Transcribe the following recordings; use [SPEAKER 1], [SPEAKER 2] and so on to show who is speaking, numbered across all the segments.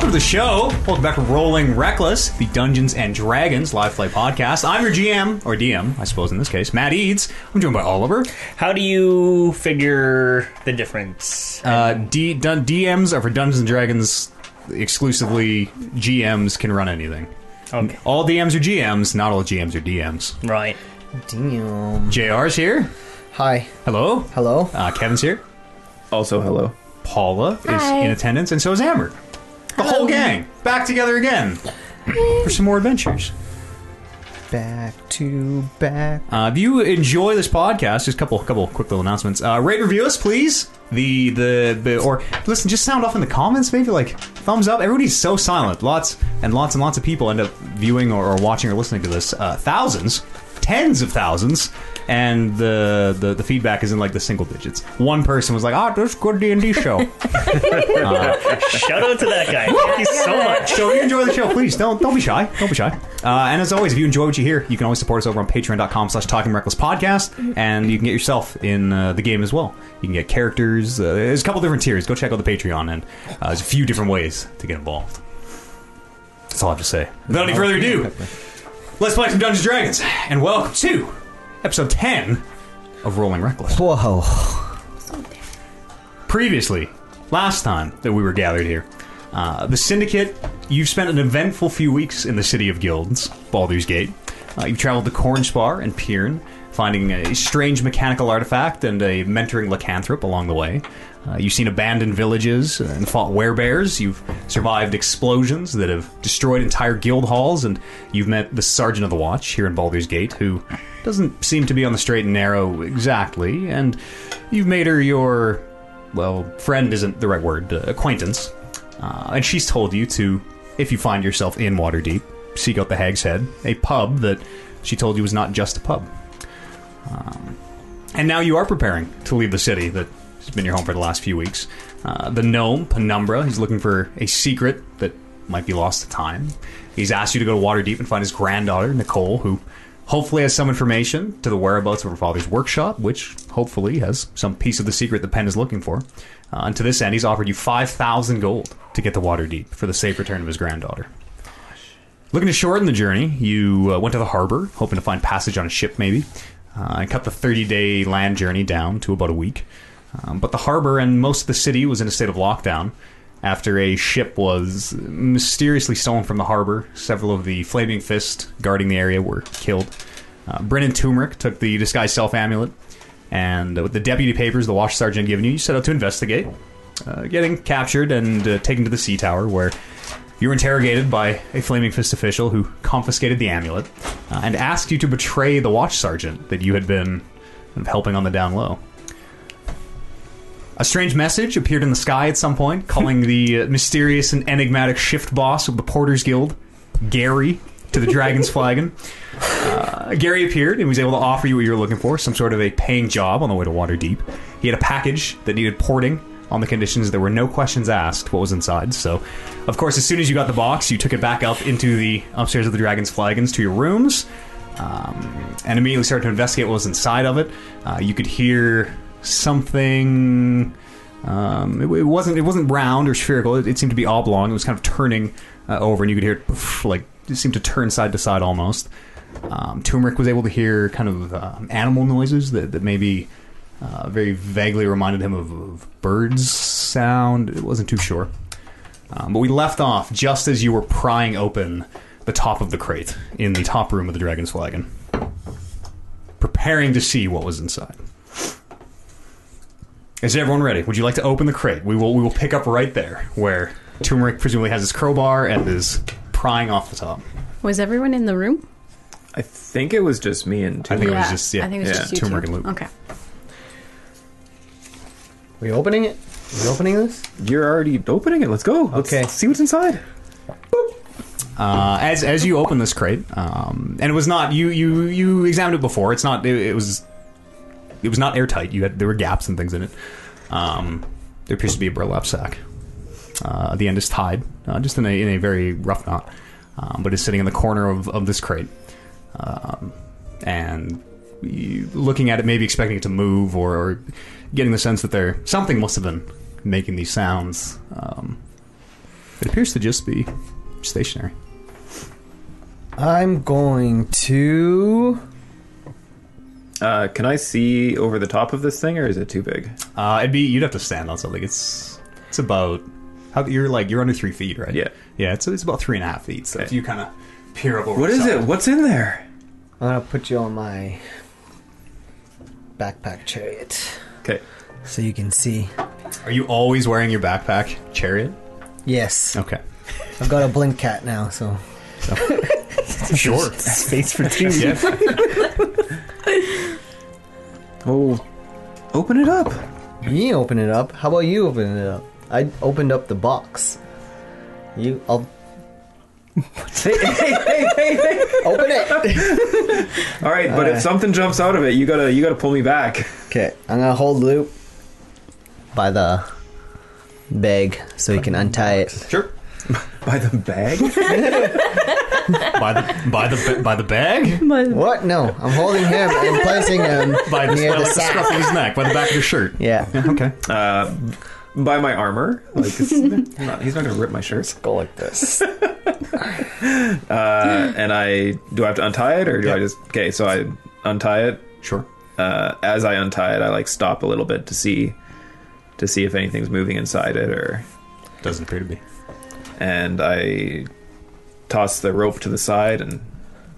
[SPEAKER 1] to the show. Welcome back to Rolling Reckless, the Dungeons and Dragons live play podcast. I'm your GM, or DM, I suppose in this case, Matt Eads. I'm joined by Oliver.
[SPEAKER 2] How do you figure the difference?
[SPEAKER 1] Uh, D, dun, DMs are for Dungeons and Dragons exclusively. GMs can run anything.
[SPEAKER 2] Okay.
[SPEAKER 1] All DMs are GMs, not all GMs are DMs.
[SPEAKER 2] Right.
[SPEAKER 3] Damn.
[SPEAKER 1] JR's here.
[SPEAKER 3] Hi.
[SPEAKER 1] Hello.
[SPEAKER 3] Hello.
[SPEAKER 1] Uh, Kevin's here.
[SPEAKER 4] Also, hello.
[SPEAKER 1] Paula
[SPEAKER 5] Hi.
[SPEAKER 1] is in attendance, and so is Amber. The whole gang back together again for some more adventures.
[SPEAKER 3] Back to back.
[SPEAKER 1] Uh, if you enjoy this podcast, just a couple, couple quick little announcements. Uh, rate, review us, please. The, the the or listen, just sound off in the comments, maybe like thumbs up. Everybody's so silent. Lots and lots and lots of people end up viewing or, or watching or listening to this. Uh, thousands, tens of thousands, and the, the the feedback is in like the single digits. One person was like, "Ah, this is a good D and D show."
[SPEAKER 2] Shout out to that guy. Thank you so much.
[SPEAKER 1] So if you enjoy the show, please don't don't be shy. Don't be shy. Uh, and as always, if you enjoy what you hear, you can always support us over on patreon.com slash talking reckless podcast, and you can get yourself in uh, the game as well. You can get characters. Uh, there's a couple different tiers. Go check out the Patreon, and uh, there's a few different ways to get involved. That's all I have to say. Without any further ado, let's play some Dungeons and Dragons, and welcome to episode 10 of Rolling Reckless.
[SPEAKER 3] Whoa.
[SPEAKER 1] previously, last time that we were gathered here, uh, the Syndicate, you've spent an eventful few weeks in the city of Guilds, Baldur's Gate. Uh, you've traveled to Cornspar and Pirn, finding a strange mechanical artifact and a mentoring lycanthrope along the way. Uh, you've seen abandoned villages and fought werebears. You've survived explosions that have destroyed entire guild halls, and you've met the Sergeant of the Watch here in Baldur's Gate, who doesn't seem to be on the straight and narrow exactly, and you've made her your well, friend isn't the right word, uh, acquaintance. Uh, and she's told you to, if you find yourself in Waterdeep, seek out the Hag's Head, a pub that she told you was not just a pub. Um, and now you are preparing to leave the city that has been your home for the last few weeks. Uh, the gnome, Penumbra, he's looking for a secret that might be lost to time. He's asked you to go to Waterdeep and find his granddaughter, Nicole, who hopefully has some information to the whereabouts of her father's workshop, which hopefully has some piece of the secret the pen is looking for. Uh, and to this end, he's offered you 5,000 gold to get to Waterdeep for the safe return of his granddaughter. Looking to shorten the journey, you uh, went to the harbor, hoping to find passage on a ship maybe, uh, and cut the 30 day land journey down to about a week. Um, but the harbor and most of the city was in a state of lockdown after a ship was mysteriously stolen from the harbor. Several of the Flaming Fist guarding the area were killed. Uh, Brennan Turmeric took the disguised self amulet, and uh, with the deputy papers the watch sergeant had given you, you set out to investigate, uh, getting captured and uh, taken to the sea tower where you were interrogated by a Flaming Fist official who confiscated the amulet uh, and asked you to betray the watch sergeant that you had been kind of helping on the down low. A strange message appeared in the sky at some point, calling the uh, mysterious and enigmatic shift boss of the Porters Guild, Gary, to the Dragon's Flagon. Uh, Gary appeared and was able to offer you what you were looking for some sort of a paying job on the way to Waterdeep. He had a package that needed porting on the conditions there were no questions asked what was inside. So, of course, as soon as you got the box, you took it back up into the upstairs of the Dragon's Flagons to your rooms um, and immediately started to investigate what was inside of it. Uh, you could hear something. Um, it, it wasn't it wasn't round or spherical. It, it seemed to be oblong. It was kind of turning uh, over, and you could hear it, poof, like it seemed to turn side to side almost. Um, Turmeric was able to hear kind of um, animal noises that, that maybe uh, very vaguely reminded him of, of birds sound. It wasn't too sure. Um, but we left off just as you were prying open the top of the crate in the top room of the Dragon's Flagon, preparing to see what was inside. Is everyone ready? Would you like to open the crate? We will. We will pick up right there where Turmeric presumably has his crowbar and is prying off the top.
[SPEAKER 5] Was everyone in the room?
[SPEAKER 4] I think it was just me and
[SPEAKER 1] I
[SPEAKER 4] two.
[SPEAKER 1] think it was just yeah.
[SPEAKER 5] I think it was
[SPEAKER 4] yeah,
[SPEAKER 5] just you
[SPEAKER 1] Turmeric
[SPEAKER 5] two.
[SPEAKER 1] and Luke.
[SPEAKER 5] Okay.
[SPEAKER 3] We opening it? We opening this?
[SPEAKER 4] You're already opening it. Let's go. Let's
[SPEAKER 3] Okay.
[SPEAKER 4] see what's inside.
[SPEAKER 1] Uh, as as you open this crate, um, and it was not you you you examined it before. It's not it, it was it was not airtight. You had there were gaps and things in it. Um, there appears to be a burlap sack. Uh, the end is tied, uh, just in a in a very rough knot, um, but it's sitting in the corner of of this crate. Um, and you, looking at it, maybe expecting it to move, or, or getting the sense that there something must have been making these sounds. Um, It appears to just be stationary.
[SPEAKER 3] I'm going to.
[SPEAKER 4] Uh, can I see over the top of this thing, or is it too big?
[SPEAKER 1] Uh, it'd be you'd have to stand on something. It's it's about how you're like you're under three feet, right?
[SPEAKER 4] Yeah.
[SPEAKER 1] yeah. It's it's about three and a half feet. So if
[SPEAKER 4] Okay.
[SPEAKER 1] you kind of peer over,
[SPEAKER 4] What is it? What's in there?
[SPEAKER 3] I'm gonna put you on my backpack chariot
[SPEAKER 4] Okay.
[SPEAKER 3] so you can see.
[SPEAKER 1] Are you always wearing your backpack chariot?
[SPEAKER 3] Yes,
[SPEAKER 1] Okay,
[SPEAKER 3] I've got a blink cat now, so
[SPEAKER 1] sure.
[SPEAKER 2] Space for two.
[SPEAKER 1] yeah.
[SPEAKER 4] Oh, open it up.
[SPEAKER 3] you open it up. How about you open it up? I opened up the box. You, I'll
[SPEAKER 4] Hey, hey, hey, hey, hey.
[SPEAKER 3] open it.
[SPEAKER 4] All right, but
[SPEAKER 3] Uh.
[SPEAKER 4] if something jumps out of it, you gotta you gotta pull me back.
[SPEAKER 3] Okay, I'm gonna hold loop by the bag so you can untie it.
[SPEAKER 1] sure.
[SPEAKER 4] By the bag?
[SPEAKER 1] By the by the ba- by the bag,
[SPEAKER 3] What? No, I'm holding him and placing him
[SPEAKER 1] by the,
[SPEAKER 3] near
[SPEAKER 1] by
[SPEAKER 3] the
[SPEAKER 1] like the
[SPEAKER 3] sack.
[SPEAKER 1] scruff of his neck, by the back of his shirt.
[SPEAKER 3] Yeah.
[SPEAKER 1] Okay.
[SPEAKER 4] Uh, by my armor? Like, it's, not, he's not gonna rip my shirt.
[SPEAKER 3] Go like this.
[SPEAKER 4] Uh, and I do I have to untie it, or do
[SPEAKER 1] Yeah.
[SPEAKER 4] I just okay? So I untie it.
[SPEAKER 1] Sure.
[SPEAKER 4] Uh, as I untie it, I like stop a little bit to see to see if anything's moving inside it, or
[SPEAKER 1] Doesn't appear to be.
[SPEAKER 4] and I toss the rope to the side and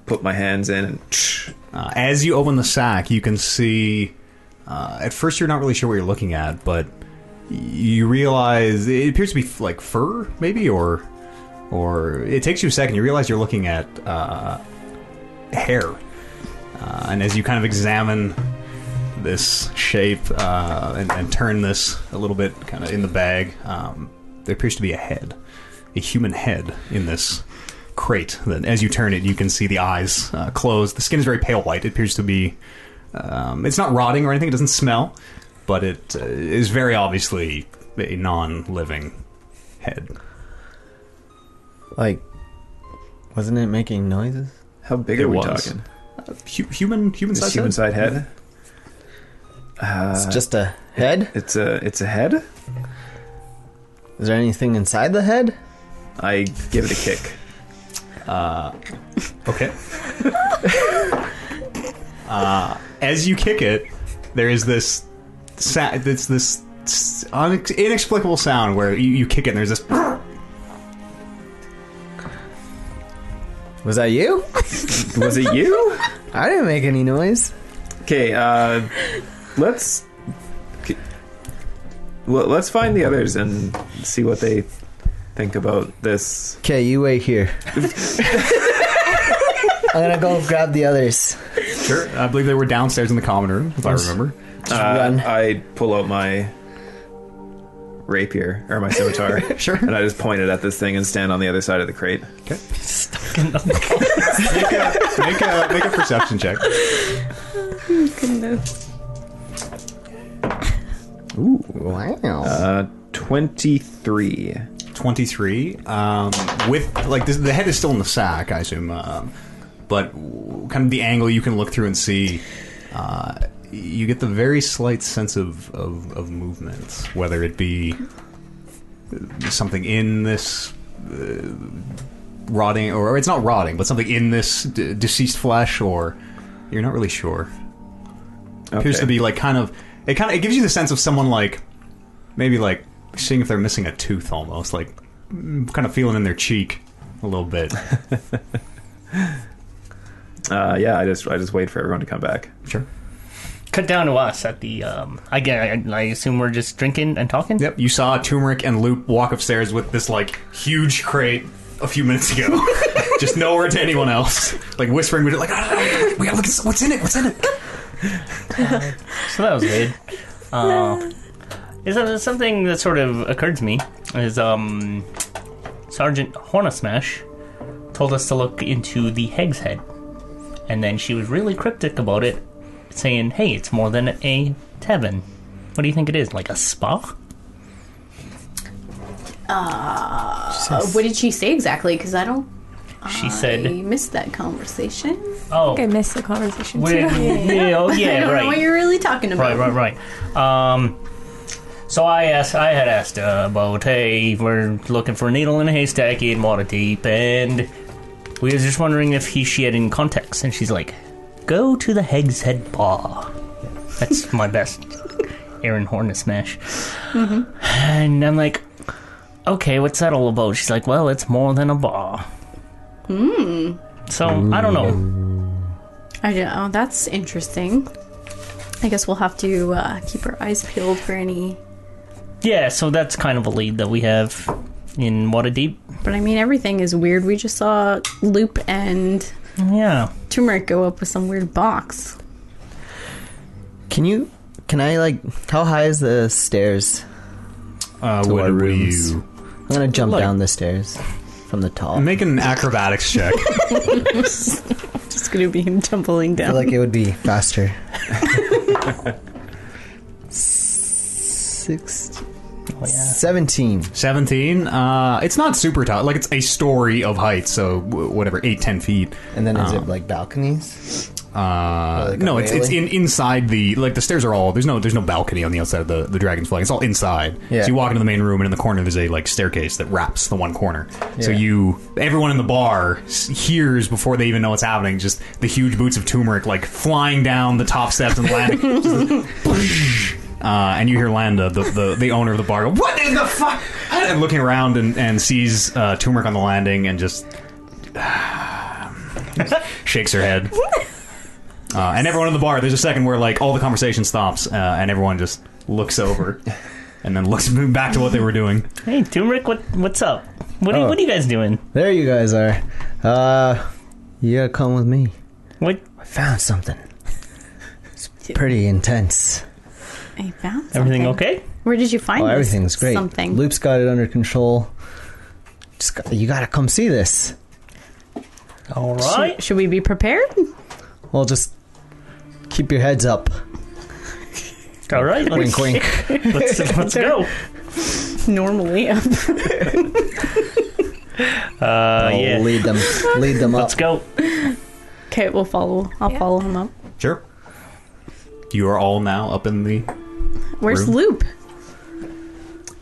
[SPEAKER 4] put my hands in and.
[SPEAKER 1] Uh, as you open the sack, you can see. Uh, at first, you're not really sure what you're looking at, but you realize it appears to be f- like fur, maybe, or or it takes you a second. You realize you're looking at uh, hair, uh, and as you kind of examine this shape uh, and, and turn this a little bit, kind of in the bag, um, there appears to be a head, a human head in this crate. Then, as you turn it, you can see the eyes uh, closed. The skin is very pale white. It appears to be. Um, it's not rotting or anything. It doesn't smell, but it uh, is very obviously a non-living head.
[SPEAKER 3] Like, wasn't it making noises?
[SPEAKER 4] How big
[SPEAKER 1] It
[SPEAKER 4] are we
[SPEAKER 1] was.
[SPEAKER 4] talking?
[SPEAKER 1] Hu- human, human
[SPEAKER 4] This
[SPEAKER 1] size.
[SPEAKER 4] human
[SPEAKER 1] head?
[SPEAKER 4] side head. Uh,
[SPEAKER 3] It's just a head.
[SPEAKER 4] It's a it's a head.
[SPEAKER 3] Is there anything inside the head?
[SPEAKER 4] I give it a kick.
[SPEAKER 1] Okay. uh, as you kick it, there is this sa- it's this s- unex- inexplicable sound where you, you kick it and there's this.
[SPEAKER 3] Was that you?
[SPEAKER 4] Was it you?
[SPEAKER 3] I didn't make any noise.
[SPEAKER 4] Okay, uh, let's k- well, let's find the others and see what they think about this.
[SPEAKER 3] Okay, you wait here. I'm gonna go grab the others.
[SPEAKER 1] Sure. I believe they were downstairs in the common room, if I remember.
[SPEAKER 4] Uh,
[SPEAKER 3] run.
[SPEAKER 4] I pull out my rapier or my scimitar,
[SPEAKER 1] Sure.
[SPEAKER 4] and I just point it at this thing and stand on the other side of the crate.
[SPEAKER 1] Okay. make, a, make, a, make a perception check.
[SPEAKER 3] Wow.
[SPEAKER 4] Uh, twenty-three.
[SPEAKER 1] 23 um, with like this, the head is still in the sack i assume um, but w- kind of the angle you can look through and see uh, you get the very slight sense of, of, of movement whether it be uh, something in this uh, rotting or, or it's not rotting but something in this d- deceased flesh or you're not really sure appears to be like kind of it kind of it gives you the sense of someone like maybe like seeing if they're missing a tooth almost like mm, kind of feeling in their cheek a little bit
[SPEAKER 4] Uh, yeah, I just I just wait for everyone to come back.
[SPEAKER 1] sure
[SPEAKER 2] Cut down to us at the. Um, again, I, I assume we're just drinking and talking.
[SPEAKER 1] yep you saw turmeric and loop walk upstairs with this like huge crate a few minutes ago just nowhere to anyone else like whispering but like "Ah, we gotta look at what's in it what's in it
[SPEAKER 2] So that was good. Uh, is that is something that sort of occurred to me? Is um, Sergeant Hornasmash told us to look into the hag's head, and then she was really cryptic about it, saying, "Hey, it's more than a tavern. What do you think it is? Like a spa?"
[SPEAKER 5] Uh, what did she say exactly? Because I don't.
[SPEAKER 2] She
[SPEAKER 5] I
[SPEAKER 2] said,
[SPEAKER 5] missed that conversation.
[SPEAKER 2] "Oh,
[SPEAKER 6] I missed the conversation
[SPEAKER 2] wait,
[SPEAKER 6] too.
[SPEAKER 2] yeah, oh,
[SPEAKER 5] I
[SPEAKER 2] yeah,
[SPEAKER 5] don't know what
[SPEAKER 2] right,
[SPEAKER 5] you're really talking about.
[SPEAKER 2] right, right, right." Um, So I asked, I had asked uh, about, hey, we're looking for a needle in a haystack in Waterdeep, and we was just wondering if he she had any contacts, and she's like, go to the Heg's Head Bar. That's my best Aaron Hornet smash.
[SPEAKER 6] Mm-hmm.
[SPEAKER 2] And I'm like, okay, what's that all about? She's like, well, it's more than a bar. Hmm.
[SPEAKER 6] Hmm.
[SPEAKER 2] So I don't know.
[SPEAKER 5] I don't know. That's interesting. I guess we'll have to uh, keep our eyes peeled for any.
[SPEAKER 2] Yeah, so that's kind of a lead that we have in Waterdeep.
[SPEAKER 5] But I mean, everything is weird. We just saw Loop and
[SPEAKER 2] Yeah.
[SPEAKER 5] Turmeric go up with some weird box.
[SPEAKER 3] Can you? Can I like? How high is the stairs?
[SPEAKER 1] Uh,
[SPEAKER 3] To
[SPEAKER 1] what
[SPEAKER 3] our
[SPEAKER 1] do
[SPEAKER 3] rooms.
[SPEAKER 1] you-
[SPEAKER 3] I'm gonna jump
[SPEAKER 1] Like-
[SPEAKER 3] down the stairs from the top.
[SPEAKER 1] Make an acrobatics check.
[SPEAKER 5] It's gonna be him tumbling
[SPEAKER 3] I feel
[SPEAKER 5] down.
[SPEAKER 3] like it would be faster. Six,
[SPEAKER 2] Oh, yeah.
[SPEAKER 3] seventeen.
[SPEAKER 1] 17. Uh, it's not super tall. Like, it's a story of height, so w- whatever, 8, 10 feet.
[SPEAKER 3] And then
[SPEAKER 1] Oh.
[SPEAKER 3] is it like balconies?
[SPEAKER 1] Uh,
[SPEAKER 3] Like a
[SPEAKER 1] no, it's it's in
[SPEAKER 3] railing?
[SPEAKER 1] inside the like the stairs are all there's no there's no balcony on the outside of the the dragon's flag. It's all inside.
[SPEAKER 3] Yeah.
[SPEAKER 1] So you walk into the main room and in the corner there's a like staircase that wraps the one corner. So
[SPEAKER 3] Yeah.
[SPEAKER 1] you everyone in the bar s- hears before they even know what's happening just the huge boots of turmeric like flying down the top steps and landing. Just- Uh, and you hear Landa, the, the, the owner of the bar, go, What in the fuck? And looking around and, and sees uh, Turmeric on the landing and just shakes her head. Uh, and everyone in the bar, there's a second where like all the conversation stops, uh, and everyone just looks over, and then looks back to what they were doing.
[SPEAKER 2] Hey, Turmeric, what what's up? What are,
[SPEAKER 3] Oh.
[SPEAKER 2] what are you guys doing?
[SPEAKER 3] There you guys are. Uh, you gotta come with me.
[SPEAKER 2] What?
[SPEAKER 3] I found something. It's pretty intense.
[SPEAKER 5] I found something.
[SPEAKER 2] Everything okay?
[SPEAKER 5] Where did you find?
[SPEAKER 3] Oh,
[SPEAKER 5] this
[SPEAKER 3] everything's great.
[SPEAKER 5] Something.
[SPEAKER 3] Loop's got it under control. Just got, you gotta come see this.
[SPEAKER 2] All
[SPEAKER 5] Should-
[SPEAKER 2] right.
[SPEAKER 5] Should, we be prepared?
[SPEAKER 3] Well, just keep your heads up.
[SPEAKER 2] All right. Let's,
[SPEAKER 3] Wink, wink.
[SPEAKER 2] let's, let's go.
[SPEAKER 5] Normally, up.
[SPEAKER 2] Uh,
[SPEAKER 3] I'll
[SPEAKER 2] yeah.
[SPEAKER 3] lead them, lead them up.
[SPEAKER 2] Let's go.
[SPEAKER 5] okay, we'll follow. I'll
[SPEAKER 6] Yeah.
[SPEAKER 5] follow him up.
[SPEAKER 1] Sure. You are all now up in the.
[SPEAKER 5] Where's
[SPEAKER 1] Room.
[SPEAKER 5] Loop?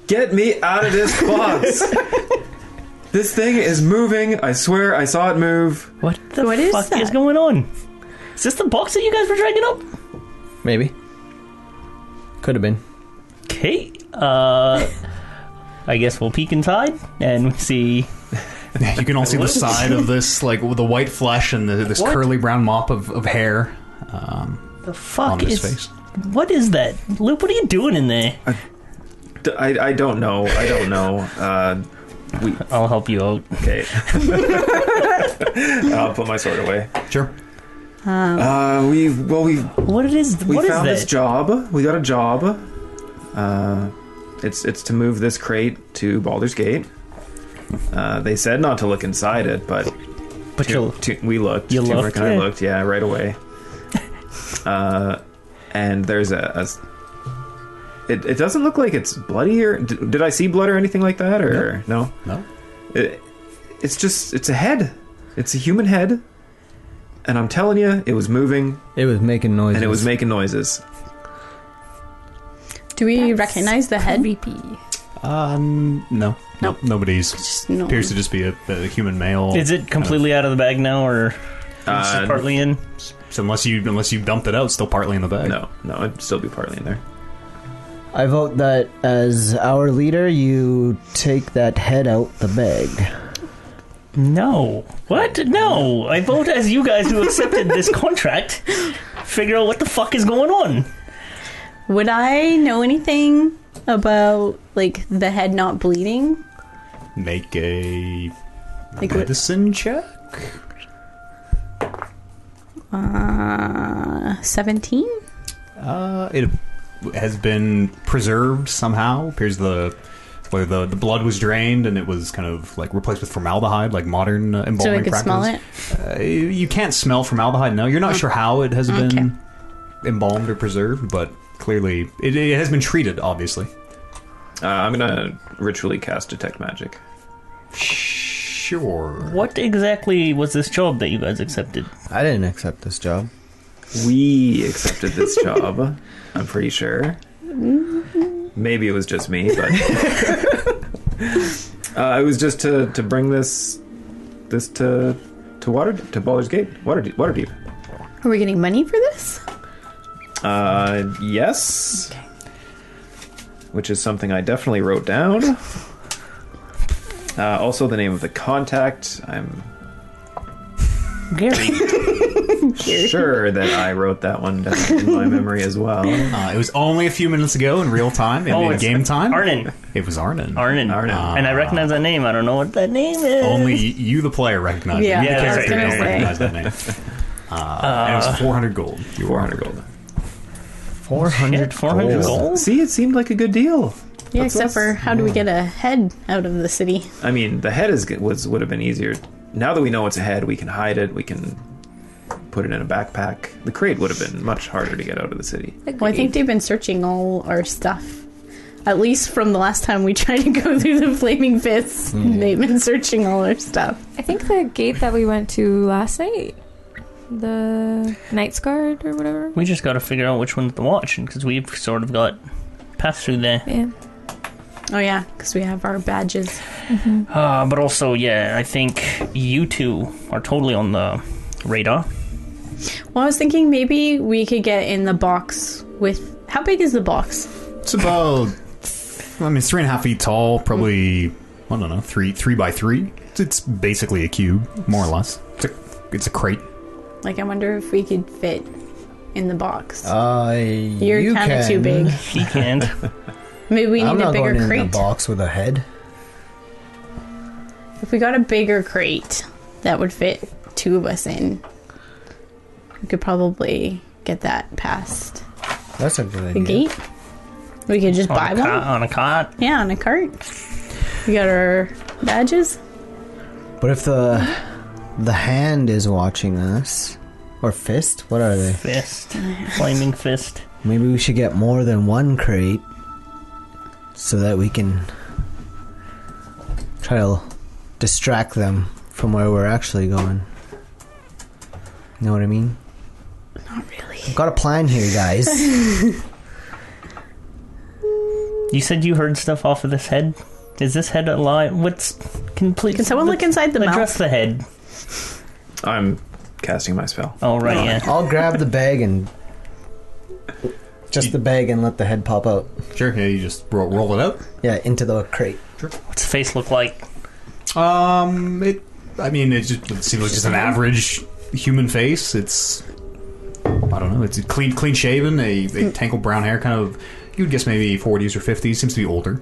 [SPEAKER 4] Get me out of this box! this thing is moving. I swear I saw it move.
[SPEAKER 2] What the
[SPEAKER 5] What is
[SPEAKER 2] fuck is
[SPEAKER 5] that?
[SPEAKER 2] going on? Is this the box that you guys were dragging up?
[SPEAKER 3] Maybe. Could have been.
[SPEAKER 2] Okay. Uh, I guess we'll peek inside and see.
[SPEAKER 1] You can all see the side of this, like with the white flesh and the, this
[SPEAKER 2] What?
[SPEAKER 1] curly brown mop of, of hair um,
[SPEAKER 2] The
[SPEAKER 1] on
[SPEAKER 2] fuck
[SPEAKER 1] his
[SPEAKER 2] is
[SPEAKER 1] face.
[SPEAKER 2] what is that? Luke, what are you doing in there?
[SPEAKER 4] D- I, I don't know. I don't know. Uh, we,
[SPEAKER 2] I'll help you out.
[SPEAKER 4] okay. I'll put my sword away.
[SPEAKER 1] Sure.
[SPEAKER 4] Uh, we well we
[SPEAKER 2] What it is?
[SPEAKER 4] we
[SPEAKER 2] what is
[SPEAKER 4] found
[SPEAKER 2] that?
[SPEAKER 4] this job. We got a job. Uh, it's it's to move this crate to Baldur's Gate. Uh, they said not to look inside it, but
[SPEAKER 2] but you'll,
[SPEAKER 4] Tu- we looked.
[SPEAKER 2] You
[SPEAKER 4] Turmeric
[SPEAKER 2] looked,
[SPEAKER 4] and I
[SPEAKER 2] yeah.
[SPEAKER 4] looked. Yeah, right away. uh, and there's a. a s- it, it doesn't look like it's bloody or d- did I see blood or anything like that or no?
[SPEAKER 1] No.
[SPEAKER 4] It, it's just it's a head. It's a human head. And I'm telling you, it was moving
[SPEAKER 3] It was making noises.
[SPEAKER 4] and it was making noises.
[SPEAKER 5] Do we
[SPEAKER 6] That's
[SPEAKER 5] recognize the head?
[SPEAKER 6] Creepy.
[SPEAKER 1] Um. No.
[SPEAKER 5] Nope.
[SPEAKER 1] Nobody's.
[SPEAKER 5] Just no.
[SPEAKER 1] Appears to just be a, a human male.
[SPEAKER 2] is it completely out of the bag now, or is
[SPEAKER 4] Uh,
[SPEAKER 2] it partly in?
[SPEAKER 1] So unless you unless you dumped it out, it's still partly in the bag.
[SPEAKER 4] no, no, it'd still be partly in there.
[SPEAKER 3] I vote that as our leader, you take that head out the bag.
[SPEAKER 2] No. What? No. I vote as you guys who accepted this contract. Figure out what the fuck is going on.
[SPEAKER 5] Would I know anything about like the head not bleeding?
[SPEAKER 1] Make a
[SPEAKER 5] Like what?
[SPEAKER 1] medicine check.
[SPEAKER 5] Uh, seventeen.
[SPEAKER 1] Uh, it has been preserved somehow. Appears the whether the, the blood was drained and it was kind of like replaced with formaldehyde, like modern uh,
[SPEAKER 5] So I
[SPEAKER 1] embalming
[SPEAKER 5] could
[SPEAKER 1] practice.
[SPEAKER 5] smell it. Mm.
[SPEAKER 1] Uh, you can't smell formaldehyde. No, you're not sure how it has
[SPEAKER 5] Okay.
[SPEAKER 1] been embalmed or preserved, but clearly it, it has been treated. Obviously,
[SPEAKER 4] Uh, I'm gonna ritually cast detect magic.
[SPEAKER 1] sure.
[SPEAKER 2] What exactly was this job that you guys accepted?
[SPEAKER 3] I didn't accept this job.
[SPEAKER 4] We accepted this job. I'm pretty sure. Maybe it was just me, but uh, it was just to, to bring this this to to water to Baldur's Gate, water water deep.
[SPEAKER 5] Are we getting money for this?
[SPEAKER 4] Uh, yes. Which is something I definitely wrote down. Uh, also, the name of the contact. I'm
[SPEAKER 2] Gary.
[SPEAKER 4] sure that I wrote that one down in my memory as well.
[SPEAKER 1] Uh, it was only a few minutes ago in real time, in, in
[SPEAKER 2] it's
[SPEAKER 1] game time.
[SPEAKER 2] Arnon.
[SPEAKER 1] It was Arnon.
[SPEAKER 2] Arnon.
[SPEAKER 4] Arnon.
[SPEAKER 2] And I recognize that name. I don't know what that name is.
[SPEAKER 1] Only you, the player, recognize
[SPEAKER 5] Yeah,
[SPEAKER 1] it. You, the
[SPEAKER 2] Yeah, that's
[SPEAKER 1] character,
[SPEAKER 2] right.
[SPEAKER 1] don't
[SPEAKER 5] I
[SPEAKER 1] recognize that name. Uh, and it was 400 gold. You were
[SPEAKER 4] 400 gold.
[SPEAKER 3] 400
[SPEAKER 2] Shit, 400
[SPEAKER 1] gold.
[SPEAKER 2] gold?
[SPEAKER 4] See, it seemed like a good deal.
[SPEAKER 5] Yeah,
[SPEAKER 4] That's
[SPEAKER 5] except
[SPEAKER 4] us.
[SPEAKER 5] for how do we get a head out of the city?
[SPEAKER 4] I mean, the head is was would have been easier. Now that we know it's a head, we can hide it. We can put it in a backpack. The crate would have been much harder to get out of the city.
[SPEAKER 5] Well, I think they've been searching all our stuff. At least from the last time we tried to go through the flaming fists,
[SPEAKER 1] Hmm.
[SPEAKER 5] they've been searching all our stuff.
[SPEAKER 6] I think the gate that we went to last night, the Knight's Guard or whatever.
[SPEAKER 2] We just got to figure out which one's the watch because we've sort of got passed through there.
[SPEAKER 6] Yeah.
[SPEAKER 5] Oh yeah, because we have our badges.
[SPEAKER 2] Uh, but also, yeah, I think you two are totally on the radar.
[SPEAKER 5] Well, I was thinking maybe we could get in the box with. How big is the box?
[SPEAKER 1] It's about, I mean, it's three and a half feet tall, probably, I don't know, three three by three. It's, it's basically a cube, more or less. It's a, it's a crate.
[SPEAKER 5] Like, I wonder if we could fit in the box.
[SPEAKER 3] Uh,
[SPEAKER 5] You're
[SPEAKER 3] you
[SPEAKER 5] kind of
[SPEAKER 3] can.
[SPEAKER 5] too big.
[SPEAKER 2] He can't.
[SPEAKER 5] Maybe we
[SPEAKER 3] I'm
[SPEAKER 5] need a
[SPEAKER 3] not
[SPEAKER 5] bigger
[SPEAKER 3] going in a
[SPEAKER 5] crate.
[SPEAKER 3] box with a head.
[SPEAKER 5] If we got a bigger crate that would fit two of us in, we could probably get that past
[SPEAKER 3] That's a good
[SPEAKER 5] the
[SPEAKER 3] idea.
[SPEAKER 5] gate. We could just
[SPEAKER 2] on,
[SPEAKER 5] buy
[SPEAKER 2] a cart,
[SPEAKER 5] one.
[SPEAKER 2] on a cart.
[SPEAKER 5] Yeah, on a cart. We got our badges.
[SPEAKER 3] But if the the hand is watching us, or fist, what are they?
[SPEAKER 2] Fist. Flaming fist.
[SPEAKER 3] Maybe we should get more than one crate, so that we can try to distract them from where we're actually going. Know what I mean?
[SPEAKER 5] Not really.
[SPEAKER 3] Got a plan here, guys.
[SPEAKER 2] You said you heard stuff off of this head? Is this head alive? What's. Can, please,
[SPEAKER 5] Can someone look inside the
[SPEAKER 2] Address
[SPEAKER 5] mouth?
[SPEAKER 2] the head.
[SPEAKER 4] I'm casting my spell.
[SPEAKER 2] Oh, right, yeah.
[SPEAKER 3] I'll grab the bag and just the bag and let the head pop out.
[SPEAKER 1] Sure. Yeah, you just roll, roll it out.
[SPEAKER 3] Yeah, into the crate.
[SPEAKER 2] What's the face look like?
[SPEAKER 1] Um, it. I mean, it just it seems like just an average human face. It's. I don't know. It's clean, clean shaven, a,
[SPEAKER 6] Hmm.
[SPEAKER 1] a tangled brown hair, kind of. You would guess maybe forties or fifties. Seems to be older.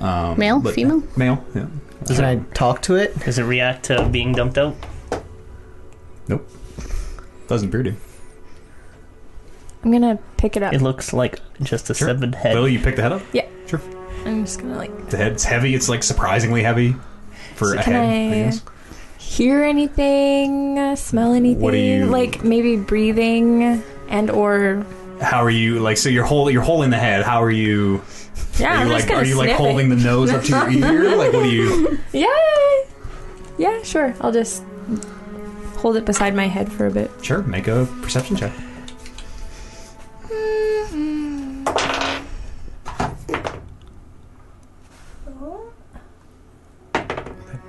[SPEAKER 1] Um,
[SPEAKER 5] Male?
[SPEAKER 1] but-
[SPEAKER 5] Female?
[SPEAKER 1] Male. Yeah.
[SPEAKER 3] Can I talk to it?
[SPEAKER 2] Does it react to being dumped out?
[SPEAKER 1] Nope. Doesn't appear to.
[SPEAKER 6] I'm gonna pick it up.
[SPEAKER 2] It looks like just a
[SPEAKER 1] Sure.
[SPEAKER 2] severed head.
[SPEAKER 1] Lily, you pick the head up.
[SPEAKER 6] I'm just gonna like
[SPEAKER 1] The head's heavy. It's like surprisingly heavy for
[SPEAKER 6] So
[SPEAKER 1] a
[SPEAKER 6] can
[SPEAKER 1] head. I,
[SPEAKER 6] I-
[SPEAKER 1] guess.
[SPEAKER 6] hear anything, uh, smell anything,
[SPEAKER 1] What do you-
[SPEAKER 6] like maybe breathing and or
[SPEAKER 1] How are you? Like, so you're holding you're holding the head. How are you?
[SPEAKER 6] yeah.
[SPEAKER 1] are
[SPEAKER 6] I'm
[SPEAKER 1] you
[SPEAKER 6] just
[SPEAKER 1] like
[SPEAKER 6] gonna
[SPEAKER 1] are you like
[SPEAKER 6] sniff
[SPEAKER 1] holding
[SPEAKER 6] it.
[SPEAKER 1] the nose up to your ear? Like, what do you?
[SPEAKER 6] Yeah, yeah, sure. I'll just hold it beside my head for a bit.
[SPEAKER 1] Sure, make a perception check.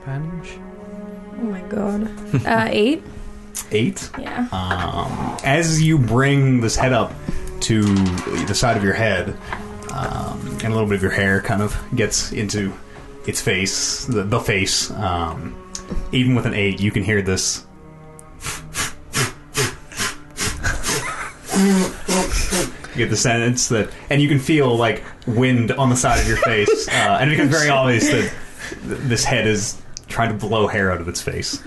[SPEAKER 6] Oh my god. Uh, eight.
[SPEAKER 1] Eight.
[SPEAKER 6] Yeah.
[SPEAKER 1] Um, as you bring this head up to the side of your head, um, and a little bit of your hair kind of gets into its face, the, the face, um, even with an eight, you can hear this. You get the sentence that, and you can feel like wind on the side of your face, uh, and it becomes very obvious that th- this head is trying to blow hair out of its face.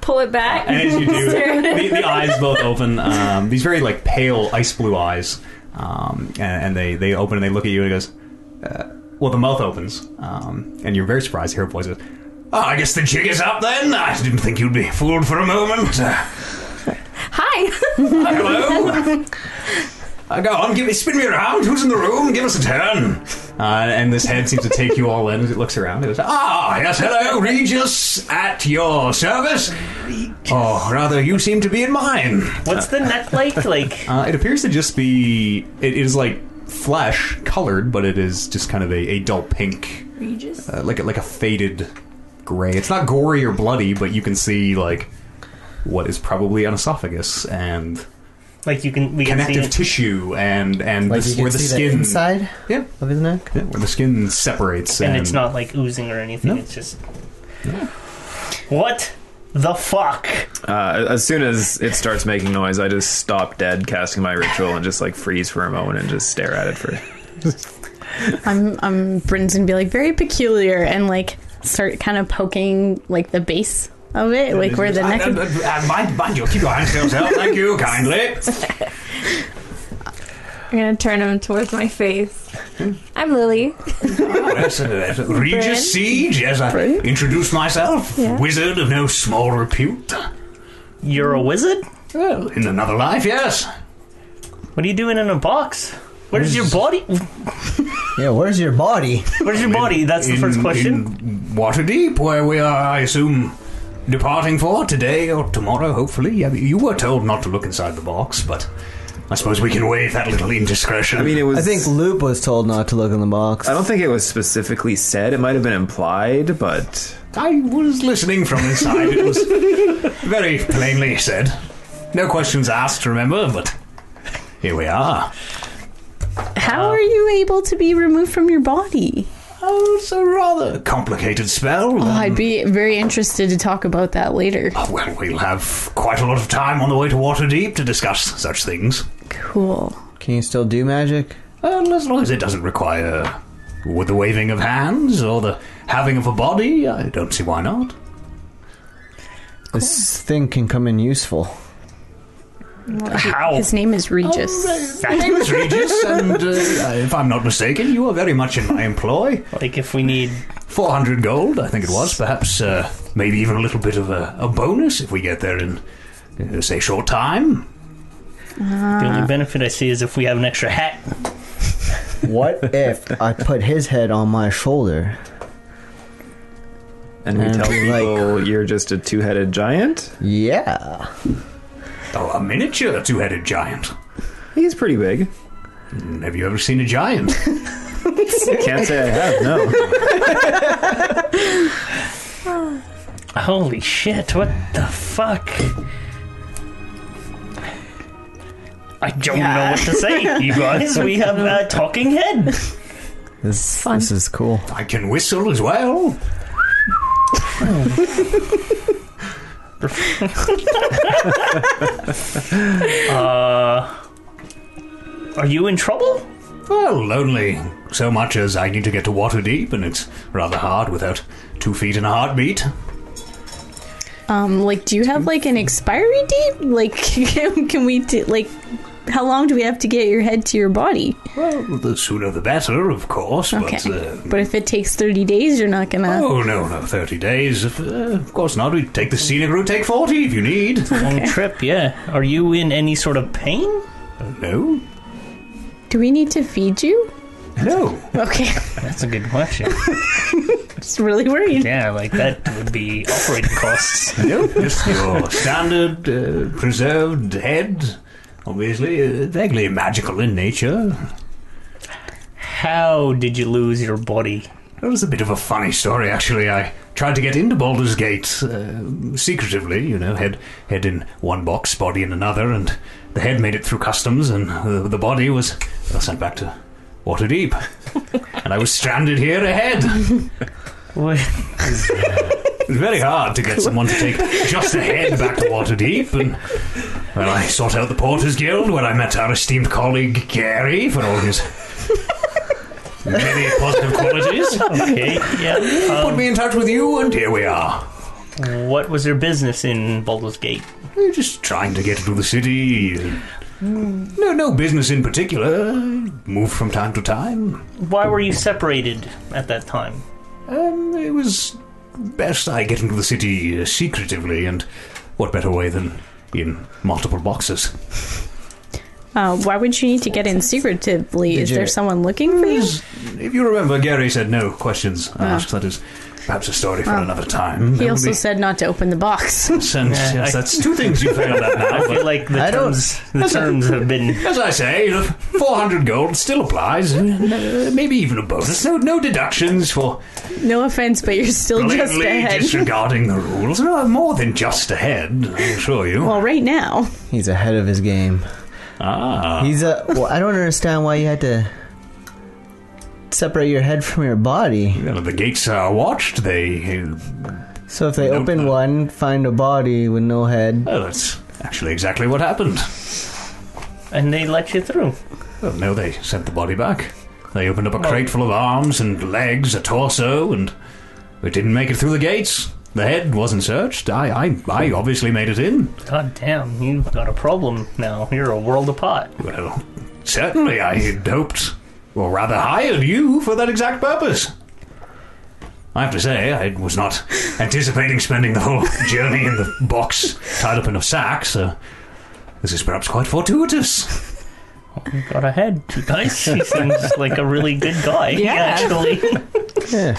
[SPEAKER 6] Pull it back.
[SPEAKER 1] And as you do, the, the eyes both open. Um, these very like pale ice blue eyes, um, and, and they they open and they look at you and it goes. Uh, well, the mouth opens, um, and you're very surprised to hear a voice. Goes, oh, I guess the jig is up then. I didn't think you'd be fooled for a moment. Uh,
[SPEAKER 6] Hi.
[SPEAKER 1] hello. Uh, go on, give me, spin me around. Who's in the room? Give us a turn. Uh, and this head seems to take you all in as it looks around. It goes, Ah, yes, hello, Regis, at your service. Oh, rather, you seem to be in mine.
[SPEAKER 2] What's the neck like? Like,
[SPEAKER 1] Uh, it appears to just be. It is like flesh colored, but it is just kind of a, a dull pink,
[SPEAKER 6] Regis?
[SPEAKER 1] uh, like a, like a faded gray. It's not gory or bloody, but you can see like what is probably an esophagus and
[SPEAKER 2] Like you can, we can see
[SPEAKER 1] connective
[SPEAKER 2] it.
[SPEAKER 1] tissue and and
[SPEAKER 3] Like
[SPEAKER 1] this-
[SPEAKER 3] you can
[SPEAKER 1] where the
[SPEAKER 3] see
[SPEAKER 1] skin
[SPEAKER 3] the inside
[SPEAKER 1] Yeah.
[SPEAKER 3] of his neck.
[SPEAKER 1] yeah, where the skin separates
[SPEAKER 2] and it's not like oozing or anything.
[SPEAKER 1] No.
[SPEAKER 2] It's just what the fuck.
[SPEAKER 4] Uh, as soon as it starts making noise, I just stop dead, casting my ritual, and just like freeze for a moment and just stare at it for.
[SPEAKER 5] I'm I'm Bryn's gonna be like very peculiar and like start kind of poking like the base of it, like where the
[SPEAKER 1] I-
[SPEAKER 5] neck.
[SPEAKER 1] I- I- I- mind, mind you, keep your hands to yourself. Thank you kindly.
[SPEAKER 6] I'm gonna turn him towards my face. I'm Lily.
[SPEAKER 1] Yes, uh, uh, Regis Siege, as I introduce myself,
[SPEAKER 6] Yeah.
[SPEAKER 1] wizard of no small repute.
[SPEAKER 2] You're a wizard.
[SPEAKER 1] Well, in another life, yes.
[SPEAKER 2] What are you doing in a box? Where's your body?
[SPEAKER 3] Yeah, where's your body?
[SPEAKER 2] Where's your body? That's the first question.
[SPEAKER 1] In Waterdeep, where we are, I assume, departing for today or tomorrow, hopefully. I mean, you were told not to look inside the box, but I suppose we can waive that little indiscretion.
[SPEAKER 4] I mean, it was.
[SPEAKER 3] I think Loop was told not to look in the box.
[SPEAKER 4] I don't think it was specifically said. It might have been implied, but
[SPEAKER 1] I was listening from inside. It was very plainly said. No questions asked, remember, but here we are.
[SPEAKER 5] How are you able to be removed from your body?
[SPEAKER 1] Oh, it's a rather complicated spell.
[SPEAKER 5] Oh, I'd be very interested to talk about that later.
[SPEAKER 1] Well, we'll have quite a lot of time on the way to Waterdeep to discuss such things.
[SPEAKER 5] Cool.
[SPEAKER 3] Can you still do magic?
[SPEAKER 1] And as long as it doesn't require with the waving of hands or the having of a body, I don't see why not.
[SPEAKER 3] This thing can come in useful.
[SPEAKER 2] How?
[SPEAKER 5] His name is Regis.
[SPEAKER 1] My name is Regis, and uh, if I'm not mistaken, you are very much in my employ.
[SPEAKER 2] Like if we need
[SPEAKER 1] 400 gold, I think it was. Perhaps, uh, maybe even a little bit of a, a bonus if we get there in, uh, say, short time.
[SPEAKER 2] the only benefit I see is if we have an extra hat.
[SPEAKER 3] What if I put his head on my shoulder?
[SPEAKER 4] and we
[SPEAKER 3] And
[SPEAKER 4] tell
[SPEAKER 3] we like-
[SPEAKER 4] people you're just a two-headed giant.
[SPEAKER 3] Yeah.
[SPEAKER 1] Oh, a miniature two headed giant.
[SPEAKER 4] He's pretty big.
[SPEAKER 1] Have you ever seen a giant?
[SPEAKER 4] Can't say I have. No.
[SPEAKER 2] Holy shit! What the fuck? I don't know what to say, you guys. We have a talking head.
[SPEAKER 3] This,
[SPEAKER 6] fun.
[SPEAKER 3] this is cool.
[SPEAKER 1] I can whistle as well.
[SPEAKER 2] Are you in trouble?
[SPEAKER 1] Well, only so much as I need to get to Waterdeep, and it's rather hard without two feet and a heartbeat.
[SPEAKER 5] Um, like, do you have like an expiry date? Like, can, can we do like? How long do we have to get your head to your body?
[SPEAKER 1] Well, the sooner the better, of course,
[SPEAKER 5] Okay,
[SPEAKER 1] but. Uh,
[SPEAKER 5] but if it takes thirty days, you're not gonna.
[SPEAKER 1] Oh no, no, thirty days. If, uh, of course not. We take the scenic route. Take forty if you need.
[SPEAKER 2] Long trip, yeah. Are you in any sort of pain?
[SPEAKER 1] no,
[SPEAKER 5] Do we need to feed you?
[SPEAKER 1] no.
[SPEAKER 5] Okay,
[SPEAKER 2] That's a good question.
[SPEAKER 5] just really worried.
[SPEAKER 2] Yeah, like that would be operating costs.
[SPEAKER 1] Nope, just your standard uh, preserved head. Obviously, uh, vaguely magical in nature.
[SPEAKER 2] How did you lose your body?
[SPEAKER 1] That was a bit of a funny story, actually. I tried to get into Baldur's Gate uh, secretively, you know, head head in one box, body in another, and the head made it through customs, and uh, the body was well, sent back to Waterdeep, and I was stranded here ahead.
[SPEAKER 2] What-
[SPEAKER 1] It was very hard to get someone to take just a head back to Waterdeep, and well, I sought out the Porters Guild, where I met our esteemed colleague Gary for all his many positive qualities.
[SPEAKER 2] Okay, yeah.
[SPEAKER 1] Put me in touch with you, and here we are.
[SPEAKER 2] Um, what was your business in Baldur's Gate?
[SPEAKER 1] We're just trying to get into the city. No, no business in particular. Move from time to time.
[SPEAKER 2] Why were you separated at that time?
[SPEAKER 1] Um, it was best I get into the city uh, secretively, and what better way than in multiple boxes?
[SPEAKER 5] Uh, why would you need to get in secretively?
[SPEAKER 3] Did
[SPEAKER 5] Is
[SPEAKER 3] you-
[SPEAKER 5] there someone looking for you?
[SPEAKER 1] If you remember, Gary said no questions asked. That is Perhaps a story for
[SPEAKER 5] Ah. Well,
[SPEAKER 1] another time.
[SPEAKER 5] He
[SPEAKER 1] That would
[SPEAKER 5] also
[SPEAKER 1] be-
[SPEAKER 5] said not to open the box.
[SPEAKER 1] Since,
[SPEAKER 2] Yeah,
[SPEAKER 1] yes,
[SPEAKER 2] I-
[SPEAKER 1] that's two things you failed at now.
[SPEAKER 2] I feel
[SPEAKER 1] But
[SPEAKER 2] like the
[SPEAKER 3] I don't-
[SPEAKER 2] terms, the terms have been.
[SPEAKER 1] as I say, the 400 gold still applies. and, uh, Maybe even a bonus. No, no deductions for
[SPEAKER 5] no offense, but you're still just
[SPEAKER 1] blatantly
[SPEAKER 5] ahead.
[SPEAKER 1] disregarding the rules. No, more than just ahead, I assure you.
[SPEAKER 5] well, right now.
[SPEAKER 3] He's ahead of his game.
[SPEAKER 1] ah.
[SPEAKER 3] He's a. Well, I don't understand why you had to separate your head from your body.
[SPEAKER 1] Well, the gates are watched. They. uh,
[SPEAKER 3] So if they
[SPEAKER 1] Nope.
[SPEAKER 3] open one, find a body with no head.
[SPEAKER 1] Oh, that's actually exactly what happened.
[SPEAKER 2] And they let you through.
[SPEAKER 1] Well, no, they sent the body back. They opened up a crate full of arms and legs, a torso, and it didn't make it through the gates. The head wasn't searched. I, I, I obviously made it in.
[SPEAKER 2] God damn, you've got a problem now. You're a world apart.
[SPEAKER 1] Well, certainly I had hoped, or rather hired you for that exact purpose. I have to say, I was not anticipating spending the whole journey in the box tied up in a sack, so this is perhaps quite fortuitous.
[SPEAKER 2] You got a head, you guys. He seems like a really good guy,
[SPEAKER 6] Yeah.
[SPEAKER 2] actually.
[SPEAKER 3] Yeah.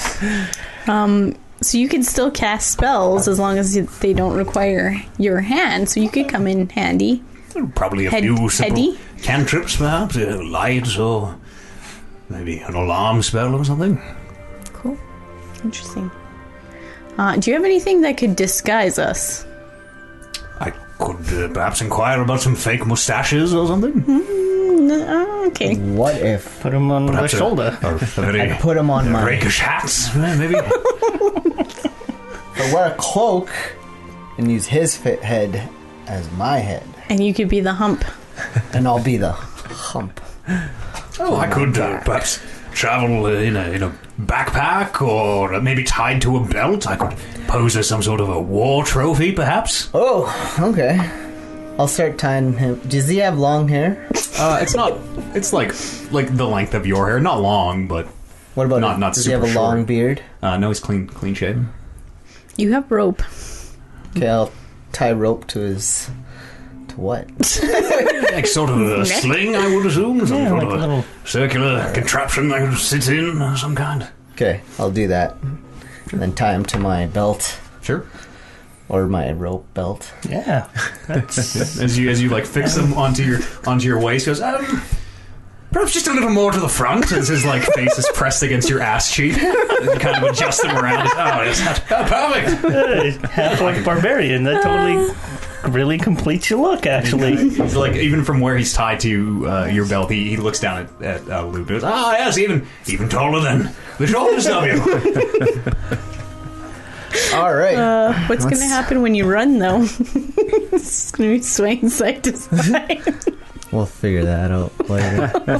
[SPEAKER 5] Um, so you can still cast spells as long as you- they don't require your hand. So you could come in handy.
[SPEAKER 1] Probably a
[SPEAKER 5] Head-
[SPEAKER 1] few simple
[SPEAKER 5] heady?
[SPEAKER 1] cantrips, perhaps, uh, lights, or maybe an alarm spell or something.
[SPEAKER 6] Cool.
[SPEAKER 5] Interesting. Uh, do you have anything that could disguise us?
[SPEAKER 1] I could uh, perhaps inquire about some fake mustaches or something.
[SPEAKER 5] Mm, uh, okay.
[SPEAKER 3] What if
[SPEAKER 2] Put him on
[SPEAKER 1] Perhaps
[SPEAKER 2] the
[SPEAKER 1] a-
[SPEAKER 2] shoulder.
[SPEAKER 1] Or a very
[SPEAKER 3] I put him on my?
[SPEAKER 1] rakish hats, uh, maybe.
[SPEAKER 3] But wear a cloak and use his fit head as my head,
[SPEAKER 5] And you could be the hump.
[SPEAKER 3] and I'll be the hump.
[SPEAKER 1] Oh, I could uh, perhaps travel uh, in a in a backpack or uh, maybe tied to a belt. I could pose as some sort of a war trophy, perhaps.
[SPEAKER 3] Oh, okay. I'll start tying him. Does he have long hair?
[SPEAKER 1] Uh, it's not. It's like like the length of your hair, not long, but
[SPEAKER 3] What about
[SPEAKER 1] Not-
[SPEAKER 3] him?
[SPEAKER 1] not
[SPEAKER 3] Does he have a
[SPEAKER 1] super
[SPEAKER 3] long
[SPEAKER 1] short.
[SPEAKER 3] beard?
[SPEAKER 1] uh, no, it's clean clean shaven.
[SPEAKER 5] You have rope.
[SPEAKER 3] Okay, I'll tie rope to his. To what?
[SPEAKER 1] Like sort of a sling, I would assume. Some
[SPEAKER 2] Yeah,
[SPEAKER 1] sort
[SPEAKER 2] like
[SPEAKER 1] of
[SPEAKER 2] a
[SPEAKER 1] a
[SPEAKER 2] little-
[SPEAKER 1] circular contraption I could sit in, of some kind.
[SPEAKER 3] Okay, I'll do that. And then tie him to my belt
[SPEAKER 1] Sure.
[SPEAKER 3] or my rope belt.
[SPEAKER 2] Yeah. That's,
[SPEAKER 1] As you as you like fix them onto your onto your waist, goes um. Perhaps just a little more to the front as his like face is pressed against your ass cheek. And you kind of adjust them around. Oh, it's not oh, perfect.
[SPEAKER 2] uh, half-orc barbarian. That totally really completes your look, actually.
[SPEAKER 1] It's like even from where he's tied to uh, your belt, he, he looks down at, at uh, Lou. and Goes, ah, yes, even even taller than the shoulders of you.
[SPEAKER 3] All right.
[SPEAKER 5] Uh, what's going to
[SPEAKER 3] What's-
[SPEAKER 5] happen when you run, though? it's going to be swaying side to side.
[SPEAKER 3] we'll figure that out later.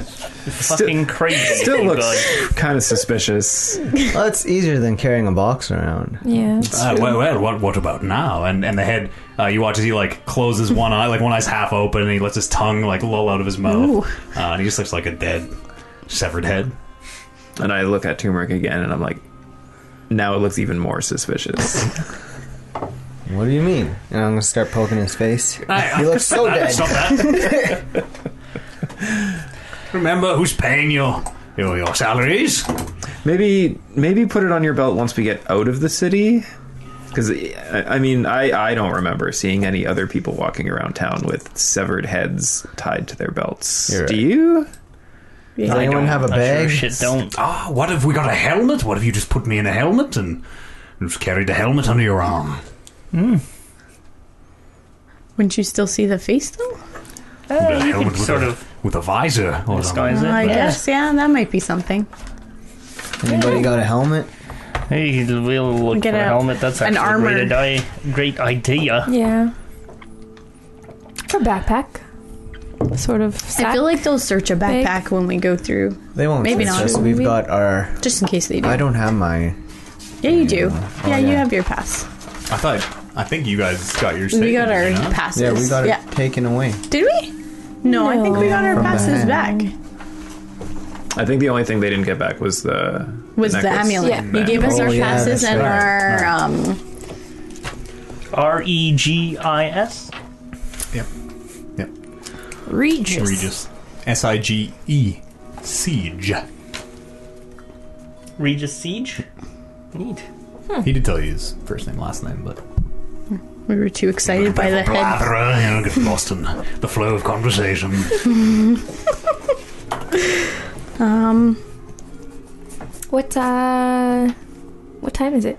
[SPEAKER 2] Fucking crazy.
[SPEAKER 4] Still
[SPEAKER 2] Oh, God.
[SPEAKER 4] looks kind of suspicious.
[SPEAKER 3] well, it's easier than carrying a box around.
[SPEAKER 6] Yeah.
[SPEAKER 1] Uh, well, well, what what about now? And and the head, uh, you watch as he like closes one eye, like one eye's half open, and he lets his tongue like loll out of his
[SPEAKER 5] Ooh.
[SPEAKER 1] mouth, uh, and he just looks like a dead, severed head.
[SPEAKER 4] And I look at Turmeric again, and I'm like, now it looks even more suspicious.
[SPEAKER 3] What do you mean? And I'm gonna start poking his face.
[SPEAKER 1] I-
[SPEAKER 3] he looks so dead.
[SPEAKER 1] Stop that. Remember who's paying your your, your salaries.
[SPEAKER 4] Maybe maybe put it on your belt once we get out of the city. Because I I mean, I I don't remember seeing any other people walking around town with severed heads tied to their belts.
[SPEAKER 3] You're
[SPEAKER 4] Do
[SPEAKER 3] right.
[SPEAKER 4] you?
[SPEAKER 3] Does
[SPEAKER 2] I
[SPEAKER 3] anyone
[SPEAKER 2] don't-
[SPEAKER 3] have a
[SPEAKER 2] I sure
[SPEAKER 3] bag?
[SPEAKER 2] shit don't.
[SPEAKER 1] Ah, what if we got a helmet? What if you just put me in a helmet and and just carried a helmet under your arm?
[SPEAKER 5] Wouldn't you still see the face, though?
[SPEAKER 1] Put a
[SPEAKER 2] Uh, you
[SPEAKER 1] helmet
[SPEAKER 2] could
[SPEAKER 1] with
[SPEAKER 2] sort
[SPEAKER 1] a,
[SPEAKER 2] of
[SPEAKER 1] with a visor or something.
[SPEAKER 2] disguise it.
[SPEAKER 5] I
[SPEAKER 2] but-
[SPEAKER 5] guess, yeah, that might be something.
[SPEAKER 3] Anybody got a helmet?
[SPEAKER 2] Hey, we'll look
[SPEAKER 5] Get
[SPEAKER 2] for a
[SPEAKER 5] a-
[SPEAKER 2] helmet. That's
[SPEAKER 5] an
[SPEAKER 2] actually a great,
[SPEAKER 5] armor.
[SPEAKER 2] idea. great idea.
[SPEAKER 6] Yeah. Or backpack. Sort of. Sack.
[SPEAKER 5] I feel like they'll search a backpack when we go through,
[SPEAKER 3] They won't.
[SPEAKER 5] Maybe
[SPEAKER 3] search
[SPEAKER 5] not.
[SPEAKER 3] us. We've got our.
[SPEAKER 5] just in case they do.
[SPEAKER 3] I don't have my.
[SPEAKER 5] yeah, you do.
[SPEAKER 3] Oh,
[SPEAKER 5] yeah, you
[SPEAKER 3] yeah.
[SPEAKER 5] have your pass.
[SPEAKER 1] I thought I think you guys got your.
[SPEAKER 5] We got our passes.
[SPEAKER 3] Yeah, we got it taken away.
[SPEAKER 5] Did we? No, I think we got our
[SPEAKER 3] From the
[SPEAKER 5] passes
[SPEAKER 3] hand.
[SPEAKER 5] back.
[SPEAKER 4] I think the only thing they didn't get back was the
[SPEAKER 5] Was the
[SPEAKER 4] necklace.
[SPEAKER 5] amulet.
[SPEAKER 6] Yeah.
[SPEAKER 5] You gave us
[SPEAKER 3] Oh,
[SPEAKER 5] our
[SPEAKER 3] yeah,
[SPEAKER 5] passes
[SPEAKER 3] that's
[SPEAKER 5] and
[SPEAKER 3] right.
[SPEAKER 5] our um
[SPEAKER 2] R E G I S.
[SPEAKER 1] Yep. Yep.
[SPEAKER 6] Regis.
[SPEAKER 1] Regis. S I G E. Siege.
[SPEAKER 2] Regis Siege. Neat.
[SPEAKER 7] He did tell you his first name, last name, but
[SPEAKER 5] We were too excited by the head.
[SPEAKER 7] Blather, you know, get lost in the flow of conversation.
[SPEAKER 5] Um,
[SPEAKER 6] What uh, what time is it?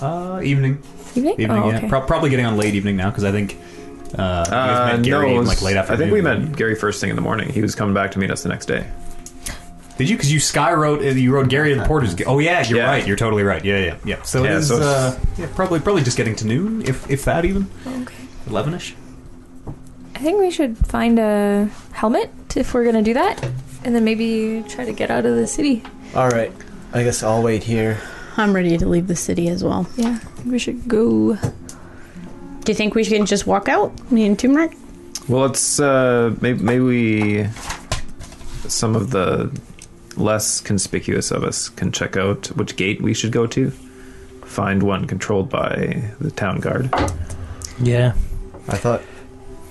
[SPEAKER 7] Uh, evening,
[SPEAKER 6] Evening.
[SPEAKER 7] evening.
[SPEAKER 6] oh,
[SPEAKER 7] yeah,
[SPEAKER 6] okay.
[SPEAKER 7] Pro- probably getting on late evening now because I think uh, you guys
[SPEAKER 4] Uh,
[SPEAKER 7] met Gary
[SPEAKER 4] no, it
[SPEAKER 7] in,
[SPEAKER 4] was-
[SPEAKER 7] like late
[SPEAKER 4] I
[SPEAKER 7] afternoon.
[SPEAKER 4] think we met Gary first thing in the morning. He was coming back to meet us the next day.
[SPEAKER 7] Did you? Because you sky wrote, uh, you wrote Gary the Porter's. Ga- Oh yeah, you're
[SPEAKER 4] Yeah.
[SPEAKER 7] right. You're totally right. Yeah, yeah, yeah. So
[SPEAKER 4] Yeah,
[SPEAKER 7] it is
[SPEAKER 4] so it's-
[SPEAKER 7] uh, yeah, probably probably just getting to noon, if if that even
[SPEAKER 6] okay.
[SPEAKER 7] eleven ish.
[SPEAKER 6] I think we should find a helmet if we're gonna do that, and then maybe try to get out of the city.
[SPEAKER 3] All right. I guess I'll wait here.
[SPEAKER 5] I'm ready to leave the city as well.
[SPEAKER 6] Yeah, we should go.
[SPEAKER 5] Do you think we can just walk out? Me and Tumrak?
[SPEAKER 4] Well, let's uh, maybe, maybe we some of the less conspicuous of us can check out which gate we should go to. Find one controlled by the town guard.
[SPEAKER 2] Yeah.
[SPEAKER 3] I thought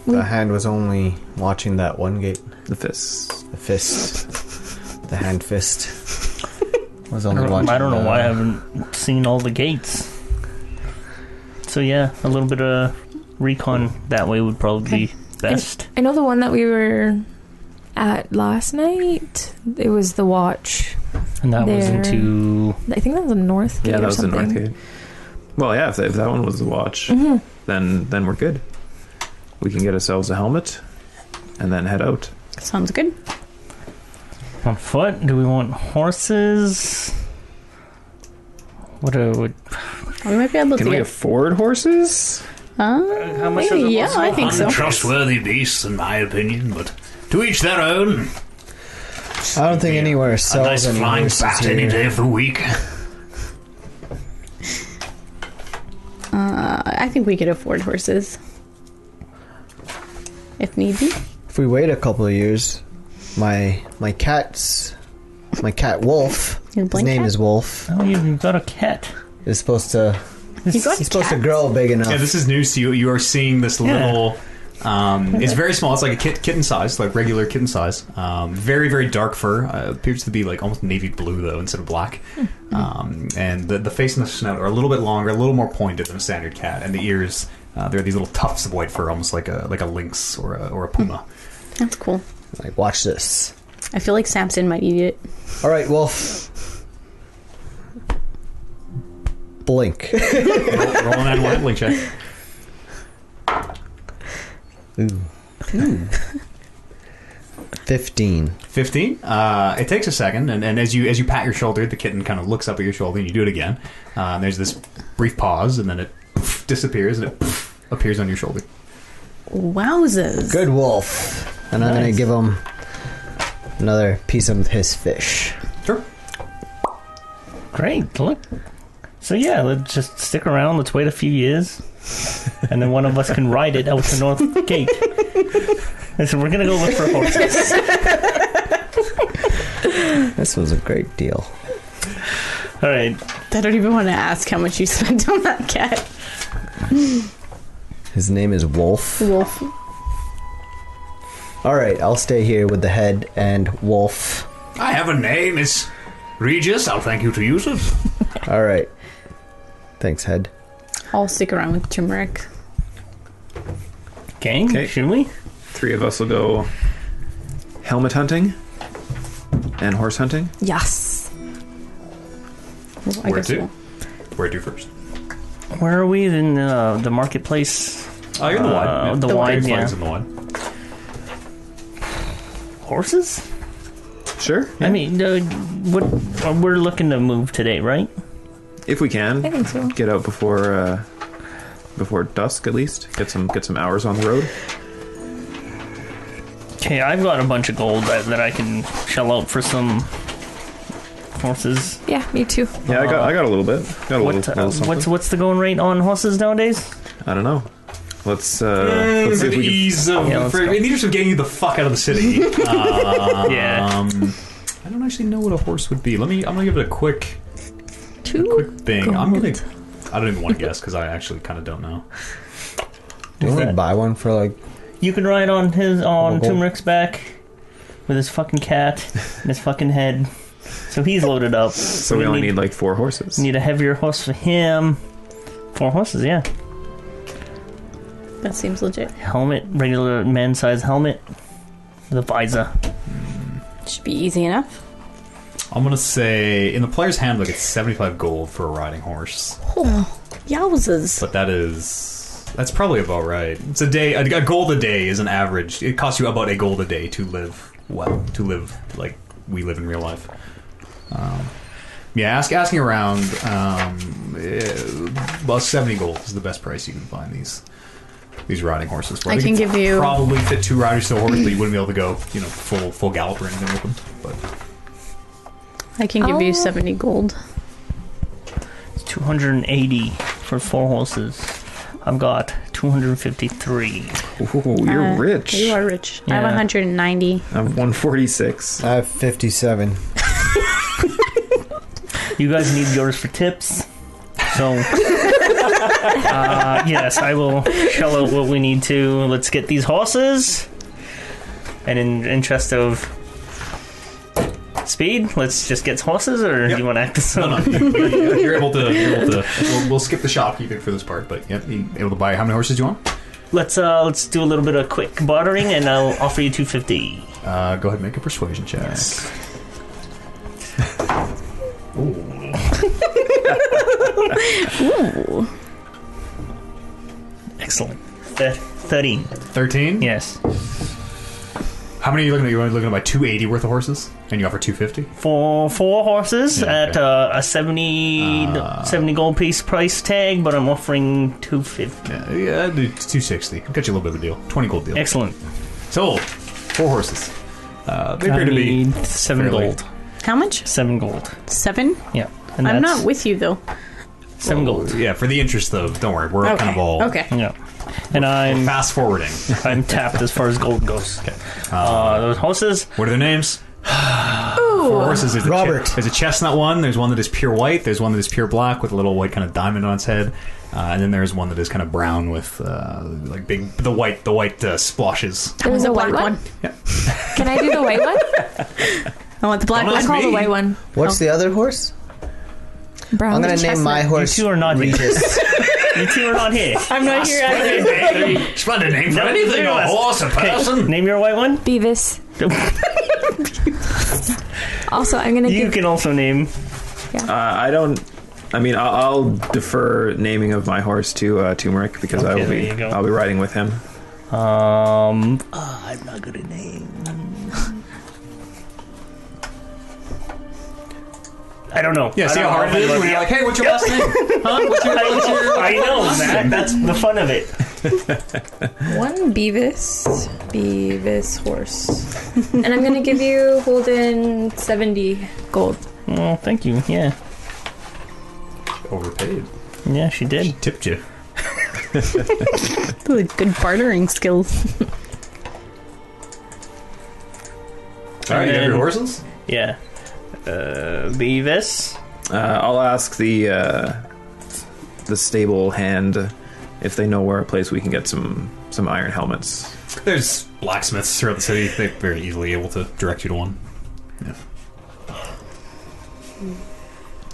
[SPEAKER 5] Mm.
[SPEAKER 3] the hand was only watching that one gate.
[SPEAKER 4] The fists.
[SPEAKER 3] The fist. The hand fist. Was
[SPEAKER 2] I
[SPEAKER 3] only
[SPEAKER 2] don't,
[SPEAKER 3] watching.
[SPEAKER 2] I don't know
[SPEAKER 3] the-
[SPEAKER 2] why I haven't seen all the gates. So yeah, a little bit of recon that way would probably be best.
[SPEAKER 6] I know the one that we were at last night. It was the watch.
[SPEAKER 2] And that was
[SPEAKER 6] There.
[SPEAKER 2] into
[SPEAKER 6] I think that was the north. Gate
[SPEAKER 4] Yeah,
[SPEAKER 6] or
[SPEAKER 4] that was
[SPEAKER 6] something.
[SPEAKER 4] the north gate. Well, yeah, if, if that one was the watch,
[SPEAKER 6] Mhm.
[SPEAKER 4] then then we're good. We can get ourselves a helmet, and then head out.
[SPEAKER 5] Sounds good.
[SPEAKER 2] on foot. Do we want horses? What a what,
[SPEAKER 5] We might be able
[SPEAKER 4] Can
[SPEAKER 5] to
[SPEAKER 4] we
[SPEAKER 5] get.
[SPEAKER 4] afford horses?
[SPEAKER 5] Uh,
[SPEAKER 2] how much
[SPEAKER 5] maybe, yeah, I think so.
[SPEAKER 1] Untrustworthy beasts, in my opinion, but to each their own.
[SPEAKER 3] I don't think anywhere
[SPEAKER 1] A
[SPEAKER 3] sells
[SPEAKER 1] nice
[SPEAKER 3] any
[SPEAKER 1] flying
[SPEAKER 3] horses
[SPEAKER 1] bat any
[SPEAKER 3] here.
[SPEAKER 1] day of the week.
[SPEAKER 5] Uh, I think we could afford horses. If need be.
[SPEAKER 3] If we wait a couple of years, my my cat's my cat Wolf.
[SPEAKER 5] Your
[SPEAKER 3] His
[SPEAKER 5] blank
[SPEAKER 3] name
[SPEAKER 5] cat?
[SPEAKER 3] is Wolf.
[SPEAKER 2] Oh, you've got a cat.
[SPEAKER 3] Is supposed to.
[SPEAKER 5] You got
[SPEAKER 3] He's supposed to
[SPEAKER 5] cats?
[SPEAKER 3] grow big enough.
[SPEAKER 7] Yeah, this is news to you. You are seeing this
[SPEAKER 2] Yeah.
[SPEAKER 7] little. Um, it's very small. It's like a kit, kitten size, like regular kitten size. Um, very, very dark fur. Uh, appears to be like almost navy blue though, instead of black. Um, and the, the face and the snout are a little bit longer, a little more pointed than a standard cat, and the ears uh, they're these little tufts of white fur, almost like a like a lynx or a, or a puma.
[SPEAKER 5] That's cool.
[SPEAKER 3] Like, watch this.
[SPEAKER 5] I feel like Samson might eat it.
[SPEAKER 3] All right, Wolf. Blink.
[SPEAKER 7] roll, roll an animal handling check.
[SPEAKER 3] Fifteen.
[SPEAKER 7] Fifteen. Uh, it takes a second, and, and as you as you pat your shoulder, the kitten kind of looks up at your shoulder, and you do it again. Uh, and there's this brief pause, and then it poof, disappears, and it poof, appears on your shoulder.
[SPEAKER 5] Wowzers.
[SPEAKER 3] Good Wolf. And I'm gonna give him another piece of his fish.
[SPEAKER 7] Sure.
[SPEAKER 2] Great. Look. So yeah, let's just stick around. Let's wait a few years, and then one of us can ride it out the north gate. And so we're gonna go look for horses.
[SPEAKER 3] This was a great deal.
[SPEAKER 2] All right.
[SPEAKER 5] I don't even want to ask how much you spent on that cat.
[SPEAKER 3] His name is Wolf.
[SPEAKER 5] Wolf.
[SPEAKER 3] All right, I'll stay here with the head and Wolf.
[SPEAKER 1] I have a name. It's Regis. I'll thank you to use it.
[SPEAKER 3] All right. Thanks, head.
[SPEAKER 5] I'll stick around with turmeric.
[SPEAKER 2] Gang,
[SPEAKER 4] Okay.
[SPEAKER 2] should we?
[SPEAKER 4] Three of us will go helmet hunting and horse hunting.
[SPEAKER 6] Yes.
[SPEAKER 5] Well, I
[SPEAKER 7] Where
[SPEAKER 5] guess
[SPEAKER 7] to?
[SPEAKER 5] we'll-
[SPEAKER 7] Where do first?
[SPEAKER 2] Where are we in uh, the marketplace?
[SPEAKER 7] Oh, you're in the
[SPEAKER 2] Uh,
[SPEAKER 7] wide.
[SPEAKER 2] the
[SPEAKER 7] Great
[SPEAKER 2] wide,
[SPEAKER 7] Flags
[SPEAKER 2] yeah.
[SPEAKER 7] in the wide.
[SPEAKER 2] Horses?
[SPEAKER 4] Sure.
[SPEAKER 2] I mean, uh, what uh, we're looking to move today, right?
[SPEAKER 4] if we can
[SPEAKER 6] I think so.
[SPEAKER 4] get out before uh, before dusk at least get some get some hours on the road
[SPEAKER 2] Okay, I've got a bunch of gold that, that I can shell out for some horses.
[SPEAKER 6] Yeah, me too.
[SPEAKER 4] yeah i got i got a little bit got a
[SPEAKER 2] What,
[SPEAKER 4] little,
[SPEAKER 2] uh,
[SPEAKER 4] little Oh, something.
[SPEAKER 2] what's what's the going rate on horses nowadays?
[SPEAKER 4] i don't know let's uh let's see
[SPEAKER 7] for
[SPEAKER 4] if
[SPEAKER 7] the
[SPEAKER 4] we can
[SPEAKER 7] ease of,
[SPEAKER 2] Yeah, let's
[SPEAKER 7] for
[SPEAKER 2] go.
[SPEAKER 7] in the interest of getting you the fuck out of the city.
[SPEAKER 2] yeah.
[SPEAKER 7] um, I don't actually know what a horse would be. Let me. I'm gonna give it a quick,
[SPEAKER 6] Two.
[SPEAKER 7] quick thing. I'm gonna.
[SPEAKER 6] Gold.
[SPEAKER 7] I don't even want to guess because I actually kind of don't know.
[SPEAKER 3] Did we
[SPEAKER 2] that?
[SPEAKER 3] buy one for like?
[SPEAKER 2] You can ride on his on
[SPEAKER 3] Double gold.
[SPEAKER 2] Turmeric's back with his fucking cat and his fucking head. So he's loaded up.
[SPEAKER 4] So we only need like four horses.
[SPEAKER 2] need a heavier horse for him. Four horses, yeah.
[SPEAKER 5] That seems legit.
[SPEAKER 2] Helmet, regular man size helmet. The visor.
[SPEAKER 5] Should be easy enough.
[SPEAKER 1] I'm gonna say in the player's handbook it's 75 gold for a riding horse,
[SPEAKER 5] Oh, yowzers.
[SPEAKER 1] but that is that's probably about right. It's a day a, a gold a day is an average. It costs you about a gold a day to live well, to live like we live in real life. Um, yeah, ask asking around. Um, eh, about 70 gold is the best price you can find these. These riding horses. for.
[SPEAKER 5] I
[SPEAKER 1] think
[SPEAKER 5] can
[SPEAKER 1] it's
[SPEAKER 5] give you-
[SPEAKER 1] probably fit two riders to a horse, but you wouldn't be able to go, you know, full full gallop or anything with them. But
[SPEAKER 5] I can give
[SPEAKER 6] Oh.
[SPEAKER 5] you 70 gold.
[SPEAKER 2] It's 280 for four horses. I've got 253.
[SPEAKER 4] Ooh, you're
[SPEAKER 5] Uh,
[SPEAKER 4] rich.
[SPEAKER 5] You are rich. I have
[SPEAKER 2] Yeah.
[SPEAKER 5] 190.
[SPEAKER 4] I'm Uh, 146.
[SPEAKER 3] I have 57.
[SPEAKER 2] You guys need yours for tips. So, uh, yes, I will shell out what we need to. Let's get these horses. And in interest of speed, let's just get horses, or
[SPEAKER 1] Yep.
[SPEAKER 2] do you want to act as
[SPEAKER 1] no, no, you- you're able to. You're able to we'll, we'll skip the shopkeeping for this part, but yep, you able to buy. How many horses do you want?
[SPEAKER 2] Let's uh, let's do a little bit of quick bartering, and I'll offer you 250.
[SPEAKER 1] Uh, go ahead, and make a persuasion check.
[SPEAKER 2] Excellent. Thir- 13.
[SPEAKER 1] Thirteen.
[SPEAKER 2] Yes.
[SPEAKER 1] How many are you looking at? You're only looking to buy two eighty worth of horses, and you offer two fifty.
[SPEAKER 2] for four horses
[SPEAKER 1] Yeah,
[SPEAKER 2] at
[SPEAKER 1] okay. Ah.
[SPEAKER 2] uh, a 70, 70 gold piece price tag, but I'm offering 250.
[SPEAKER 1] Yeah, Uh, yeah, two sixty. I'll get you a little bit of a deal. Twenty gold deal.
[SPEAKER 2] Excellent.
[SPEAKER 1] So, four horses. Uh, they
[SPEAKER 2] I
[SPEAKER 1] appear to be.
[SPEAKER 2] need seven
[SPEAKER 1] fairly-
[SPEAKER 2] gold.
[SPEAKER 5] How much?
[SPEAKER 2] Seven gold.
[SPEAKER 5] Seven?
[SPEAKER 2] Yeah. And
[SPEAKER 5] I'm
[SPEAKER 2] that's
[SPEAKER 5] not with you though.
[SPEAKER 2] seven gold.
[SPEAKER 1] Yeah, for the interest of. Don't worry, we're kind of all.
[SPEAKER 5] Okay.
[SPEAKER 2] Yeah. And I'm
[SPEAKER 1] Fast forwarding.
[SPEAKER 2] I'm tapped as far as gold goes.
[SPEAKER 1] Okay.
[SPEAKER 2] Uh, those horses.
[SPEAKER 1] What are their names? Four horses. There's a, che-
[SPEAKER 3] Robert.
[SPEAKER 1] there's a chestnut one. There's one that is pure white. There's one that is pure black with a little white kind of diamond on its head, uh, and then there's one that is kind of brown with uh, like big the white the white uh, splashes.
[SPEAKER 5] I want
[SPEAKER 6] There's
[SPEAKER 5] the
[SPEAKER 6] a
[SPEAKER 5] black
[SPEAKER 6] white
[SPEAKER 5] one.
[SPEAKER 6] one. Can I do the white one?
[SPEAKER 5] I want the black
[SPEAKER 1] Don't
[SPEAKER 5] one.
[SPEAKER 1] ask
[SPEAKER 6] Call the
[SPEAKER 1] me.
[SPEAKER 6] white one.
[SPEAKER 3] What's
[SPEAKER 2] Oh.
[SPEAKER 3] the other horse?
[SPEAKER 6] Brown.
[SPEAKER 3] I'm gonna
[SPEAKER 6] There's
[SPEAKER 3] name my
[SPEAKER 6] chestnut.
[SPEAKER 3] horse.
[SPEAKER 2] You two are not here.
[SPEAKER 3] Regis.
[SPEAKER 2] You two are not here.
[SPEAKER 5] I'm not here either.
[SPEAKER 1] It's not a name for anything. A horse, a person.
[SPEAKER 2] Name your white one.
[SPEAKER 6] Beavis. also, I'm gonna
[SPEAKER 2] You
[SPEAKER 6] give.
[SPEAKER 2] can also name.
[SPEAKER 4] Uh, I don't. I mean, I'll, I'll defer naming of my horse to uh, Turmeric because I
[SPEAKER 2] Okay,
[SPEAKER 4] will
[SPEAKER 2] there
[SPEAKER 4] be.
[SPEAKER 2] you go.
[SPEAKER 4] I'll be riding with him.
[SPEAKER 2] Um. ah, I'm not good at names. I don't know.
[SPEAKER 1] Yeah, see
[SPEAKER 2] I
[SPEAKER 1] how
[SPEAKER 2] don't
[SPEAKER 1] hard
[SPEAKER 2] know
[SPEAKER 1] it is
[SPEAKER 2] if I
[SPEAKER 1] when you're
[SPEAKER 2] love-
[SPEAKER 1] like, hey, what's your last name? Huh? What's your, what's your...
[SPEAKER 2] I know, Matt. That's the fun of it.
[SPEAKER 6] One Beavis. Beavis horse. and I'm gonna give you Holden 70 gold.
[SPEAKER 2] Well, thank you. Yeah.
[SPEAKER 1] Overpaid.
[SPEAKER 2] Yeah, she did.
[SPEAKER 1] Tipped you.
[SPEAKER 5] Ooh, good bartering skills.
[SPEAKER 1] All right, you have
[SPEAKER 2] then-
[SPEAKER 1] your horses?
[SPEAKER 2] Yeah. Uh, Beavis.
[SPEAKER 4] Uh, I'll ask the uh, the stable hand if they know where a place we can get some some iron helmets.
[SPEAKER 1] There's blacksmiths throughout the city. They're very easily able to direct you to one.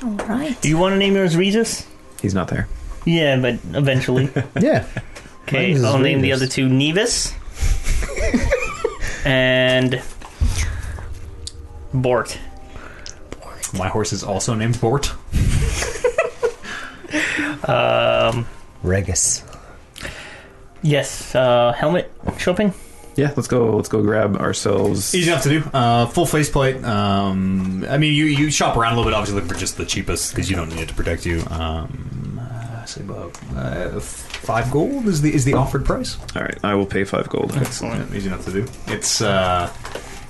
[SPEAKER 6] All right.
[SPEAKER 2] Do you want to name yours Regis?
[SPEAKER 4] He's not there.
[SPEAKER 2] Yeah, but eventually.
[SPEAKER 3] yeah.
[SPEAKER 2] Okay,
[SPEAKER 3] Mine's
[SPEAKER 2] I'll name the
[SPEAKER 3] Regis.
[SPEAKER 2] other two Nevis and Bort.
[SPEAKER 1] My horse is also named Bort.
[SPEAKER 2] Um,
[SPEAKER 3] Regis.
[SPEAKER 2] yes, uh, helmet shopping.
[SPEAKER 4] Yeah, let's go. Let's go grab ourselves.
[SPEAKER 1] Easy enough to do. Uh, full faceplate. Um, I mean, you, you shop around a little bit, obviously looking for just the cheapest because you don't need it to protect you. Um, uh, say about uh, f- five gold is the is the offered price.
[SPEAKER 4] All right, I will pay five gold.
[SPEAKER 1] Yeah, easy enough to do. It's uh,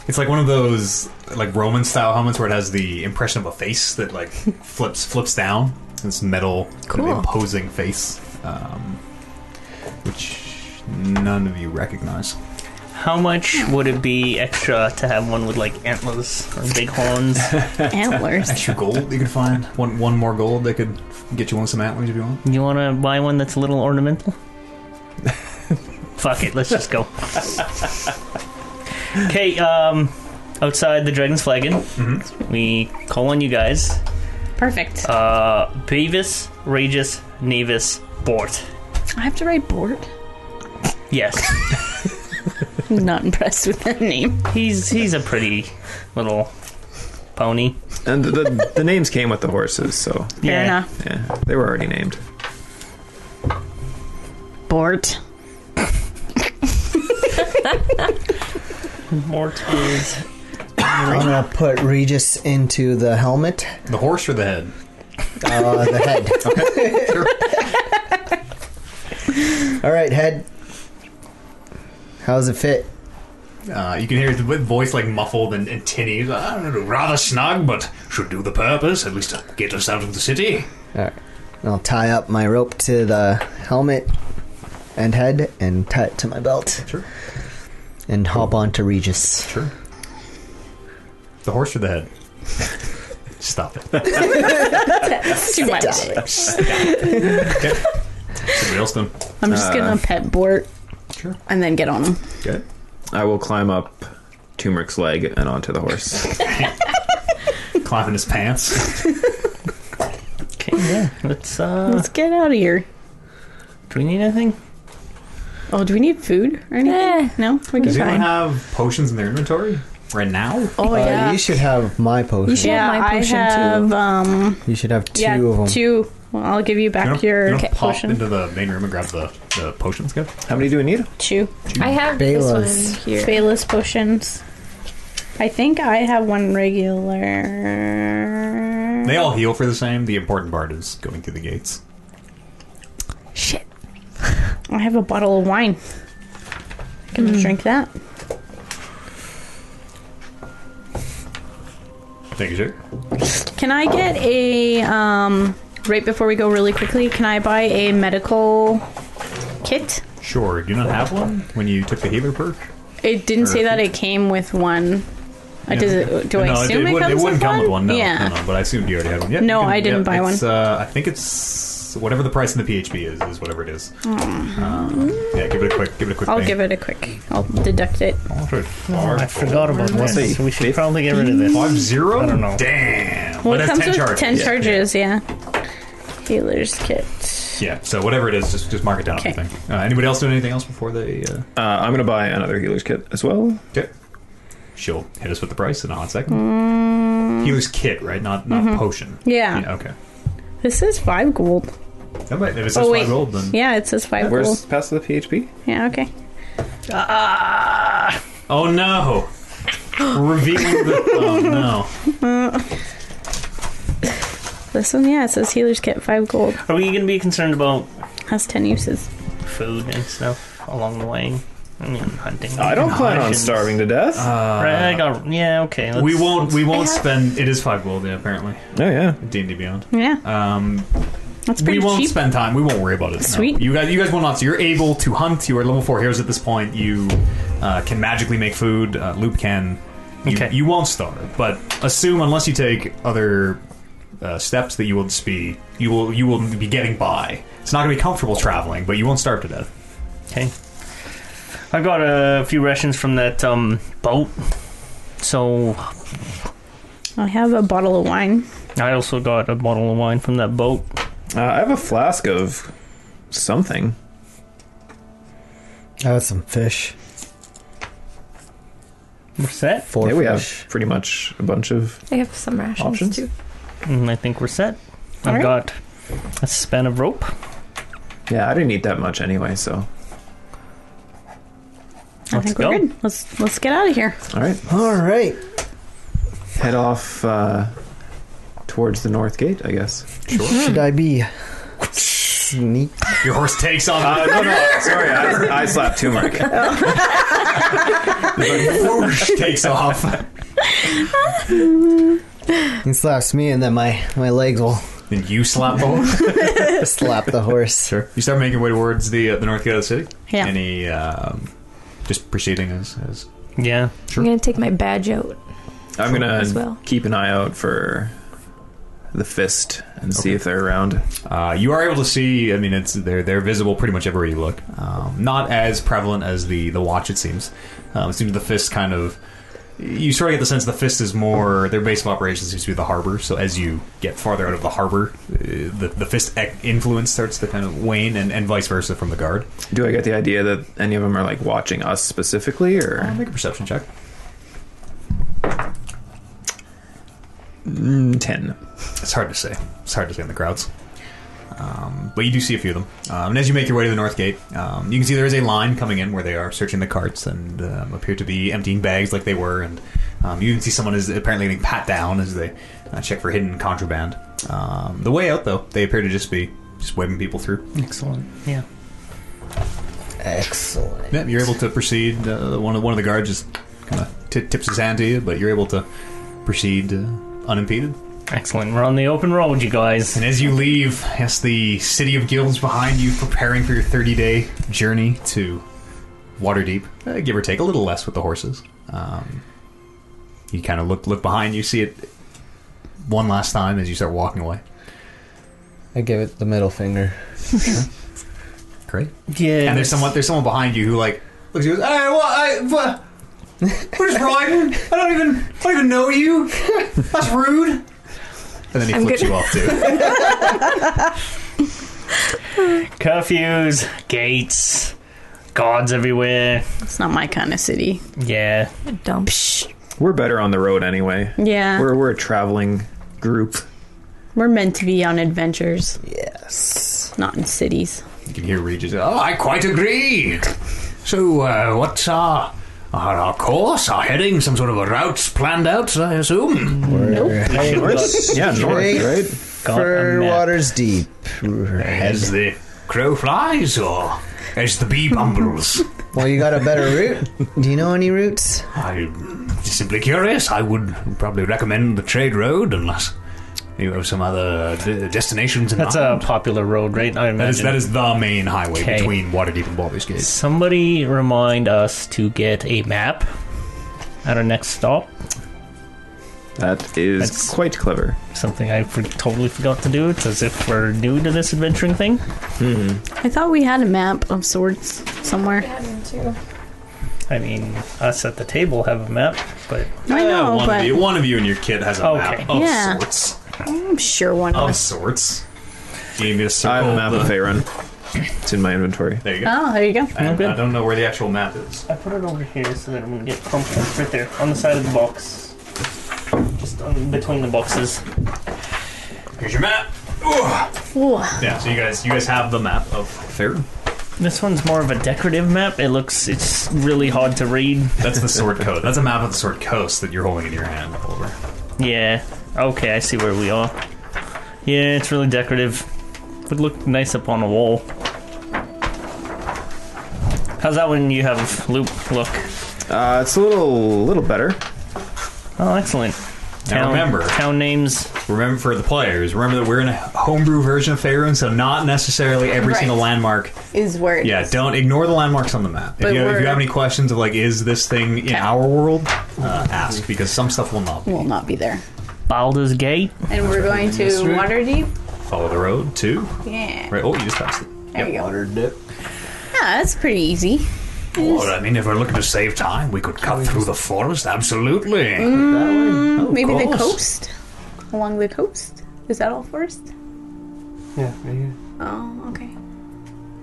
[SPEAKER 1] it's like one of those like Roman style helmets where it has the impression of a face that like flips flips down. This metal, kind
[SPEAKER 6] Cool.
[SPEAKER 1] of imposing face, um, which none of you recognize.
[SPEAKER 2] How much would it be extra to have one with like antlers or big horns?
[SPEAKER 5] Antlers.
[SPEAKER 1] Extra gold you could find. One one more gold they could get you on some antlers if you want.
[SPEAKER 2] You want to buy one that's a little ornamental? Fuck it, let's just go. Okay, um, outside the Dragon's Flagon. We call on you guys.
[SPEAKER 5] Perfect.
[SPEAKER 2] Uh, Bavis, Regis, Navis, Bort.
[SPEAKER 5] I have to write Bort.
[SPEAKER 2] Yes,
[SPEAKER 5] I'm not impressed with that name.
[SPEAKER 2] he's he's a pretty little pony.
[SPEAKER 4] And the, the, the names came with the horses, so
[SPEAKER 5] Fair
[SPEAKER 2] Yeah.
[SPEAKER 5] enough.
[SPEAKER 4] yeah, they were already named.
[SPEAKER 5] Bort.
[SPEAKER 2] Bort is
[SPEAKER 3] I'm gonna put Regis into the helmet.
[SPEAKER 1] The horse or the head?
[SPEAKER 3] Uh, the head. All right, head. How's it fit?
[SPEAKER 1] Uh, you can hear the voice like muffled and, and tinny. He's like, I don't know, rather snug, but should do the purpose, at least to get us out of the city.
[SPEAKER 3] All right. I'll tie up my rope to the helmet and head, and tie it to my belt.
[SPEAKER 1] Sure.
[SPEAKER 3] And hop onto Regis.
[SPEAKER 1] Sure. The horse or the head? Stop it.
[SPEAKER 5] That's too much.
[SPEAKER 1] It's a millstone.
[SPEAKER 5] I'm just gonna pet Bort.
[SPEAKER 1] Sure.
[SPEAKER 5] And then get on him.
[SPEAKER 4] Okay. I will climb up Turmeric's leg and onto the horse.
[SPEAKER 1] Climbing his pants.
[SPEAKER 2] okay. Yeah, let's. Uh,
[SPEAKER 5] Let's get out of here.
[SPEAKER 2] do we need anything?
[SPEAKER 5] Oh, do we need food or anything?
[SPEAKER 6] Eh.
[SPEAKER 5] No, we can
[SPEAKER 1] Does anyone
[SPEAKER 5] find.
[SPEAKER 1] have potions in their inventory right now?
[SPEAKER 5] Oh
[SPEAKER 3] Uh,
[SPEAKER 5] yeah.
[SPEAKER 3] You should have my potion.
[SPEAKER 6] should
[SPEAKER 5] yeah,
[SPEAKER 6] have my potion,
[SPEAKER 5] I
[SPEAKER 6] too.
[SPEAKER 5] have, Um,
[SPEAKER 3] You should have two
[SPEAKER 5] yeah,
[SPEAKER 3] of them.
[SPEAKER 5] two. Well, I'll give you
[SPEAKER 1] You
[SPEAKER 5] back
[SPEAKER 1] don't, you
[SPEAKER 5] your
[SPEAKER 1] don't
[SPEAKER 5] ca-
[SPEAKER 1] pop
[SPEAKER 5] potion.
[SPEAKER 1] into the main room and grab the, the potions, guys?
[SPEAKER 4] How many do we need?
[SPEAKER 5] Two.
[SPEAKER 6] I have
[SPEAKER 3] Bayless.
[SPEAKER 6] this one here.
[SPEAKER 5] Bayless potions. I think I have one regular.
[SPEAKER 1] They all heal for the same. The important part is going through the gates.
[SPEAKER 6] Shit.
[SPEAKER 5] I have a bottle of wine. I can drink that.
[SPEAKER 1] Thank you, sir.
[SPEAKER 5] Can I get a um right before we go really quickly, can I buy a medical kit?
[SPEAKER 1] Sure. Do you not have one when you took the healer perk?
[SPEAKER 5] It didn't say that it came with one. I does it, do I
[SPEAKER 1] No,
[SPEAKER 5] assume it,
[SPEAKER 1] would-
[SPEAKER 5] comes
[SPEAKER 1] wouldn't
[SPEAKER 5] with
[SPEAKER 1] come
[SPEAKER 5] one?
[SPEAKER 1] with one. No,
[SPEAKER 5] yeah.
[SPEAKER 1] no, no, but I assumed you already had one. Yeah,
[SPEAKER 5] No,
[SPEAKER 1] you
[SPEAKER 5] I didn't
[SPEAKER 1] yeah,
[SPEAKER 5] buy
[SPEAKER 1] it's, Uh, I think it's whatever the price in the PHB is is whatever it is. Uh, yeah, give it a quick, give it a quick.
[SPEAKER 5] I'll
[SPEAKER 1] thing.
[SPEAKER 5] give it a quick. I'll deduct it.
[SPEAKER 2] Oh, I forgot about
[SPEAKER 4] Let's
[SPEAKER 2] this.
[SPEAKER 4] see.
[SPEAKER 2] we should probably get rid of this.
[SPEAKER 1] Five zero.
[SPEAKER 2] I don't know.
[SPEAKER 1] Damn.
[SPEAKER 5] Well,
[SPEAKER 1] But
[SPEAKER 5] it
[SPEAKER 1] that's
[SPEAKER 5] comes with
[SPEAKER 1] charges.
[SPEAKER 5] ten
[SPEAKER 1] Yeah.
[SPEAKER 5] charges. Yeah. Healer's kit.
[SPEAKER 1] Yeah. So whatever it is, just just mark it down. I
[SPEAKER 5] Okay.
[SPEAKER 1] think. Uh, anybody else doing anything else before they? Uh...
[SPEAKER 4] Uh, I'm going to buy another healer's kit as well.
[SPEAKER 1] Okay. She'll hit us with the price in a hot second. Healer's kit, right? Not not potion.
[SPEAKER 5] Yeah.
[SPEAKER 1] Okay.
[SPEAKER 5] This is five gold.
[SPEAKER 1] That might, if it says
[SPEAKER 5] Oh
[SPEAKER 1] five
[SPEAKER 5] wait.
[SPEAKER 1] gold, then
[SPEAKER 5] Yeah, it says five
[SPEAKER 4] Where's
[SPEAKER 5] gold.
[SPEAKER 4] past the PHP?
[SPEAKER 5] Yeah. Okay.
[SPEAKER 1] Oh no! Revealing the. Oh no!
[SPEAKER 5] This one, yeah, it says healer's kit five gold.
[SPEAKER 2] Are we going to be concerned about
[SPEAKER 5] Has ten uses.
[SPEAKER 2] food and stuff along the way? I mean, hunting.
[SPEAKER 4] I don't plan on
[SPEAKER 2] rations.
[SPEAKER 4] starving to death.
[SPEAKER 2] Right, I got, yeah, okay. Let's,
[SPEAKER 1] We won't. We won't
[SPEAKER 6] I have-
[SPEAKER 1] spend. It is five gold. Yeah, apparently.
[SPEAKER 4] oh, yeah.
[SPEAKER 1] D and D Beyond.
[SPEAKER 5] Yeah.
[SPEAKER 1] Um,
[SPEAKER 5] That's
[SPEAKER 1] we
[SPEAKER 5] pretty
[SPEAKER 1] won't
[SPEAKER 5] cheap.
[SPEAKER 1] spend time. We won't worry about it. no.
[SPEAKER 5] Sweet.
[SPEAKER 1] You guys. You guys will not. So you're able to hunt. You are level four heroes at this point. You uh, can magically make food. Uh, Loop can. You,
[SPEAKER 2] Okay.
[SPEAKER 1] You won't starve, but assume unless you take other uh, steps that you will just be you will you will be getting by. It's not going to be comfortable traveling, but you won't starve to death.
[SPEAKER 2] Okay. I got a few rations from that um, boat. So
[SPEAKER 5] I have a bottle of wine.
[SPEAKER 2] I also got a bottle of wine from that boat.
[SPEAKER 4] Uh, I have a flask of something.
[SPEAKER 3] I have some fish.
[SPEAKER 2] We're set.
[SPEAKER 3] Four
[SPEAKER 4] yeah, we have
[SPEAKER 3] fish.
[SPEAKER 4] pretty much a bunch of.
[SPEAKER 6] I have some rations
[SPEAKER 4] Options?
[SPEAKER 6] too.
[SPEAKER 2] And I think we're set. I've
[SPEAKER 5] Alright.
[SPEAKER 2] got a span of rope.
[SPEAKER 4] Yeah, I didn't eat that much anyway, so.
[SPEAKER 5] I
[SPEAKER 2] Let's
[SPEAKER 5] think
[SPEAKER 2] go.
[SPEAKER 5] we're good. Let's let's get out of here.
[SPEAKER 4] All right.
[SPEAKER 3] All right.
[SPEAKER 4] Head off uh, towards the north gate, I guess.
[SPEAKER 3] Should I be sneak?
[SPEAKER 1] Your horse takes off.
[SPEAKER 4] Uh, no, no, sorry, I, I slapped Turmeric.
[SPEAKER 1] whoosh, takes off.
[SPEAKER 3] He slaps me, and then my my legs will
[SPEAKER 1] Then you slap the horse.
[SPEAKER 3] slap the horse.
[SPEAKER 1] Sure. You start making your way towards the uh, the north gate of the city.
[SPEAKER 5] Yeah.
[SPEAKER 1] Any um, just proceeding as, as
[SPEAKER 2] Yeah.
[SPEAKER 1] Sure.
[SPEAKER 6] I'm gonna take my badge out.
[SPEAKER 4] I'm gonna
[SPEAKER 6] As well.
[SPEAKER 4] keep an eye out for the fist and see if they're around.
[SPEAKER 1] uh, you are able to see. I mean, it's they're they're visible pretty much everywhere you look. Um, not as prevalent as the the watch. It seems. Um, it seems the fist kind of you sort of get the sense the fist is more their base of operations seems to be the harbor. So as you get farther out of the harbor, uh, the the fist ec- influence starts to kind of wane, and, and vice versa from the guard.
[SPEAKER 4] Do I get the idea that any of them are like watching us specifically,
[SPEAKER 1] Uh,
[SPEAKER 4] or
[SPEAKER 1] make a perception check.
[SPEAKER 4] Mm, ten?
[SPEAKER 1] It's hard to say. It's hard to say in the crowds. Um, but you do see a few of them. Um, and as you make your way to the north gate, um, you can see there is a line coming in where they are searching the carts and um, appear to be emptying bags like they were. And um, you even see someone is apparently getting pat down as they uh, check for hidden contraband. Um, the way out, though, they appear to just be just waving people through.
[SPEAKER 2] Excellent. Yeah.
[SPEAKER 3] Excellent.
[SPEAKER 1] Yeah, you're able to proceed. Uh, one of one of the guards just kind of t- tips his hand to you, but you're able to proceed uh, unimpeded.
[SPEAKER 2] Excellent. We're on the open road, you guys.
[SPEAKER 1] And as you leave, yes, the city of Gilms behind you, preparing for your 30 day journey to Waterdeep, uh, give or take a little less with the horses. Um, you kind of look look behind you, see it one last time as you start walking away.
[SPEAKER 3] I give it the middle finger.
[SPEAKER 1] Great.
[SPEAKER 2] Yeah.
[SPEAKER 1] And there's someone there's someone behind you who like looks at you. and goes, Hey, what? I, what? What is wrong? I don't even I don't even know you. That's rude. And then he
[SPEAKER 6] I'm
[SPEAKER 1] flips
[SPEAKER 6] good-
[SPEAKER 1] you off too.
[SPEAKER 2] curfews, gates, guards everywhere.
[SPEAKER 5] It's not my kind of city.
[SPEAKER 2] Yeah.
[SPEAKER 6] Dump.
[SPEAKER 4] We're better on the road anyway.
[SPEAKER 5] Yeah. We're,
[SPEAKER 4] We're we're a traveling group.
[SPEAKER 5] meant to be on adventures,
[SPEAKER 3] Yes.
[SPEAKER 5] not in cities.
[SPEAKER 1] You can hear Regis. Oh, I quite agree. So, uh, what's our, our our course? Our heading? Some sort of a routes planned out? I assume.
[SPEAKER 4] yeah, north,
[SPEAKER 3] Straight
[SPEAKER 4] right?
[SPEAKER 2] Got a
[SPEAKER 3] for
[SPEAKER 2] map.
[SPEAKER 3] waters deep.
[SPEAKER 1] As the crow flies, or as the bee bumbles?
[SPEAKER 3] Well, you got a better route. Do you know any routes?
[SPEAKER 1] I'm just simply curious. I would probably recommend the trade road, unless you have some other d- destinations in
[SPEAKER 2] That's a
[SPEAKER 1] mind.
[SPEAKER 2] popular road, right? I
[SPEAKER 1] that is
[SPEAKER 2] imagine.
[SPEAKER 1] that is the main highway
[SPEAKER 2] Okay.
[SPEAKER 1] between Waterdeep and Baldur's Gate.
[SPEAKER 2] Somebody remind us to get a map at our next stop.
[SPEAKER 4] That is
[SPEAKER 2] That's-
[SPEAKER 4] quite clever.
[SPEAKER 2] Something I for- totally forgot to do. It's as if we're new to this adventuring thing.
[SPEAKER 5] I thought we had a map of sorts somewhere.
[SPEAKER 2] I mean, us at the table have a map, but
[SPEAKER 5] I
[SPEAKER 1] Uh,
[SPEAKER 5] know,
[SPEAKER 1] one,
[SPEAKER 5] but
[SPEAKER 1] of you, one of you and your kid has a
[SPEAKER 2] Okay.
[SPEAKER 1] map of
[SPEAKER 5] Yeah.
[SPEAKER 1] sorts.
[SPEAKER 5] I'm sure one of
[SPEAKER 1] Of
[SPEAKER 5] us.
[SPEAKER 1] sorts. Gave me a circle.
[SPEAKER 4] I have a map
[SPEAKER 1] the-
[SPEAKER 4] of Faerun. It's in my inventory.
[SPEAKER 1] There you go.
[SPEAKER 5] Oh, there you go.
[SPEAKER 1] I,
[SPEAKER 2] Okay.
[SPEAKER 1] I don't know where the actual map is.
[SPEAKER 2] I put it over here so that I'm gonna get crumpled right there on the side of the box, just on, between the boxes.
[SPEAKER 1] Here's your map.
[SPEAKER 5] Ooh.
[SPEAKER 1] Yeah, so you guys you guys have the map of Faerun.
[SPEAKER 2] This one's more of a decorative map. It looks it's really hard to read.
[SPEAKER 1] That's the Sword Coast. That's a map of the Sword Coast that you're holding in your hand. Over.
[SPEAKER 2] Yeah. Okay, I see where we are. Yeah, it's really decorative. Would look nice up on a wall. How's that when you have loop look?
[SPEAKER 4] Uh, it's a little little better.
[SPEAKER 2] Oh, excellent.
[SPEAKER 1] Now remember,
[SPEAKER 2] town names.
[SPEAKER 1] remember for the players, remember that we're in a homebrew version of Faerun, so not necessarily every
[SPEAKER 5] Right.
[SPEAKER 1] single landmark.
[SPEAKER 5] Is where it
[SPEAKER 1] Yeah,
[SPEAKER 5] is.
[SPEAKER 1] don't ignore the landmarks on the map. If
[SPEAKER 5] But
[SPEAKER 1] you, if you
[SPEAKER 5] we're-
[SPEAKER 1] have any questions of like, is this thing in our world? Uh, ask because some stuff will not be.
[SPEAKER 5] Will not be there.
[SPEAKER 2] Baldur's Gate.
[SPEAKER 5] And we're going to Waterdeep.
[SPEAKER 1] Follow the road too.
[SPEAKER 5] Yeah.
[SPEAKER 1] Right. Oh, you just passed it.
[SPEAKER 5] There you go. Water Yeah, that's pretty easy.
[SPEAKER 7] Well, I mean, if we're looking to save time, we could cut through the forest. Absolutely.
[SPEAKER 5] Mm. Maybe the
[SPEAKER 7] course.
[SPEAKER 5] coast. Along the coast. Is that all forest?
[SPEAKER 2] Yeah.
[SPEAKER 5] Oh, okay.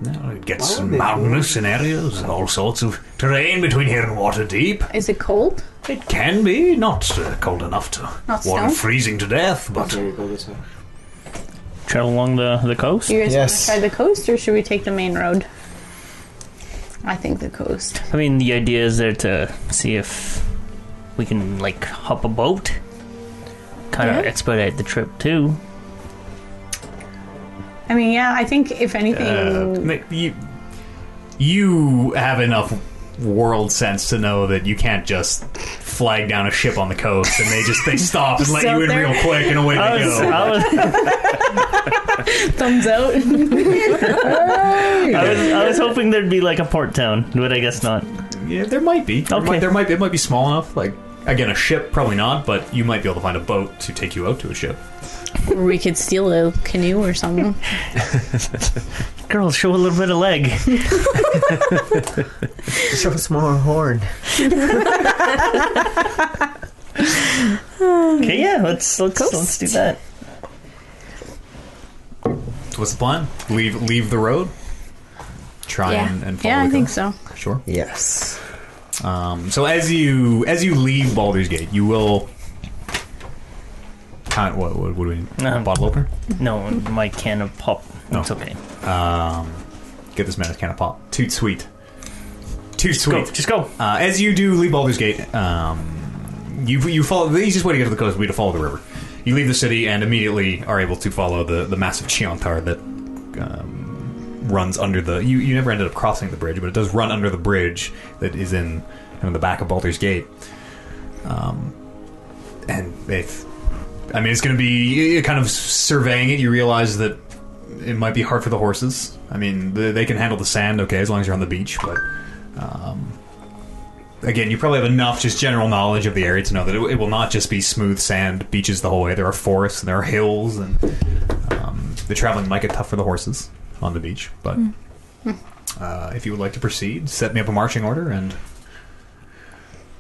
[SPEAKER 7] No, it gets mountainous in areas, all sorts of terrain between here and Waterdeep.
[SPEAKER 5] Is it cold?
[SPEAKER 7] It can be not uh, cold enough to
[SPEAKER 5] Not
[SPEAKER 7] warrant
[SPEAKER 5] snow?
[SPEAKER 7] freezing to death, but
[SPEAKER 2] Travel along the the coast.
[SPEAKER 5] You guys
[SPEAKER 3] Yes.
[SPEAKER 5] want to try the coast or should we take the main road? I think the coast.
[SPEAKER 2] I mean, the idea is there to see if we can like hop a boat, kind of
[SPEAKER 5] Yeah.
[SPEAKER 2] expedite the trip too.
[SPEAKER 5] I mean, yeah, I think if anything.
[SPEAKER 1] Uh, ma- you, you have enough world sense to know that you can't just flag down a ship on the coast and they just they stop and let
[SPEAKER 5] Just
[SPEAKER 1] you in
[SPEAKER 5] out there. Oh,
[SPEAKER 1] real quick and away
[SPEAKER 2] I
[SPEAKER 1] they
[SPEAKER 2] was,
[SPEAKER 1] go.
[SPEAKER 2] I was,
[SPEAKER 5] thumbs out.
[SPEAKER 2] I was, I was hoping there'd be like a port town, but I guess not.
[SPEAKER 1] Yeah, there might be. There
[SPEAKER 2] Okay.
[SPEAKER 1] might, there might it might be small enough. Like again, a ship probably not, but you might be able to find a boat to take you out to a ship.
[SPEAKER 5] Or we could steal a canoe or something.
[SPEAKER 2] Girl, show a little bit of leg.
[SPEAKER 3] Show us more horn.
[SPEAKER 2] Okay, yeah, let's let's let's do that.
[SPEAKER 7] What's the plan? Leave leave the road. Try
[SPEAKER 6] Yeah.
[SPEAKER 7] and, and follow
[SPEAKER 5] yeah, I
[SPEAKER 7] the
[SPEAKER 5] think
[SPEAKER 7] coast?
[SPEAKER 5] so.
[SPEAKER 7] Sure.
[SPEAKER 3] Yes.
[SPEAKER 7] Um, so as you as you leave Baldur's Gate, you will. Kind of, what, what, what do we
[SPEAKER 2] Um,
[SPEAKER 7] bottle opener?
[SPEAKER 2] No, my can of pop. It's okay.
[SPEAKER 7] Get this man a can of pop. Too sweet. Too
[SPEAKER 2] Go,
[SPEAKER 7] sweet.
[SPEAKER 2] just go.
[SPEAKER 7] Uh, as you do leave Baldur's Gate, um, you you follow the easiest way to get to the coast would be to follow the river. You leave the city and immediately are able to follow the, the massive Chiantar that um, runs under the. You, you never ended up crossing the bridge, but it does run under the bridge that is in kind of the back of Baldur's Gate. Um, and if I mean, it's going to be you're kind of surveying it. You realize that it might be hard for the horses. I mean, they, they can handle the sand, okay, as long as you're on the beach, but again, you probably have enough just general knowledge of the area to know that it, it will not just be smooth sand beaches the whole way. There are forests and there are hills, and um, the traveling might get tough for the horses on the beach. But uh, if you would like to proceed, set me up a marching order and.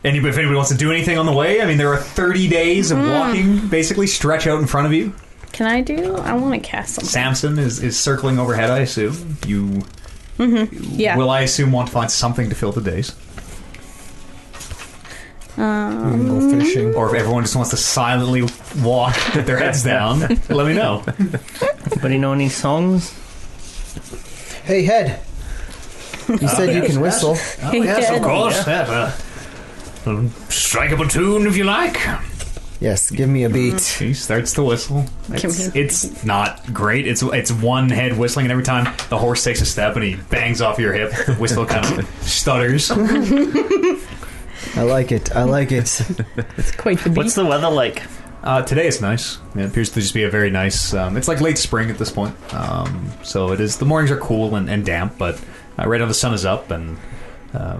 [SPEAKER 7] Anybody, if anybody wants to do anything on the way, I mean, there are 30 days of walking basically stretch out in front of you.
[SPEAKER 5] Can I do? I want to cast something.
[SPEAKER 7] Samson is, is circling overhead, I assume. You
[SPEAKER 5] Yeah.
[SPEAKER 7] will, I assume, want to find something to fill the days.
[SPEAKER 3] Go fishing.
[SPEAKER 7] Or if everyone just wants to silently walk with their heads down, let me know.
[SPEAKER 2] Anybody know any songs?
[SPEAKER 3] Hey, head. You said you can whistle.
[SPEAKER 1] Yes,
[SPEAKER 5] Good.
[SPEAKER 1] of course. yes, uh, um, strike up a tune if you like.
[SPEAKER 3] Yes, give me a beat.
[SPEAKER 7] He starts to whistle.
[SPEAKER 5] Can
[SPEAKER 7] It's,
[SPEAKER 5] we-
[SPEAKER 7] it's not great. It's it's one head whistling, and every time the horse takes a step and he bangs off your hip, the whistle kind of stutters.
[SPEAKER 3] I like it. I like it.
[SPEAKER 5] It's quite the beat.
[SPEAKER 2] What's the weather like?
[SPEAKER 7] Uh, today it's nice. It appears to just be a very nice. Um, it's like late spring at this point, um, so it is. The mornings are cool and, and damp, but uh, right now the sun is up and uh,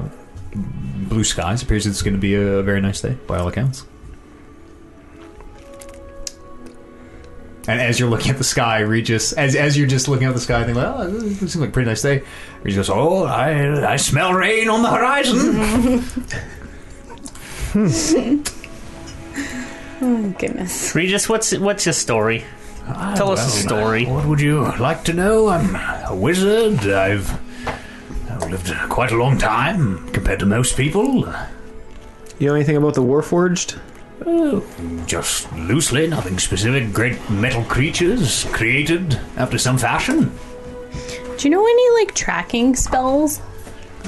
[SPEAKER 7] blue skies. Appears it's going to be a very nice day by all accounts. And as you're looking at the sky, Regis, as as you're just looking at the sky, thinking, like, "Oh, this seems like a pretty nice day," Regis goes, "Oh, I I smell rain on the horizon."
[SPEAKER 5] oh goodness.
[SPEAKER 2] Regis, what's what's your story? Tell us a story.
[SPEAKER 1] What would you like to know? I'm a wizard. I've, I've lived quite a long time compared to most people.
[SPEAKER 4] You know anything about the Warforged?
[SPEAKER 1] Just loosely, nothing specific. Great metal creatures created after some fashion.
[SPEAKER 5] Do you know any like tracking spells?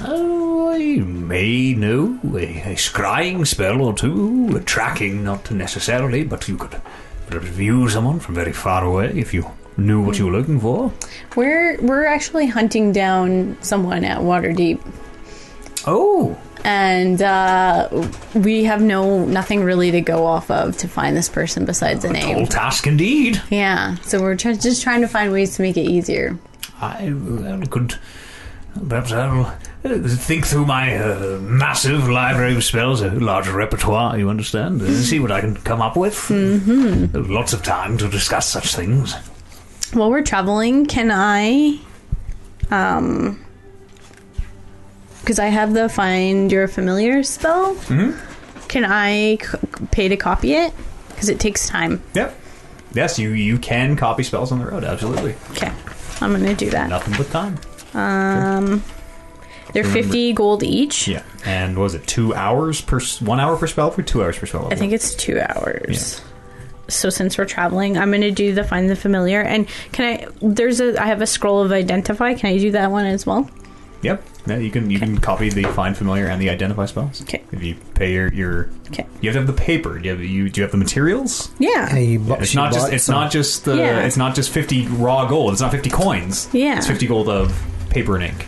[SPEAKER 1] Oh, I may know a, a scrying spell or two, a tracking not necessarily, but you could perhaps view someone from very far away if you knew what you were looking for.
[SPEAKER 5] We're we're actually hunting down someone at Waterdeep,
[SPEAKER 1] Oh,
[SPEAKER 5] and uh, we have no nothing really to go off of to find this person besides a name.
[SPEAKER 1] old task indeed.
[SPEAKER 5] Yeah, so we're try- just trying to find ways to make it easier.
[SPEAKER 1] I well, could. Perhaps I'll uh, think through my uh, massive library of spells, a large repertoire, you understand, and see what I can come up with. Mm-hmm. Lots of time to discuss such things.
[SPEAKER 5] While we're traveling, can I, um, because I have the find your familiar spell, can I c- pay to copy it? Because it takes time.
[SPEAKER 7] Yep. Yes, you you can copy spells on the road. Absolutely,
[SPEAKER 5] Okay, I'm gonna do that.
[SPEAKER 7] nothing but time.
[SPEAKER 5] Um, they're fifty gold each.
[SPEAKER 7] Yeah, and what was it two hours per s- one hour per spell for two hours per spell?
[SPEAKER 5] I
[SPEAKER 7] level?
[SPEAKER 5] think it's two hours. So since we're traveling, I'm gonna do the find the familiar. And can I? There's a. I have a scroll of identify. Can I do that one as well?
[SPEAKER 7] Yep. Yeah, you can you can copy the find familiar and the identify spells.
[SPEAKER 5] 'Kay.
[SPEAKER 7] If you pay your your,
[SPEAKER 5] Okay.
[SPEAKER 7] you have to have the paper. Do you have you do you have the materials?
[SPEAKER 5] Yeah.
[SPEAKER 3] Hey, you bu-
[SPEAKER 7] It's
[SPEAKER 3] she
[SPEAKER 7] not just
[SPEAKER 3] bought
[SPEAKER 7] it's
[SPEAKER 3] some.
[SPEAKER 7] not just the
[SPEAKER 5] Yeah.
[SPEAKER 7] it's not just fifty raw gold. It's not fifty coins.
[SPEAKER 5] Yeah.
[SPEAKER 7] It's fifty gold of paper and ink.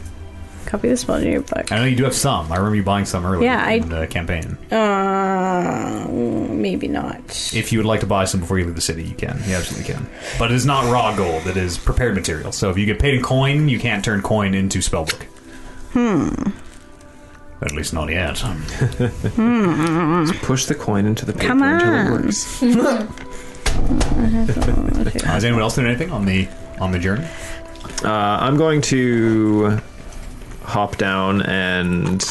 [SPEAKER 5] Copy the spell in your book.
[SPEAKER 7] I know you do have some. I remember you buying some earlier
[SPEAKER 5] Yeah, I-
[SPEAKER 7] in the campaign.
[SPEAKER 5] Uh, maybe not.
[SPEAKER 7] If you would like to buy some before you leave the city, you can. You absolutely can. But it is not raw gold. It is prepared material. So if you get paid in coin, you can't turn coin into spellbook.
[SPEAKER 5] Hmm.
[SPEAKER 1] At least not yet.
[SPEAKER 4] Push the coin into the paper
[SPEAKER 5] Come
[SPEAKER 4] until it Uh,
[SPEAKER 5] on.
[SPEAKER 4] works.
[SPEAKER 7] Uh, is anyone else doing anything on the on the journey?
[SPEAKER 4] Uh, I'm going to hop down and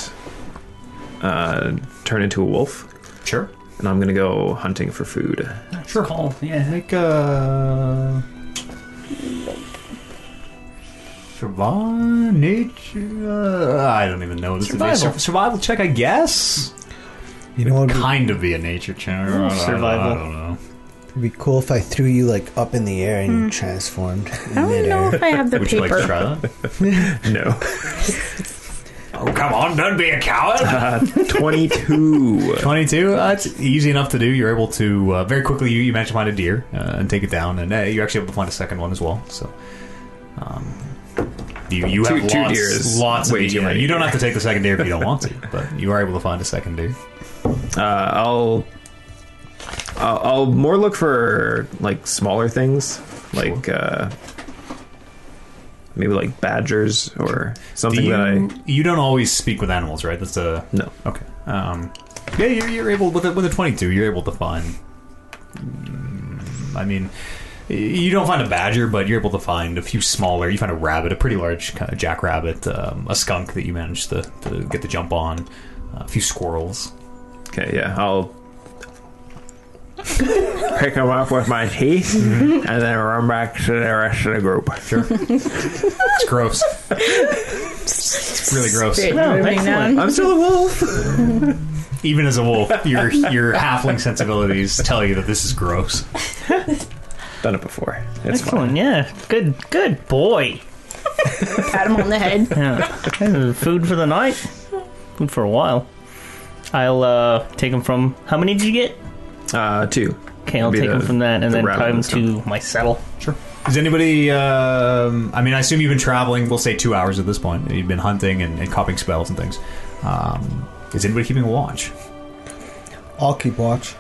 [SPEAKER 4] uh, turn into a wolf,
[SPEAKER 7] Sure.
[SPEAKER 4] and I'm going to go hunting for food.
[SPEAKER 2] Sure. Call. Yeah.
[SPEAKER 7] Make a survival nature. uh, I don't even know. This would be a sur-
[SPEAKER 2] Survival.
[SPEAKER 7] survival check, I guess.
[SPEAKER 3] You know what would
[SPEAKER 7] Kind of be a nature check. I don't-
[SPEAKER 2] survival.
[SPEAKER 7] I don't know.
[SPEAKER 3] be, be cool if I threw you like up in the air and you transformed
[SPEAKER 5] I
[SPEAKER 3] in
[SPEAKER 5] don't know
[SPEAKER 3] midair?
[SPEAKER 5] if I have the
[SPEAKER 7] Would you like to
[SPEAKER 5] paper.
[SPEAKER 7] try that?
[SPEAKER 4] No,
[SPEAKER 7] Oh come on! Don't be a coward.
[SPEAKER 4] twenty-two.
[SPEAKER 7] Twenty-two. Uh, it's easy enough to do. You're able to uh, very quickly. You, you manage to find a deer uh, and take it down, and uh, you're actually able to find a second one as well. So. Um, you, you
[SPEAKER 4] Two-
[SPEAKER 7] have
[SPEAKER 4] two
[SPEAKER 7] lots,
[SPEAKER 4] deer is
[SPEAKER 7] lots
[SPEAKER 4] way
[SPEAKER 7] of
[SPEAKER 4] too
[SPEAKER 7] deer.
[SPEAKER 4] many
[SPEAKER 7] You don't
[SPEAKER 4] deer.
[SPEAKER 7] have to take the second deer if you don't want to, but you are able to find a second deer.
[SPEAKER 4] Uh, I'll, I'll I'll more look for like smaller things, like uh, maybe like badgers or something
[SPEAKER 7] Do you,
[SPEAKER 4] that I
[SPEAKER 7] you don't always speak with animals, right? That's a
[SPEAKER 4] no.
[SPEAKER 7] okay. Um, yeah, you're, you're able with a, with a 22. You're able to find. mm, I mean, y- you don't find a badger, but you're able to find a few smaller. You find a rabbit, a pretty large kind of jackrabbit, um, a skunk that you managed to, to get the jump on, a few squirrels.
[SPEAKER 4] Okay, yeah, I'll pick them up with my teeth and then run back to the rest of the group.
[SPEAKER 7] It's gross. it's really gross.
[SPEAKER 5] Great,
[SPEAKER 2] No,
[SPEAKER 5] moving
[SPEAKER 2] excellent.
[SPEAKER 5] on.
[SPEAKER 4] I'm still a wolf.
[SPEAKER 7] Even as a wolf, your your halfling sensibilities tell you that this is gross.
[SPEAKER 4] Done it before. It's
[SPEAKER 2] Excellent. Yeah. Good. Good boy.
[SPEAKER 5] Pat him on the head.
[SPEAKER 2] Yeah. Uh, Food for the night. Food for a while. I'll uh, take him from. How many did you get?
[SPEAKER 4] fine. Uh, two.
[SPEAKER 2] Okay, I'll
[SPEAKER 4] Be
[SPEAKER 2] take
[SPEAKER 4] the-
[SPEAKER 2] him from that and
[SPEAKER 4] the
[SPEAKER 2] then
[SPEAKER 4] rabbit
[SPEAKER 2] tie him
[SPEAKER 4] this
[SPEAKER 2] to my saddle.
[SPEAKER 7] Sure. Is anybody? Um, I mean, I assume you've been traveling. We'll say two hours at this point. You've been hunting and, and copying spells and things. Um, is anybody keeping a watch?
[SPEAKER 3] I'll keep watch.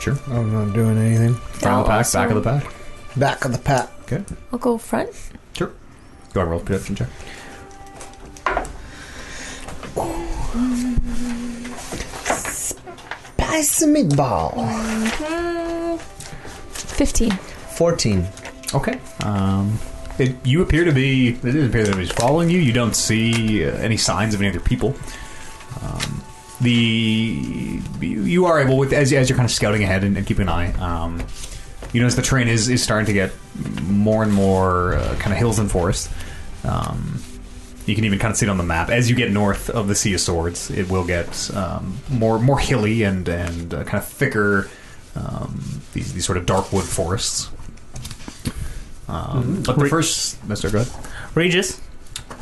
[SPEAKER 7] Sure.
[SPEAKER 3] I'm not doing anything.
[SPEAKER 7] Front of the
[SPEAKER 6] I'll
[SPEAKER 7] pack,
[SPEAKER 6] also-
[SPEAKER 7] back of the pack.
[SPEAKER 3] Back of the pack.
[SPEAKER 6] I'll go front.
[SPEAKER 7] Sure. Go ahead, roll a perception check.
[SPEAKER 3] Pass the meatball.
[SPEAKER 6] Fifteen.
[SPEAKER 3] Fourteen.
[SPEAKER 7] Okay. Um, it, you appear to be. It doesn't appear that anybody's following you. You don't see uh, any signs of any other people. Um, the you, you are able with as, as you're kind of scouting ahead and, and keeping an eye. Um, you notice the train is, is starting to get more and more uh, kind of hills and forest. Um, you can even kind of see it on the map. As you get north of the Sea of Swords, it will get um, more more hilly and and uh, kind of thicker. Um, these these sort of dark wood forests. Um, but the
[SPEAKER 2] Re-
[SPEAKER 7] first, Mister, go ahead.
[SPEAKER 2] Regis,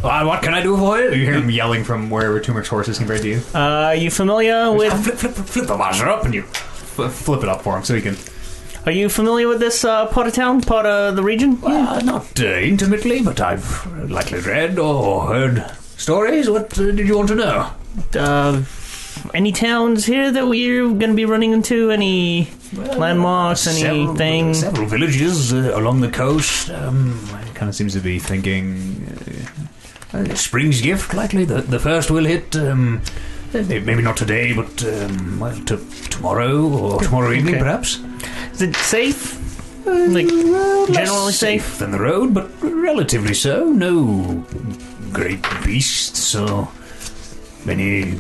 [SPEAKER 7] Uh, what can I do for you? You hear him yelling from wherever Tumor's horse is compared to you.
[SPEAKER 2] uh, are you familiar
[SPEAKER 7] Just
[SPEAKER 2] with
[SPEAKER 7] flip, flip, flip, flip the monster up, and you fl- flip it up for him so he can.
[SPEAKER 2] Are you familiar with this uh, part of town, part of the region?
[SPEAKER 1] Uh, not uh, intimately, but I've likely read or heard stories. What uh, did you want to know?
[SPEAKER 2] Uh, any towns here that we're going to be running into? Any landmarks?
[SPEAKER 1] Several-
[SPEAKER 2] Anything?
[SPEAKER 1] Several villages uh, along the coast. Um,
[SPEAKER 7] Kind of seems to be thinking.
[SPEAKER 1] uh, Spring's Gift, likely. The, the first will hit. Um, eh, maybe not today, but um, well, to, tomorrow or tomorrow evening,
[SPEAKER 2] Okay.
[SPEAKER 1] perhaps.
[SPEAKER 2] Is it safe? Like generally
[SPEAKER 1] Less
[SPEAKER 2] safe?
[SPEAKER 1] than the road, but relatively so. No great beasts or any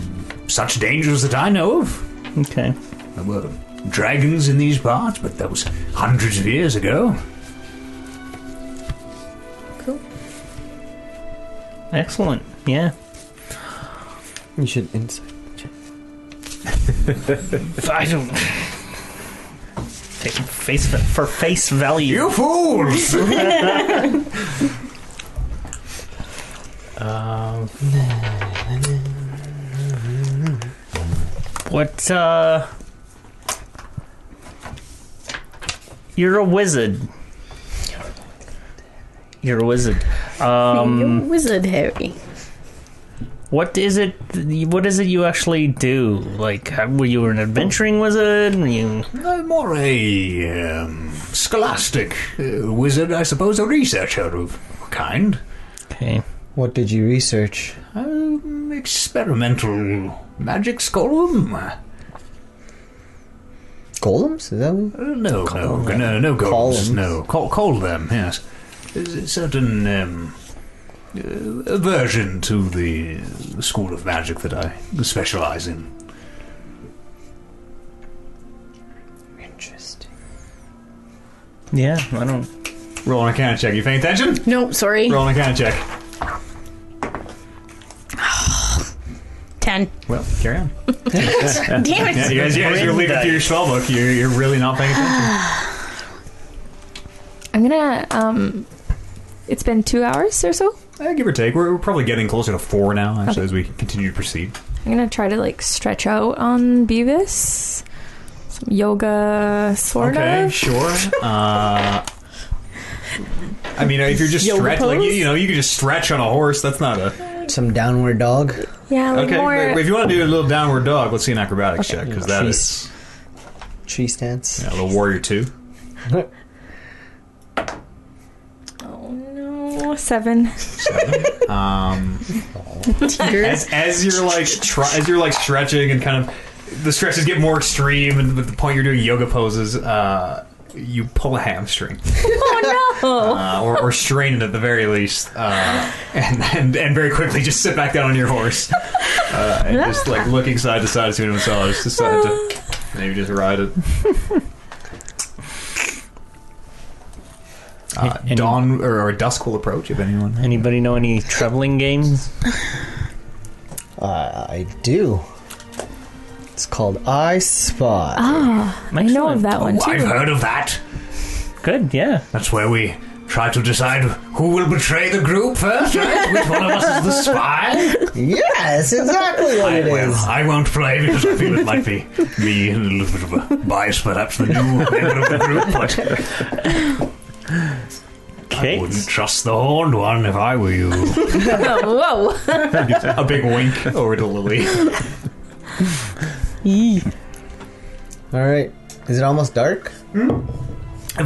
[SPEAKER 1] such dangers that I know of.
[SPEAKER 2] Okay.
[SPEAKER 1] There were dragons in these parts, but that was hundreds of years ago.
[SPEAKER 2] Excellent. Yeah.
[SPEAKER 8] You should insight.
[SPEAKER 2] I don't. Take face va- for face value.
[SPEAKER 1] You fools!
[SPEAKER 2] Um, what, uh. You're a wizard. You're a wizard.
[SPEAKER 5] You're
[SPEAKER 2] Um,
[SPEAKER 5] a wizard, Harry.
[SPEAKER 2] what is it? What is it you actually do? Like, how- were you an adventuring wizard? Were You,
[SPEAKER 1] No, more a um, scholastic uh, wizard, I suppose, a researcher of a kind.
[SPEAKER 2] okay.
[SPEAKER 3] What did you research?
[SPEAKER 1] Um, Uh, experimental magic scholar.
[SPEAKER 3] Golems? Is that what?
[SPEAKER 1] Uh, No, no, no, no golems.
[SPEAKER 3] oh, Columns.
[SPEAKER 1] No, call, call them. Yes, There's a certain um, uh, aversion to the school of magic that I specialize in.
[SPEAKER 3] Interesting.
[SPEAKER 2] Yeah, I don't.
[SPEAKER 7] uh, Roll on a can check. You paying attention?
[SPEAKER 5] Nope, sorry.
[SPEAKER 7] Roll on a can check.
[SPEAKER 5] 10.
[SPEAKER 7] Well, carry on.
[SPEAKER 5] Damn it.
[SPEAKER 7] Yeah, you guys, you guys you're leaving through your spell book. You're, you're really not paying attention.
[SPEAKER 6] I'm gonna. Um, it's been two hours or so.
[SPEAKER 7] Eh, give or take, we're, we're probably getting closer to four now. Actually, as we continue to proceed.
[SPEAKER 6] I'm gonna try to like stretch out on Beavis. Some yoga, sort
[SPEAKER 7] okay,
[SPEAKER 6] of.
[SPEAKER 7] sure. Uh, I mean, if you're just
[SPEAKER 5] Yoga
[SPEAKER 7] stretch, like you,
[SPEAKER 5] pose?
[SPEAKER 7] you know, you can just stretch on a horse. That's not a
[SPEAKER 3] Some downward dog.
[SPEAKER 6] Yeah, like
[SPEAKER 7] okay.
[SPEAKER 6] more.
[SPEAKER 7] but If you want to do a little downward dog, let's see an acrobatics check because that
[SPEAKER 3] Jeez.
[SPEAKER 7] is
[SPEAKER 3] Tree stance.
[SPEAKER 7] yeah, a little warrior two.
[SPEAKER 6] Oh no, seven.
[SPEAKER 7] As, as you're like try, as you're like stretching and kind of the stretches get more extreme, and at the point you're doing yoga poses, uh, you pull a hamstring.
[SPEAKER 6] Oh no.
[SPEAKER 7] uh, or, or strain it at the very least, uh, and, and and very quickly just sit back down on your horse uh, and just like looking side to side as soon as saw just decided to maybe just ride it. Uh,
[SPEAKER 2] Any-
[SPEAKER 7] dawn or, or dusk will approach if anyone.
[SPEAKER 2] Anybody know any traveling games?
[SPEAKER 3] Uh, I do. It's called I Spot.
[SPEAKER 6] I know of that one
[SPEAKER 1] Oh, I've
[SPEAKER 6] too.
[SPEAKER 1] heard of that.
[SPEAKER 2] Good, yeah.
[SPEAKER 1] That's where we try to decide who will betray the group first, right? Which one of us is the spy?
[SPEAKER 3] Yes, exactly what it
[SPEAKER 1] Well,
[SPEAKER 3] is.
[SPEAKER 1] I won't play because I feel it might be me and a little bit of a bias, perhaps the new member of the group, but I
[SPEAKER 2] Okay.
[SPEAKER 1] wouldn't trust the horned one if I were you.
[SPEAKER 6] Whoa.
[SPEAKER 7] A big wink over to Lily.
[SPEAKER 3] All right. Is it almost dark?
[SPEAKER 7] If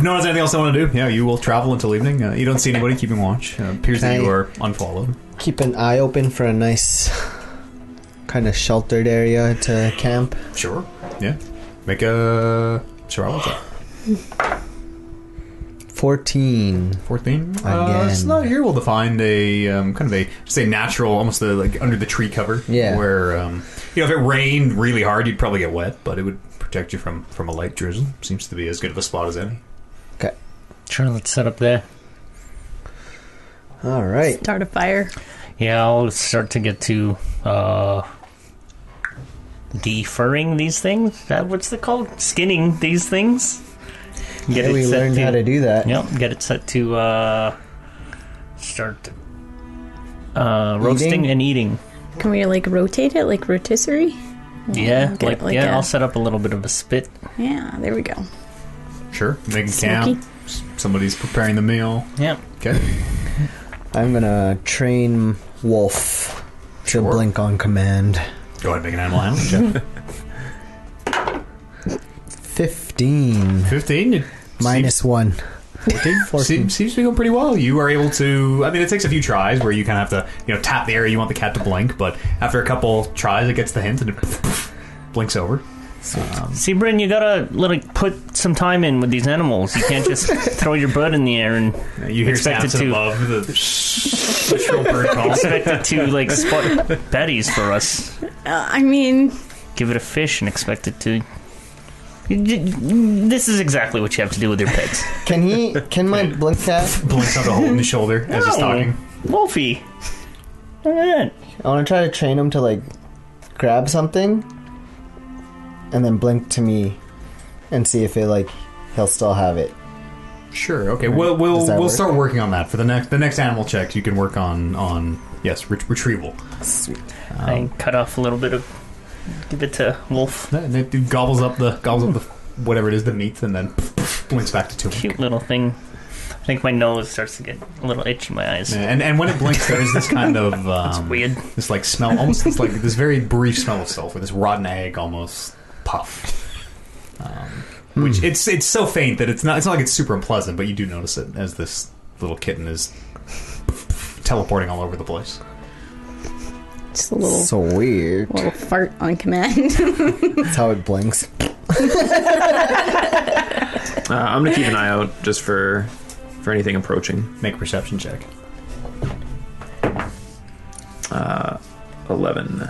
[SPEAKER 7] no one has anything else I want to do, yeah, you will travel until evening. Uh, you don't see anybody keeping watch. Uh, appears that
[SPEAKER 3] Can I-
[SPEAKER 7] you are unfollowed.
[SPEAKER 3] Keep an eye open for a nice, kind of sheltered area to camp.
[SPEAKER 7] Sure. Yeah. Make a survival check.
[SPEAKER 3] 14.
[SPEAKER 7] Fourteen. Uh,
[SPEAKER 3] Again.
[SPEAKER 7] Snow here will define a um, kind of a say natural, almost the like under the tree cover.
[SPEAKER 3] Yeah.
[SPEAKER 7] Where um, you know if it rained really hard, you'd probably get wet, but it would protect you from from a light drizzle. Seems to be as good of a spot as any.
[SPEAKER 2] Sure, let's set up there.
[SPEAKER 3] All right.
[SPEAKER 5] Start a fire.
[SPEAKER 2] Yeah, I'll start to get to uh deferring these things. Is That what's it called? Skinning these things. Get
[SPEAKER 3] Yeah,
[SPEAKER 2] it
[SPEAKER 3] we
[SPEAKER 2] set
[SPEAKER 3] learned
[SPEAKER 2] to,
[SPEAKER 3] how to do that.
[SPEAKER 2] Yep, get it set to uh start uh roasting
[SPEAKER 3] Eating?
[SPEAKER 2] and eating.
[SPEAKER 5] Can we like rotate it like rotisserie?
[SPEAKER 2] Yeah,
[SPEAKER 5] get
[SPEAKER 2] like,
[SPEAKER 5] it like
[SPEAKER 2] yeah,
[SPEAKER 5] a-
[SPEAKER 2] I'll set up a little bit of a spit.
[SPEAKER 5] Yeah, there we go.
[SPEAKER 7] Sure. Make a
[SPEAKER 5] Smoky.
[SPEAKER 7] camp. S- Somebody's preparing the meal.
[SPEAKER 2] Yeah.
[SPEAKER 7] Okay.
[SPEAKER 3] I'm going to train Wolf to blink on command.
[SPEAKER 7] Go ahead, and make an animal handling check.
[SPEAKER 3] 15.
[SPEAKER 7] Fifteen. you-
[SPEAKER 3] Minus 1.
[SPEAKER 7] Seems, seems to be going pretty well. You are able to. I mean, it takes a few tries where you kind of have to, you know, tap the area you want the cat to blink. But after a couple tries, it gets the hint and it blinks over.
[SPEAKER 2] See, Bryn, you gotta like put some time in with these animals. You can't just throw your bird in the air and
[SPEAKER 7] You hear
[SPEAKER 2] Expect it
[SPEAKER 7] snaps and
[SPEAKER 2] to.
[SPEAKER 7] above the, the shrill bird call.
[SPEAKER 2] expect it to like spot betties for us.
[SPEAKER 5] Uh, I mean,
[SPEAKER 2] give it a fish and expect it to. This is exactly what you have to do with your pets.
[SPEAKER 3] Can he, can my blink cat?
[SPEAKER 7] Blinks out a hole in the shoulder as he's
[SPEAKER 2] No.
[SPEAKER 7] talking.
[SPEAKER 2] Wolfie! Look at that.
[SPEAKER 3] I want to try to train him to like grab something and then blink to me and see if it like he'll still have it.
[SPEAKER 7] Sure. Okay. We'll we'll
[SPEAKER 3] Does that
[SPEAKER 7] we'll
[SPEAKER 3] work?
[SPEAKER 7] start working on that for the next the next animal checks. You can work on on yes ret- retrieval.
[SPEAKER 2] I cut off a little bit of. Give it to Wolf.
[SPEAKER 7] And it it gobbles up the gobbles up the whatever it is the meat and then blinks back to two.
[SPEAKER 2] Cute little thing. I think my nose starts to get a little itchy in my eyes.
[SPEAKER 7] Yeah, And and when it blinks, there is this kind of um,
[SPEAKER 2] weird.
[SPEAKER 7] This like smell, almost this like this very brief smell of sulfur, this rotten egg almost puff. Um, which it's it's so faint that it's not it's not like it's super unpleasant, but you do notice it as this little kitten is teleporting all over the place.
[SPEAKER 5] just a little
[SPEAKER 3] So weird.
[SPEAKER 5] little fart on command.
[SPEAKER 3] That's how it blinks.
[SPEAKER 4] Uh, I'm gonna keep an eye out just for for anything approaching.
[SPEAKER 1] Make a perception check.
[SPEAKER 4] Eleven.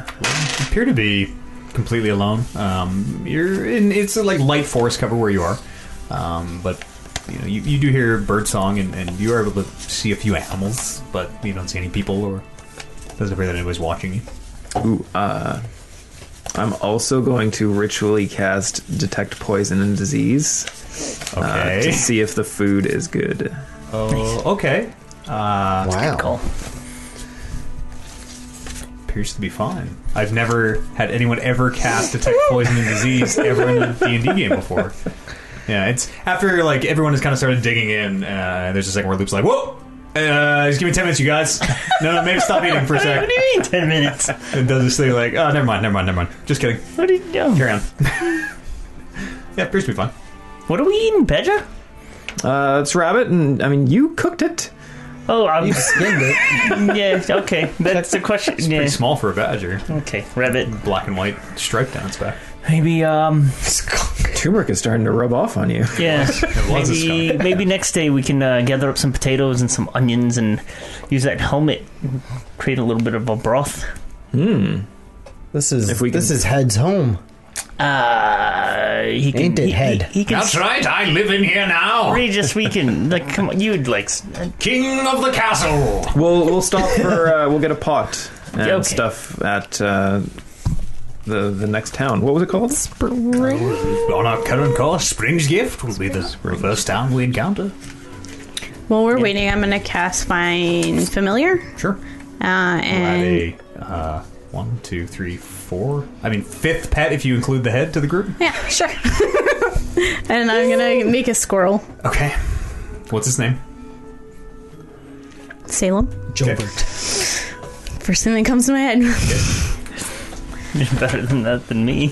[SPEAKER 1] appear to be completely alone. Um, you're in it's a, like light forest cover where you are, um, but you know you, you do hear bird song and, and you are able to see a few animals, but you don't see any people or doesn't appear that anybody's watching you.
[SPEAKER 4] Ooh. Uh, I'm also going to ritually cast detect poison and disease uh,
[SPEAKER 1] Okay.
[SPEAKER 4] to see if the food is good.
[SPEAKER 1] Oh, okay. Uh,
[SPEAKER 9] wow.
[SPEAKER 1] appears to be fine. I've never had anyone ever cast detect poison and disease ever in a D and D game before. Yeah, it's after like everyone has kind of started digging in. Uh, and there's a second where Luke's like, "Whoa, uh, just give me ten minutes, you guys." No, no, maybe stop eating for a
[SPEAKER 2] What
[SPEAKER 1] sec.
[SPEAKER 2] do you mean ten minutes?
[SPEAKER 1] And does this thing like, "Oh, never mind, never mind, never mind." Just kidding.
[SPEAKER 2] What are you doing?
[SPEAKER 1] Carry on. yeah, appears to be fine.
[SPEAKER 2] What are we eating, Pedra?
[SPEAKER 4] Uh, it's rabbit, and I mean you cooked it.
[SPEAKER 2] Oh, I'm,
[SPEAKER 9] You skinned it.
[SPEAKER 2] yeah. Okay, that's the question.
[SPEAKER 1] Pretty
[SPEAKER 2] Yeah.
[SPEAKER 1] small for a badger.
[SPEAKER 2] Okay, rabbit.
[SPEAKER 1] Black and white stripe down its back.
[SPEAKER 2] Maybe um,
[SPEAKER 4] Turmeric is starting to rub off on you.
[SPEAKER 2] yeah.
[SPEAKER 1] It was a skunk.
[SPEAKER 2] Maybe, maybe next day we can uh, gather up some potatoes and some onions and use that helmet, and create a little bit of a broth.
[SPEAKER 4] Hmm.
[SPEAKER 9] This is
[SPEAKER 4] If we
[SPEAKER 9] this
[SPEAKER 4] can-
[SPEAKER 9] is heads home.
[SPEAKER 2] Uh, he can,
[SPEAKER 9] Ain't it
[SPEAKER 2] he-
[SPEAKER 9] head?
[SPEAKER 2] He, he can
[SPEAKER 7] That's right, I live in here now.
[SPEAKER 2] Regis, we can like come on. You'd like s-
[SPEAKER 7] King of the castle.
[SPEAKER 4] We'll we'll stop for uh, we'll get a pot and
[SPEAKER 2] Okay.
[SPEAKER 4] stuff at uh, the the next town. What was it called?
[SPEAKER 7] On our current course, Spring's Gift will be the first town we encounter.
[SPEAKER 5] While we're waiting, I'm gonna cast find familiar.
[SPEAKER 1] Sure.
[SPEAKER 5] Uh, and
[SPEAKER 1] Add a uh, one, two, three, four. I mean, fifth pet if you include the head to the group.
[SPEAKER 5] yeah, sure. and I'm gonna make a squirrel.
[SPEAKER 1] Okay. What's his name?
[SPEAKER 5] Salem.
[SPEAKER 9] Jobert.
[SPEAKER 5] First thing that comes to my head.
[SPEAKER 2] better than that than me.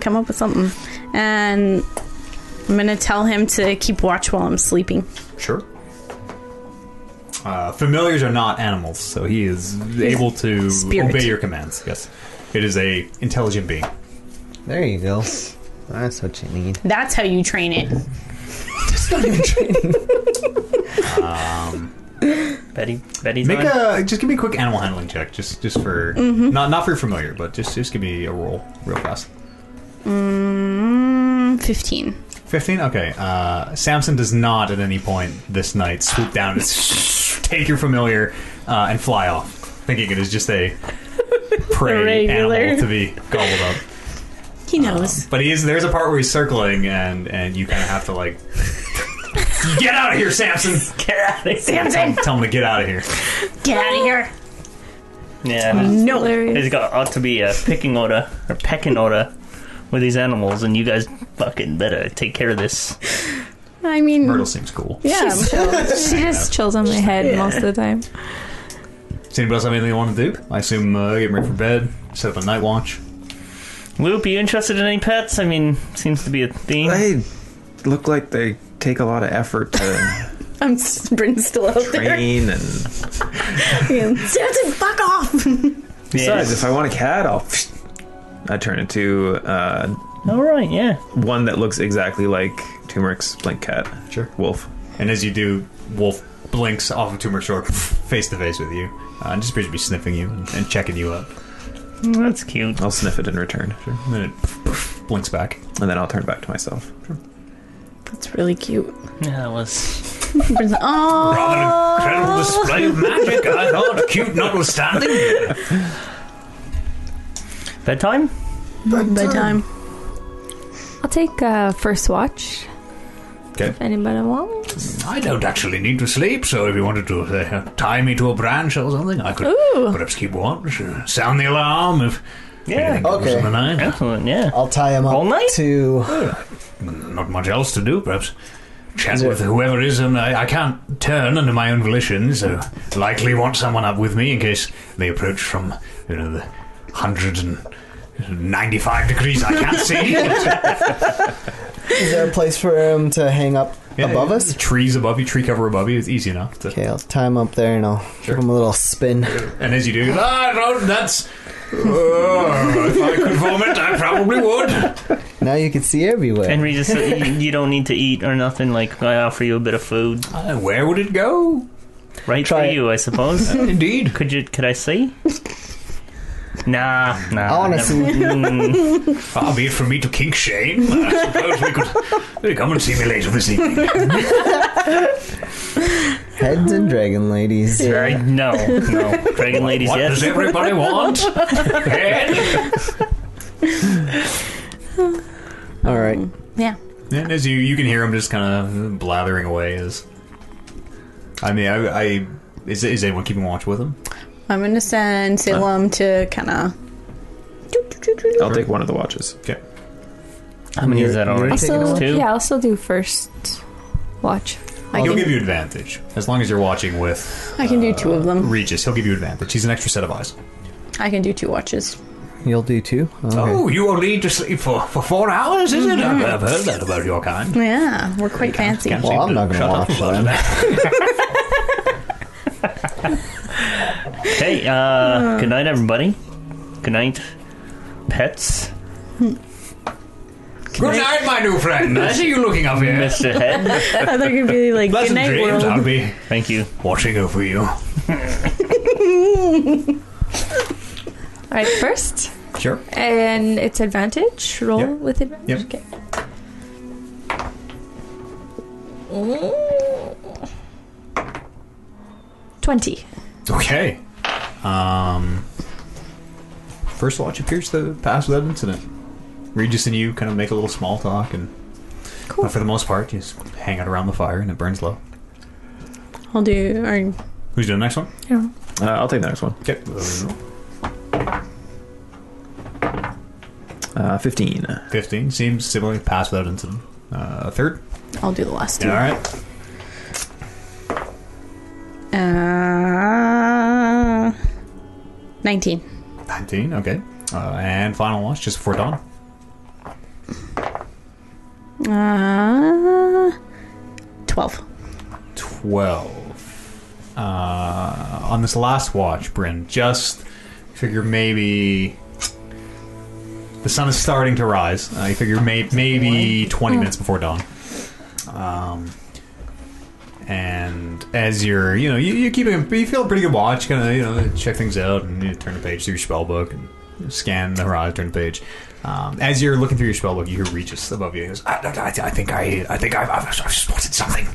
[SPEAKER 5] Come up with something. And I'm gonna tell him to keep watch while I'm sleeping.
[SPEAKER 1] Sure. Uh, familiars are not animals, so he is able to
[SPEAKER 5] Spirit.
[SPEAKER 1] obey your commands. Yes, it is a intelligent being.
[SPEAKER 9] There you go. That's what you need.
[SPEAKER 5] That's how you train it.
[SPEAKER 2] Betty, Betty's
[SPEAKER 1] Make
[SPEAKER 2] on.
[SPEAKER 1] a just give me a quick animal handling check, just just for
[SPEAKER 5] Mm-hmm.
[SPEAKER 1] not not for your familiar, but just just give me a roll real fast.
[SPEAKER 5] Mm, Fifteen.
[SPEAKER 1] 15? Okay. Uh, Samson does not at any point this night swoop down and take your familiar uh, and fly off, thinking it is just a prey
[SPEAKER 5] Regular.
[SPEAKER 1] animal to be gobbled up.
[SPEAKER 5] He knows.
[SPEAKER 1] But he is there's a part where he's circling and and you kind of have to like get out of here, Samson.
[SPEAKER 2] Get out of there.
[SPEAKER 1] Tell, tell him to get out of here.
[SPEAKER 5] Get out of here.
[SPEAKER 2] Yeah,
[SPEAKER 5] No.
[SPEAKER 2] there's got ought to be a picking order or pecking order with these animals, and you guys fucking better take care of this.
[SPEAKER 5] I mean,
[SPEAKER 1] Myrtle seems cool.
[SPEAKER 5] yeah.
[SPEAKER 6] She's chills. She just chills on my head most of the time.
[SPEAKER 1] Does anybody else have anything they want to do? I assume uh, get ready for bed, set up a night watch.
[SPEAKER 2] Loop, are you interested in any pets? I mean, seems to be a theme.
[SPEAKER 4] They look like they take a lot of effort to
[SPEAKER 5] I'm s- Britain's still out there.
[SPEAKER 4] train. And besides,
[SPEAKER 5] Samson, fuck off.
[SPEAKER 2] Yeah.
[SPEAKER 4] if I want a cat, I'll I turn into uh,
[SPEAKER 2] All right, yeah.
[SPEAKER 4] one that looks exactly like Turmeric's blink cat.
[SPEAKER 1] Sure.
[SPEAKER 4] Wolf.
[SPEAKER 1] And as you do, Wolf blinks off of Tumor Shore face to face with you. Uh, and just appears to be sniffing you and, and checking you up.
[SPEAKER 2] Mm, That's cute.
[SPEAKER 4] I'll sniff it in return,
[SPEAKER 1] And then it blinks back.
[SPEAKER 4] and then I'll turn back to myself.
[SPEAKER 5] That's really cute.
[SPEAKER 2] Yeah, that was.
[SPEAKER 5] Britain's- oh.
[SPEAKER 7] Rather incredible display of magic, I thought. Cute notwithstanding.
[SPEAKER 2] Bedtime?
[SPEAKER 5] Bedtime.
[SPEAKER 6] I'll take uh, first watch.
[SPEAKER 1] Okay.
[SPEAKER 6] If anybody wants.
[SPEAKER 7] I don't actually need to sleep, so if you wanted to uh, tie me to a branch or something, I could
[SPEAKER 6] Ooh.
[SPEAKER 7] perhaps keep watch, uh, sound the alarm if
[SPEAKER 2] Yeah.
[SPEAKER 7] anything comes
[SPEAKER 9] Okay.
[SPEAKER 7] in the night.
[SPEAKER 2] Excellent, yeah.
[SPEAKER 9] I'll tie him up
[SPEAKER 2] All night?
[SPEAKER 9] to.
[SPEAKER 7] Not much else to do, perhaps. Chat with whoever is, and I, I can't turn under my own volition, so likely want someone up with me in case they approach from, you know, the hundred and ninety-five degrees I can't see.
[SPEAKER 9] Is there a place for him to hang up
[SPEAKER 1] Yeah,
[SPEAKER 9] above
[SPEAKER 1] yeah,
[SPEAKER 9] us?
[SPEAKER 1] Trees above you, tree cover above you. It's easy enough. To,
[SPEAKER 9] Okay, I'll tie him up there and I'll give him a little spin.
[SPEAKER 1] And as you do,
[SPEAKER 7] Ah, no, that's oh, if I could vomit, I probably would.
[SPEAKER 3] Now you can see everywhere.
[SPEAKER 2] And Regis, you, you don't need to eat or nothing. Like I offer you a bit of food,
[SPEAKER 7] Uh, where would it go?
[SPEAKER 2] right
[SPEAKER 3] Try
[SPEAKER 2] for
[SPEAKER 3] it.
[SPEAKER 2] you, I suppose.
[SPEAKER 7] Indeed.
[SPEAKER 2] could you? Could I see? Nah, nah.
[SPEAKER 3] I wanna
[SPEAKER 2] never-
[SPEAKER 3] see.
[SPEAKER 2] Mm,
[SPEAKER 7] Far be it from me to kink shame. I suppose we could uh, come and see me later this evening.
[SPEAKER 3] Heads and dragon ladies.
[SPEAKER 2] very- no, no. Dragon ladies,
[SPEAKER 7] What does
[SPEAKER 2] yes.
[SPEAKER 7] everybody want? Head?
[SPEAKER 3] All right.
[SPEAKER 5] Yeah.
[SPEAKER 1] And as you you can hear him just kind of blathering away. As I mean, I, I is is anyone keeping watch with him?
[SPEAKER 5] I'm gonna send Salem to kind of.
[SPEAKER 4] I'll take one of the watches.
[SPEAKER 1] Okay.
[SPEAKER 2] How many is that
[SPEAKER 3] You're-
[SPEAKER 2] already?
[SPEAKER 3] you're taking
[SPEAKER 6] I'll
[SPEAKER 2] away.
[SPEAKER 6] still,
[SPEAKER 2] Two?
[SPEAKER 6] yeah, I'll still do first watch.
[SPEAKER 5] I
[SPEAKER 1] He'll
[SPEAKER 5] can,
[SPEAKER 1] give you advantage as long as you're watching with
[SPEAKER 5] I can do two of them.
[SPEAKER 1] Regis. He'll give you advantage. He's an extra set of eyes.
[SPEAKER 5] I can do two watches.
[SPEAKER 3] You'll do two. Okay.
[SPEAKER 7] Oh, you only need to sleep for, for four hours, is it?
[SPEAKER 1] Mm-hmm.
[SPEAKER 7] I've, I've heard that about your kind.
[SPEAKER 5] Yeah, we're quite fancy.
[SPEAKER 1] Can't
[SPEAKER 3] Well,
[SPEAKER 1] seem
[SPEAKER 3] I'm
[SPEAKER 1] to
[SPEAKER 3] not gonna
[SPEAKER 1] shut up
[SPEAKER 3] watch
[SPEAKER 1] about
[SPEAKER 3] then.
[SPEAKER 1] it.
[SPEAKER 2] Hey, uh, good night, everybody. Good night, pets.
[SPEAKER 7] Good night, my new friend. I see you looking up here.
[SPEAKER 2] Mr. Head,
[SPEAKER 5] I thought it'd be like good
[SPEAKER 7] Pleasant
[SPEAKER 5] night
[SPEAKER 7] dreams.
[SPEAKER 5] world.
[SPEAKER 7] I'll be
[SPEAKER 2] thank you.
[SPEAKER 7] watching over you.
[SPEAKER 6] All right, first,
[SPEAKER 1] Sure.
[SPEAKER 6] and it's advantage. Roll
[SPEAKER 1] Yep.
[SPEAKER 6] with advantage.
[SPEAKER 1] Yep.
[SPEAKER 6] Okay. Mm. Twenty.
[SPEAKER 1] Okay. Um, first watch appears to pass without incident. Regis and you kind of make a little small talk, and but for the most part, you just hang out around the fire, and it burns low.
[SPEAKER 5] I'll do. Or,
[SPEAKER 1] Who's doing the next one?
[SPEAKER 6] Oh,
[SPEAKER 4] Uh, I'll take the next one.
[SPEAKER 1] Okay.
[SPEAKER 4] Uh, Fifteen.
[SPEAKER 1] 15 seems similarly pass without incident. Uh, third?
[SPEAKER 5] I'll do the last two.
[SPEAKER 1] All right.
[SPEAKER 5] Uh, nineteen.
[SPEAKER 1] 19, okay. Uh, and final watch just before dawn.
[SPEAKER 5] Uh, twelve.
[SPEAKER 1] 12. Uh, on this last watch, Bryn, just figure maybe the sun is starting to rise. I figure may- maybe 20 minutes before dawn. Um, and as you're, you know, you, you keep a, you feel a pretty good watch, kind of, you know, check things out and you turn the page through your spell book and scan the horizon, turn the page. Um, as you're looking through your spell book, you hear Regis above you. He goes,
[SPEAKER 7] I, I, I think I, I think I've, I've, I've spotted something.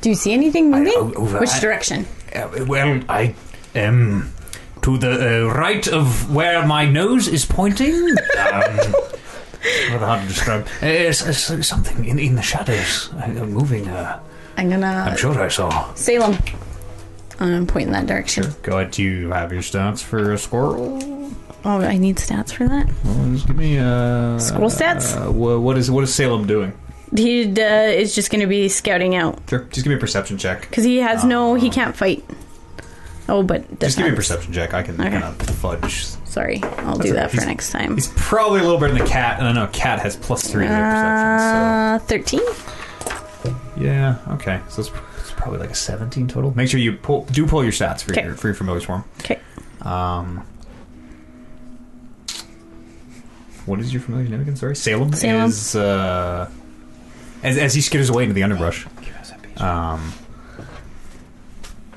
[SPEAKER 5] Do you see anything
[SPEAKER 7] I-
[SPEAKER 5] moving?
[SPEAKER 7] over-
[SPEAKER 5] Which
[SPEAKER 7] I-
[SPEAKER 5] direction?
[SPEAKER 7] Uh, well, I am to the uh, right of where my nose is pointing. Um, rather hard to describe. Uh, it's- it's something in, in the shadows uh, moving. Uh,
[SPEAKER 5] I'm gonna
[SPEAKER 7] I'm sure I saw.
[SPEAKER 5] Salem. I'm pointing that direction.
[SPEAKER 1] Go ahead. Do you have your stats for a squirrel?
[SPEAKER 5] Oh, I need stats for that.
[SPEAKER 1] Well, just give me uh,
[SPEAKER 5] Squirrel stats?
[SPEAKER 1] Uh, wha- what is what is Salem doing?
[SPEAKER 5] He uh, is just gonna be scouting out
[SPEAKER 1] Sure. Just give me a perception check.
[SPEAKER 5] because he has no. He can't fight. Oh, but
[SPEAKER 1] Ah. Just give me a
[SPEAKER 5] defense.
[SPEAKER 1] perception check. I can
[SPEAKER 5] Okay.
[SPEAKER 1] kind of fudge.
[SPEAKER 5] Sorry, I'll do that
[SPEAKER 1] That's
[SPEAKER 5] for
[SPEAKER 1] okay.
[SPEAKER 5] next time.
[SPEAKER 1] He's probably a little better than the cat, and I know cat has plus three to their perception.
[SPEAKER 5] Uh, thirteen.
[SPEAKER 1] So yeah, okay. So it's, it's probably like a seventeen total. Make sure you pull do pull your stats for
[SPEAKER 5] Okay.
[SPEAKER 1] your for your familiar swarm.
[SPEAKER 5] Okay.
[SPEAKER 1] Um. What is your familiar name again? Sorry, Salem,
[SPEAKER 5] Salem.
[SPEAKER 1] is uh, as as he skitters away into the underbrush. Um,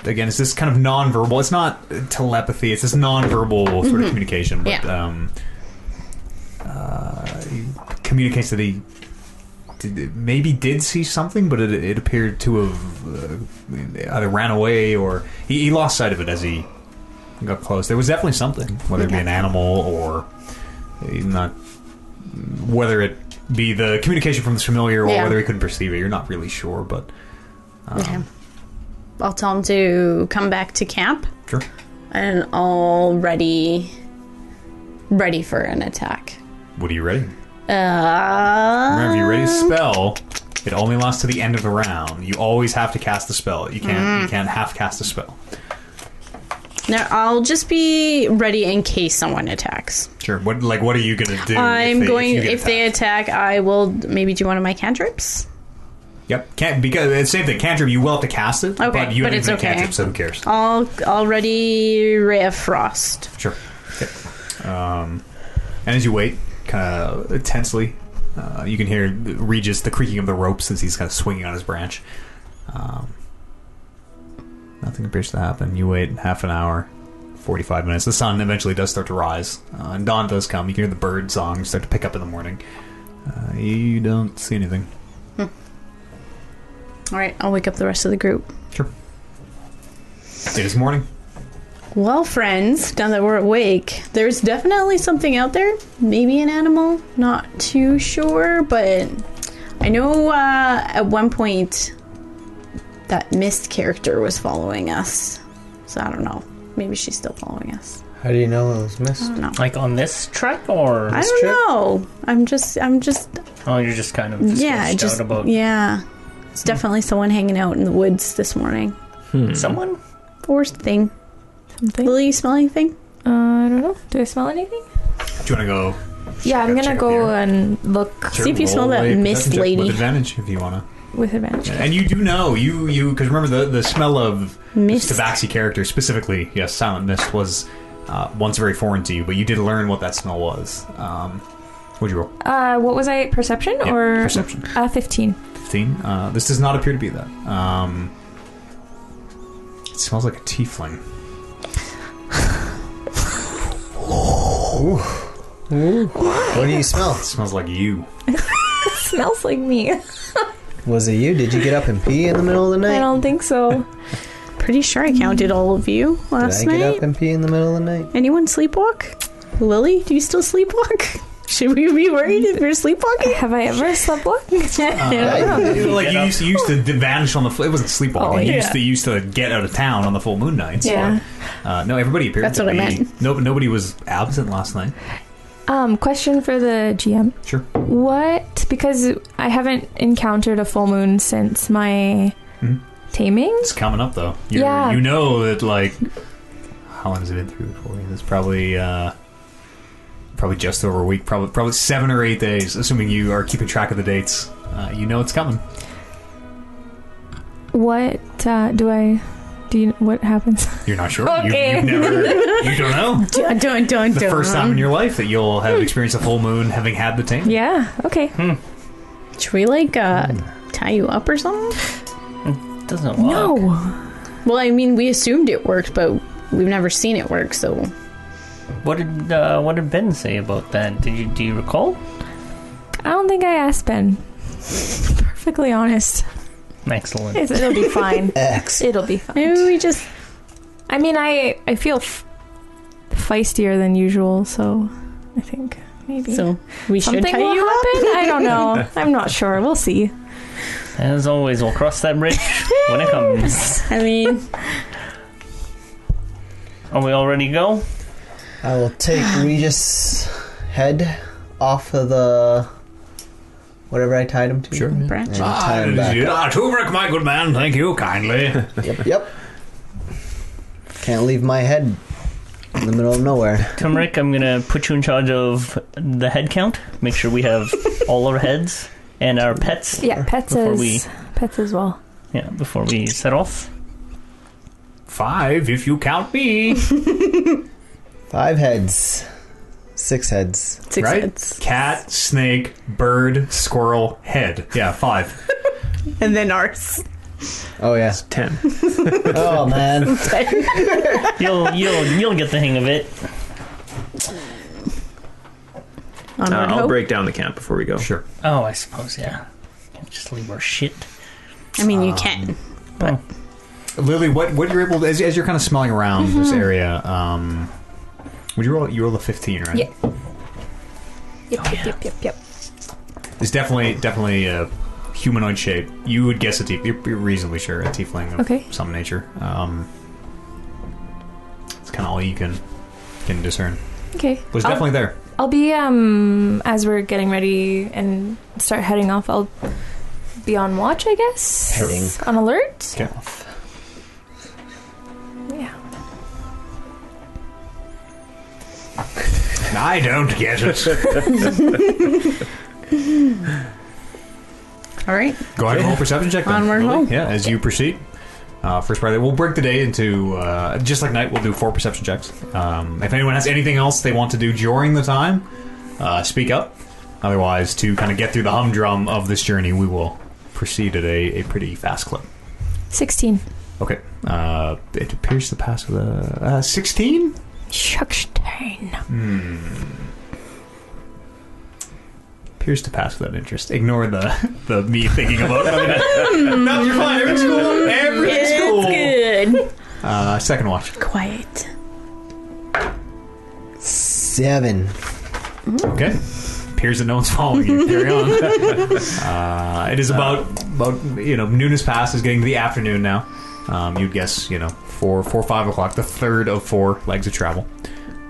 [SPEAKER 1] again, it's this kind of nonverbal. It's not telepathy. It's this nonverbal sort of communication. But
[SPEAKER 5] Mm-hmm. Yeah.
[SPEAKER 1] um, uh, he communicates that he did, maybe did see something, but it, it appeared to have uh, either ran away or he, he lost sight of it as he got close. There was definitely something, whether it be an animal or not, whether it be the communication from the familiar or
[SPEAKER 5] Yeah.
[SPEAKER 1] whether he couldn't perceive it. You're not really sure, but Ah.
[SPEAKER 5] Okay. I'll tell him to come back to camp
[SPEAKER 1] sure.
[SPEAKER 5] and all ready, ready for an attack.
[SPEAKER 1] What are you ready?
[SPEAKER 5] Uh,
[SPEAKER 1] Remember, if you ready to spell, it only lasts to the end of the round. You always have to cast the spell. You
[SPEAKER 5] Mm-hmm.
[SPEAKER 1] can't you can't half cast a spell.
[SPEAKER 5] Now I'll just be ready in case someone attacks.
[SPEAKER 1] Sure. What like what are you gonna do?
[SPEAKER 5] I'm
[SPEAKER 1] if they,
[SPEAKER 5] going.
[SPEAKER 1] If, you
[SPEAKER 5] If,
[SPEAKER 1] get
[SPEAKER 5] they
[SPEAKER 1] attacked?
[SPEAKER 5] attack, I will maybe do one of my cantrips.
[SPEAKER 1] yep. Can't because it's the same thing. Cantrip. You will have to cast it.
[SPEAKER 5] Okay,
[SPEAKER 1] But you
[SPEAKER 5] but
[SPEAKER 1] haven't
[SPEAKER 5] it's
[SPEAKER 1] even
[SPEAKER 5] okay.
[SPEAKER 1] cantrip, so who cares?
[SPEAKER 5] I'll already ray of frost.
[SPEAKER 1] Sure. Okay. Um, and as you wait, kind of tensely, uh, you can hear Regis, the creaking of the ropes as he's kind of swinging on his branch. Um, nothing appears to happen. You wait half an hour, 45 minutes. The sun eventually does start to rise, uh, and dawn does come. You can hear the bird songs start to pick up in the morning. Uh, you don't see anything.
[SPEAKER 5] All right, I'll wake up the rest of the group.
[SPEAKER 1] It is morning.
[SPEAKER 5] Well, friends, now that we're awake, there's definitely something out there. Maybe an animal. Not too sure, but I know uh, at one point that mist character was following us. So I don't know. Maybe she's still following us.
[SPEAKER 9] How do you know it was
[SPEAKER 5] I
[SPEAKER 9] missed?
[SPEAKER 5] don't know.
[SPEAKER 2] Like on this trek, or
[SPEAKER 5] I don't know. I'm just, I'm just,
[SPEAKER 2] oh, you're just kind of
[SPEAKER 5] yeah, I
[SPEAKER 2] stressed
[SPEAKER 5] just,
[SPEAKER 2] out about
[SPEAKER 5] yeah. It's definitely someone hanging out in the woods this morning.
[SPEAKER 2] someone.
[SPEAKER 5] Or thing.
[SPEAKER 6] Something. Uh,
[SPEAKER 5] Lily, you smell anything?
[SPEAKER 6] I don't know. Do I smell anything?
[SPEAKER 1] Do you want to go?
[SPEAKER 6] Yeah, I'm
[SPEAKER 1] Check
[SPEAKER 6] gonna
[SPEAKER 1] up
[SPEAKER 6] go
[SPEAKER 1] here.
[SPEAKER 6] and look
[SPEAKER 5] See if you
[SPEAKER 1] roll
[SPEAKER 5] smell that
[SPEAKER 1] a perception
[SPEAKER 5] mist
[SPEAKER 1] check
[SPEAKER 5] lady.
[SPEAKER 1] With advantage, if you want to.
[SPEAKER 6] with advantage.
[SPEAKER 1] And you do know you you because remember the the smell of
[SPEAKER 5] Mist.
[SPEAKER 1] this Tabaxi character specifically. Yes, silent mist was uh, once very foreign to you, but you did learn what that smell was. Um, what'd you roll?
[SPEAKER 6] Uh, what was I? Perception
[SPEAKER 1] Yeah,
[SPEAKER 6] or
[SPEAKER 1] perception.
[SPEAKER 6] Uh, fifteen.
[SPEAKER 1] 15. Uh, this does not appear to be that. Um, it smells like a tiefling.
[SPEAKER 9] What do you smell?
[SPEAKER 1] It smells like you.
[SPEAKER 6] Smells like me.
[SPEAKER 9] Was it you? Did you get up and pee in the middle of the
[SPEAKER 6] I
[SPEAKER 9] night?
[SPEAKER 6] don't think so.
[SPEAKER 5] Pretty sure I counted all of you
[SPEAKER 9] Did
[SPEAKER 5] last
[SPEAKER 9] I get up
[SPEAKER 5] night.
[SPEAKER 9] and pee in the middle of the night?
[SPEAKER 5] Anyone sleepwalk? Lily, do you still sleepwalk? Should we be worried if you're sleepwalking?
[SPEAKER 6] Have I ever slept one?
[SPEAKER 1] Uh, like you used, to, used to vanish on the. Fl- it wasn't sleepwalking.
[SPEAKER 6] Oh,
[SPEAKER 1] you
[SPEAKER 6] yeah.
[SPEAKER 1] used to you used to get out of town on the full moon nights.
[SPEAKER 6] Yeah.
[SPEAKER 1] But, uh, no, everybody appeared.
[SPEAKER 5] That's
[SPEAKER 1] to
[SPEAKER 5] what I
[SPEAKER 1] be-
[SPEAKER 5] meant.
[SPEAKER 1] No, nobody was absent last night.
[SPEAKER 6] Um, question for the GM.
[SPEAKER 1] Sure.
[SPEAKER 6] What? Because I haven't encountered a full moon since my
[SPEAKER 1] Mhm.
[SPEAKER 6] taming.
[SPEAKER 1] It's coming up though. you
[SPEAKER 6] Yeah.
[SPEAKER 1] You know that like. How long has it been through for you? It's probably. Uh, Probably just over a week, probably probably seven or eight days, assuming you are keeping track of the dates. Uh, you know it's coming.
[SPEAKER 6] What uh, do I? Do you? What happens?
[SPEAKER 1] You're not sure.
[SPEAKER 6] Okay.
[SPEAKER 1] You, you've never, you don't know.
[SPEAKER 5] Don't, don't, don't.
[SPEAKER 1] The first time in your life that you'll have experienced a full moon, having had the tank.
[SPEAKER 6] yeah. Okay.
[SPEAKER 5] Should we like uh, tie you up or something?
[SPEAKER 2] Doesn't walk.
[SPEAKER 6] No.
[SPEAKER 5] Well, I mean, we assumed it worked, but we've never seen it work, so
[SPEAKER 2] What did uh, what did Ben say about that? Did you do you recall?
[SPEAKER 6] I don't think I asked Ben. Perfectly honest.
[SPEAKER 2] Excellent.
[SPEAKER 6] It's, it'll be fine.
[SPEAKER 9] X.
[SPEAKER 6] It'll be fine.
[SPEAKER 5] maybe we just
[SPEAKER 6] I mean, I I feel f- feistier than usual, so I think maybe
[SPEAKER 5] so we should
[SPEAKER 6] something
[SPEAKER 5] tie
[SPEAKER 6] will
[SPEAKER 5] you up.
[SPEAKER 6] happen. I don't know. I'm not sure. We'll see.
[SPEAKER 2] As always, we'll cross that bridge when it comes.
[SPEAKER 5] I mean,
[SPEAKER 2] Are we all ready to go?
[SPEAKER 9] I will take Regis' head off of the whatever I tied him to.
[SPEAKER 1] Sure, yeah.
[SPEAKER 9] And
[SPEAKER 5] branch.
[SPEAKER 9] tie him back.
[SPEAKER 7] Ah, turmeric, my good man. Thank you kindly.
[SPEAKER 9] Yep, yep. Can't leave my head in the middle of nowhere.
[SPEAKER 2] Turmeric, I'm gonna put you in charge of the head count. Make sure we have all our heads and our pets.
[SPEAKER 6] Yeah, pets
[SPEAKER 2] Before
[SPEAKER 6] as
[SPEAKER 2] we-
[SPEAKER 6] pets as well.
[SPEAKER 2] Yeah, before we set off.
[SPEAKER 1] Five, if you count me.
[SPEAKER 9] Five heads. Six heads.
[SPEAKER 5] Six
[SPEAKER 1] right?
[SPEAKER 5] heads.
[SPEAKER 1] Cat, snake, bird, squirrel, head. Yeah, five.
[SPEAKER 5] And then ours.
[SPEAKER 9] Oh, yeah.
[SPEAKER 4] It's ten.
[SPEAKER 9] Oh, man.
[SPEAKER 2] You'll you'll you'll get the hang of it.
[SPEAKER 5] On
[SPEAKER 4] Uh,
[SPEAKER 5] our
[SPEAKER 4] I'll
[SPEAKER 5] hope.
[SPEAKER 4] break down the camp before we go.
[SPEAKER 1] Sure.
[SPEAKER 2] Oh, I suppose yeah. Can't just leave our shit.
[SPEAKER 5] I mean, you can.
[SPEAKER 1] Lily, what what you're able to, as, as you're kind of smelling around this
[SPEAKER 6] Mm-hmm.
[SPEAKER 1] area, um, would you roll? You roll a fifteen, right?
[SPEAKER 6] Yeah. Yep, yep, yep, yep, yep.
[SPEAKER 1] It's definitely definitely a humanoid shape. You would guess a tief. You're, you're reasonably sure a tiefling of
[SPEAKER 6] Okay.
[SPEAKER 1] some nature. Um, it's kind of all you can can discern.
[SPEAKER 6] Okay.
[SPEAKER 1] It was
[SPEAKER 6] I'll-
[SPEAKER 1] definitely there.
[SPEAKER 6] I'll be um as we're getting ready and start heading off. I'll be on watch, I guess.
[SPEAKER 9] Heading.
[SPEAKER 6] on alert.
[SPEAKER 1] Okay.
[SPEAKER 6] Yeah.
[SPEAKER 7] I don't get it.
[SPEAKER 5] All right,
[SPEAKER 1] Go ahead and roll a perception check. Then.
[SPEAKER 5] Onward
[SPEAKER 1] Lily.
[SPEAKER 5] home.
[SPEAKER 1] Yeah, as you proceed. Uh, first part of it. We'll break the day into uh, just like night. We'll do four perception checks. Um, if anyone has anything else they want to do during the time, uh, speak up. Otherwise, to kind of get through the humdrum of this journey, we will proceed at a, a pretty fast clip.
[SPEAKER 6] 16.
[SPEAKER 1] Okay. Uh, it appears to pass with a sixteen.
[SPEAKER 6] Shucks, darn.
[SPEAKER 1] appears to pass without interest. Ignore the the me thinking about it. no, you're fine. Everything's cool. Everything's cool.
[SPEAKER 5] It's good.
[SPEAKER 1] Uh, second watch.
[SPEAKER 5] Quiet.
[SPEAKER 3] Seven.
[SPEAKER 1] Okay. Appears that no one's following you. Carry on. uh, it is about about you know noon has passed. It's getting to the afternoon now. Um, you'd guess you know four four five o'clock. The third of four legs of travel.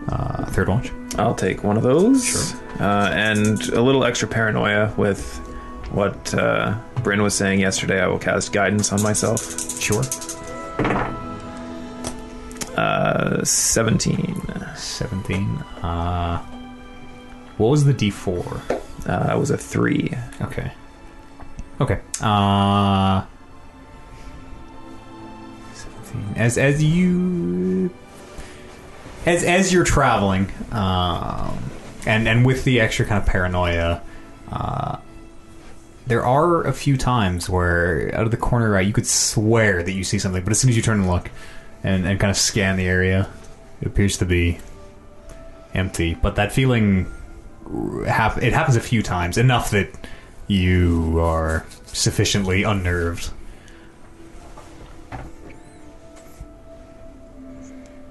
[SPEAKER 1] Uh, third watch.
[SPEAKER 4] I'll take one of those. Uh, and a little extra paranoia with what uh, Bryn was saying yesterday. I will cast guidance on myself.
[SPEAKER 1] Sure.
[SPEAKER 4] Uh, 17.
[SPEAKER 1] Seventeen. Uh, what was the D four?
[SPEAKER 4] Uh, it was a 3.
[SPEAKER 1] Okay. Okay. Uh, 17. As as you as as you're traveling, um, and and with the extra kind of paranoia, uh, there are a few times where out of the corner of your eye you could swear that you see something, but as soon as you turn and look and and kind of scan the area, it appears to be empty. But that feeling hap- it happens a few times enough that you are sufficiently unnerved.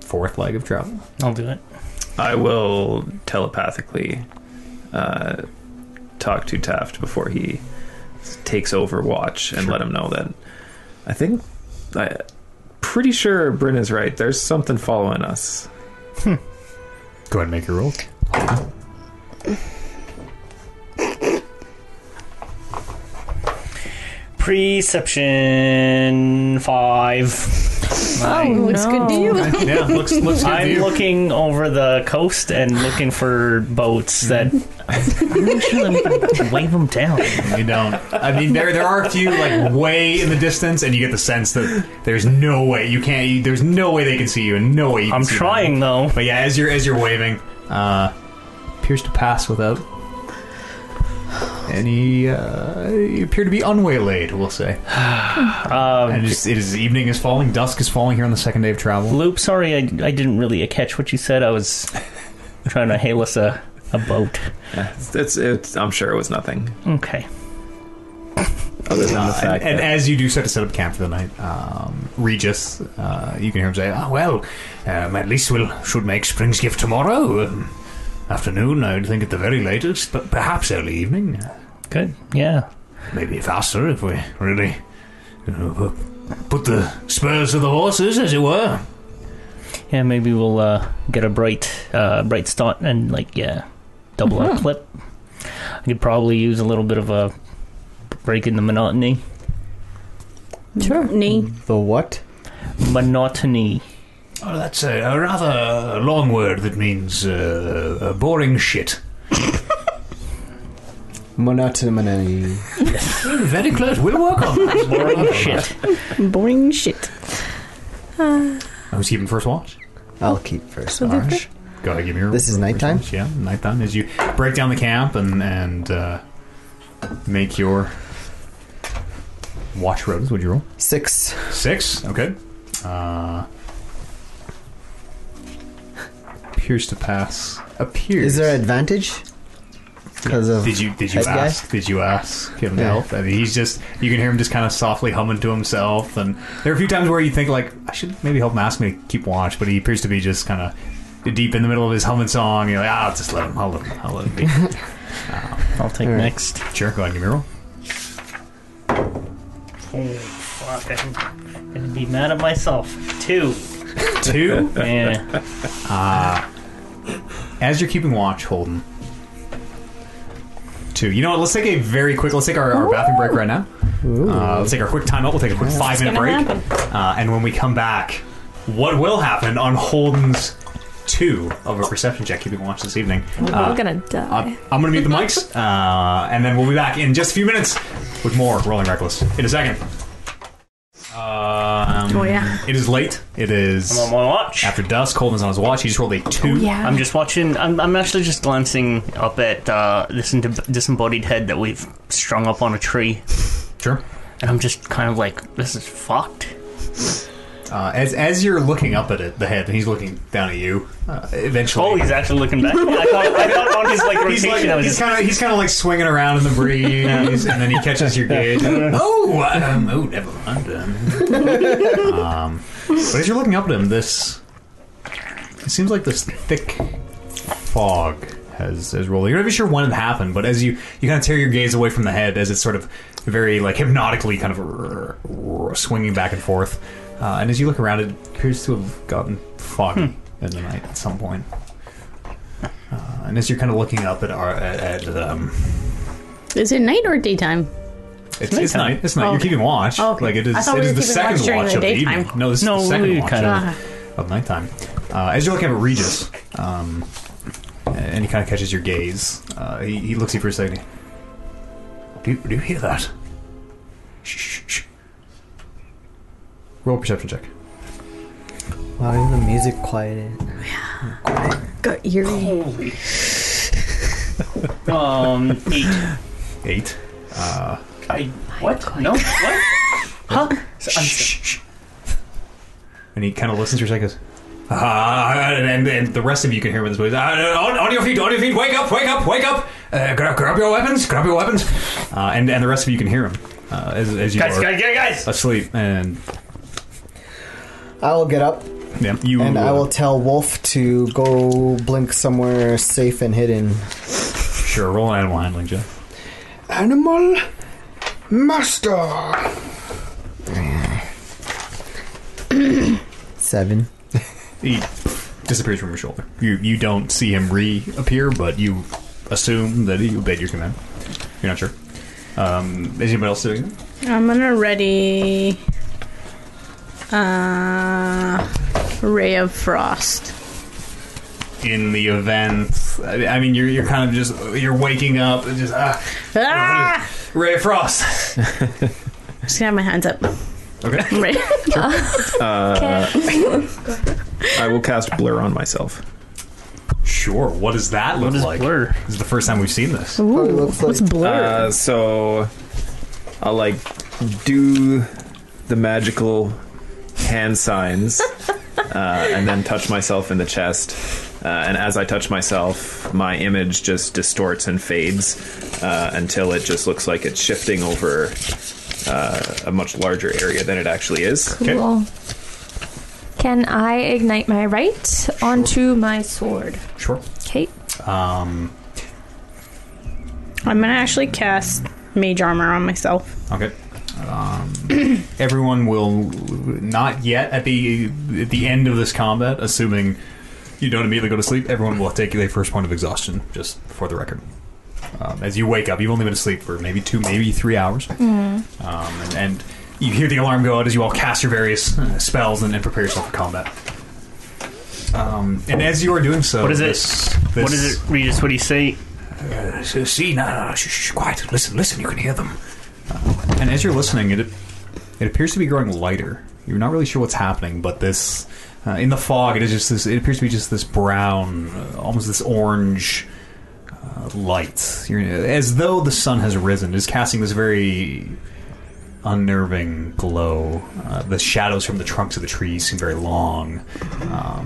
[SPEAKER 1] Fourth leg of travel.
[SPEAKER 2] I'll do it.
[SPEAKER 4] I will telepathically uh, talk to Taft before he s- takes over watch and let him know that I think I pretty sure Bryn is right. There's something following us.
[SPEAKER 1] Go ahead and make your roll.
[SPEAKER 2] Perception five.
[SPEAKER 5] Oh, looks good to you.
[SPEAKER 1] yeah, looks looks good to
[SPEAKER 2] I'm
[SPEAKER 1] you.
[SPEAKER 2] looking over the coast and looking for boats that. I'm not sure that we can wave them down.
[SPEAKER 1] You don't. I mean, there there are a few like way in the distance, and you get the sense that there's no way you can't. You, there's no way they can see you, and no way. You can
[SPEAKER 2] I'm
[SPEAKER 1] see them.
[SPEAKER 2] trying though.
[SPEAKER 1] But yeah, as you're as you're waving, uh, appears to pass without any. Uh, you appear to be unwaylaid, we'll say.
[SPEAKER 2] Um,
[SPEAKER 1] And it is, it is evening is falling, dusk is falling here on the second day of travel.
[SPEAKER 2] Loop, sorry, I, I didn't really catch what you said. I was trying to hail us a, a boat.
[SPEAKER 4] It's, it's, it's I'm sure it was nothing
[SPEAKER 2] Okay.
[SPEAKER 4] other than the
[SPEAKER 1] Uh, and,
[SPEAKER 4] fact
[SPEAKER 1] and
[SPEAKER 4] that
[SPEAKER 1] as you do start to set up camp for the night, um, Regis, uh, you can hear him say,
[SPEAKER 7] Ah, well, um, at least we'll should make Spring's gift tomorrow um, afternoon. I'd think at the very latest, but perhaps early evening.
[SPEAKER 2] Good. Yeah.
[SPEAKER 7] Maybe faster if we really you know, pu- put the spurs to the horses, as it were.
[SPEAKER 2] Yeah, maybe we'll uh, get a bright uh, bright start and like yeah, double our clip. I could probably use a little bit of a break in the monotony.
[SPEAKER 5] Sure. Knee.
[SPEAKER 3] The what?
[SPEAKER 2] Monotony.
[SPEAKER 7] Oh, that's a, a rather long word that means uh, uh, boring shit.
[SPEAKER 3] Monotony.
[SPEAKER 7] Very close. We'll work on that.
[SPEAKER 2] Boring shit.
[SPEAKER 5] Boring shit.
[SPEAKER 1] Who's keeping first watch?
[SPEAKER 3] I'll keep first.
[SPEAKER 5] All
[SPEAKER 3] Arsh.
[SPEAKER 1] Go ahead, give me your.
[SPEAKER 3] This is
[SPEAKER 1] first
[SPEAKER 3] nighttime?
[SPEAKER 1] watch, Yeah, nighttime. As you break down the camp and and uh, make your watch roads, would you roll?
[SPEAKER 3] Six.
[SPEAKER 1] Six. Okay. Uh, appears to pass. Appears.
[SPEAKER 3] Is there advantage? Because of
[SPEAKER 1] Did you did you
[SPEAKER 3] Head guy?
[SPEAKER 1] ask? Did you ask him to
[SPEAKER 3] Yeah.
[SPEAKER 1] help? I mean, he's just. You can hear him just kind of softly humming to himself, and there are a few times where you think like I should maybe help him ask me to keep watch, but he appears to be just kind of deep in the middle of his humming song. You're like, ah, I'll just let him. I'll let him. I'll let him be.
[SPEAKER 2] I'll take
[SPEAKER 3] All right.
[SPEAKER 2] next.
[SPEAKER 1] sure, go ahead, give me a roll.
[SPEAKER 2] Oh fuck! I'm gonna be mad at myself. Two.
[SPEAKER 1] Two.
[SPEAKER 2] Yeah.
[SPEAKER 1] As you're keeping watch, Holden. Two. You know what? Let's take a very quick. Let's take our, our bathroom break right now. Uh, let's take our quick timeout. We'll take a quick five minute break.
[SPEAKER 5] gonna
[SPEAKER 1] Uh, and when we come back, what will happen on Holden's two of a perception check keeping watch this evening?
[SPEAKER 6] I'm gonna die.
[SPEAKER 1] I'm, I'm going to mute the mics, uh, and then we'll be back in just a few minutes with more Rolling Reckless in a second. Um, It is late. It is
[SPEAKER 2] I'm on my watch.
[SPEAKER 1] after dusk. Coleman's on his watch. He's rolled a two.
[SPEAKER 5] Oh, Yeah.
[SPEAKER 2] I'm just watching. I'm, I'm actually just glancing up at uh, this in- disembodied head that we've strung up on a tree,
[SPEAKER 1] Sure.
[SPEAKER 2] and I'm just kind of like, this is fucked.
[SPEAKER 1] Uh, as as you're looking up at it, the head, and he's looking down at you. Uh, eventually,
[SPEAKER 2] Oh, he's actually looking back. I thought, I thought on his like
[SPEAKER 1] He's
[SPEAKER 2] rotation,
[SPEAKER 1] like
[SPEAKER 2] I was
[SPEAKER 1] he's
[SPEAKER 2] just
[SPEAKER 1] kind of he's kind of like swinging around in the breeze, and then he catches your gaze. oh, um, oh, never mind. Um, um, but as you're looking up at him, this it seems like this thick fog has has rolled. You're not even sure when it happened, but as you you kind of tear your gaze away from the head, as it's sort of very like hypnotically kind of swinging back and forth, uh, and as you look around, it appears to have gotten foggy in the night at some point. And as you're kind of looking up at our, at, at um,
[SPEAKER 5] Is it night or daytime?
[SPEAKER 1] it's, it's
[SPEAKER 2] nighttime.
[SPEAKER 1] night. It's night.
[SPEAKER 5] Oh,
[SPEAKER 1] You're
[SPEAKER 5] okay.
[SPEAKER 1] keeping watch.
[SPEAKER 5] Oh, okay.
[SPEAKER 1] Like it is.
[SPEAKER 5] I thought
[SPEAKER 1] It
[SPEAKER 5] we
[SPEAKER 1] is the
[SPEAKER 5] were keeping
[SPEAKER 1] second watch,
[SPEAKER 5] watch during the
[SPEAKER 1] of the
[SPEAKER 5] daytime.
[SPEAKER 1] evening. No, this is
[SPEAKER 2] No,
[SPEAKER 1] the second
[SPEAKER 2] we
[SPEAKER 1] watch
[SPEAKER 2] kind
[SPEAKER 1] of,
[SPEAKER 5] of-
[SPEAKER 1] of nighttime. Uh, as you're looking up at Regis, um, and he kind of catches your gaze. Uh, he, he looks at you for a second.
[SPEAKER 7] Do, do you hear that?
[SPEAKER 1] Shh, shh, shh. Roll a perception check.
[SPEAKER 3] Why is the music quieted?
[SPEAKER 5] Got eerie.
[SPEAKER 2] holy. um, eight.
[SPEAKER 1] Eight.
[SPEAKER 2] I what? No, what? Huh? So I'm-
[SPEAKER 1] And he kind of listens for a second. goes, Ah, and, and the rest of you can hear him in this voice. Ah, on, on your feet, on your feet, wake up, wake up, wake up! Uh, grab, grab your weapons, grab your weapons! Uh, and, and the rest of you can hear him uh, as, as you
[SPEAKER 2] guys,
[SPEAKER 1] are
[SPEAKER 2] guys, guys, guys!
[SPEAKER 1] asleep. And
[SPEAKER 3] I will get up
[SPEAKER 1] yeah, you
[SPEAKER 3] and I
[SPEAKER 1] uh,
[SPEAKER 3] will tell Wolf to go blink somewhere safe and hidden.
[SPEAKER 1] sure roll an animal handling, Jeff.
[SPEAKER 9] Animal Master.
[SPEAKER 3] Seven.
[SPEAKER 1] He disappears from your shoulder. You you don't see him reappear, but you assume that he obeyed your command. You're not sure. Um, is anybody else doing it?
[SPEAKER 5] I'm gonna ready. Uh, ray of frost.
[SPEAKER 1] in the event. I I mean, you're you're kind of just you're waking up and just ah,
[SPEAKER 5] Ah!
[SPEAKER 1] Ray of Frost.
[SPEAKER 5] Just gonna have my hands up.
[SPEAKER 1] Okay,
[SPEAKER 5] Right.
[SPEAKER 4] I will cast blur on myself.
[SPEAKER 1] sure. What does that look
[SPEAKER 2] What is
[SPEAKER 1] like?
[SPEAKER 2] blur?
[SPEAKER 1] This is the first time we've seen this.
[SPEAKER 5] Ooh,
[SPEAKER 3] looks
[SPEAKER 5] what's blur?
[SPEAKER 4] Uh, so I'll like do the magical hand signs uh, and then touch myself in the chest. Uh, and as I touch myself, my image just distorts and fades uh, until it just looks like it's shifting over uh, a much larger area than it actually is.
[SPEAKER 6] Cool. Can I ignite my right onto my sword?
[SPEAKER 1] Sure.
[SPEAKER 6] Okay.
[SPEAKER 1] Um.
[SPEAKER 5] I'm gonna actually cast mage armor on myself.
[SPEAKER 1] Okay. Um, everyone will not yet at the at the end of this combat, assuming you don't immediately go to sleep. Everyone will take their first point of exhaustion, just for the record. Um, as you wake up, you've only been asleep for maybe two, maybe three hours, um, and, and you hear the alarm go out as you all cast your various uh, spells and, and prepare yourself for combat. Um, and as you are doing so,
[SPEAKER 2] What is it?
[SPEAKER 1] this, this
[SPEAKER 2] What is it, Regis? What do you say?
[SPEAKER 7] Uh, so see, no, no, no, shh, shh, quiet. Listen, listen, you can hear them.
[SPEAKER 1] And as you're listening, it it appears to be growing lighter. You're not really sure what's happening, but this uh, in the fog, it is just this. It appears to be just this brown, uh, almost this orange uh, light, you're, as though the sun has risen. Is casting this very unnerving glow. Uh, the shadows from the trunks of the trees seem very long.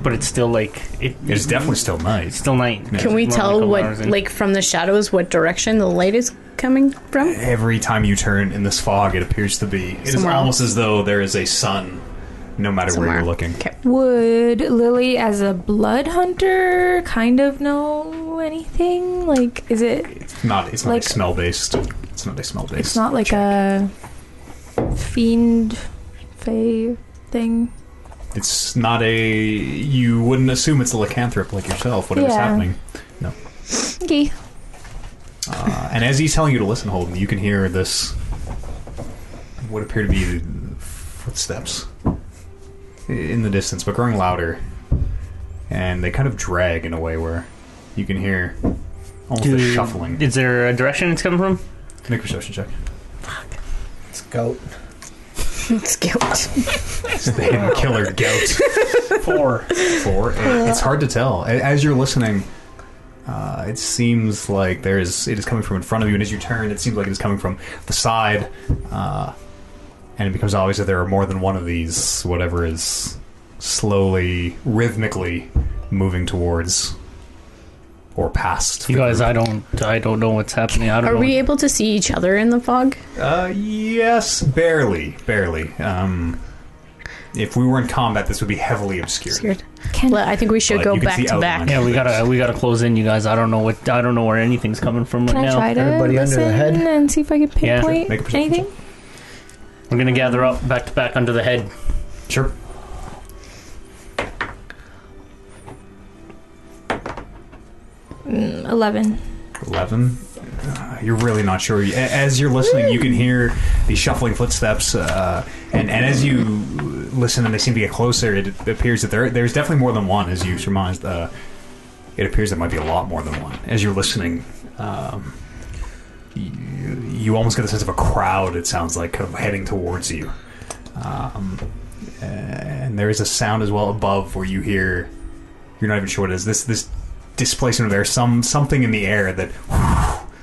[SPEAKER 2] But it's still like it,
[SPEAKER 1] It's definitely still night.
[SPEAKER 2] still night.
[SPEAKER 5] Can we tell what, like, from the shadows, what direction the light is coming from?
[SPEAKER 1] every time you turn in this fog, it appears to be. It is
[SPEAKER 5] Somewhere
[SPEAKER 1] almost
[SPEAKER 5] else.
[SPEAKER 1] as though there is a sun, no matter where you're looking.
[SPEAKER 5] Okay.
[SPEAKER 6] Would Lily, as a blood hunter, kind of know anything? Like, is it?
[SPEAKER 1] not it's not
[SPEAKER 6] Like-
[SPEAKER 1] a smell based it's not a smell based
[SPEAKER 6] It's not like a fiend, fey thing.
[SPEAKER 1] it's not a you wouldn't assume it's a lycanthrope like yourself whatever's
[SPEAKER 6] Yeah.
[SPEAKER 1] happening
[SPEAKER 6] Okay.
[SPEAKER 1] uh, and as he's telling you to listen Holden you can hear this what appear to be footsteps in the distance but growing louder and they kind of drag in a way where you can hear almost a shuffling
[SPEAKER 2] Is there a direction it's coming from?
[SPEAKER 1] make a perception check
[SPEAKER 3] Scout.
[SPEAKER 5] It's guilt.
[SPEAKER 1] It's the hidden killer gout.
[SPEAKER 2] Four.
[SPEAKER 1] Four. Eh, It's hard to tell. A- As you're listening, uh, it seems like there is. It is coming from in front of you, and as you turn, it seems like it is coming from the side. Uh, and it becomes obvious that there are more than one of these. Whatever is slowly, rhythmically moving towards or past.
[SPEAKER 2] You
[SPEAKER 1] the
[SPEAKER 2] guys,
[SPEAKER 1] group.
[SPEAKER 2] I don't, I don't know what's happening. I don't
[SPEAKER 5] Are
[SPEAKER 2] know.
[SPEAKER 5] we able to see each other in the fog?
[SPEAKER 1] Uh, yes, barely, barely. Um, if we were in combat, this would be heavily obscured.
[SPEAKER 5] Scared.
[SPEAKER 6] Can
[SPEAKER 5] Well, I think we should
[SPEAKER 1] But
[SPEAKER 5] go
[SPEAKER 1] Uh, you can
[SPEAKER 5] back
[SPEAKER 1] see
[SPEAKER 5] to back.
[SPEAKER 1] outline.
[SPEAKER 2] yeah, we gotta, we gotta close in, you guys. I don't know what, I don't know where anything's coming from
[SPEAKER 6] Can
[SPEAKER 2] right
[SPEAKER 6] I
[SPEAKER 2] now.
[SPEAKER 6] try to
[SPEAKER 3] Everybody under
[SPEAKER 6] listen
[SPEAKER 3] the head?
[SPEAKER 6] and see if I can
[SPEAKER 2] Yeah. Sure.
[SPEAKER 6] pinpoint
[SPEAKER 1] Make a perception
[SPEAKER 6] anything?
[SPEAKER 2] We're gonna gather up, back to back, under the head.
[SPEAKER 1] Sure.
[SPEAKER 6] Mm, Eleven.
[SPEAKER 1] 11 uh, you're really not sure A- as you're listening you can hear the shuffling footsteps uh, and, and as you listen and they seem to get closer it appears that there there's definitely more than one as you surmised uh, it appears there might be a lot more than one as you're listening um, you, you almost get a sense of a crowd it sounds like kind of heading towards you um, and there is a sound as well above where you hear you're not even sure what it is this this displacement of air, some something in the air that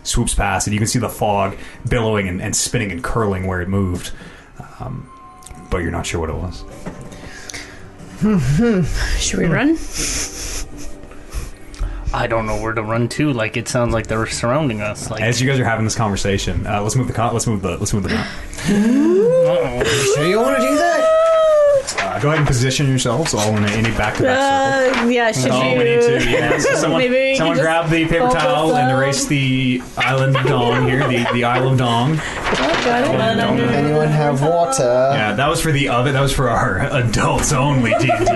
[SPEAKER 1] swoops past, and you can see the fog billowing and, and spinning and curling where it moved. Um, but you're not sure what it was.
[SPEAKER 5] Should we run?
[SPEAKER 2] I don't know where to run to. Like it sounds like they're surrounding us. Like
[SPEAKER 1] As you guys are having this conversation, uh, let's move the con- let's move the let's move the map.
[SPEAKER 2] Uh-oh.
[SPEAKER 3] Sure you want to do that?
[SPEAKER 1] Uh, go ahead and position yourselves all in any back to back circle.
[SPEAKER 5] yeah, should
[SPEAKER 1] Oh, we need to. Yeah. So someone,
[SPEAKER 5] Uh, Maybe we can
[SPEAKER 1] someone
[SPEAKER 5] just
[SPEAKER 1] grab the paper
[SPEAKER 5] fold
[SPEAKER 1] towel
[SPEAKER 5] us
[SPEAKER 1] and
[SPEAKER 5] up.
[SPEAKER 1] erase the island of dong here. The, the Isle of Dong.
[SPEAKER 5] got
[SPEAKER 1] Island of Dong.
[SPEAKER 3] Anyone have water?
[SPEAKER 1] Yeah, Uh, that was for the other. That was for our adults only D and D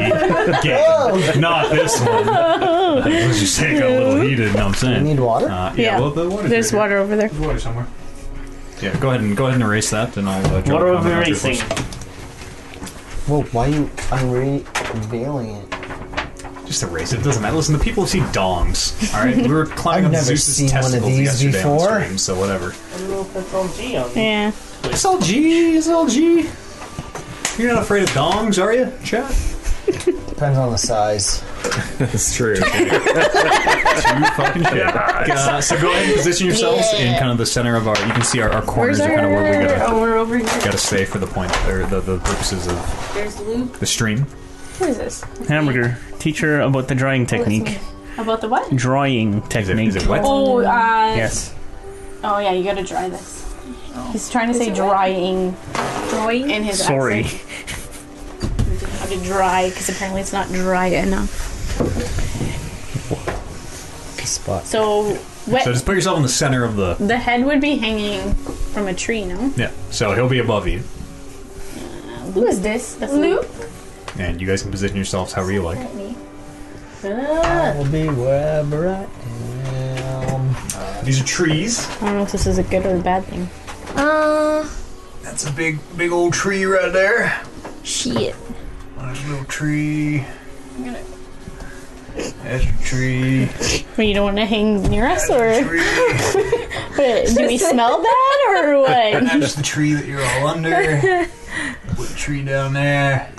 [SPEAKER 1] game, not this one. Let's just take a little heated. Know what I'm
[SPEAKER 3] You
[SPEAKER 1] saying?
[SPEAKER 3] need water?
[SPEAKER 1] Uh, yeah,
[SPEAKER 5] Yeah.
[SPEAKER 1] Well, the water's
[SPEAKER 5] There's
[SPEAKER 1] right
[SPEAKER 5] water over there.
[SPEAKER 1] here. There's water somewhere. Yeah, go ahead and go ahead and erase that, and I'll. Uh, draw
[SPEAKER 2] What
[SPEAKER 1] a
[SPEAKER 2] are we
[SPEAKER 1] comment after
[SPEAKER 2] racing?
[SPEAKER 1] first.
[SPEAKER 3] Whoa, why are you unveiling it?
[SPEAKER 1] Just erase it. it. Doesn't matter. Listen, the people have seen dongs. All right, we were climbing
[SPEAKER 3] I've
[SPEAKER 1] up
[SPEAKER 3] never
[SPEAKER 1] Zeus's
[SPEAKER 3] seen one of
[SPEAKER 1] testicles
[SPEAKER 3] these
[SPEAKER 1] yesterday
[SPEAKER 3] before.
[SPEAKER 1] on stream, so whatever.
[SPEAKER 2] I don't know if that's all G on me.
[SPEAKER 5] Yeah.
[SPEAKER 1] It's all G. It's all G. You're not afraid of dongs, are you, Chad?
[SPEAKER 3] Depends on the size.
[SPEAKER 4] That's true.
[SPEAKER 1] You fucking shit. Uh, so go ahead and position yourselves in kind of the center of our. You can see our, our corners are kind of where we gotta,
[SPEAKER 5] we're over here.
[SPEAKER 1] gotta stay for the point or the, the purposes of
[SPEAKER 5] There's Luke.
[SPEAKER 1] the stream.
[SPEAKER 6] What is this?
[SPEAKER 2] Hamburger, teacher about the drawing technique.
[SPEAKER 5] About the what?
[SPEAKER 2] Drawing
[SPEAKER 1] Is it,
[SPEAKER 2] technique.
[SPEAKER 1] is it wet?
[SPEAKER 5] Oh, uh,
[SPEAKER 2] Yes.
[SPEAKER 5] Oh yeah, you gotta dry this. He's trying to say drying
[SPEAKER 6] Drawing.
[SPEAKER 5] in his
[SPEAKER 2] Sorry.
[SPEAKER 5] accent. How to dry because apparently it's not dry enough.
[SPEAKER 3] Spot.
[SPEAKER 5] So wet.
[SPEAKER 1] So just put yourself in the center of the.
[SPEAKER 5] the head would be hanging from a tree, no?
[SPEAKER 1] Yeah. So he'll be above you,
[SPEAKER 5] Who is this? That's Luke.
[SPEAKER 1] and you guys can position yourselves however you like.
[SPEAKER 5] Ah.
[SPEAKER 3] I'll be wherever I am.
[SPEAKER 1] These are trees.
[SPEAKER 5] I don't know if this is a good or a bad thing.
[SPEAKER 6] Uh,
[SPEAKER 1] That's a big, big old tree right there.
[SPEAKER 6] shit.
[SPEAKER 1] There's a little tree. That's a tree.
[SPEAKER 5] Well, you don't want to hang near us, or
[SPEAKER 1] tree.
[SPEAKER 5] Wait, do we smell bad, or what?
[SPEAKER 1] That's the tree that you're all under. Put a tree down there.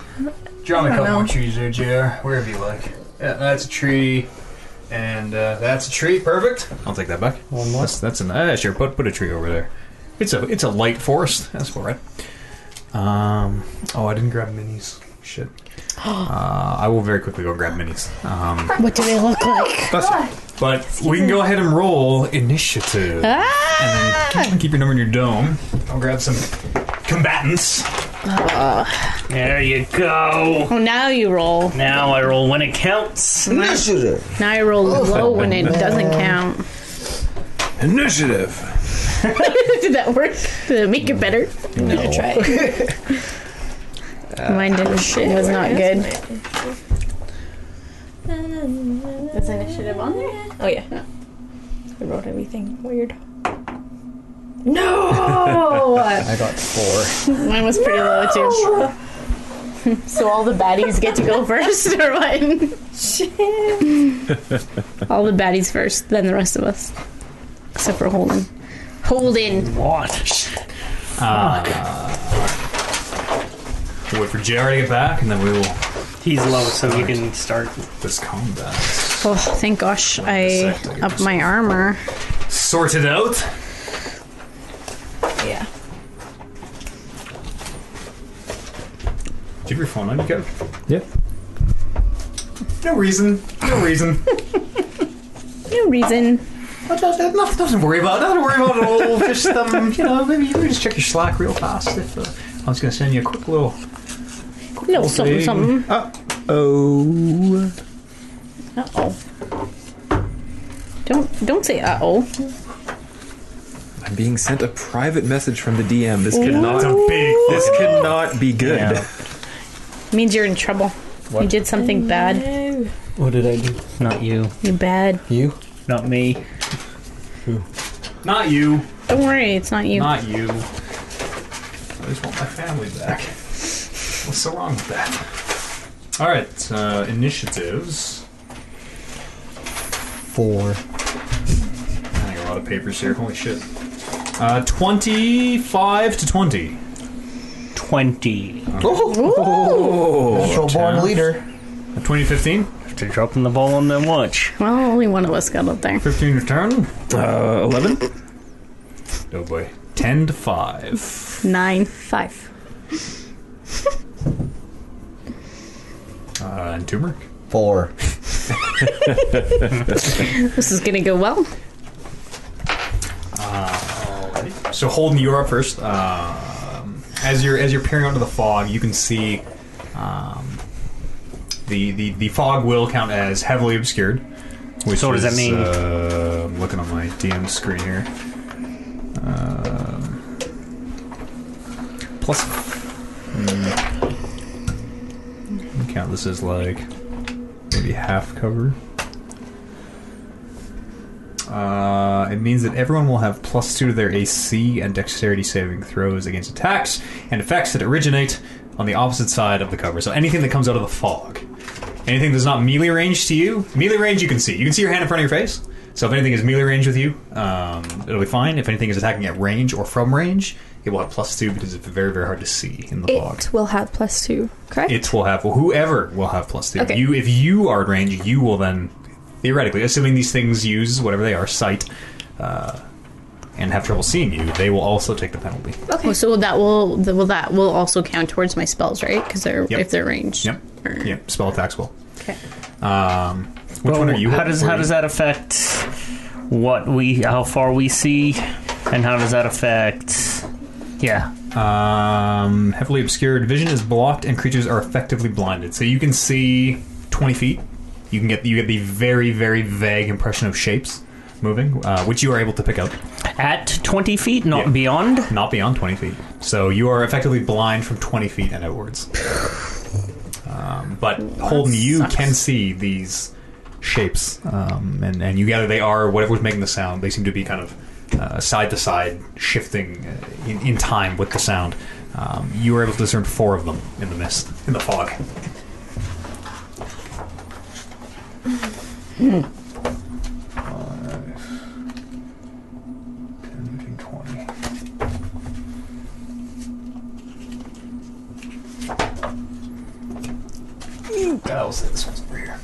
[SPEAKER 1] Draw me a couple more trees there, JR. Wherever you like. Yeah, that's a tree. And uh, that's a tree. Perfect. I'll take that back.
[SPEAKER 3] One more.
[SPEAKER 1] That's that's an uh, sure. Put put a tree over there. It's a it's a light forest. That's all right. Um. Oh, I didn't grab minis. Shit. Uh, I will very quickly go grab minis. Um,
[SPEAKER 5] What do they look like?
[SPEAKER 1] but we can go ahead and roll initiative.
[SPEAKER 5] Ah.
[SPEAKER 1] And then keep- keep your number in your dome. I'll grab some combatants.
[SPEAKER 2] There you go.
[SPEAKER 5] Oh, now you roll.
[SPEAKER 2] Now I roll when it counts.
[SPEAKER 3] Initiative!
[SPEAKER 5] Now I roll low when it doesn't count.
[SPEAKER 4] Initiative.
[SPEAKER 5] Did that work? Did it make it better? No.
[SPEAKER 3] No.
[SPEAKER 5] try it. Mine didn't. Shit, it was not good. Is initiative on there?
[SPEAKER 6] Oh yeah. I wrote everything weird.
[SPEAKER 5] No!
[SPEAKER 3] I got four.
[SPEAKER 5] Mine was pretty low too. so all the baddies get to go first, or what? all the baddies first, then the rest of us, except for Holden. Holden.
[SPEAKER 2] What?
[SPEAKER 1] Uh, We'll wait for JR to get back, and then we will
[SPEAKER 2] He's low, so he can start.
[SPEAKER 1] this combat
[SPEAKER 5] Oh, thank gosh I up my armor.
[SPEAKER 1] sorted out.
[SPEAKER 5] Yeah.
[SPEAKER 1] Do you have your phone on you, Kev?
[SPEAKER 4] Yep.
[SPEAKER 1] No reason. No reason.
[SPEAKER 5] No reason.
[SPEAKER 1] Not- not- not- Nothing to worry about. Nothing to worry about at all. Just um, you know, maybe you can just check your Slack real fast. If uh, I was going to send you a quick little
[SPEAKER 5] No, something,
[SPEAKER 1] Okay.
[SPEAKER 5] something.
[SPEAKER 4] Oh.
[SPEAKER 5] Uh oh. Don't don't say uh oh.
[SPEAKER 4] I'm being sent a private message from the DM. This
[SPEAKER 1] It's
[SPEAKER 4] cannot.
[SPEAKER 1] a big.
[SPEAKER 4] This cannot be good.
[SPEAKER 5] Means you're in trouble. You did something bad.
[SPEAKER 3] What did I do?
[SPEAKER 2] Not you.
[SPEAKER 5] You're bad.
[SPEAKER 3] You?
[SPEAKER 2] Not me.
[SPEAKER 1] Not you.
[SPEAKER 5] Don't worry, it's not you.
[SPEAKER 1] Not you. I just want my family back. What's so wrong with that? All right, uh, initiatives.
[SPEAKER 3] Four.
[SPEAKER 1] I got a lot of papers here. Holy shit. Uh, 25 to 20.
[SPEAKER 2] 20.
[SPEAKER 3] Natural born leader.
[SPEAKER 1] Uh, 2015?
[SPEAKER 2] After dropping the ball on the watch.
[SPEAKER 5] Well, only one of us got up there.
[SPEAKER 1] 15 return?
[SPEAKER 4] Uh, Eleven.
[SPEAKER 1] Oh boy. 10 to 5.
[SPEAKER 5] Nine.
[SPEAKER 6] Five.
[SPEAKER 1] Uh, and turmeric.
[SPEAKER 3] Four.
[SPEAKER 5] This is gonna go well.
[SPEAKER 1] So Holden, you're up first. Um, as you're as you're peering onto the fog, you can see um, the, the the fog will count as heavily obscured. Which
[SPEAKER 2] So what does that
[SPEAKER 1] is,
[SPEAKER 2] mean?
[SPEAKER 1] Uh, I'm looking on my DM screen here. Um plus, hmm. Let me count this as like maybe half cover. Uh, it means that everyone will have plus two to their AC and dexterity saving throws against attacks and effects that originate on the opposite side of the cover. So anything that comes out of the fog, anything that's not melee range to you, melee range you can see. You can see your hand in front of your face. So if anything is melee range with you, um, it'll be fine. If anything is attacking at range or from range, it will have plus two because it's very very hard to see in the fog.
[SPEAKER 6] It will have plus two, correct?
[SPEAKER 1] It will have. Well, whoever will have plus two.
[SPEAKER 6] Okay.
[SPEAKER 1] You, if you are in range, you will then theoretically, assuming these things use whatever they are, sight, uh, and have trouble seeing you, they will also take the penalty.
[SPEAKER 6] okay.
[SPEAKER 5] Oh, so that will the, well that will also count towards my spells, right? Because they're
[SPEAKER 1] Yep.
[SPEAKER 5] if they're ranged.
[SPEAKER 1] Yep.
[SPEAKER 5] Or-
[SPEAKER 1] Yep. Spell attacks will.
[SPEAKER 5] Okay.
[SPEAKER 1] Um, which
[SPEAKER 3] Oh,
[SPEAKER 1] one are you?
[SPEAKER 2] Oh, How
[SPEAKER 1] at?
[SPEAKER 2] does
[SPEAKER 1] Were
[SPEAKER 2] how
[SPEAKER 1] you-
[SPEAKER 2] does that affect what we how far we see, and how does that affect? Yeah.
[SPEAKER 1] Um, heavily obscured vision is blocked, and creatures are effectively blinded. So you can see twenty feet. You can get you get the very very vague impression of shapes moving, uh, which you are able to pick up.
[SPEAKER 2] At twenty feet, not
[SPEAKER 1] Yeah.
[SPEAKER 2] beyond.
[SPEAKER 1] Not beyond 20 feet. So you are effectively blind from 20 feet and outwards. Um, but Holden, you
[SPEAKER 5] sucks.
[SPEAKER 1] can see these shapes, um, and, and you gather they are whatever's making the sound. They seem to be kind of uh, side to side, shifting uh, in, in time with the sound. Um, you were able to discern four of them in the mist, in the fog. Five, 10, 15, 20. I'll say this one's over here.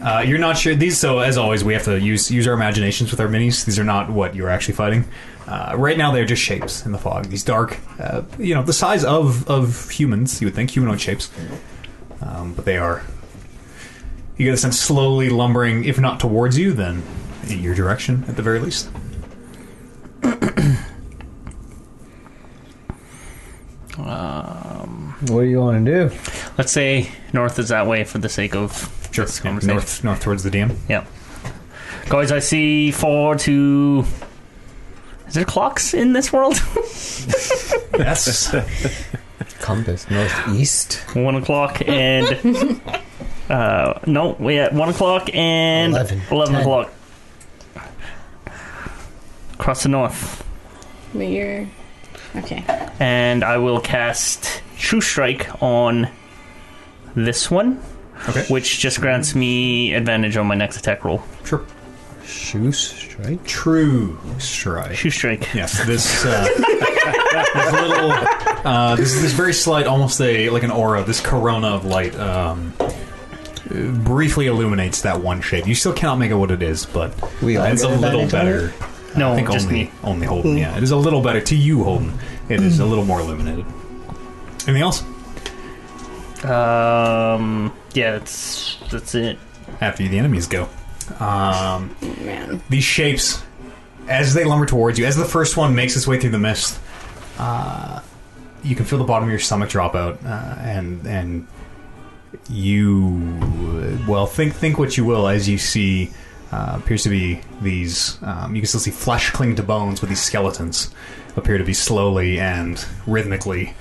[SPEAKER 1] Uh, you're not sure. These, so as always, we have to use use our imaginations with our minis. These are not what you're actually fighting. Uh, right now, they're just shapes in the fog. These dark, uh, you know, the size of of humans. You would think humanoid shapes, um, but they are. You get a sense slowly lumbering, if not towards you, then in your direction at the very least.
[SPEAKER 3] What do you want to do?
[SPEAKER 2] Let's say north is that way for the sake of
[SPEAKER 1] Sure,
[SPEAKER 2] this
[SPEAKER 1] yeah,
[SPEAKER 2] conversation.
[SPEAKER 1] north north towards the DM.
[SPEAKER 2] Yeah. Guys, I see four to. Is there clocks in this world?
[SPEAKER 1] Yes,
[SPEAKER 3] Compass. Northeast.
[SPEAKER 2] one o'clock and. Uh, no, we at one o'clock and
[SPEAKER 3] Eleven. Ten.
[SPEAKER 2] o'clock. Across the north,
[SPEAKER 5] But you're okay.
[SPEAKER 2] and I will cast True Strike on this one,
[SPEAKER 1] Okay.
[SPEAKER 2] which just grants me advantage on my next attack roll.
[SPEAKER 1] sure.
[SPEAKER 3] Shoe strike.
[SPEAKER 1] True strike.
[SPEAKER 2] True Strike.
[SPEAKER 1] Yes, this, uh, this little Uh, this this very slight, almost a like an aura, this corona of light, um, briefly illuminates that one shape. You still cannot make out what it is, but
[SPEAKER 3] We all
[SPEAKER 1] it's a
[SPEAKER 3] get advantage
[SPEAKER 1] little
[SPEAKER 3] on
[SPEAKER 1] better.
[SPEAKER 2] No,
[SPEAKER 1] I think
[SPEAKER 2] just
[SPEAKER 1] only
[SPEAKER 2] me.
[SPEAKER 1] only Holden.
[SPEAKER 3] Mm.
[SPEAKER 1] Yeah, it is a little better to you, Holden. It is a little more illuminated. Anything else
[SPEAKER 2] Um, yeah, that's that's it.
[SPEAKER 1] after the enemies go? Um,
[SPEAKER 5] Man.
[SPEAKER 1] these shapes as they lumber towards you as the first one makes its way through the mist uh, you can feel the bottom of your stomach drop out uh, and and you well think think what you will as you see uh, appears to be these um, you can still see flesh cling to bones but these skeletons appear to be slowly and rhythmically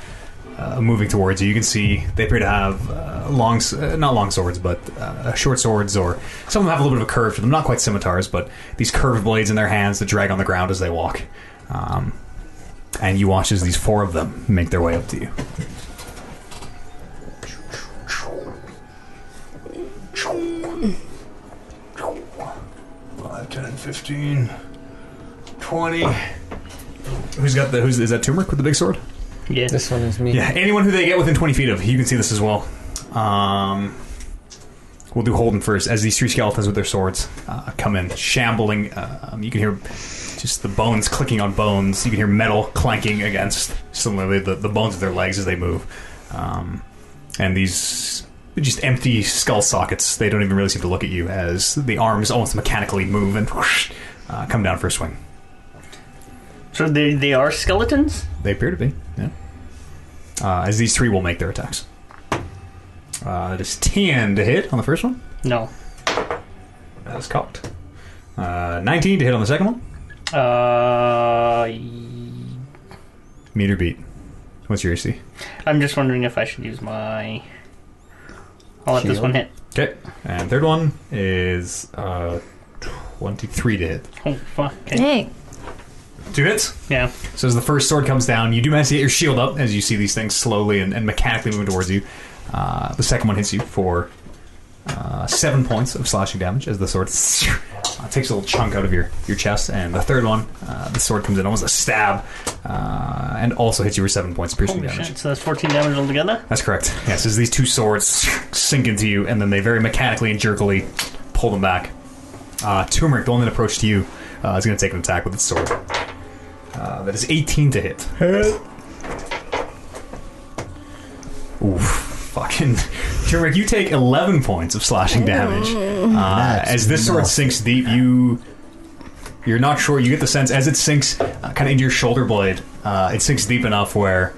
[SPEAKER 1] uh, moving towards you. You can see they appear to have uh, long, s- uh, not long swords, but uh, short swords, or some of them have a little bit of a curve to them. Not quite scimitars, but these curved blades in their hands that drag on the ground as they walk. Um, and you watch as these four of them make their way up to you.
[SPEAKER 7] Five, 10, 15, 20.
[SPEAKER 1] Who's got the? Who's is that? Turmeric with the big sword?
[SPEAKER 2] Yeah,
[SPEAKER 3] This one is me.
[SPEAKER 1] Yeah. Anyone who they get within twenty feet of, you can see this as well. Um, we'll do Holden first, as these three skeletons with their swords uh, come in, shambling. Um, you can hear just the bones clicking on bones. You can hear metal clanking against similarly the, the bones of their legs as they move. Um, and these just empty skull sockets, they don't even really seem to look at you as the arms almost mechanically move and uh, come down for a swing.
[SPEAKER 2] so they they are skeletons.
[SPEAKER 1] They appear to be, yeah. Uh, as these three will make their attacks. Uh, it is 10 to hit on the first one.
[SPEAKER 2] No,
[SPEAKER 1] That is cocked. Uh, 19 to hit on the second one.
[SPEAKER 2] uh,
[SPEAKER 1] Meter beat. What's your AC?
[SPEAKER 2] I'm just wondering if I should use my. I'll let this
[SPEAKER 3] Shield.
[SPEAKER 2] one hit.
[SPEAKER 1] Okay. And third one is uh, 23 to hit.
[SPEAKER 2] Oh fuck! Okay.
[SPEAKER 6] Dang.
[SPEAKER 1] Two hits.
[SPEAKER 2] Yeah,
[SPEAKER 1] So as the first sword comes down, you do manage to get your shield up as you see these things slowly and, and mechanically moving towards you. Uh, the second one hits you for uh, seven points of slashing damage as the sword uh, takes a little chunk out of your, your chest. And the third one, uh, the sword comes in almost a stab uh, and also hits you for seven points of piercing
[SPEAKER 2] Holy
[SPEAKER 1] damage.
[SPEAKER 2] shit. so that's 14 damage altogether.
[SPEAKER 1] That's correct. Yes, as these two swords sink into you, and then they very mechanically and jerkily pull them back. Uh, Turmeric, the one that approached you, uh, is going to take an attack with its sword. Uh, that is 18 to hit. Oof. Fucking. Turmeric, you take 11 points of slashing damage. Uh,
[SPEAKER 3] That's
[SPEAKER 1] as this sword sinks deep, you. You're not sure. You get the sense as it sinks uh, kind of into your shoulder blade, uh, it sinks deep enough where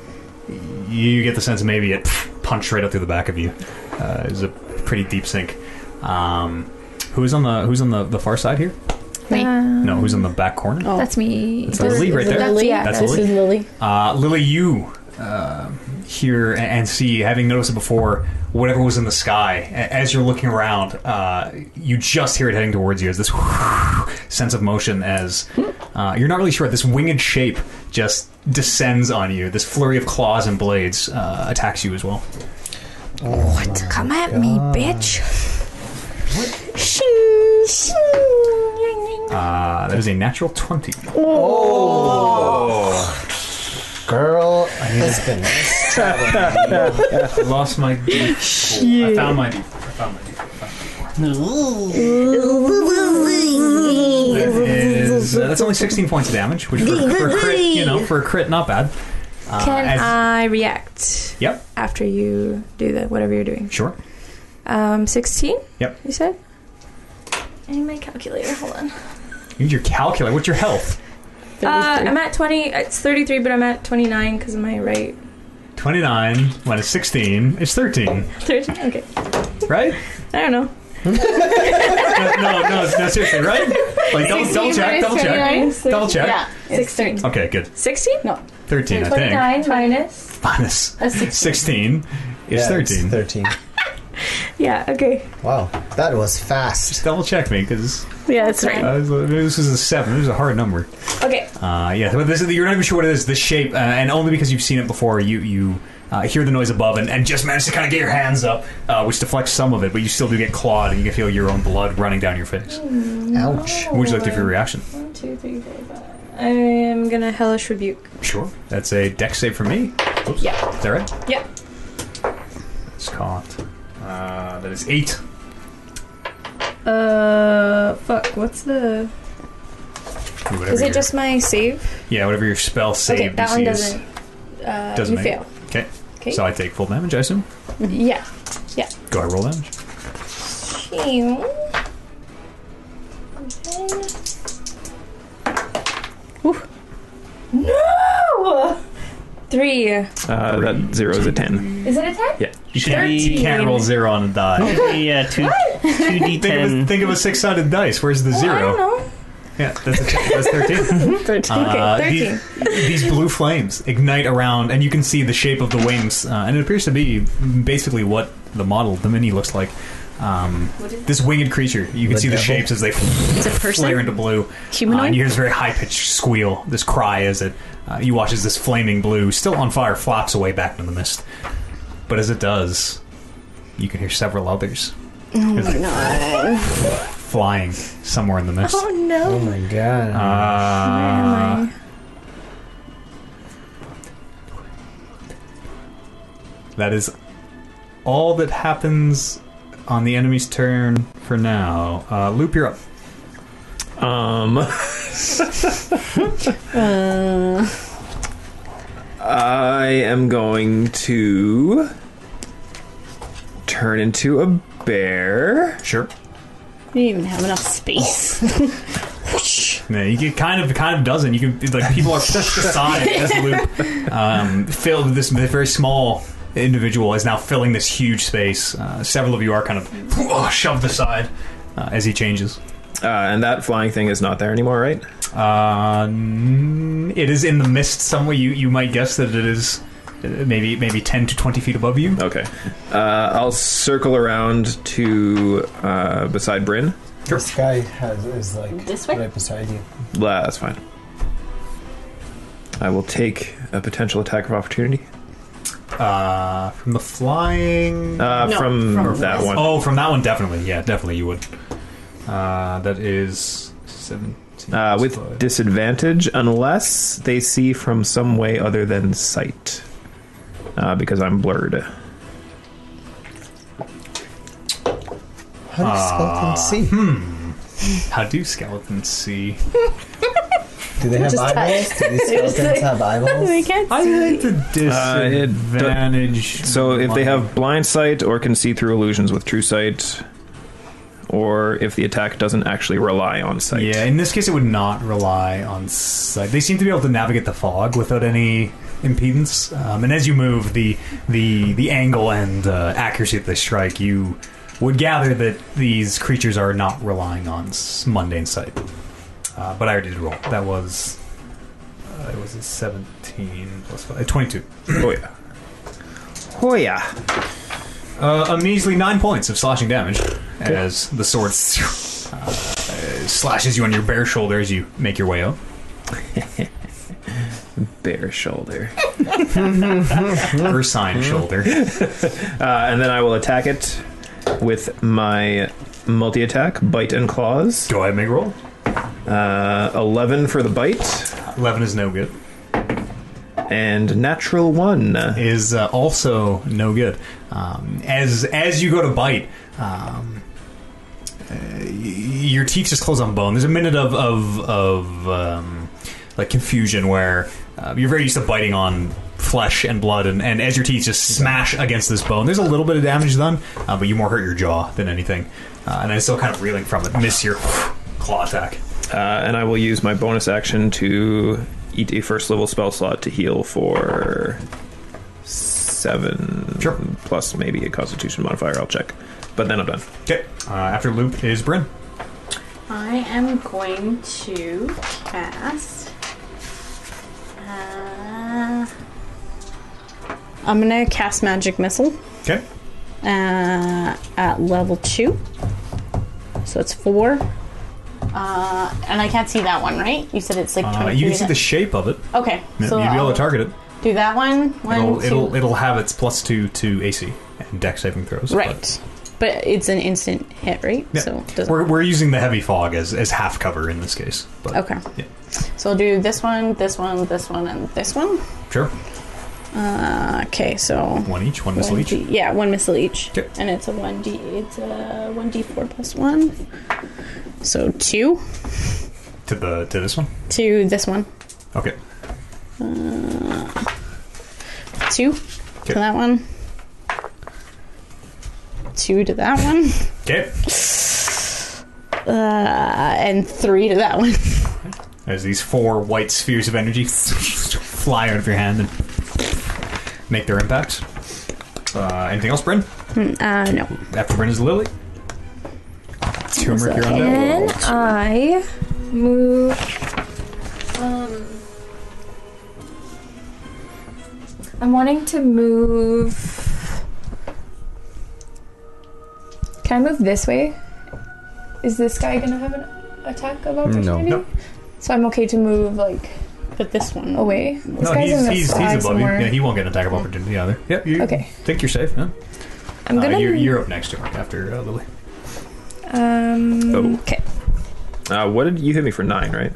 [SPEAKER 1] you get the sense maybe it punched right up through the back of you. Uh, it was a pretty deep sink. Um, who's on the who's on the, the far side here?
[SPEAKER 5] Wait.
[SPEAKER 6] Uh,
[SPEAKER 1] No, who's in the back corner?
[SPEAKER 5] Oh.
[SPEAKER 6] That's me.
[SPEAKER 1] It's Lily right there.
[SPEAKER 6] That's, yeah,
[SPEAKER 1] That's
[SPEAKER 6] that's
[SPEAKER 1] Lily.
[SPEAKER 5] is Lily.
[SPEAKER 1] Uh, Lily, you uh, hear a- and see, having noticed it before, whatever was in the sky. A- As you're looking around, uh, you just hear it heading towards you as this sense of motion, as uh, you're not really sure. This winged shape just descends on you. This flurry of claws and blades uh, attacks you as well.
[SPEAKER 6] What? Come at me, bitch.
[SPEAKER 1] Uh, that is a natural 20.
[SPEAKER 3] Girl, has been
[SPEAKER 1] I lost my D4. I found my D4. I found my D4. That is, uh, that's only 16 points of damage, which for, for a crit, you know, for a crit, not bad. Uh,
[SPEAKER 6] Can
[SPEAKER 1] as-
[SPEAKER 6] I react
[SPEAKER 1] Yep,
[SPEAKER 6] after you do the whatever you're doing?
[SPEAKER 1] sure.
[SPEAKER 6] Um, 16?
[SPEAKER 1] Yep.
[SPEAKER 6] You said? I need my calculator. Hold on.
[SPEAKER 1] You need your calculator. What's your health?
[SPEAKER 6] Uh, I'm at 20. It's 33, but I'm at 29 because of my right.
[SPEAKER 1] 29 minus 16 is 13,
[SPEAKER 6] 30? Okay.
[SPEAKER 1] right?
[SPEAKER 6] I don't know.
[SPEAKER 1] no, no, no, no, seriously, right? Like, double, double check, double check. Double check.
[SPEAKER 5] It's 13.
[SPEAKER 1] Okay, good.
[SPEAKER 6] 16?
[SPEAKER 5] No.
[SPEAKER 1] 13, I think.
[SPEAKER 6] 29 minus.
[SPEAKER 1] Minus
[SPEAKER 5] That's 16.
[SPEAKER 1] 16 is 13.
[SPEAKER 3] Thirteen.
[SPEAKER 6] Yeah, okay.
[SPEAKER 3] Wow, that was fast.
[SPEAKER 1] Just double check me, because
[SPEAKER 5] Yeah, that's right.
[SPEAKER 1] this is a 7. This is a hard number.
[SPEAKER 6] Okay.
[SPEAKER 1] Uh, yeah, but this is you're not even sure what it is. The shape, uh, and only because you've seen it before, you you uh, hear the noise above and, and just manage to kind of get your hands up, uh, which deflects some of it, but you still do get clawed, and you can feel your own blood running down your face.
[SPEAKER 3] Ouch.
[SPEAKER 1] Would you like to do your reaction?
[SPEAKER 6] One, two, three, four, five. I am gonna hellish rebuke.
[SPEAKER 1] Sure. That's a deck save for me. Oops.
[SPEAKER 5] Yeah.
[SPEAKER 1] Is that right?
[SPEAKER 5] Yeah.
[SPEAKER 1] It's caught. Uh, that is eight.
[SPEAKER 6] Uh, fuck. What's the?
[SPEAKER 1] Do whatever
[SPEAKER 6] Is
[SPEAKER 1] your-
[SPEAKER 6] it just my save?
[SPEAKER 1] yeah? Whatever your spell save
[SPEAKER 6] okay, that
[SPEAKER 1] DC
[SPEAKER 6] one
[SPEAKER 1] is.
[SPEAKER 6] doesn't. Uh,
[SPEAKER 1] doesn't
[SPEAKER 6] you
[SPEAKER 1] make it.
[SPEAKER 6] fail.
[SPEAKER 1] Okay.
[SPEAKER 6] 'Kay.
[SPEAKER 1] So I take full damage, I assume.
[SPEAKER 6] Yeah.
[SPEAKER 1] Go ahead, roll damage.
[SPEAKER 6] Ew. No! Three. Is
[SPEAKER 4] Uh, that zero is a ten.
[SPEAKER 6] it a ten?
[SPEAKER 1] You
[SPEAKER 2] can't- you
[SPEAKER 1] can't roll zero on a die.
[SPEAKER 2] Yeah, uh, two two d
[SPEAKER 1] Think of, a,
[SPEAKER 2] ten.
[SPEAKER 1] think of a six-sided dice. Where's the
[SPEAKER 6] I don't
[SPEAKER 1] zero?
[SPEAKER 6] know.
[SPEAKER 1] Yeah, that's, a, that's thirteen. Uh,
[SPEAKER 6] okay, thirteen.
[SPEAKER 1] These, these blue flames ignite around, and you can see the shape of the wings, uh, and it appears to be basically what the model, the mini, looks like. Um, this winged creature. You can
[SPEAKER 3] The
[SPEAKER 1] see the
[SPEAKER 3] devil?
[SPEAKER 1] shapes as they
[SPEAKER 5] It's a
[SPEAKER 1] flare
[SPEAKER 5] person.
[SPEAKER 1] into blue.
[SPEAKER 5] Humanoid?
[SPEAKER 1] Uh, and you hear this very high pitched squeal, this cry as it uh, you watch as this flaming blue, still on fire, flaps away back into the mist. But as it does, you can hear several others.
[SPEAKER 4] Oh
[SPEAKER 1] It's like Flying somewhere in the mist.
[SPEAKER 5] Oh no.
[SPEAKER 3] my god.
[SPEAKER 4] Oh.
[SPEAKER 1] Uh, that is all that happens on the enemy's turn for now. Uh, loop, you're up.
[SPEAKER 4] Um.
[SPEAKER 5] Uh,
[SPEAKER 4] I am going to turn into a bear.
[SPEAKER 1] Sure.
[SPEAKER 5] we didn't even have enough space.
[SPEAKER 1] Yeah, you get kind of kind of doesn't. You can like people are pushed aside as Luke um, filled this very small individual is now filling this huge space. Uh, several of you are kind of shoved aside uh, as he changes.
[SPEAKER 4] Uh, and that flying thing is not there anymore, right?
[SPEAKER 1] Uh, n- it is in the mist somewhere. You you might guess that it is uh, maybe maybe ten to twenty feet above you.
[SPEAKER 4] Okay. Uh, I'll circle around to uh, beside Bryn.
[SPEAKER 3] This guy has, is like
[SPEAKER 5] This way?
[SPEAKER 3] right beside you.
[SPEAKER 4] La- that's fine. I will take a potential attack of opportunity
[SPEAKER 1] Uh, from the flying.
[SPEAKER 4] uh,
[SPEAKER 5] No,
[SPEAKER 4] from,
[SPEAKER 5] from
[SPEAKER 4] that
[SPEAKER 5] this.
[SPEAKER 4] one.
[SPEAKER 1] oh, from that one definitely. Yeah, definitely you would. Uh, that is seventeen.
[SPEAKER 4] Uh, with
[SPEAKER 1] plus five.
[SPEAKER 4] disadvantage unless they see from some way other than sight. Uh, because I'm blurred.
[SPEAKER 3] How do skeletons
[SPEAKER 1] How do skeletons see?
[SPEAKER 3] see? Do they have
[SPEAKER 5] Just touch.
[SPEAKER 3] eyeballs? Do these skeletons have
[SPEAKER 5] we
[SPEAKER 3] eyeballs?
[SPEAKER 5] can't
[SPEAKER 1] I
[SPEAKER 5] see.
[SPEAKER 1] like the
[SPEAKER 4] Uh, it do-
[SPEAKER 1] disadvantage.
[SPEAKER 4] So if they have blind sight or can see through illusions with true sight, or if the attack doesn't actually rely on sight.
[SPEAKER 1] yeah, in this case, it would not rely on sight. They seem to be able to navigate the fog without any impedance. Um, and as you move, the the the angle and uh, accuracy of the strike, you would gather that these creatures are not relying on s- mundane sight. Uh, but I already did roll. That was uh, it was a seventeen plus five, uh, twenty-two.
[SPEAKER 4] Oh yeah. Oh yeah.
[SPEAKER 1] Uh, a measly nine points of slashing damage as the sword uh, slashes you on your bare shoulder as you make your way up.
[SPEAKER 4] Bare shoulder.
[SPEAKER 1] Ursine shoulder.
[SPEAKER 4] Uh, and then I will attack it with my multi attack, bite and claws.
[SPEAKER 1] Go ahead, make a roll.
[SPEAKER 4] Uh, 11 for the bite,
[SPEAKER 1] Eleven is no good.
[SPEAKER 4] and natural 1.
[SPEAKER 1] Is uh, also no good. Um, as as you go to bite, um, uh, y- your teeth just close on bone. There's a minute of of, of um, like confusion where uh, you're very used to biting on flesh and blood, and, and as your teeth just smash against this bone, there's a little bit of damage done, uh, but you more hurt your jaw than anything, uh, and then it's still kind of reeling from it. Miss your claw attack.
[SPEAKER 4] Uh, and I will use my bonus action to eat a first level spell slot to heal for 7
[SPEAKER 1] Sure.
[SPEAKER 4] plus maybe a constitution modifier. I'll check. But then I'm done.
[SPEAKER 1] Okay. Uh, after loop is Bryn.
[SPEAKER 5] I am going to cast. Uh, I'm gonna cast magic missile
[SPEAKER 1] Okay.
[SPEAKER 5] uh, at level two, so it's four. Uh, and I can't see that one, right? You said it's like.
[SPEAKER 1] Uh,
[SPEAKER 5] 23
[SPEAKER 1] you can see the
[SPEAKER 5] is
[SPEAKER 1] shape of it.
[SPEAKER 5] it? Okay,
[SPEAKER 1] Yeah,
[SPEAKER 5] so uh,
[SPEAKER 1] you'd be able
[SPEAKER 5] I'll
[SPEAKER 1] to target it.
[SPEAKER 5] do that one. One,
[SPEAKER 1] It'll,
[SPEAKER 5] two-
[SPEAKER 1] it'll it'll have its plus two to AC and deck saving throws. but-
[SPEAKER 5] right, but it's an instant hit, right?
[SPEAKER 1] Yeah.
[SPEAKER 5] So it doesn't.
[SPEAKER 1] We're, we're using the heavy fog as, as half cover in this case. But
[SPEAKER 5] Okay.
[SPEAKER 1] Yeah.
[SPEAKER 5] So I'll do this one, this one, this one, and this one.
[SPEAKER 1] Sure.
[SPEAKER 5] Uh, okay, so
[SPEAKER 1] One each, one missile
[SPEAKER 5] one
[SPEAKER 1] each.
[SPEAKER 5] D- yeah, one missile each,
[SPEAKER 1] Okay.
[SPEAKER 5] and it's a one d it's a one d four plus one, so two
[SPEAKER 1] To the to this one.
[SPEAKER 5] to this one, Uh,
[SPEAKER 1] Okay.
[SPEAKER 5] two
[SPEAKER 1] Okay.
[SPEAKER 5] to that one, two to that one,
[SPEAKER 1] Okay.
[SPEAKER 5] uh, and three to that one.
[SPEAKER 1] As these four white spheres of energy fly out of your hand and make their impact. Uh, anything else, Bryn?
[SPEAKER 5] Uh, no.
[SPEAKER 1] After Bryn is Lily. Turmeric, you're on deck.
[SPEAKER 6] Can I move? Um, I'm wanting to move. Can I move this way? Is this guy gonna have an attack of opportunity?
[SPEAKER 1] Nope.
[SPEAKER 6] So I'm okay to move like
[SPEAKER 5] Put this one Oh,
[SPEAKER 6] away. This
[SPEAKER 1] No,
[SPEAKER 6] guy's
[SPEAKER 1] he's,
[SPEAKER 6] in the
[SPEAKER 1] he's,
[SPEAKER 6] side
[SPEAKER 1] he's above you.
[SPEAKER 6] somewhere.
[SPEAKER 1] Yeah, he won't get an attack of opportunity either. Yep. You
[SPEAKER 6] Okay.
[SPEAKER 1] Think you're safe, huh?
[SPEAKER 6] I'm
[SPEAKER 1] Uh,
[SPEAKER 6] gonna.
[SPEAKER 1] you're, you're up next to her after uh, Lily.
[SPEAKER 6] um.
[SPEAKER 4] Oh.
[SPEAKER 6] Okay.
[SPEAKER 4] Uh, what did you hit me for nine, right?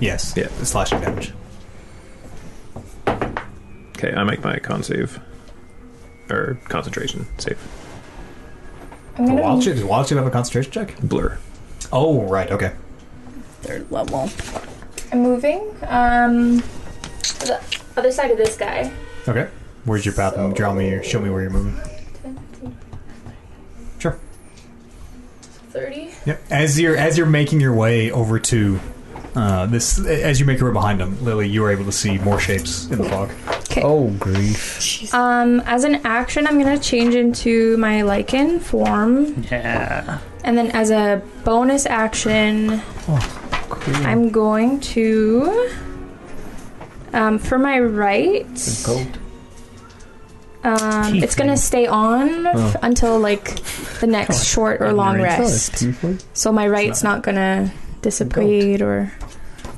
[SPEAKER 1] Yes. Yeah. Slashing damage.
[SPEAKER 4] Okay, I make my con save or concentration save.
[SPEAKER 6] I'm
[SPEAKER 1] The
[SPEAKER 6] gonna.
[SPEAKER 1] wild shit. Does wild shit have a concentration check?
[SPEAKER 4] Blur.
[SPEAKER 1] Oh, right. Okay.
[SPEAKER 5] third level.
[SPEAKER 6] I'm moving. Um. To the other side of this guy.
[SPEAKER 1] Okay. Where's your path? Draw me. Or show me where you're moving. Sure.
[SPEAKER 6] 30.
[SPEAKER 1] Yep. As you're as you're making your way over to uh, this, as you make your way behind them, Lily, you are able to see more shapes in the fog.
[SPEAKER 3] Oh, grief.
[SPEAKER 6] Um, as an action, I'm gonna change into my lichen form,
[SPEAKER 2] Yeah.
[SPEAKER 6] and then as a bonus action, I'm going to, um, for my right, um, it's gonna stay on f- until like the next short or long rest. So my right's not gonna dissipate or.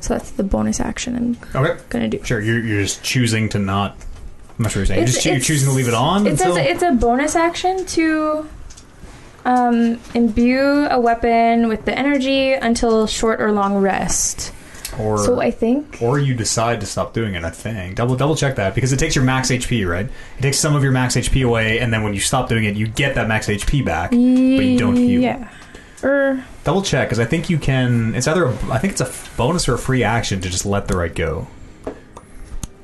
[SPEAKER 6] So that's the bonus action I'm
[SPEAKER 1] Okay.
[SPEAKER 6] gonna do.
[SPEAKER 1] Sure. You're, you're just choosing to not. I'm not sure what you're saying. You're
[SPEAKER 6] It's-
[SPEAKER 1] just choo- you're
[SPEAKER 6] it's-
[SPEAKER 1] choosing to leave it on
[SPEAKER 6] It
[SPEAKER 1] until.
[SPEAKER 6] says it's a bonus action to um, imbue a weapon with the energy until short or long rest.
[SPEAKER 1] or
[SPEAKER 6] so I think
[SPEAKER 1] or you decide to stop doing it. I think double double check that because it takes your max HP, right? It takes some of your max HP away, and then when you stop doing it, you get that max HP back, but you don't heal.
[SPEAKER 6] Yeah. Er, Or
[SPEAKER 1] Double check because I think you can. It's either a, I think it's a bonus or a free action to just let the right go.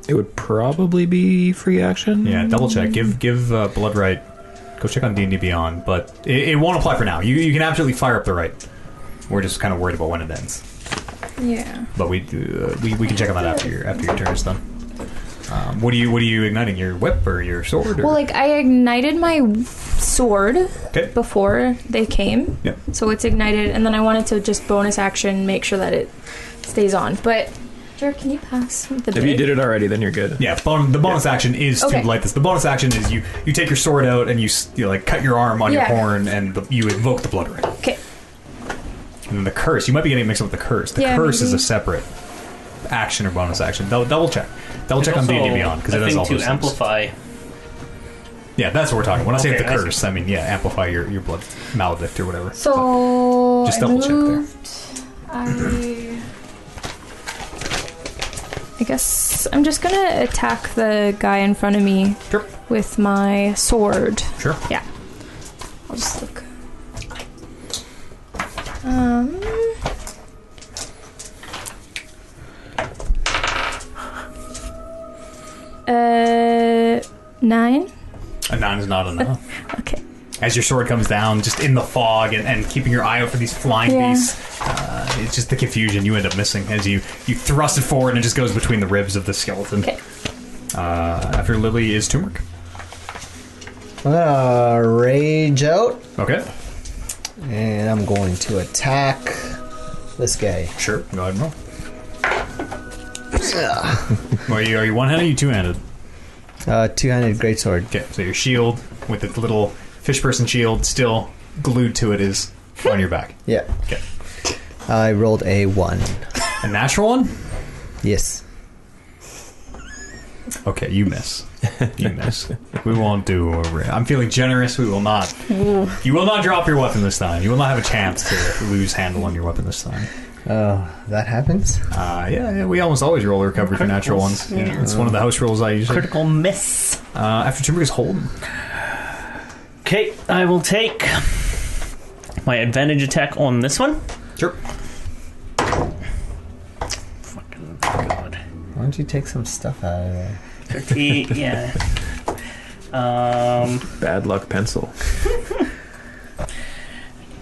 [SPEAKER 4] It would probably be free action.
[SPEAKER 1] Yeah, double check. Give give uh, blood right. Go check on D and D Beyond, but it, it won't apply for now. You you can absolutely fire up the right. We're just kind of worried about when it ends,
[SPEAKER 6] yeah.
[SPEAKER 1] but we uh, we we can check them out after your after your turn is done. Um, what are you what are you igniting? Your whip or your sword? Or?
[SPEAKER 6] Well, like I ignited my sword
[SPEAKER 1] okay.
[SPEAKER 6] before they came.
[SPEAKER 1] Yep.
[SPEAKER 6] So it's ignited and then I wanted to just bonus action make sure that it stays on. But Jared, can you pass the
[SPEAKER 4] If you did it already, then you're good.
[SPEAKER 1] Yeah, bon- the bonus action is
[SPEAKER 6] Okay.
[SPEAKER 1] to light this. The bonus action is you you take your sword out and you, s- you like cut your arm on
[SPEAKER 6] Yeah.
[SPEAKER 1] your horn and the, you invoke the blood right.
[SPEAKER 6] Okay.
[SPEAKER 1] And then the curse, you might be getting mixed up with the curse. The
[SPEAKER 6] Yeah,
[SPEAKER 1] curse is a
[SPEAKER 6] maybe.
[SPEAKER 1] separate action or bonus action. Double, double check. Double check on
[SPEAKER 2] Also,
[SPEAKER 1] D&D Beyond because
[SPEAKER 2] a
[SPEAKER 1] it has
[SPEAKER 2] thing
[SPEAKER 1] all
[SPEAKER 2] to
[SPEAKER 1] those things.
[SPEAKER 2] amplify.
[SPEAKER 1] Yeah, that's what we're talking. When I say
[SPEAKER 2] Okay,
[SPEAKER 1] the
[SPEAKER 2] I see.
[SPEAKER 1] curse, I mean yeah, amplify your, your blood maledict or whatever.
[SPEAKER 6] So
[SPEAKER 1] Just
[SPEAKER 6] I
[SPEAKER 1] double check there.
[SPEAKER 6] moved. I I guess I'm just gonna attack the guy in front of me
[SPEAKER 1] Sure.
[SPEAKER 6] with my sword.
[SPEAKER 1] Sure.
[SPEAKER 6] I'll just look. Um. Uh, nine.
[SPEAKER 1] A nine is not enough.
[SPEAKER 6] Okay.
[SPEAKER 1] As your sword comes down, just in the fog and, and keeping your eye out for these flying
[SPEAKER 6] Yeah.
[SPEAKER 1] beasts, uh, it's just the confusion you end up missing as you, you thrust it forward and it just goes between the ribs of the skeleton.
[SPEAKER 6] Okay.
[SPEAKER 1] Uh, after Lily is Turmeric.
[SPEAKER 3] I'm gonna Uh, rage out,
[SPEAKER 1] Okay.
[SPEAKER 3] and I'm going to attack this guy.
[SPEAKER 1] Sure. Go ahead and roll. are you, are you one handed or you two handed?
[SPEAKER 3] Uh, two-handed greatsword.
[SPEAKER 1] Okay, so your shield with its little fish person shield still glued to it is on your back.
[SPEAKER 3] Yeah.
[SPEAKER 1] Okay.
[SPEAKER 3] I rolled a one.
[SPEAKER 1] A natural one?
[SPEAKER 3] Yes.
[SPEAKER 1] Okay, you miss. You miss. we won't do over. I'm feeling generous. We will not. You will not drop your weapon this time. You will not have a chance to lose handle on your weapon this time.
[SPEAKER 3] Oh, that happens.
[SPEAKER 1] Uh, yeah, yeah, we almost always roll a recovery for natural ones.
[SPEAKER 2] Criticals.
[SPEAKER 1] Yeah, it's one of the house rolls I usually.
[SPEAKER 2] Critical miss.
[SPEAKER 1] Uh, after Timber is holding,
[SPEAKER 2] Okay, I will take my advantage attack on this one.
[SPEAKER 1] sure.
[SPEAKER 2] Fucking god.
[SPEAKER 3] Why don't you take some stuff out of there?
[SPEAKER 2] Thirty. yeah. Um,
[SPEAKER 4] Bad luck pencil.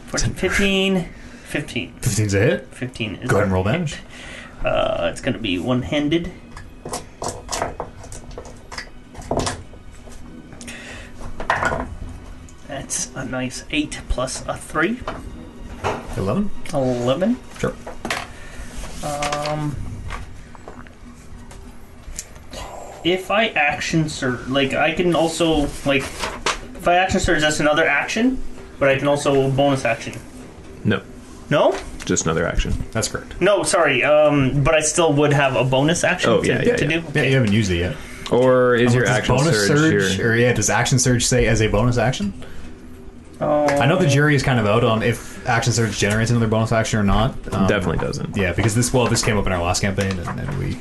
[SPEAKER 2] 14, 15, 15.
[SPEAKER 1] 15's a hit.
[SPEAKER 2] 15 is
[SPEAKER 1] Go ahead and roll damage.
[SPEAKER 2] Uh, it's going to be one handed. That's a nice 8 plus a 3.
[SPEAKER 1] 11.
[SPEAKER 2] 11.
[SPEAKER 1] Sure.
[SPEAKER 2] Um, if I action surge, like I can also like if I action surge, that's another action, but I can also bonus action.
[SPEAKER 4] No,
[SPEAKER 2] No,
[SPEAKER 4] just another action.
[SPEAKER 1] That's correct.
[SPEAKER 2] no, sorry. Um, but I still would have a bonus action.
[SPEAKER 4] Oh,
[SPEAKER 2] to,
[SPEAKER 4] yeah, yeah,
[SPEAKER 2] to do.
[SPEAKER 4] yeah.
[SPEAKER 1] Yeah,
[SPEAKER 2] Okay.
[SPEAKER 1] you haven't used it yet.
[SPEAKER 4] Or is your
[SPEAKER 1] Does
[SPEAKER 4] action
[SPEAKER 1] bonus
[SPEAKER 4] surge? your-
[SPEAKER 1] or yeah, does action surge say as a bonus action? I know the jury is kind of out on if action surge generates another bonus action or not. Um,
[SPEAKER 4] Definitely doesn't.
[SPEAKER 1] Yeah, because this well, this came up in our last campaign, and, and we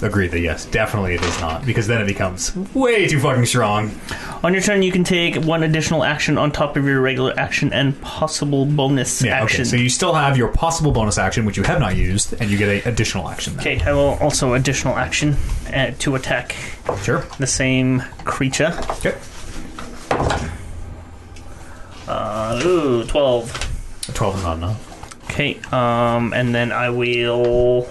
[SPEAKER 1] agreed that yes, definitely it is not, because then it becomes way too fucking strong.
[SPEAKER 2] On your turn, you can take one additional action on top of your regular action and possible bonus
[SPEAKER 1] Yeah,
[SPEAKER 2] action.
[SPEAKER 1] okay. So you still have your possible bonus action, which you have not used, and you get an additional action. Now.
[SPEAKER 2] Okay, I will also additional action uh, to attack
[SPEAKER 1] Sure.
[SPEAKER 2] the same creature.
[SPEAKER 1] Okay.
[SPEAKER 2] Uh, ooh, 12.
[SPEAKER 1] Twelve is not enough.
[SPEAKER 2] Okay, um, and then I will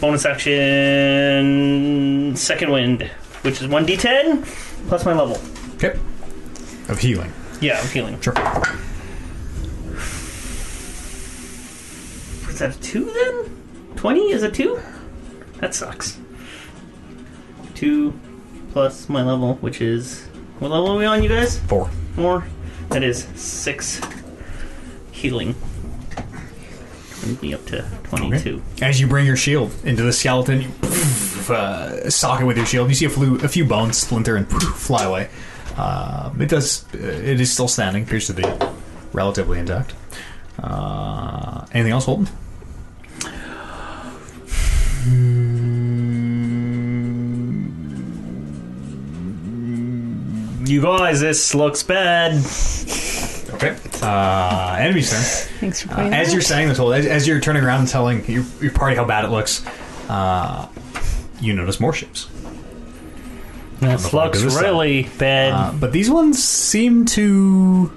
[SPEAKER 2] bonus action second wind, which is one d10 plus my level.
[SPEAKER 1] Okay. Of healing.
[SPEAKER 2] Yeah, I'm healing.
[SPEAKER 1] Sure.
[SPEAKER 2] Is that a two then? Twenty is a two. That sucks. Two plus my level, which is what level are we on, you guys?
[SPEAKER 1] Four.
[SPEAKER 2] Four. That is six healing. Brings me up to twenty-two.
[SPEAKER 1] As you bring your shield into the skeleton, you poof, uh, sock it with your shield. You see a, flu- a few bones splinter and poof, fly away. Um, it does. uh, It is still standing. Appears to be relatively intact. Uh, anything else, Holden?
[SPEAKER 2] You guys, this looks bad.
[SPEAKER 1] Okay. Uh, enemy's turn.
[SPEAKER 5] Thanks for
[SPEAKER 1] Uh,
[SPEAKER 5] playing.
[SPEAKER 1] as you're saying this, Holden, as, as you're turning around and telling your, your party how bad it looks, uh, you notice more ships.
[SPEAKER 2] This looks
[SPEAKER 1] this side.
[SPEAKER 2] really bad.
[SPEAKER 1] Uh, but these ones seem to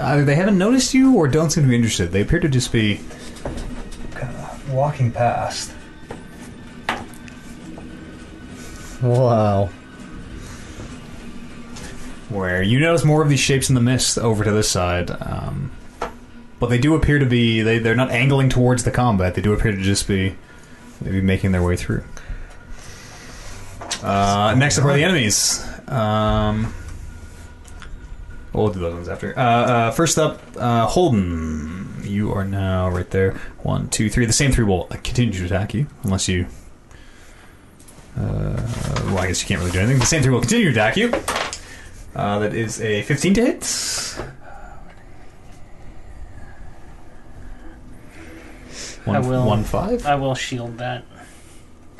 [SPEAKER 1] either they haven't noticed you or don't seem to be interested. They appear to just be kind of walking past.
[SPEAKER 3] Wow.
[SPEAKER 1] Where you notice more of these shapes in the mist over to this side. Um, but they do appear to be they, they're not angling towards the combat. They do appear to just be maybe making their way through. Uh, next up are the enemies. Um, we'll do those ones after. Uh, uh, first up, uh, Holden. You are now right there. One, two, three. The same three will continue to attack you unless you. Uh, well, I guess you can't really do anything. The same three will continue to attack you. Uh, that is a 15 to hit. One,
[SPEAKER 2] I will-
[SPEAKER 1] One five.
[SPEAKER 2] I will shield that.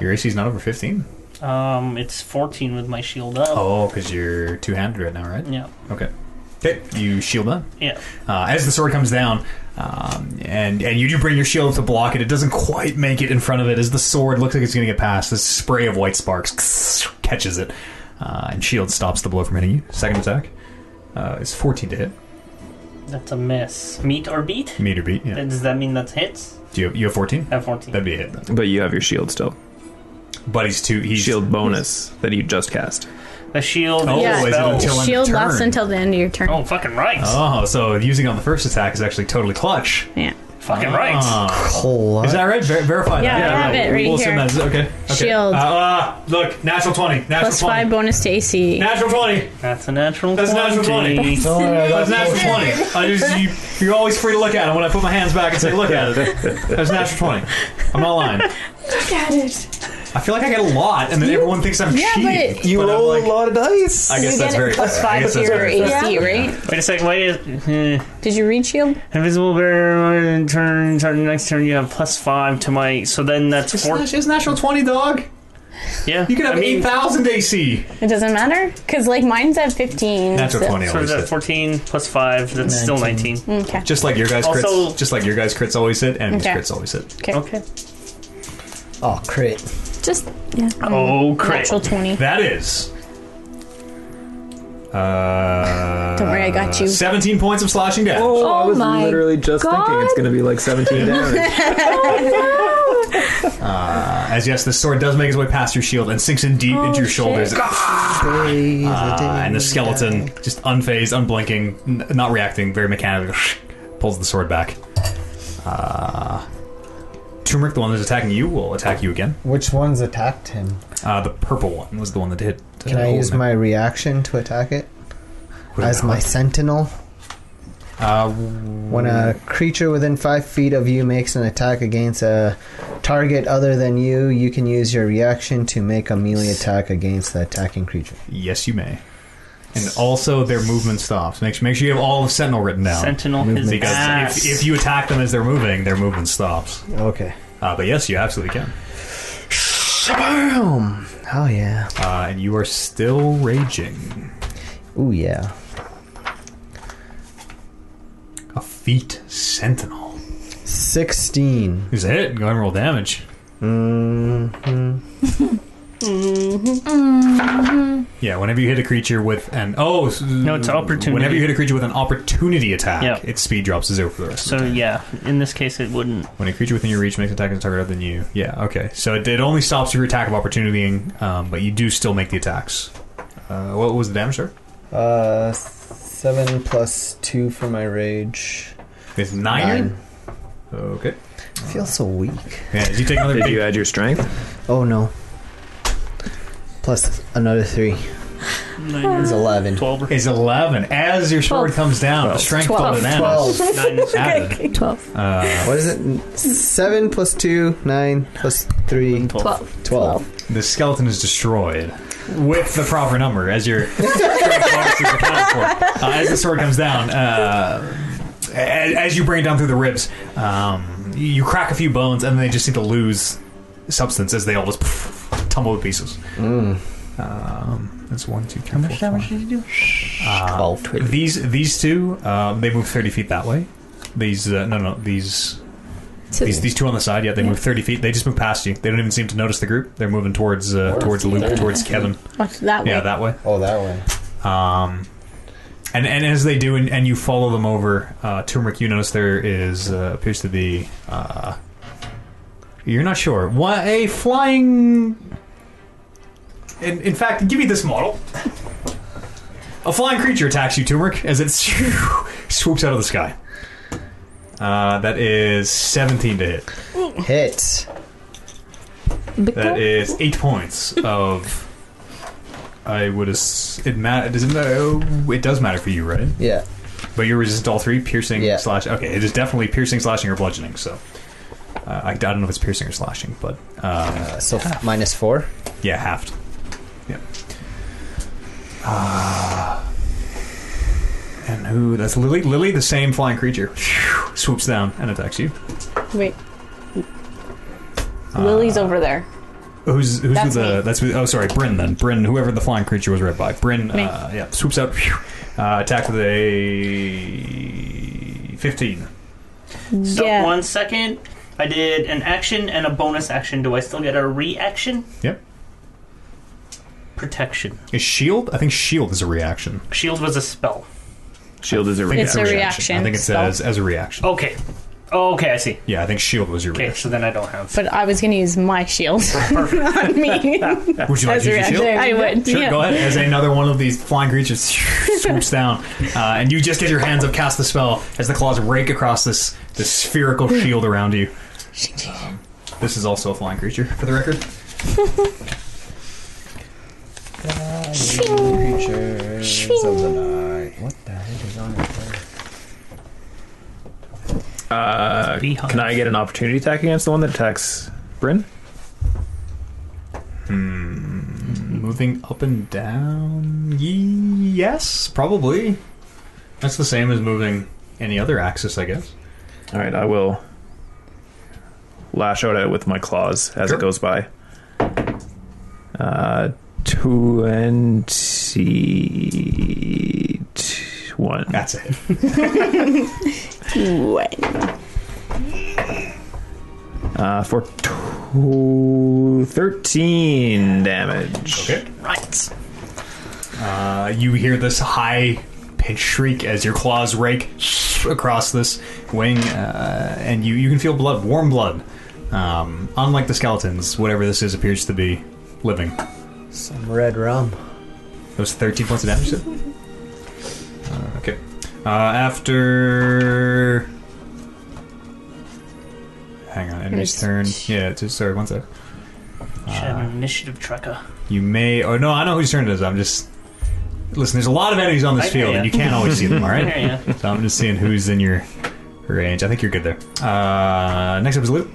[SPEAKER 1] Your AC is not over 15.
[SPEAKER 2] Um, it's 14 with my shield up.
[SPEAKER 1] Oh, because you're two handed right now, right?
[SPEAKER 2] Yeah,
[SPEAKER 1] Okay. Okay, you shield up.
[SPEAKER 2] yeah.
[SPEAKER 1] Uh, as the sword comes down, um, and and you do bring your shield to block it, it doesn't quite make it in front of it. As the sword looks like it's going to get past, this spray of white sparks catches it, uh, and shield stops the blow from hitting you. Second attack uh, is 14 to hit.
[SPEAKER 2] That's a miss. Meet or beat?
[SPEAKER 1] Meter beat. Yeah.
[SPEAKER 2] Then Does that mean that's hits?
[SPEAKER 1] Do you have, you have 14?
[SPEAKER 2] I have 14.
[SPEAKER 1] That'd be a hit. Then.
[SPEAKER 4] But you have your shield still.
[SPEAKER 1] But he's two. He's
[SPEAKER 4] Shield bonus that you just cast.
[SPEAKER 2] the shield
[SPEAKER 1] Oh,
[SPEAKER 5] Yeah.
[SPEAKER 2] is
[SPEAKER 5] is it
[SPEAKER 2] spell.
[SPEAKER 1] until- end
[SPEAKER 5] Shield
[SPEAKER 1] of
[SPEAKER 5] lasts
[SPEAKER 1] turn.
[SPEAKER 5] until the end of your turn.
[SPEAKER 1] Ah.
[SPEAKER 2] Oh, fucking right.
[SPEAKER 1] Oh, so using on the first attack is actually totally clutch.
[SPEAKER 5] Yeah.
[SPEAKER 2] Fucking
[SPEAKER 1] Ah.
[SPEAKER 2] right.
[SPEAKER 1] Is that right? Ver- verify
[SPEAKER 5] Yeah,
[SPEAKER 1] that.
[SPEAKER 5] I have it right
[SPEAKER 1] we'll
[SPEAKER 5] here.
[SPEAKER 1] Send that. Okay. okay.
[SPEAKER 5] Shield.
[SPEAKER 1] Uh, uh, look, natural 20. Natural
[SPEAKER 5] Plus
[SPEAKER 1] 20.
[SPEAKER 5] five bonus to AC.
[SPEAKER 1] Natural 20.
[SPEAKER 2] That's a natural
[SPEAKER 1] That's a natural
[SPEAKER 2] 20.
[SPEAKER 3] Don't worry, I
[SPEAKER 1] That's
[SPEAKER 3] got
[SPEAKER 1] natural 20. I just, you, you're always free to look at it when I put my hands back and say, look at it. That's natural 20. I'm not lying.
[SPEAKER 6] Look at it.
[SPEAKER 1] I feel like I get a lot, and then everyone thinks I'm
[SPEAKER 5] Yeah,
[SPEAKER 1] cheating.
[SPEAKER 5] but-
[SPEAKER 1] You but I'm
[SPEAKER 3] roll
[SPEAKER 1] like,
[SPEAKER 3] a lot of dice.
[SPEAKER 1] I guess
[SPEAKER 5] you
[SPEAKER 1] that's
[SPEAKER 5] get
[SPEAKER 1] very
[SPEAKER 5] it plus
[SPEAKER 1] fair. I
[SPEAKER 5] five
[SPEAKER 1] guess
[SPEAKER 5] to
[SPEAKER 1] that's
[SPEAKER 5] your
[SPEAKER 1] very fair.
[SPEAKER 5] AC, right?
[SPEAKER 2] Wait a second. Wait. A, uh,
[SPEAKER 5] Did you read shield?
[SPEAKER 2] invisible bear. Turn. Turn. Next turn. You have plus five to my. So then that's
[SPEAKER 1] It's,
[SPEAKER 2] four.
[SPEAKER 1] nat- it's natural 20, dog.
[SPEAKER 2] Yeah.
[SPEAKER 1] You could have
[SPEAKER 2] I mean,
[SPEAKER 1] 8,000 AC.
[SPEAKER 5] It doesn't matter because like mine's at fifteen.
[SPEAKER 1] Natural
[SPEAKER 5] so-
[SPEAKER 1] 20
[SPEAKER 2] So
[SPEAKER 1] always
[SPEAKER 2] that's
[SPEAKER 1] hit.
[SPEAKER 2] 14 plus five. That's still 19.
[SPEAKER 5] Okay.
[SPEAKER 1] Just like your guys' crits.
[SPEAKER 2] Also-
[SPEAKER 1] just like your guys' crits always hit, and
[SPEAKER 5] Okay.
[SPEAKER 1] crits always hit.
[SPEAKER 2] Okay.
[SPEAKER 3] Oh, crit.
[SPEAKER 6] Just yeah.
[SPEAKER 2] Oh, crit.
[SPEAKER 5] Natural twenty.
[SPEAKER 1] That is. Uh,
[SPEAKER 5] Don't worry, I got you.
[SPEAKER 1] 17 points of slashing damage.
[SPEAKER 4] Oh, I
[SPEAKER 6] Oh
[SPEAKER 4] was
[SPEAKER 6] my
[SPEAKER 4] literally just thinking it's
[SPEAKER 6] God.
[SPEAKER 4] going to be like 17 damage.
[SPEAKER 1] As yes, the sword does make its way past your shield and sinks in
[SPEAKER 5] Oh,
[SPEAKER 1] deep into your shoulders. Uh, and the skeleton, just unfazed, unblinking, n- not reacting, very mechanically, pulls the sword back. Uh, Turmeric, the one that's attacking you, will attack you again.
[SPEAKER 3] Which one's attacked him?
[SPEAKER 1] Uh, the purple one was the one that hit. Oh,
[SPEAKER 3] Can I use my reaction to attack it as my sentinel?
[SPEAKER 1] Uh,
[SPEAKER 3] When a creature within five feet of you makes an attack against a target other than you, you can use your reaction to make a melee attack against the attacking creature.
[SPEAKER 1] yes, you may. And also, their movement stops. Make sure, make sure you have all of Sentinel written down.
[SPEAKER 2] Sentinel is
[SPEAKER 1] Because
[SPEAKER 2] ass.
[SPEAKER 1] if, if you attack them as they're moving, their movement stops.
[SPEAKER 3] Okay.
[SPEAKER 1] Uh, but yes, you absolutely can.
[SPEAKER 3] Boom! Oh yeah.
[SPEAKER 1] Uh, and you are still raging.
[SPEAKER 3] Ooh yeah.
[SPEAKER 1] A feat sentinel.
[SPEAKER 3] Sixteen.
[SPEAKER 1] Is it? Go ahead and roll damage. Yeah, whenever you hit a creature with an oh s-
[SPEAKER 2] No, it's opportunity.
[SPEAKER 1] Whenever you hit a creature with an opportunity attack,
[SPEAKER 2] Yeah.
[SPEAKER 1] its speed drops to zero for the rest. of
[SPEAKER 2] So
[SPEAKER 1] the time.
[SPEAKER 2] yeah, in this case it wouldn't.
[SPEAKER 1] When a creature within your reach makes an attack on a target other than you, yeah, okay. So it, it only stops your attack of opportunity, um, but you do still make the attacks. Uh, what was the damage, sir?
[SPEAKER 3] Uh, seven plus two for my rage.
[SPEAKER 1] It's nine.
[SPEAKER 3] Nine.
[SPEAKER 1] Okay.
[SPEAKER 3] I feel so weak.
[SPEAKER 1] Yeah, as you take another
[SPEAKER 4] Did
[SPEAKER 1] big
[SPEAKER 4] you add your strength?
[SPEAKER 3] Oh no. Plus another three is eleven.
[SPEAKER 2] 12 or
[SPEAKER 1] is 11 as your sword
[SPEAKER 6] Twelve.
[SPEAKER 1] comes down Uh, the strength of
[SPEAKER 6] Twelve.
[SPEAKER 1] an animal
[SPEAKER 3] Twelve.
[SPEAKER 2] 9 is
[SPEAKER 1] added.
[SPEAKER 6] Twelve.
[SPEAKER 1] Uh,
[SPEAKER 3] What is it? Seven plus two, nine plus three,
[SPEAKER 6] Twelve.
[SPEAKER 3] twelve.
[SPEAKER 1] the skeleton is destroyed with the proper number as your strength bonus is accounted for. Uh, as the sword comes down uh, as, as you bring it down through the ribs um, you- you crack a few bones and then they just seem to lose substance as they all just tumble to pieces um, that's one two three, four, five. Uh,
[SPEAKER 2] did you do?
[SPEAKER 3] Twelve.
[SPEAKER 1] these these two um, they move 30 feet that way these uh, no no these
[SPEAKER 6] So
[SPEAKER 1] These, these two on the side, yeah, they move thirty feet. They just move past you. They don't even seem to notice the group. They're moving towards uh, towards Luke, towards Kevin.
[SPEAKER 5] Oh, it's that way.
[SPEAKER 1] Yeah, that way.
[SPEAKER 3] Oh, that one.
[SPEAKER 1] Um, and and as they do, and, and you follow them over, uh, Turmeric, you notice there is uh, appears to be. Uh, you're not sure. What a flying. In, in fact, give me this model. A flying creature attacks you, Turmeric, as it swoops out of the sky. Uh, that is 17 to hit.
[SPEAKER 3] Hit.
[SPEAKER 6] Oh.
[SPEAKER 1] That is eight points of. I would. Ass- it matter. Does it matter? It does matter for you, right?
[SPEAKER 3] Yeah.
[SPEAKER 1] But you're resistant to all three piercing
[SPEAKER 3] Yeah.
[SPEAKER 1] slash. Okay, it is definitely piercing, slashing, or bludgeoning. So uh, I don't know if it's piercing or slashing, but uh,
[SPEAKER 3] Uh, so
[SPEAKER 9] Ah.
[SPEAKER 3] minus four.
[SPEAKER 1] yeah, halved. Yep. Uh, and who? That's Lily. Lily, the same flying creature, swoops down and attacks you.
[SPEAKER 5] Wait. Lily's over there.
[SPEAKER 1] Uh, Who's who's
[SPEAKER 5] That's
[SPEAKER 1] the
[SPEAKER 5] me.
[SPEAKER 1] that's with, oh sorry Bryn then Bryn whoever the flying creature was read by Bryn
[SPEAKER 5] Me.
[SPEAKER 1] uh, yeah swoops out phew, uh, attack with a fifteen
[SPEAKER 2] Stop
[SPEAKER 5] yeah.
[SPEAKER 2] one second. I did an action and a bonus action. Do I still get a reaction?
[SPEAKER 1] yep
[SPEAKER 2] Protection.
[SPEAKER 1] is shield I think shield is a reaction
[SPEAKER 2] Shield was a spell.
[SPEAKER 4] Shield is a
[SPEAKER 1] I think
[SPEAKER 4] reaction.
[SPEAKER 5] It's a reaction.
[SPEAKER 1] I think it
[SPEAKER 5] Spell.
[SPEAKER 1] says as a reaction
[SPEAKER 2] Okay. Oh, okay, I see.
[SPEAKER 1] Yeah, I think shield was your
[SPEAKER 2] Okay,
[SPEAKER 1] reaction.
[SPEAKER 2] so then I don't have.
[SPEAKER 5] But I was going to use my shield
[SPEAKER 1] Oh,
[SPEAKER 5] on me.
[SPEAKER 1] Would you like
[SPEAKER 5] as
[SPEAKER 1] to
[SPEAKER 5] a
[SPEAKER 1] use your
[SPEAKER 5] reaction.
[SPEAKER 1] shield?
[SPEAKER 5] I would.
[SPEAKER 1] Sure,
[SPEAKER 5] yeah.
[SPEAKER 1] go ahead. As another one of these flying creatures swoops down, uh, and you just get your hands up, cast the spell as the claws rake across this this spherical shield around you. Um, this is also a flying creature, for the record.
[SPEAKER 9] Creatures of the night. What the heck is on it?
[SPEAKER 4] Uh,
[SPEAKER 2] Beehive.
[SPEAKER 4] can I get an opportunity attack against the one that attacks Bryn?
[SPEAKER 1] Moving up and down. Ye- yes, probably. That's the same as moving any other axis, I guess.
[SPEAKER 4] All right, I will lash out at it with my claws as
[SPEAKER 1] Sure.
[SPEAKER 4] it goes by. Uh, twenty-one.
[SPEAKER 1] That's it.
[SPEAKER 5] What?
[SPEAKER 4] Uh, for two, 13 damage.
[SPEAKER 1] Okay. Uh, you hear this high pitched shriek as your claws rake across this wing, uh, and you, you can feel blood, warm blood. Um, unlike the skeletons, whatever this is appears to be living. It
[SPEAKER 9] Some red rum.
[SPEAKER 1] was 13 points of damage. you said? Uh, okay. Uh, after. Hang on, enemy's turn. Yeah, it's just, sorry, one sec. Uh,
[SPEAKER 2] Should have an initiative tracker.
[SPEAKER 1] You may. Oh, no, I know whose turn it is. I'm just. Listen, there's a lot of enemies on this
[SPEAKER 2] I hear
[SPEAKER 1] field,
[SPEAKER 2] ya.
[SPEAKER 1] and you can't always see them, alright?
[SPEAKER 2] Yeah, yeah.
[SPEAKER 1] So I'm just seeing who's in your range. I think you're good there. Uh, next up is Luke.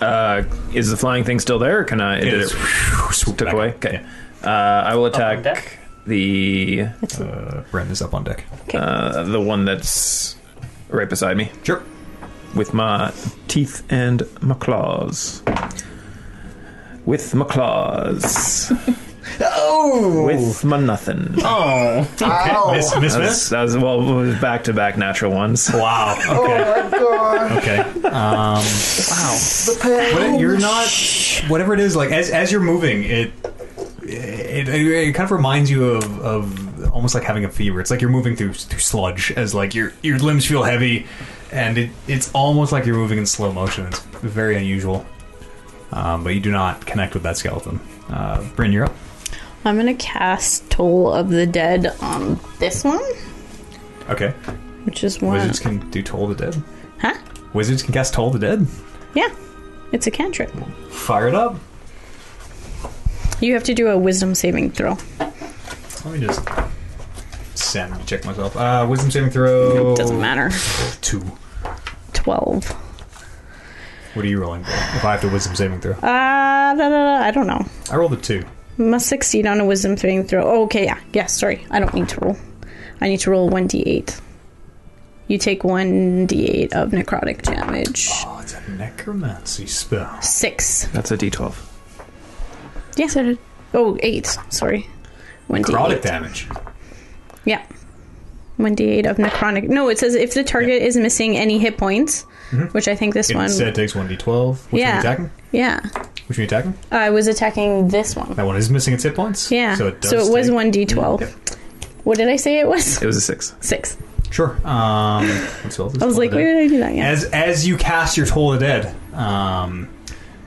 [SPEAKER 4] Uh, is the flying thing still there? Or can I? did it
[SPEAKER 1] Swoop
[SPEAKER 4] took
[SPEAKER 1] back.
[SPEAKER 4] away? Okay. Uh, I will
[SPEAKER 2] on
[SPEAKER 4] attack
[SPEAKER 2] deck?
[SPEAKER 4] the
[SPEAKER 1] Uh, Brent is up on deck.
[SPEAKER 4] uh, the one that's right beside me
[SPEAKER 1] Sure.
[SPEAKER 4] with my teeth and my claws. With my claws.
[SPEAKER 9] Oh!
[SPEAKER 4] With my nothing.
[SPEAKER 2] Oh,
[SPEAKER 1] Miss, miss,
[SPEAKER 4] That
[SPEAKER 1] miss.
[SPEAKER 4] was, that was well, it was back to back natural ones.
[SPEAKER 1] Wow. Okay. Okay. Um, wow. But you're not. Whatever it is, like as as you're moving, it it, it, it kind of reminds you of, of almost like having a fever. It's like you're moving through through sludge, as like your your limbs feel heavy, and it it's almost like you're moving in slow motion. It's very unusual. Um, but you do not connect with that skeleton. Uh, Bryn, you're up.
[SPEAKER 5] I'm going to cast Toll of the Dead on this one,
[SPEAKER 1] Okay.
[SPEAKER 5] which is one.
[SPEAKER 1] Wizards can do Toll the Dead.
[SPEAKER 5] Huh?
[SPEAKER 1] Wizards can cast Toll the Dead.
[SPEAKER 5] Yeah. It's a cantrip.
[SPEAKER 1] Fire it up.
[SPEAKER 5] You have to do a wisdom saving throw.
[SPEAKER 1] Let me just sanity check myself. Uh, wisdom saving throw.
[SPEAKER 5] Doesn't matter.
[SPEAKER 1] Two.
[SPEAKER 5] 12.
[SPEAKER 1] What are you rolling for? If I have to wisdom saving throw,
[SPEAKER 5] Uh, da, da, da, I don't know.
[SPEAKER 1] I rolled a two.
[SPEAKER 5] Must succeed on a wisdom saving throw. Oh, okay, yeah. Yeah, sorry. I don't need to roll. I need to roll 1d8. You take 1d8 of necrotic damage.
[SPEAKER 1] Oh, it's a necromancy spell.
[SPEAKER 5] Six.
[SPEAKER 4] That's a d12.
[SPEAKER 5] Yeah. Oh, eight. Sorry. 1d8.
[SPEAKER 1] Necrotic damage.
[SPEAKER 5] Yeah. 1d8 of necrotic. No, it says if the target is missing any hit points, which I think this
[SPEAKER 1] It
[SPEAKER 5] one.
[SPEAKER 1] Mm-hmm. said takes one d12. Which
[SPEAKER 5] Yeah.
[SPEAKER 1] one are you attacking?
[SPEAKER 5] Yeah.
[SPEAKER 1] Which one are you attacking?
[SPEAKER 5] I was attacking this one.
[SPEAKER 1] That one is missing its hit points.
[SPEAKER 5] Yeah.
[SPEAKER 1] So it does.
[SPEAKER 5] was
[SPEAKER 1] take- Mm,
[SPEAKER 5] 1d12.
[SPEAKER 1] Yep.
[SPEAKER 5] What did I say it was?
[SPEAKER 4] It was a six.
[SPEAKER 5] Six.
[SPEAKER 1] Sure. Um, let's roll this
[SPEAKER 5] I was
[SPEAKER 1] Toll
[SPEAKER 5] like,
[SPEAKER 1] the
[SPEAKER 5] where
[SPEAKER 1] Dead.
[SPEAKER 5] did I do that? Yeah.
[SPEAKER 1] As as you cast your Toll of the Dead, um,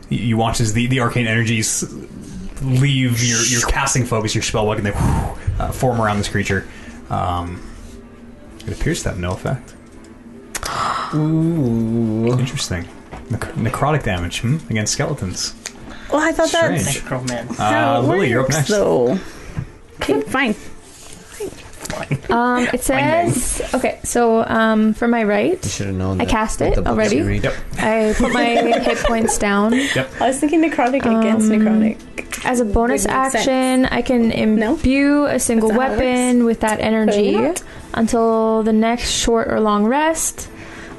[SPEAKER 1] you, you watch as the, the arcane energies leave your, your casting focus, your spell book, and they whew, uh, form around this creature. Um, it appears to have no effect. Ooh. Interesting. Nec- necrotic damage hmm? against skeletons.
[SPEAKER 5] well, I thought that's
[SPEAKER 1] Strange.
[SPEAKER 2] necroman.
[SPEAKER 5] how
[SPEAKER 1] Uh,
[SPEAKER 5] it
[SPEAKER 1] Lily, you're up
[SPEAKER 5] works,
[SPEAKER 1] next.
[SPEAKER 5] Though. Okay, fine.
[SPEAKER 6] Um, it says okay. So um, for my right,
[SPEAKER 9] Should have known.
[SPEAKER 6] I
[SPEAKER 9] that
[SPEAKER 6] cast
[SPEAKER 9] with
[SPEAKER 6] it
[SPEAKER 9] the books
[SPEAKER 6] already.
[SPEAKER 9] you read.
[SPEAKER 1] Yep.
[SPEAKER 6] I put my hit points down.
[SPEAKER 5] I was thinking necrotic against necrotic.
[SPEAKER 6] As a bonus
[SPEAKER 5] Doesn't make
[SPEAKER 6] action, I can imbue a single
[SPEAKER 5] That's not how it
[SPEAKER 6] weapon with that energy
[SPEAKER 5] No, you're not.
[SPEAKER 6] until the next short or long rest.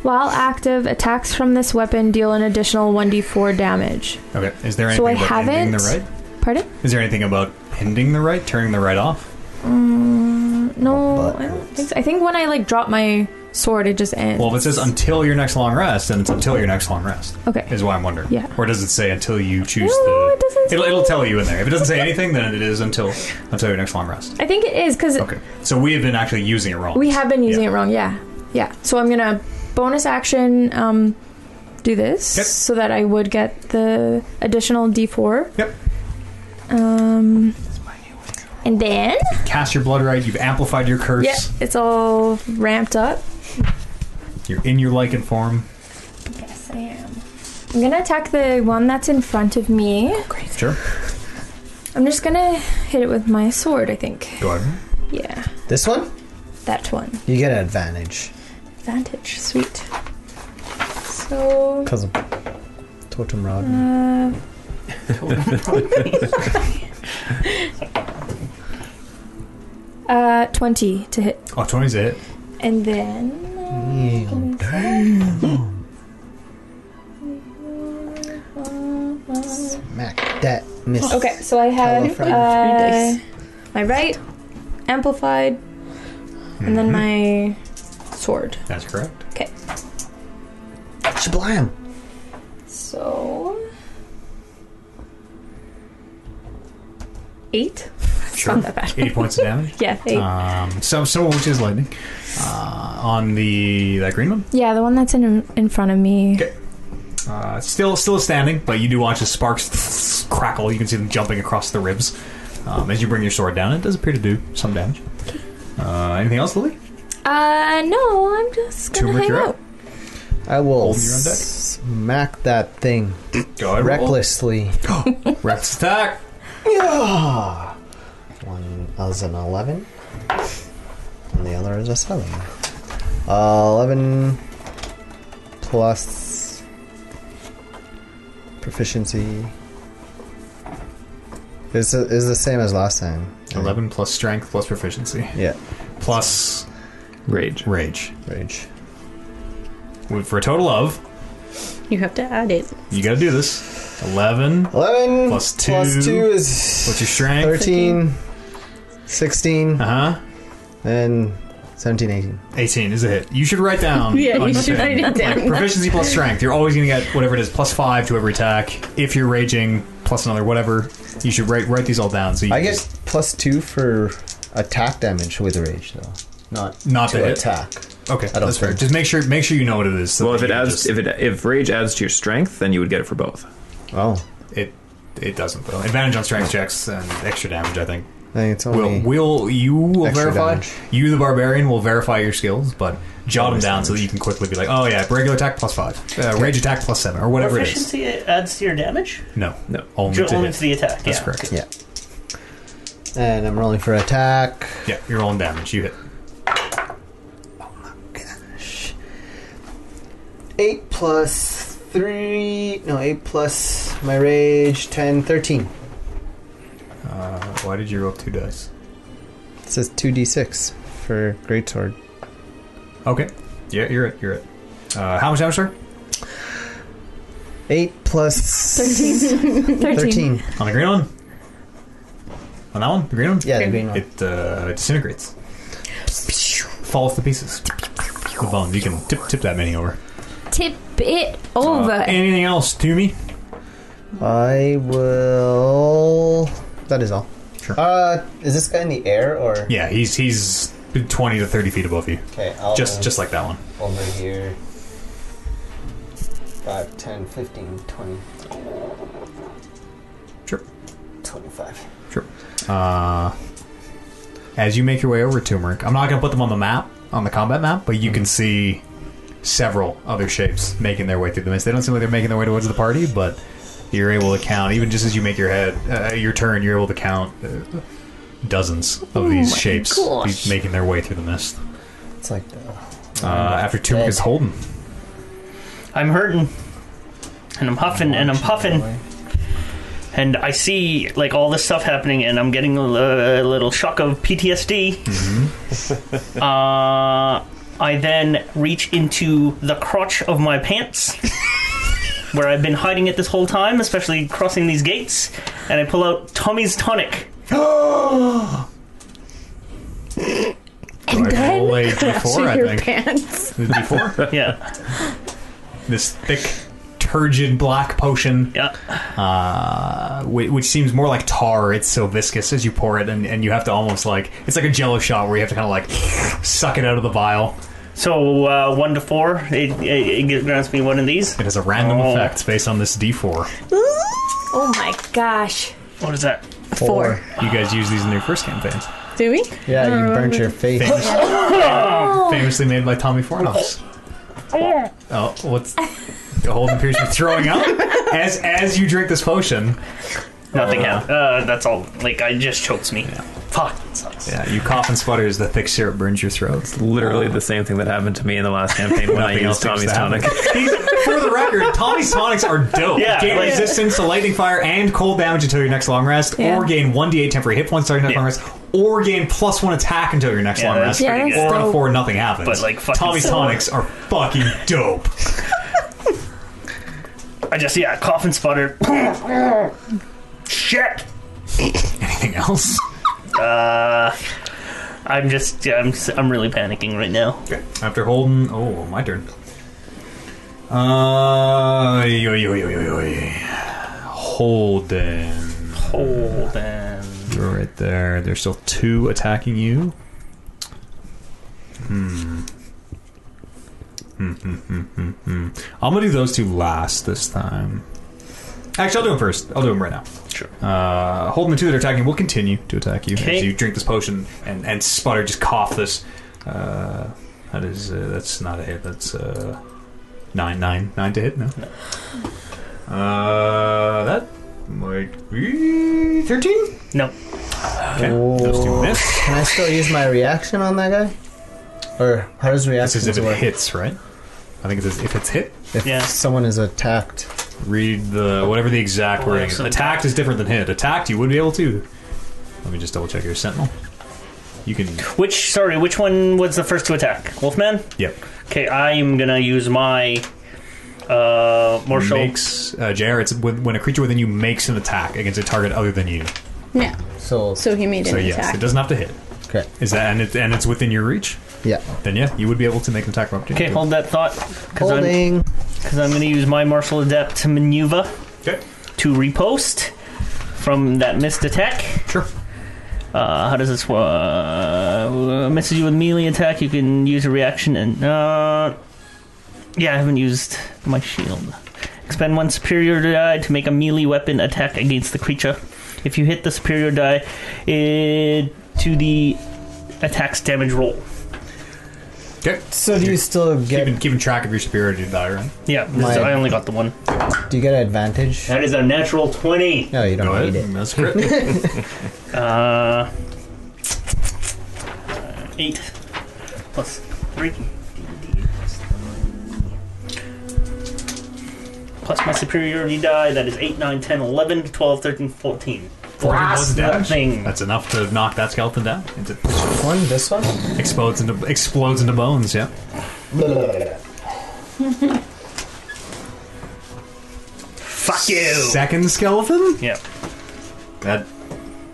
[SPEAKER 6] While active, attacks from this weapon deal an additional 1d4 damage.
[SPEAKER 1] Okay. Is there anything
[SPEAKER 6] So I
[SPEAKER 1] about
[SPEAKER 6] have
[SPEAKER 1] ending
[SPEAKER 6] it.
[SPEAKER 1] the right?
[SPEAKER 6] Pardon?
[SPEAKER 1] Is there anything about ending the right, turning the right off?
[SPEAKER 6] Mm, No, I don't think so. I think when I like drop my sword, it just ends.
[SPEAKER 1] Well, if it says until your next long rest, then it's until your next long rest.
[SPEAKER 6] Okay.
[SPEAKER 1] Is why I'm wondering.
[SPEAKER 6] Yeah.
[SPEAKER 1] Or does it say until you choose
[SPEAKER 6] No,
[SPEAKER 1] the?
[SPEAKER 6] it doesn't
[SPEAKER 1] It'll,
[SPEAKER 6] say.
[SPEAKER 1] it'll tell you in there. If it doesn't say anything, then it is until until your next long rest.
[SPEAKER 6] I think it is because
[SPEAKER 1] Okay. So we have been actually using it wrong.
[SPEAKER 6] we have been using
[SPEAKER 1] Yeah.
[SPEAKER 6] it wrong. Yeah, yeah. So I'm gonna bonus action, um, do this
[SPEAKER 1] Yep.
[SPEAKER 6] so that I would get the additional D4.
[SPEAKER 1] Yep.
[SPEAKER 6] Um, and then,
[SPEAKER 1] Cast your blood right. You've amplified your curse.
[SPEAKER 6] yeah, it's all ramped up.
[SPEAKER 1] You're in your lycan form.
[SPEAKER 6] Yes, I am. I'm gonna attack the one that's in front of me.
[SPEAKER 1] Sure.
[SPEAKER 6] I'm just gonna hit it with my sword, I think.
[SPEAKER 1] Go ahead.
[SPEAKER 6] Yeah,
[SPEAKER 3] This one?
[SPEAKER 6] that one.
[SPEAKER 3] You get an advantage.
[SPEAKER 6] Advantage, sweet. So,
[SPEAKER 3] Because of Totem Rod.
[SPEAKER 6] uh, uh, 20 to hit.
[SPEAKER 1] Oh, 20's a hit.
[SPEAKER 6] And then. uh, give me a sec.
[SPEAKER 3] Mac, that miss.
[SPEAKER 6] Okay, so
[SPEAKER 3] Tell
[SPEAKER 6] I
[SPEAKER 3] a
[SPEAKER 6] have
[SPEAKER 3] friend.
[SPEAKER 6] uh,
[SPEAKER 5] Three
[SPEAKER 6] my right amplified, and then
[SPEAKER 1] Mm-hmm.
[SPEAKER 6] my sword.
[SPEAKER 1] Hmm. That's correct.
[SPEAKER 3] Shablam!
[SPEAKER 6] So. Eight? It's not that bad.
[SPEAKER 1] 80 points of damage.
[SPEAKER 6] Yeah, eight.
[SPEAKER 1] Um, so, so which is lightning uh, on the that green one.
[SPEAKER 6] yeah, the one that's in in front of me.
[SPEAKER 1] Okay. Uh, still, still standing, but you do watch the sparks crackle. You can see them jumping across the ribs um, as you bring your sword down. It does appear to do some damage. Uh, anything else, Lily?
[SPEAKER 6] Uh, no, I'm just gonna
[SPEAKER 1] Turmeric,
[SPEAKER 6] hang
[SPEAKER 1] you're
[SPEAKER 6] out.
[SPEAKER 1] up.
[SPEAKER 3] I will
[SPEAKER 1] Hold your own deck.
[SPEAKER 3] smack that thing
[SPEAKER 1] Go ahead.
[SPEAKER 3] recklessly.
[SPEAKER 1] Reckless attack.
[SPEAKER 3] Yeah! One is an 11, and the other is a 7. Uh, 11 plus proficiency is the, is the same as last time.
[SPEAKER 1] Eleven plus strength plus proficiency
[SPEAKER 3] Yeah,
[SPEAKER 1] plus
[SPEAKER 4] Rage.
[SPEAKER 1] rage
[SPEAKER 3] rage.
[SPEAKER 1] for a total of
[SPEAKER 5] You have to add it.
[SPEAKER 1] you got to do this. Eleven.
[SPEAKER 3] 11
[SPEAKER 1] Plus two.
[SPEAKER 3] plus 2 is
[SPEAKER 1] What's your strength?
[SPEAKER 3] 13, 16,
[SPEAKER 1] Uh huh.
[SPEAKER 3] and 17, 18.
[SPEAKER 1] 18 is a hit. You should write down.
[SPEAKER 5] Yeah, you
[SPEAKER 1] on your
[SPEAKER 5] should
[SPEAKER 1] thing,
[SPEAKER 5] write it
[SPEAKER 1] like,
[SPEAKER 5] down.
[SPEAKER 1] proficiency plus strength. You're always going to get whatever it is, plus five to every attack. If you're raging, plus another whatever. You should write write these all down. So you
[SPEAKER 3] I
[SPEAKER 1] can
[SPEAKER 3] get
[SPEAKER 1] just
[SPEAKER 3] plus 2 for attack damage with rage, though. Not,
[SPEAKER 1] Not
[SPEAKER 3] to
[SPEAKER 1] to hit.
[SPEAKER 3] attack.
[SPEAKER 1] okay.
[SPEAKER 3] don't
[SPEAKER 1] That's fair.
[SPEAKER 3] think-
[SPEAKER 1] Just make sure make sure you know what it is. so that
[SPEAKER 4] Well, if it
[SPEAKER 1] you can
[SPEAKER 4] adds,
[SPEAKER 1] just-
[SPEAKER 4] if it if rage adds to your strength, then you would get it for both.
[SPEAKER 3] Oh,
[SPEAKER 1] it it doesn't though. Advantage on strength checks and extra damage. I think.
[SPEAKER 3] I think it's
[SPEAKER 1] Will
[SPEAKER 3] only.
[SPEAKER 1] will you will
[SPEAKER 3] Extra
[SPEAKER 1] verify
[SPEAKER 3] damage.
[SPEAKER 1] you the barbarian will verify your skills, but jot them
[SPEAKER 3] Bonus
[SPEAKER 1] down so that you can quickly be like, oh yeah, regular attack plus five, uh, rage attack plus seven, or whatever it is.
[SPEAKER 2] Proficiency adds to your damage?
[SPEAKER 1] No,
[SPEAKER 4] No.
[SPEAKER 1] only to
[SPEAKER 2] Ju- Only
[SPEAKER 1] hit.
[SPEAKER 2] to the attack.
[SPEAKER 1] That's
[SPEAKER 2] yeah.
[SPEAKER 1] correct.
[SPEAKER 3] yeah. And I'm rolling for attack.
[SPEAKER 1] Yeah, you're rolling damage. You hit.
[SPEAKER 3] 8 plus 3. No, 8 plus my rage. 10, 13.
[SPEAKER 1] Why did you roll two dice?
[SPEAKER 3] It says 2d6 for greatsword.
[SPEAKER 1] Okay. Yeah, you're it. You're it. Uh, how much damage, sir?
[SPEAKER 3] 8 plus
[SPEAKER 6] 13.
[SPEAKER 3] 13.
[SPEAKER 1] On the green one. On that one, the green one.
[SPEAKER 3] Yeah, the green one.
[SPEAKER 1] It uh, disintegrates. Falls to pieces. The bones. You can tip tip that mini over.
[SPEAKER 6] Tip it over.
[SPEAKER 1] Uh, anything else to me?
[SPEAKER 3] I will. That is all.
[SPEAKER 1] Sure.
[SPEAKER 3] Uh, is this guy in the air or?
[SPEAKER 1] Yeah, he's he's twenty to thirty feet above you.
[SPEAKER 3] Okay, I'll
[SPEAKER 1] Just just like that one.
[SPEAKER 3] over here. 5, 10, 15, 20,
[SPEAKER 1] Sure.
[SPEAKER 3] 25.
[SPEAKER 1] Sure. Uh, as you make your way over Turmeric, I'm not going to put them on the map, on the combat map, but you can see several other shapes making their way through the mist. They don't seem like they're making their way towards the party, but you're able to count, even just as you make your head, uh, your turn, you're able to count uh, dozens of
[SPEAKER 7] Oh
[SPEAKER 1] these shapes
[SPEAKER 5] gosh.
[SPEAKER 1] be- making their way through the mist.
[SPEAKER 3] It's like the.
[SPEAKER 1] Uh, after Turmeric is holding,
[SPEAKER 2] I'm hurting. And I'm huffing and I'm puffing. And I see like all this stuff happening, and I'm getting a, l- a little shock of PTSD. uh, I then reach into the crotch of my pants, where I've been hiding it this whole time, especially crossing these gates, and I pull out Tommy's tonic.
[SPEAKER 1] and I
[SPEAKER 6] then
[SPEAKER 1] roll a d4, I
[SPEAKER 5] your
[SPEAKER 1] think.
[SPEAKER 5] pants.
[SPEAKER 1] D4.
[SPEAKER 2] Yeah,
[SPEAKER 1] this thick, turgid black potion.
[SPEAKER 2] yeah.
[SPEAKER 1] uh, whi- which seems more like tar. It's so viscous as you pour it, and, and you have to almost like it's like a Jello shot where you have to kind of like suck it out of the vial.
[SPEAKER 2] So uh, one to four, it, it, it grants me one of these.
[SPEAKER 1] It has a random
[SPEAKER 2] Oh.
[SPEAKER 1] effect based on this D4.
[SPEAKER 6] Oh my gosh.
[SPEAKER 2] What is that?
[SPEAKER 5] Four.
[SPEAKER 1] You guys use these in your first campaign.
[SPEAKER 5] Do we?
[SPEAKER 3] Yeah, you burnt your face.
[SPEAKER 1] Famously made by Tommy Fornos. Oh, what's the Holden Pierce? You're throwing up as as you drink this potion.
[SPEAKER 2] Nothing. happened. Uh, that's all. Like I it just chokes me. Fuck. It sucks.
[SPEAKER 1] Yeah, you cough and sputter as the thick syrup burns your throat.
[SPEAKER 4] Literally the same thing that happened to me in the last campaign when I
[SPEAKER 1] Nothing
[SPEAKER 4] used
[SPEAKER 1] else seems
[SPEAKER 4] Tommy's
[SPEAKER 1] to happen.
[SPEAKER 4] tonic.
[SPEAKER 1] He's- For the record, Tommy's tonics are dope.
[SPEAKER 2] Yeah,
[SPEAKER 1] gain
[SPEAKER 2] like-
[SPEAKER 1] resistance to lightning fire and cold damage until your next long rest,
[SPEAKER 5] Yeah.
[SPEAKER 1] or gain one d8 temporary hit points starting next
[SPEAKER 2] Yeah.
[SPEAKER 1] long rest, or gain plus one attack until your next
[SPEAKER 2] Yeah,
[SPEAKER 1] long rest.
[SPEAKER 2] that's pretty
[SPEAKER 5] Yeah,
[SPEAKER 2] good.
[SPEAKER 5] that's
[SPEAKER 1] Four on a
[SPEAKER 5] dope.
[SPEAKER 1] four, nothing happens.
[SPEAKER 2] But, like, fucking
[SPEAKER 1] Tommy's
[SPEAKER 2] so-
[SPEAKER 1] tonics are fucking dope.
[SPEAKER 2] I just yeah, cough and sputter. Shit.
[SPEAKER 1] Anything else?
[SPEAKER 2] I'm just I'm I'm really panicking right now.
[SPEAKER 1] Okay. After holding, oh, my turn. Uh, yo, yo, yo, yo, yo. Holden.
[SPEAKER 2] Hold on.
[SPEAKER 1] You're right there. There's still two attacking you. Hmm. Hmm. Hmm. Hmm. Hmm. hmm. I'm gonna do those two last this time. Actually, I'll do them first. I'll do them right now.
[SPEAKER 2] Sure.
[SPEAKER 1] Uh, hold them two that are attacking. We'll continue to attack you
[SPEAKER 2] Okay.
[SPEAKER 1] as you drink this potion and and sputter. Just cough this. Uh, that is uh, that's not a hit. That's uh, nine nine nine to hit. No. Uh, that might be thirteen.
[SPEAKER 2] No.
[SPEAKER 1] Okay. Those two miss.
[SPEAKER 3] Can I still use my reaction on that guy? Or how does
[SPEAKER 1] This
[SPEAKER 3] reaction
[SPEAKER 1] is if it
[SPEAKER 3] work?
[SPEAKER 1] hits, right? I think it says if it's hit.
[SPEAKER 3] If
[SPEAKER 2] Yeah.
[SPEAKER 3] someone is attacked.
[SPEAKER 1] Read the whatever the exact
[SPEAKER 2] Oh,
[SPEAKER 1] wording is.
[SPEAKER 2] excellent.
[SPEAKER 1] Attacked is different than hit. Attacked, you would be able to. Let me just double check your sentinel. You can.
[SPEAKER 2] Which sorry, which one was the first to attack? Wolfman.
[SPEAKER 1] Yep.
[SPEAKER 2] Okay, I'm gonna use my uh martial.
[SPEAKER 1] Makes uh, JR. It's when, when a creature within you makes an attack against a target other than you.
[SPEAKER 5] Yeah.
[SPEAKER 3] So,
[SPEAKER 5] So he made an
[SPEAKER 1] So yes,
[SPEAKER 5] attack.
[SPEAKER 1] it doesn't have to hit.
[SPEAKER 3] okay.
[SPEAKER 1] Is that and it and it's within your reach?
[SPEAKER 3] Yeah.
[SPEAKER 1] Then yeah, you would be able to make an attack from opportunity.
[SPEAKER 2] Okay, hold that thought because I'm
[SPEAKER 3] Holding.
[SPEAKER 2] because I'm gonna use my martial adept maneuver
[SPEAKER 1] Okay.
[SPEAKER 2] to repost from that missed attack.
[SPEAKER 1] Sure.
[SPEAKER 2] Uh, how does this work? Uh, misses you with melee attack. You can use a reaction and uh, yeah, I haven't used my shield. Expend one superior die to make a melee weapon attack against the creature. If you hit the superior die, it to the attack's damage roll.
[SPEAKER 1] Okay.
[SPEAKER 3] So do you still get
[SPEAKER 1] Keeping, keeping track of your superiority die, right?
[SPEAKER 2] Yeah, this is-
[SPEAKER 3] My-
[SPEAKER 2] I only got the one.
[SPEAKER 3] do you get advantage?
[SPEAKER 2] That is a natural twenty.
[SPEAKER 3] No, you don't need it.
[SPEAKER 1] That's correct.
[SPEAKER 2] Uh, eight plus three. Plus my superiority die, that is 8, 9, 10, 11, 12, 13, 14. Blast that thing.
[SPEAKER 1] That's enough to knock that skeleton down. It's
[SPEAKER 3] One, this one?
[SPEAKER 1] explodes into explodes into bones. Yeah.
[SPEAKER 2] Fuck you!
[SPEAKER 1] Second skeleton.
[SPEAKER 2] Yeah.
[SPEAKER 1] That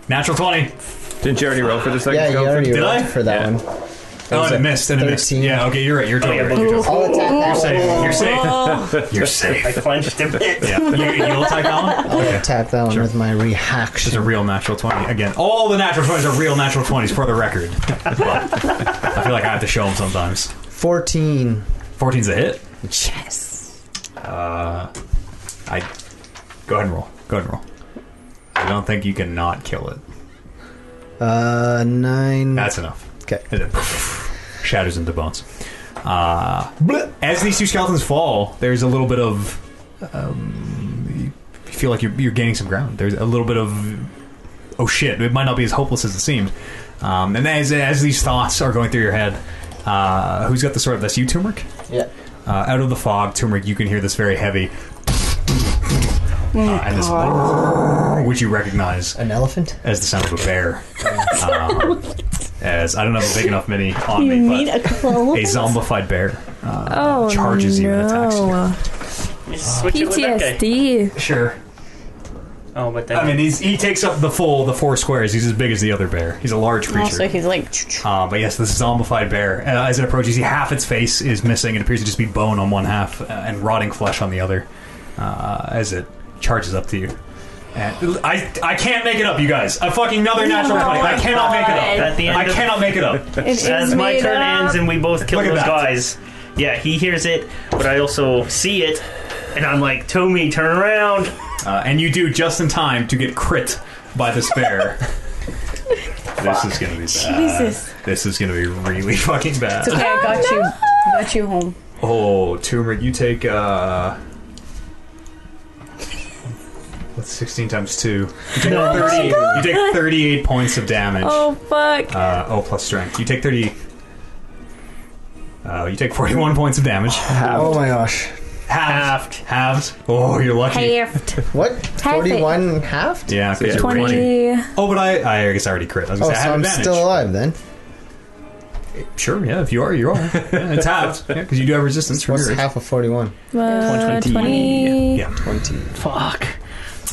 [SPEAKER 1] natural twenty.
[SPEAKER 4] Didn't you already roll for the second
[SPEAKER 3] Yeah, you
[SPEAKER 4] skeleton?
[SPEAKER 3] already
[SPEAKER 1] Did
[SPEAKER 3] rolled
[SPEAKER 1] I?
[SPEAKER 3] for that
[SPEAKER 4] Yeah.
[SPEAKER 3] one.
[SPEAKER 1] Oh,
[SPEAKER 3] was
[SPEAKER 1] and it
[SPEAKER 3] a
[SPEAKER 1] missed. And it missed.
[SPEAKER 3] 13.
[SPEAKER 1] Yeah. Okay, you're right. You're totally
[SPEAKER 2] Oh, yeah,
[SPEAKER 1] right.
[SPEAKER 2] both
[SPEAKER 1] You're
[SPEAKER 3] I'll attack Oh, that one.
[SPEAKER 5] Oh.
[SPEAKER 1] safe. You're safe.
[SPEAKER 2] I clenched a bit.
[SPEAKER 1] Yeah. You- You'll attack that one. Okay.
[SPEAKER 3] Attack that one
[SPEAKER 1] Sure.
[SPEAKER 3] with my
[SPEAKER 1] It's a
[SPEAKER 3] reaction.
[SPEAKER 1] real natural 20. Again, all the natural 20s are real natural 20s for the record. But I feel like I have to show them sometimes.
[SPEAKER 3] 14.
[SPEAKER 1] 14's a hit.
[SPEAKER 5] Yes.
[SPEAKER 1] I Go ahead and roll. Go ahead and roll. I don't think you can not kill it.
[SPEAKER 3] Uh, 9.
[SPEAKER 1] That's enough.
[SPEAKER 3] okay.
[SPEAKER 1] And it shatters into bones. Uh, bleh. as these two skeletons fall, there's a little bit of. Um, you feel like you're, you're gaining some ground. There's a little bit of. Oh shit, it might not be as hopeless as it seemed. Um, and as, as these thoughts are going through your head, uh, who's got the sword of this? You, Turmeric?
[SPEAKER 3] Yeah.
[SPEAKER 1] Uh, out of the fog, Turmeric, you can hear this very heavy. Uh, and this. Which you recognize
[SPEAKER 3] An elephant?
[SPEAKER 1] as the sound of a bear. Um, as I don't have a big enough mini on
[SPEAKER 5] You
[SPEAKER 1] me,
[SPEAKER 5] need
[SPEAKER 1] but
[SPEAKER 5] a couple.
[SPEAKER 1] a zombified bear uh,
[SPEAKER 6] Oh,
[SPEAKER 1] charges you and attacks you.
[SPEAKER 6] no.
[SPEAKER 2] Just switch it with that guy.
[SPEAKER 6] PTSD.
[SPEAKER 1] Sure.
[SPEAKER 2] Oh, but then.
[SPEAKER 1] I mean, he's, he takes up the full the four squares. He's as big as the other bear. He's a large creature.
[SPEAKER 5] Also, he's like,
[SPEAKER 1] Uh, but yes, this zombified bear, uh, as it approaches you, half its face is missing. It appears to just be bone on one half uh, and rotting flesh on the other uh, as it charges up to you. And I I can't make it up, you guys. A fucking another natural
[SPEAKER 5] No,
[SPEAKER 1] twenty. I cannot make it up.
[SPEAKER 2] At the end
[SPEAKER 1] I
[SPEAKER 2] of-
[SPEAKER 1] cannot make it up.
[SPEAKER 5] It is
[SPEAKER 2] As my
[SPEAKER 5] made
[SPEAKER 2] turn
[SPEAKER 5] up.
[SPEAKER 2] ends and we both kill
[SPEAKER 1] Look at
[SPEAKER 2] those
[SPEAKER 1] that.
[SPEAKER 2] guys. Yeah, he hears it, but I also see it, and I'm like, Tomy, turn around.
[SPEAKER 1] Uh, and you do just in time to get crit by this bear. this is gonna be bad.
[SPEAKER 5] Jesus.
[SPEAKER 1] This is gonna be really fucking bad.
[SPEAKER 5] It's okay, I got you. I got you home.
[SPEAKER 1] Oh, turmeric, you take uh What's sixteen times two? You take, 30, you take thirty-eight points of damage.
[SPEAKER 5] Oh fuck.
[SPEAKER 1] Uh, oh, plus strength. You take thirty. Uh, you take forty-one points of damage.
[SPEAKER 3] Oh my gosh.
[SPEAKER 1] Halved. Halved. Oh, you're lucky.
[SPEAKER 5] Halved.
[SPEAKER 3] What?
[SPEAKER 6] Half it.
[SPEAKER 3] 41 half?
[SPEAKER 1] Yeah, 'cause you're raging.
[SPEAKER 6] Twenty.
[SPEAKER 1] Oh, but I, I guess I already crit. I was
[SPEAKER 3] Oh,
[SPEAKER 1] gonna
[SPEAKER 3] so
[SPEAKER 1] say I have
[SPEAKER 3] I'm
[SPEAKER 1] advantage.
[SPEAKER 3] still alive then.
[SPEAKER 1] Sure, yeah. If you are, you are. Yeah, it's halved because you do have resistance from
[SPEAKER 3] What's
[SPEAKER 1] yours.
[SPEAKER 3] half of 41?
[SPEAKER 6] Uh,
[SPEAKER 4] 20.
[SPEAKER 6] Twenty.
[SPEAKER 1] Yeah.
[SPEAKER 4] 20.
[SPEAKER 2] Fuck.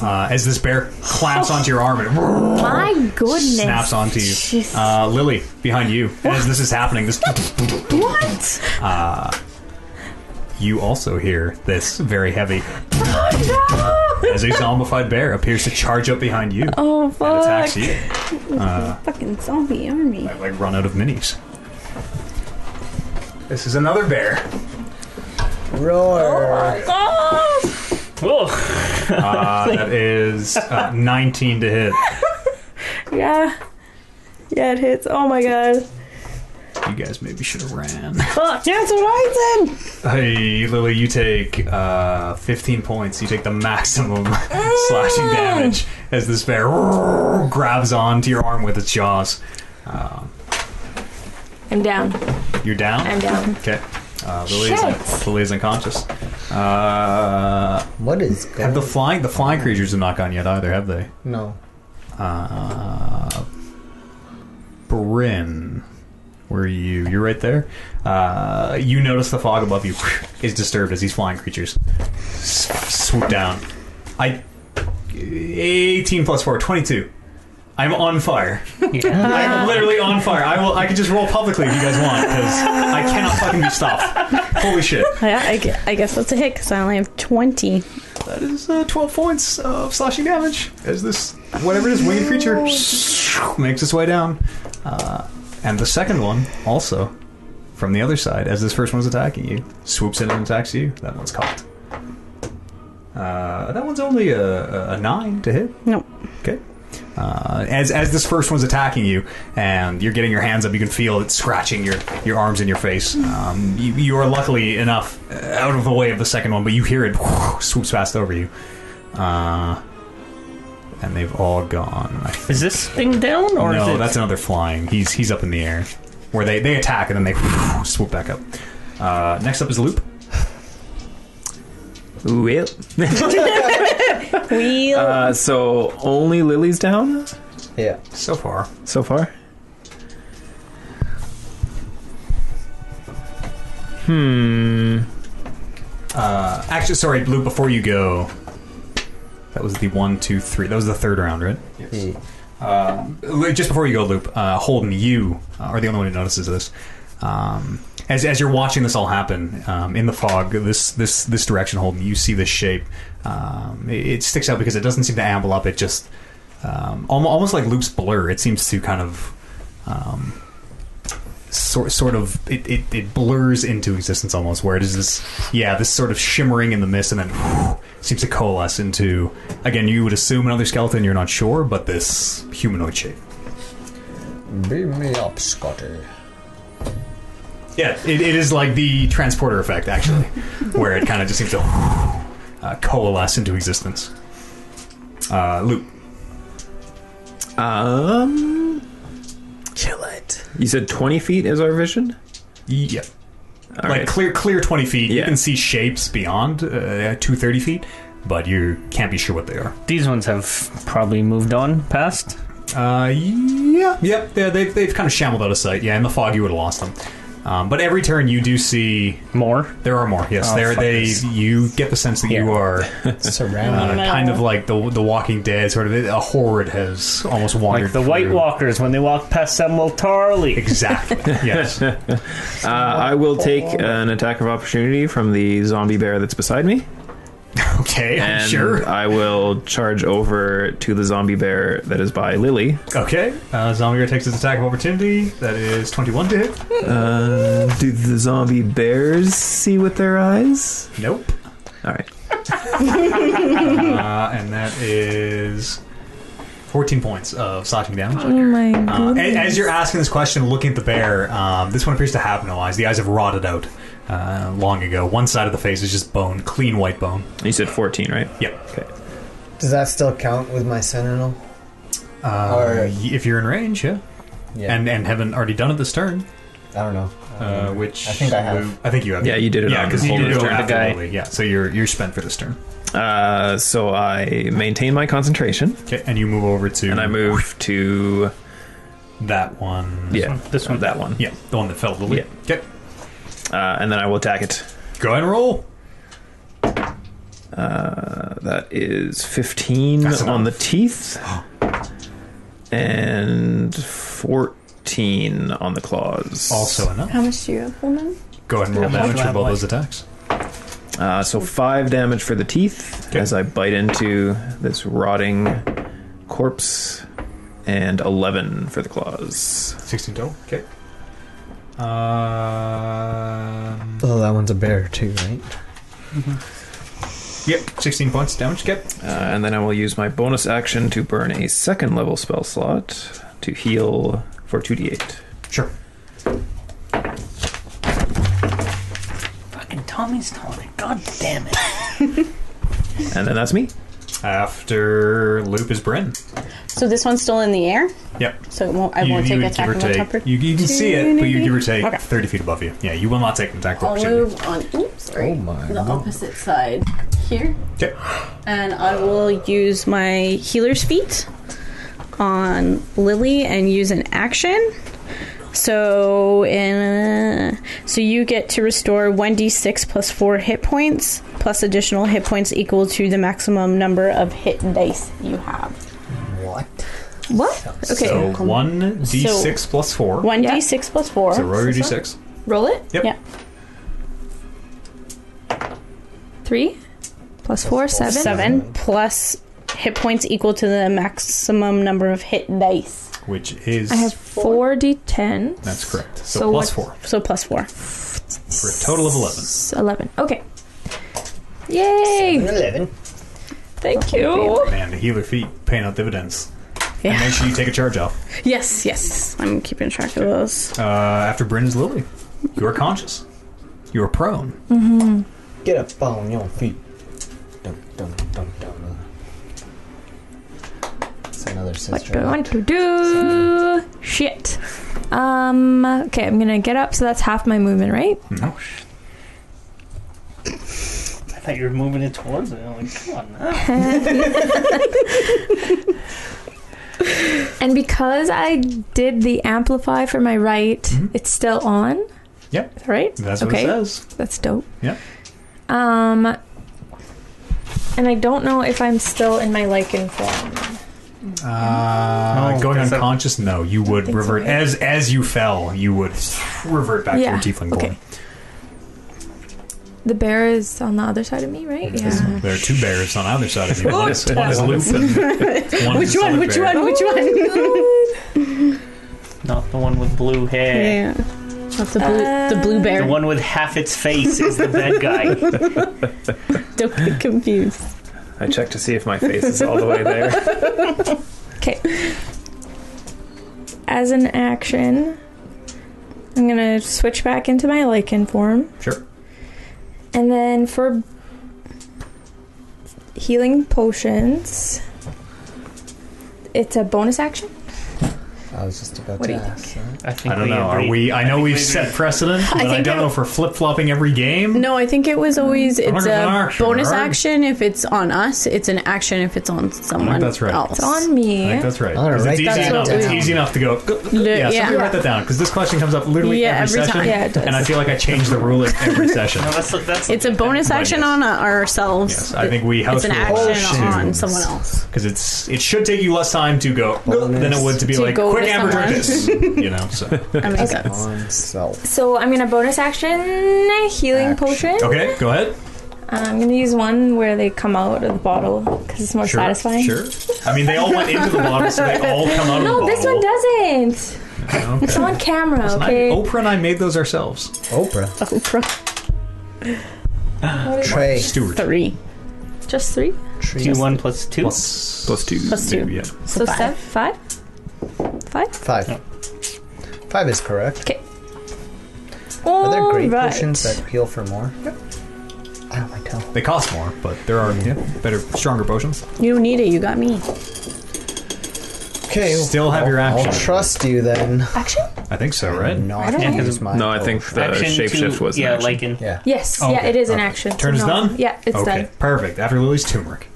[SPEAKER 1] Uh, as this bear clamps onto your arm and
[SPEAKER 6] My goodness.
[SPEAKER 1] snaps onto you. Uh, Lily, behind you. And as this is happening, this Uh,
[SPEAKER 5] What?
[SPEAKER 1] you also hear this very heavy
[SPEAKER 5] Oh no!
[SPEAKER 1] as a zombified bear appears to charge up behind you
[SPEAKER 5] Oh
[SPEAKER 1] and
[SPEAKER 5] fuck!
[SPEAKER 1] attacks you.
[SPEAKER 5] Fucking zombie army.
[SPEAKER 1] I've like run out of minis. This is another bear.
[SPEAKER 3] Roar.
[SPEAKER 5] Oh!
[SPEAKER 2] Oh,
[SPEAKER 1] Uh, that is uh, 19 to hit.
[SPEAKER 5] Yeah. Yeah, it hits. Oh my god.
[SPEAKER 1] You guys maybe should have ran.
[SPEAKER 5] Fuck. Yeah, that's what I said.
[SPEAKER 1] Hey, Lily, you take uh, 15 points. You take the maximum slashing
[SPEAKER 5] Ah.
[SPEAKER 1] damage as this bear grabs onto your arm with its jaws.
[SPEAKER 6] I'm down.
[SPEAKER 1] You're down?
[SPEAKER 6] I'm down.
[SPEAKER 1] Okay. Uh, Lily, is,
[SPEAKER 6] Shit.
[SPEAKER 1] Lily is unconscious. Uh,
[SPEAKER 3] What is
[SPEAKER 1] have
[SPEAKER 3] going
[SPEAKER 1] the flying the flying creatures have not gone yet either, have they?
[SPEAKER 3] No.
[SPEAKER 1] Uh, Bryn, where are you? You're right there. Uh, you notice the fog above you is disturbed as these flying creatures s- swoop down. I. 18 plus 4, 22. I'm on fire. I'm literally on fire. I will. I could just roll publicly if you guys want because I cannot fucking be stopped. Holy shit!
[SPEAKER 5] Yeah, I, gu- I guess that's a hit because I only have 20.
[SPEAKER 1] That is uh, 12 points of slashing damage as this, whatever it is, winged creature makes its way down. Uh, and the second one, also from the other side, as this first one's attacking you, swoops in and attacks you. That one's caught. Uh, that one's only a, a 9 to hit.
[SPEAKER 5] Nope.
[SPEAKER 1] Okay. Uh, as as this first one's attacking you, and you're getting your hands up, you can feel it scratching your, your arms in your face. Um, you, you are luckily enough uh, out of the way of the second one, but you hear it swoops past over you, uh, and they've all gone. I think.
[SPEAKER 2] is this thing down or is
[SPEAKER 1] no,
[SPEAKER 2] it?
[SPEAKER 1] that's another flying. He's he's up in the air, where they, they attack and then they swoop back up. Uh, next up is Loop.
[SPEAKER 4] Well.
[SPEAKER 5] Wheel.
[SPEAKER 4] Uh, so only Lily's down
[SPEAKER 3] Yeah.
[SPEAKER 1] So far,
[SPEAKER 4] so far? Hmm.
[SPEAKER 1] uh, actually, sorry, Loop. Before you go, that was the one, two, three. That was the third round, right?
[SPEAKER 3] Mm.
[SPEAKER 1] Li- just before you go, Loop, uh, Holden, you uh, are the only one who notices this. Um, as, as you're watching this all happen um, in the fog, this this this direction, Holden, you see this shape. Um, it, it sticks out because it doesn't seem to amble up. It just um, almo- almost like Loop's blur. It seems to kind of um, sort sort of it, it, it blurs into existence almost. Where it is this yeah this sort of shimmering in the mist, and then seems to coalesce into again. You would assume another skeleton. You're not sure, but this humanoid shape.
[SPEAKER 3] Beam me up, Scotty.
[SPEAKER 1] Yeah, it, it is like the transporter effect, actually, where it kind of just seems to uh, coalesce into existence. Uh, Luke,
[SPEAKER 4] Um. Kill it. You said 20 feet is our vision?
[SPEAKER 1] yeah,
[SPEAKER 4] All
[SPEAKER 1] like
[SPEAKER 4] right.
[SPEAKER 1] clear, clear twenty feet. You
[SPEAKER 4] Yeah.
[SPEAKER 1] can see shapes beyond uh, two thirty feet, but you can't be sure what they are.
[SPEAKER 2] These ones have probably moved on past.
[SPEAKER 1] Uh, yeah, yep, yeah, they've they've kind of shambled out of sight. Yeah, in the fog, you would have lost them. Um, but every turn, you do see
[SPEAKER 2] More.
[SPEAKER 1] there are more. Yes,
[SPEAKER 2] Oh,
[SPEAKER 1] there
[SPEAKER 2] fuck
[SPEAKER 1] they.
[SPEAKER 2] this.
[SPEAKER 1] You get the sense that
[SPEAKER 2] Yeah.
[SPEAKER 1] you are uh,
[SPEAKER 3] Surrounded.
[SPEAKER 1] kind of like the the Walking Dead sort of a horde has almost wandered.
[SPEAKER 2] Like the White
[SPEAKER 1] through.
[SPEAKER 2] Walkers when they walk past Samuel Tarly.
[SPEAKER 1] Exactly. Yes.
[SPEAKER 4] Uh, I will take an attack of opportunity from the zombie bear that's beside me.
[SPEAKER 1] Okay, I'm
[SPEAKER 4] and
[SPEAKER 1] sure.
[SPEAKER 4] I will charge over to the zombie bear that is by Lily.
[SPEAKER 1] Okay, uh, Zombie takes his attack of opportunity. That is 21 to hit.
[SPEAKER 4] Uh, do the zombie bears see with their eyes?
[SPEAKER 1] Nope.
[SPEAKER 4] All right.
[SPEAKER 1] Uh, and that is 14 points of slashing damage.
[SPEAKER 5] Oh my
[SPEAKER 1] Uh,
[SPEAKER 5] god.
[SPEAKER 1] a- as you're asking this question, looking at the bear, um, this one appears to have no eyes. The eyes have rotted out uh, long ago. One side of the face is just bone, clean white bone.
[SPEAKER 4] You said 14, right?
[SPEAKER 1] Yep.
[SPEAKER 4] Okay.
[SPEAKER 3] Does that still count with my sentinel?
[SPEAKER 1] Uh,
[SPEAKER 3] Or-
[SPEAKER 1] y- If you're in range, yeah.
[SPEAKER 3] Yeah.
[SPEAKER 1] And and haven't already done it this turn,
[SPEAKER 3] I don't know.
[SPEAKER 1] uh, which
[SPEAKER 3] Mm. I think I have.
[SPEAKER 1] I think you have.
[SPEAKER 4] Yeah, you did it
[SPEAKER 1] Yeah,
[SPEAKER 4] on
[SPEAKER 1] because you
[SPEAKER 4] Holden's
[SPEAKER 1] did it
[SPEAKER 4] turn.
[SPEAKER 1] after
[SPEAKER 4] The guy-
[SPEAKER 1] Lily. Yeah, so you're you're spent for this turn.
[SPEAKER 4] Uh, so I maintain my concentration
[SPEAKER 1] Okay, and you move over to
[SPEAKER 4] and I move to
[SPEAKER 1] that one.
[SPEAKER 4] yeah
[SPEAKER 2] This one.
[SPEAKER 4] that one.
[SPEAKER 1] yeah, the one that fell. Lily.
[SPEAKER 4] Yeah.
[SPEAKER 1] Okay,
[SPEAKER 4] Uh, and then I will attack it.
[SPEAKER 1] go ahead and roll.
[SPEAKER 4] Uh, that is 15
[SPEAKER 1] That's
[SPEAKER 4] on
[SPEAKER 1] enough.
[SPEAKER 4] the teeth and 14 on the claws.
[SPEAKER 1] Also enough.
[SPEAKER 5] How much do you have, Holman?
[SPEAKER 1] Go ahead and roll
[SPEAKER 2] How much
[SPEAKER 1] damage
[SPEAKER 2] do I
[SPEAKER 1] for
[SPEAKER 2] have
[SPEAKER 1] both
[SPEAKER 2] left?
[SPEAKER 1] those attacks.
[SPEAKER 4] Uh, so five damage for the teeth
[SPEAKER 1] Okay.
[SPEAKER 4] as I bite into this rotting corpse, and eleven for the claws.
[SPEAKER 1] 16 total. Okay. Um,
[SPEAKER 3] Oh, that one's a bear too, right?
[SPEAKER 1] yep, 16 points damage. Yep.
[SPEAKER 4] Uh, and then I will use my bonus action to burn a second level spell slot to heal for two d eight.
[SPEAKER 1] Sure.
[SPEAKER 2] Fucking Tommy's tonic. God damn it.
[SPEAKER 4] And then that's me.
[SPEAKER 1] After loop is Bryn.
[SPEAKER 5] So this one's still in the air,
[SPEAKER 1] Yep.
[SPEAKER 5] so it won't, I won't
[SPEAKER 1] you
[SPEAKER 5] take
[SPEAKER 1] would
[SPEAKER 5] attack
[SPEAKER 1] give
[SPEAKER 5] of
[SPEAKER 1] or take-
[SPEAKER 5] opportunity.
[SPEAKER 1] you, you can see it, but you give or take
[SPEAKER 5] Okay.
[SPEAKER 1] 30 feet above you. Yeah, you will not take an attack of
[SPEAKER 5] I'll
[SPEAKER 1] opportunity.
[SPEAKER 5] move on. Oops, sorry.
[SPEAKER 3] Oh my
[SPEAKER 5] the
[SPEAKER 3] lord.
[SPEAKER 5] opposite side here,
[SPEAKER 1] Okay.
[SPEAKER 5] and I will use my healer's feet on Lily and use an action. So, uh, so you get to restore one d six plus four hit points, plus additional hit points equal to the maximum number of hit dice you have.
[SPEAKER 3] What?
[SPEAKER 5] What? Okay.
[SPEAKER 1] So 1d6 plus 4.
[SPEAKER 5] One d six plus four.
[SPEAKER 1] So roll your d6.
[SPEAKER 6] Roll it.
[SPEAKER 1] Yep.
[SPEAKER 5] Yeah.
[SPEAKER 6] Three plus four, seven.
[SPEAKER 5] Seven plus hit points equal to the maximum number of hit dice.
[SPEAKER 1] Which is.
[SPEAKER 6] I have four d10.
[SPEAKER 1] that's correct. So,
[SPEAKER 6] So
[SPEAKER 1] plus
[SPEAKER 6] what-
[SPEAKER 1] 4
[SPEAKER 5] So plus four.
[SPEAKER 1] for a total of 11.
[SPEAKER 6] It's Eleven. Okay. Yay!
[SPEAKER 3] Eleven.
[SPEAKER 6] Thank you.
[SPEAKER 1] Man, the healer feet paying out dividends. And
[SPEAKER 5] Yeah.
[SPEAKER 1] make sure you take a charge off.
[SPEAKER 5] Yes, yes. I'm keeping track of those.
[SPEAKER 1] Uh, after Bryn is Lily. You are conscious. You are prone.
[SPEAKER 3] Get up on your feet. Dum, dum, dum, dum. It's another
[SPEAKER 6] What
[SPEAKER 3] sister.
[SPEAKER 6] do I want to do? Shit. Um. Okay, I'm gonna get up. So that's half my movement, right?
[SPEAKER 1] No.
[SPEAKER 2] I thought you were moving it towards me. I'm like, come on now.
[SPEAKER 6] And because I did the amplify for my right, it's still on.
[SPEAKER 1] Yep.
[SPEAKER 6] Is that right?
[SPEAKER 1] That's what
[SPEAKER 6] okay.
[SPEAKER 1] it says.
[SPEAKER 6] That's dope.
[SPEAKER 1] Yep.
[SPEAKER 6] Um. And I don't know if I'm still in my lichen form.
[SPEAKER 1] Uh,
[SPEAKER 2] No,
[SPEAKER 1] going
[SPEAKER 2] Oh, that's a-
[SPEAKER 1] unconscious, no. You would
[SPEAKER 6] think so,
[SPEAKER 1] revert
[SPEAKER 6] right?
[SPEAKER 1] as as you fell. You would revert back
[SPEAKER 6] Yeah,
[SPEAKER 1] to your tiefling
[SPEAKER 6] okay.
[SPEAKER 1] form.
[SPEAKER 6] The bear is on the other side of me, right? Yeah.
[SPEAKER 1] There are two bears on either side of you. One is, one is
[SPEAKER 4] Oh,
[SPEAKER 1] loop. and one is
[SPEAKER 5] Which one?
[SPEAKER 1] solid
[SPEAKER 5] Which
[SPEAKER 1] bear.
[SPEAKER 5] one? Which one?
[SPEAKER 2] Not the one with blue hair.
[SPEAKER 5] yeah. Um, That's the blue, the blue
[SPEAKER 2] The
[SPEAKER 5] bear.
[SPEAKER 2] one with half its face is the bad guy.
[SPEAKER 5] Don't get confused.
[SPEAKER 4] I check to see if my face is all the way there.
[SPEAKER 6] Okay. As an action, I'm gonna switch back into my lichen form.
[SPEAKER 1] Sure.
[SPEAKER 6] And then for healing potions, it's a bonus action.
[SPEAKER 3] I was just about
[SPEAKER 6] What
[SPEAKER 3] to
[SPEAKER 6] do you
[SPEAKER 3] ask. that.
[SPEAKER 2] I think
[SPEAKER 1] I don't
[SPEAKER 2] we
[SPEAKER 1] know. Are
[SPEAKER 2] agreed.
[SPEAKER 1] we? I know
[SPEAKER 2] think
[SPEAKER 1] we've
[SPEAKER 2] we
[SPEAKER 1] set
[SPEAKER 2] agreed.
[SPEAKER 1] precedent, but I,
[SPEAKER 5] think
[SPEAKER 1] don't
[SPEAKER 5] it-
[SPEAKER 1] know if we're flip flopping every game.
[SPEAKER 5] No, I think it was always it's
[SPEAKER 1] looking for an
[SPEAKER 5] a
[SPEAKER 1] action,
[SPEAKER 5] bonus
[SPEAKER 1] alright?
[SPEAKER 5] action if it's on us. It's an action if it's on someone
[SPEAKER 1] that's right.
[SPEAKER 5] else.
[SPEAKER 6] It's on
[SPEAKER 1] I
[SPEAKER 6] me.
[SPEAKER 1] think that's right.
[SPEAKER 3] All right,
[SPEAKER 1] 'Cause
[SPEAKER 3] write
[SPEAKER 1] it's
[SPEAKER 3] that
[SPEAKER 1] easy enough.
[SPEAKER 5] down.
[SPEAKER 1] It's easy enough to go. go- go- yeah, somebody
[SPEAKER 5] yeah.
[SPEAKER 1] write that down because this question comes up literally
[SPEAKER 5] Yeah,
[SPEAKER 1] every,
[SPEAKER 5] every time.
[SPEAKER 1] session.
[SPEAKER 6] Yeah, it does.
[SPEAKER 1] And I feel like I change the rule at every session.
[SPEAKER 2] No, that's, that's
[SPEAKER 5] It's a bonus action on uh, ourselves.
[SPEAKER 1] Yes, I think we
[SPEAKER 5] it's
[SPEAKER 1] house
[SPEAKER 5] an
[SPEAKER 1] rule that
[SPEAKER 5] action
[SPEAKER 1] to-
[SPEAKER 5] on someone else.
[SPEAKER 1] because it's it should take you less time to go than it would to be
[SPEAKER 5] To
[SPEAKER 1] like
[SPEAKER 5] go
[SPEAKER 1] quick
[SPEAKER 5] to
[SPEAKER 1] amber
[SPEAKER 5] someone.
[SPEAKER 1] this you know so
[SPEAKER 5] That makes sense.
[SPEAKER 3] On self.
[SPEAKER 6] So I'm gonna bonus action healing
[SPEAKER 3] Action.
[SPEAKER 6] potion. Uh,
[SPEAKER 1] okay go ahead
[SPEAKER 6] I'm gonna use one where they come out of the bottle because it's more
[SPEAKER 1] Sure,
[SPEAKER 6] satisfying.
[SPEAKER 1] Sure. I mean, they all went into the bottle, so they all come out
[SPEAKER 6] No,
[SPEAKER 1] of the
[SPEAKER 6] this
[SPEAKER 1] bottle.
[SPEAKER 6] one doesn't. It's on camera,
[SPEAKER 1] And I-
[SPEAKER 6] okay?
[SPEAKER 1] Oprah and I made those ourselves.
[SPEAKER 3] Oprah.
[SPEAKER 5] Oprah.
[SPEAKER 3] Trey.
[SPEAKER 1] Stewart.
[SPEAKER 5] Three. Just three?
[SPEAKER 2] Two, one plus two.
[SPEAKER 1] Plus,
[SPEAKER 4] Plus two.
[SPEAKER 5] Plus two.
[SPEAKER 1] Yeah.
[SPEAKER 6] So
[SPEAKER 5] Five.
[SPEAKER 6] seven, five, five.
[SPEAKER 3] Five.
[SPEAKER 2] No.
[SPEAKER 3] Five is correct.
[SPEAKER 6] All
[SPEAKER 3] Are there great
[SPEAKER 6] right.
[SPEAKER 3] potions that heal for more? Yep. I don't like tell.
[SPEAKER 1] They cost more, but there are yeah, better, stronger potions.
[SPEAKER 5] You don't need it. You got me.
[SPEAKER 3] Okay.
[SPEAKER 1] Still have
[SPEAKER 3] I'll-
[SPEAKER 1] your action.
[SPEAKER 3] I'll trust you then.
[SPEAKER 6] Action?
[SPEAKER 1] I think so, right?
[SPEAKER 3] Not
[SPEAKER 6] don't know.
[SPEAKER 3] use my
[SPEAKER 4] No, I
[SPEAKER 3] bow.
[SPEAKER 4] think the
[SPEAKER 2] uh, Action
[SPEAKER 4] shapeshift
[SPEAKER 2] to-
[SPEAKER 4] was an
[SPEAKER 2] yeah,
[SPEAKER 4] action.
[SPEAKER 2] like in
[SPEAKER 3] Yeah.
[SPEAKER 6] Yes.
[SPEAKER 1] Oh,
[SPEAKER 6] yeah,
[SPEAKER 1] okay.
[SPEAKER 6] it is an action.
[SPEAKER 1] Turn is
[SPEAKER 6] No.
[SPEAKER 1] done?
[SPEAKER 6] Yeah, it's
[SPEAKER 1] okay,
[SPEAKER 6] done.
[SPEAKER 1] perfect. After Lily's turmeric.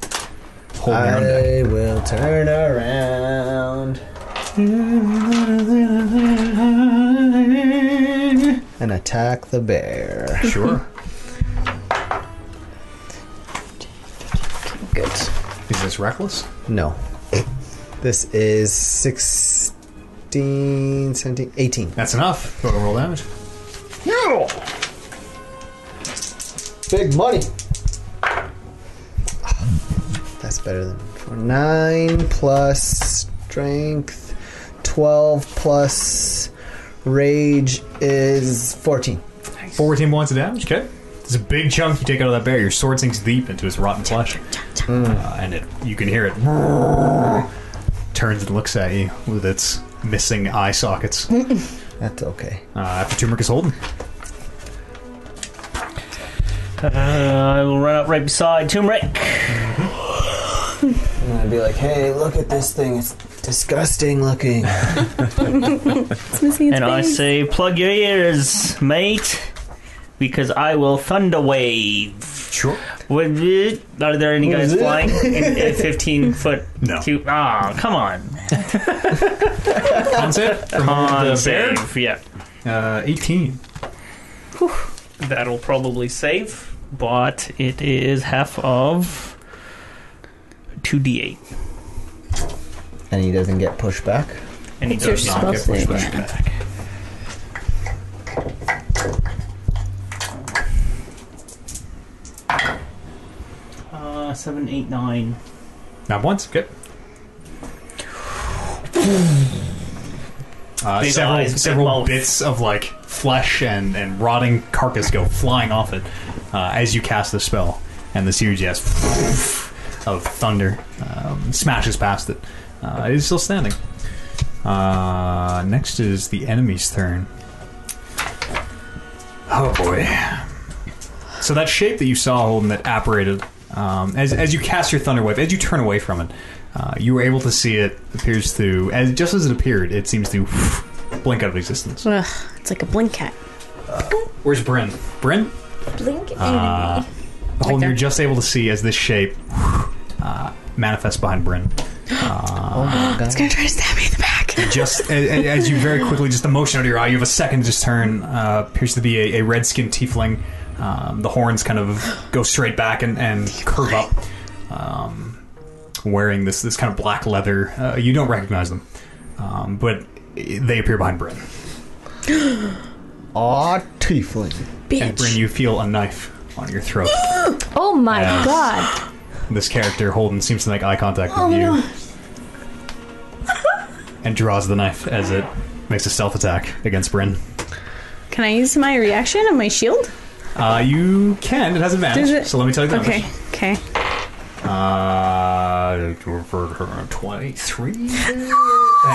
[SPEAKER 1] Hold your own deck.
[SPEAKER 3] I will turn around. And attack the bear.
[SPEAKER 1] Sure.
[SPEAKER 5] Good.
[SPEAKER 1] Is this reckless?
[SPEAKER 3] No. This is 16, 17, 18.
[SPEAKER 1] That's enough. Go to roll damage.
[SPEAKER 3] Big money. That's better than four. Nine plus strength. 12 plus rage is 14.
[SPEAKER 1] 14 points of damage. Okay. It's a big chunk you take out of that bear. Your sword sinks deep into its rotten flesh. Uh, and it, you can hear it. Turns and looks at you with its missing eye sockets. Uh,
[SPEAKER 3] That's okay.
[SPEAKER 1] after turmeric is holding.
[SPEAKER 2] Uh, I will run up right beside Turmeric.
[SPEAKER 3] And I'd be like, hey, look at this thing. It's disgusting looking.
[SPEAKER 5] It's missing its
[SPEAKER 2] And I
[SPEAKER 5] face.
[SPEAKER 2] say, plug your ears, mate, because I will thunder wave.
[SPEAKER 1] Sure.
[SPEAKER 2] Would it- Are there any guys flying in a 15 foot?
[SPEAKER 1] No.
[SPEAKER 2] Two? Ah, come on.
[SPEAKER 1] Con save. Remove
[SPEAKER 2] Con
[SPEAKER 1] the bear.
[SPEAKER 2] save. Yeah.
[SPEAKER 1] Uh, 18.
[SPEAKER 2] That'll probably save, but it is half of 2d8.
[SPEAKER 3] and he doesn't get pushed back.
[SPEAKER 2] And he
[SPEAKER 5] It's your
[SPEAKER 2] does not get
[SPEAKER 5] spell
[SPEAKER 2] pushed
[SPEAKER 5] save,
[SPEAKER 2] back. Uh, seven, eight, nine.
[SPEAKER 1] Not once. Okay. Uh,
[SPEAKER 2] Big
[SPEAKER 1] several
[SPEAKER 2] eyes, big
[SPEAKER 1] several
[SPEAKER 2] mouth.
[SPEAKER 1] bits of like flesh and, and rotting carcass go flying off it uh, as you cast the spell, and the series yes of thunder um, smashes past it. Uh, it is still standing. Uh, next is the enemy's turn. Oh boy! So that shape that you saw holding that apparated um, as as you cast your thunder wave, as you turn away from it, uh, you were able to see it appears to as just as it appeared, it seems to blink out of existence.
[SPEAKER 5] Ugh, it's like a blink cat.
[SPEAKER 1] Where's Bryn? Bryn,
[SPEAKER 6] Blink
[SPEAKER 1] uh, the whole
[SPEAKER 5] there.
[SPEAKER 1] you're just able to see as this shape uh, manifests behind Bryn.
[SPEAKER 3] Oh
[SPEAKER 5] It's gonna try to stab me in the back.
[SPEAKER 1] Just as, as you very quickly just the motion out of your eye, you have a second to just turn. Uh, appears to be a, a red skinned tiefling. Um, the horns kind of go straight back and, and curve up. Um, wearing this this kind of black leather, uh, you don't recognize them, um, but they appear behind Bryn.
[SPEAKER 3] Aw, tiefling.
[SPEAKER 1] And Bryn,
[SPEAKER 5] Bitch.
[SPEAKER 1] you feel a knife on your throat.
[SPEAKER 6] Oh my
[SPEAKER 1] Yes.
[SPEAKER 6] god.
[SPEAKER 1] this character Holden seems to make eye contact with you, and draws the knife as it makes a stealth attack against Bryn.
[SPEAKER 5] Can I use my reaction and my shield?
[SPEAKER 1] Uh, you can. It has advantage.
[SPEAKER 5] Does it-
[SPEAKER 1] So let me tell you the
[SPEAKER 5] Okay.
[SPEAKER 1] numbers.
[SPEAKER 5] Okay.
[SPEAKER 1] Uh, twenty-three. Hang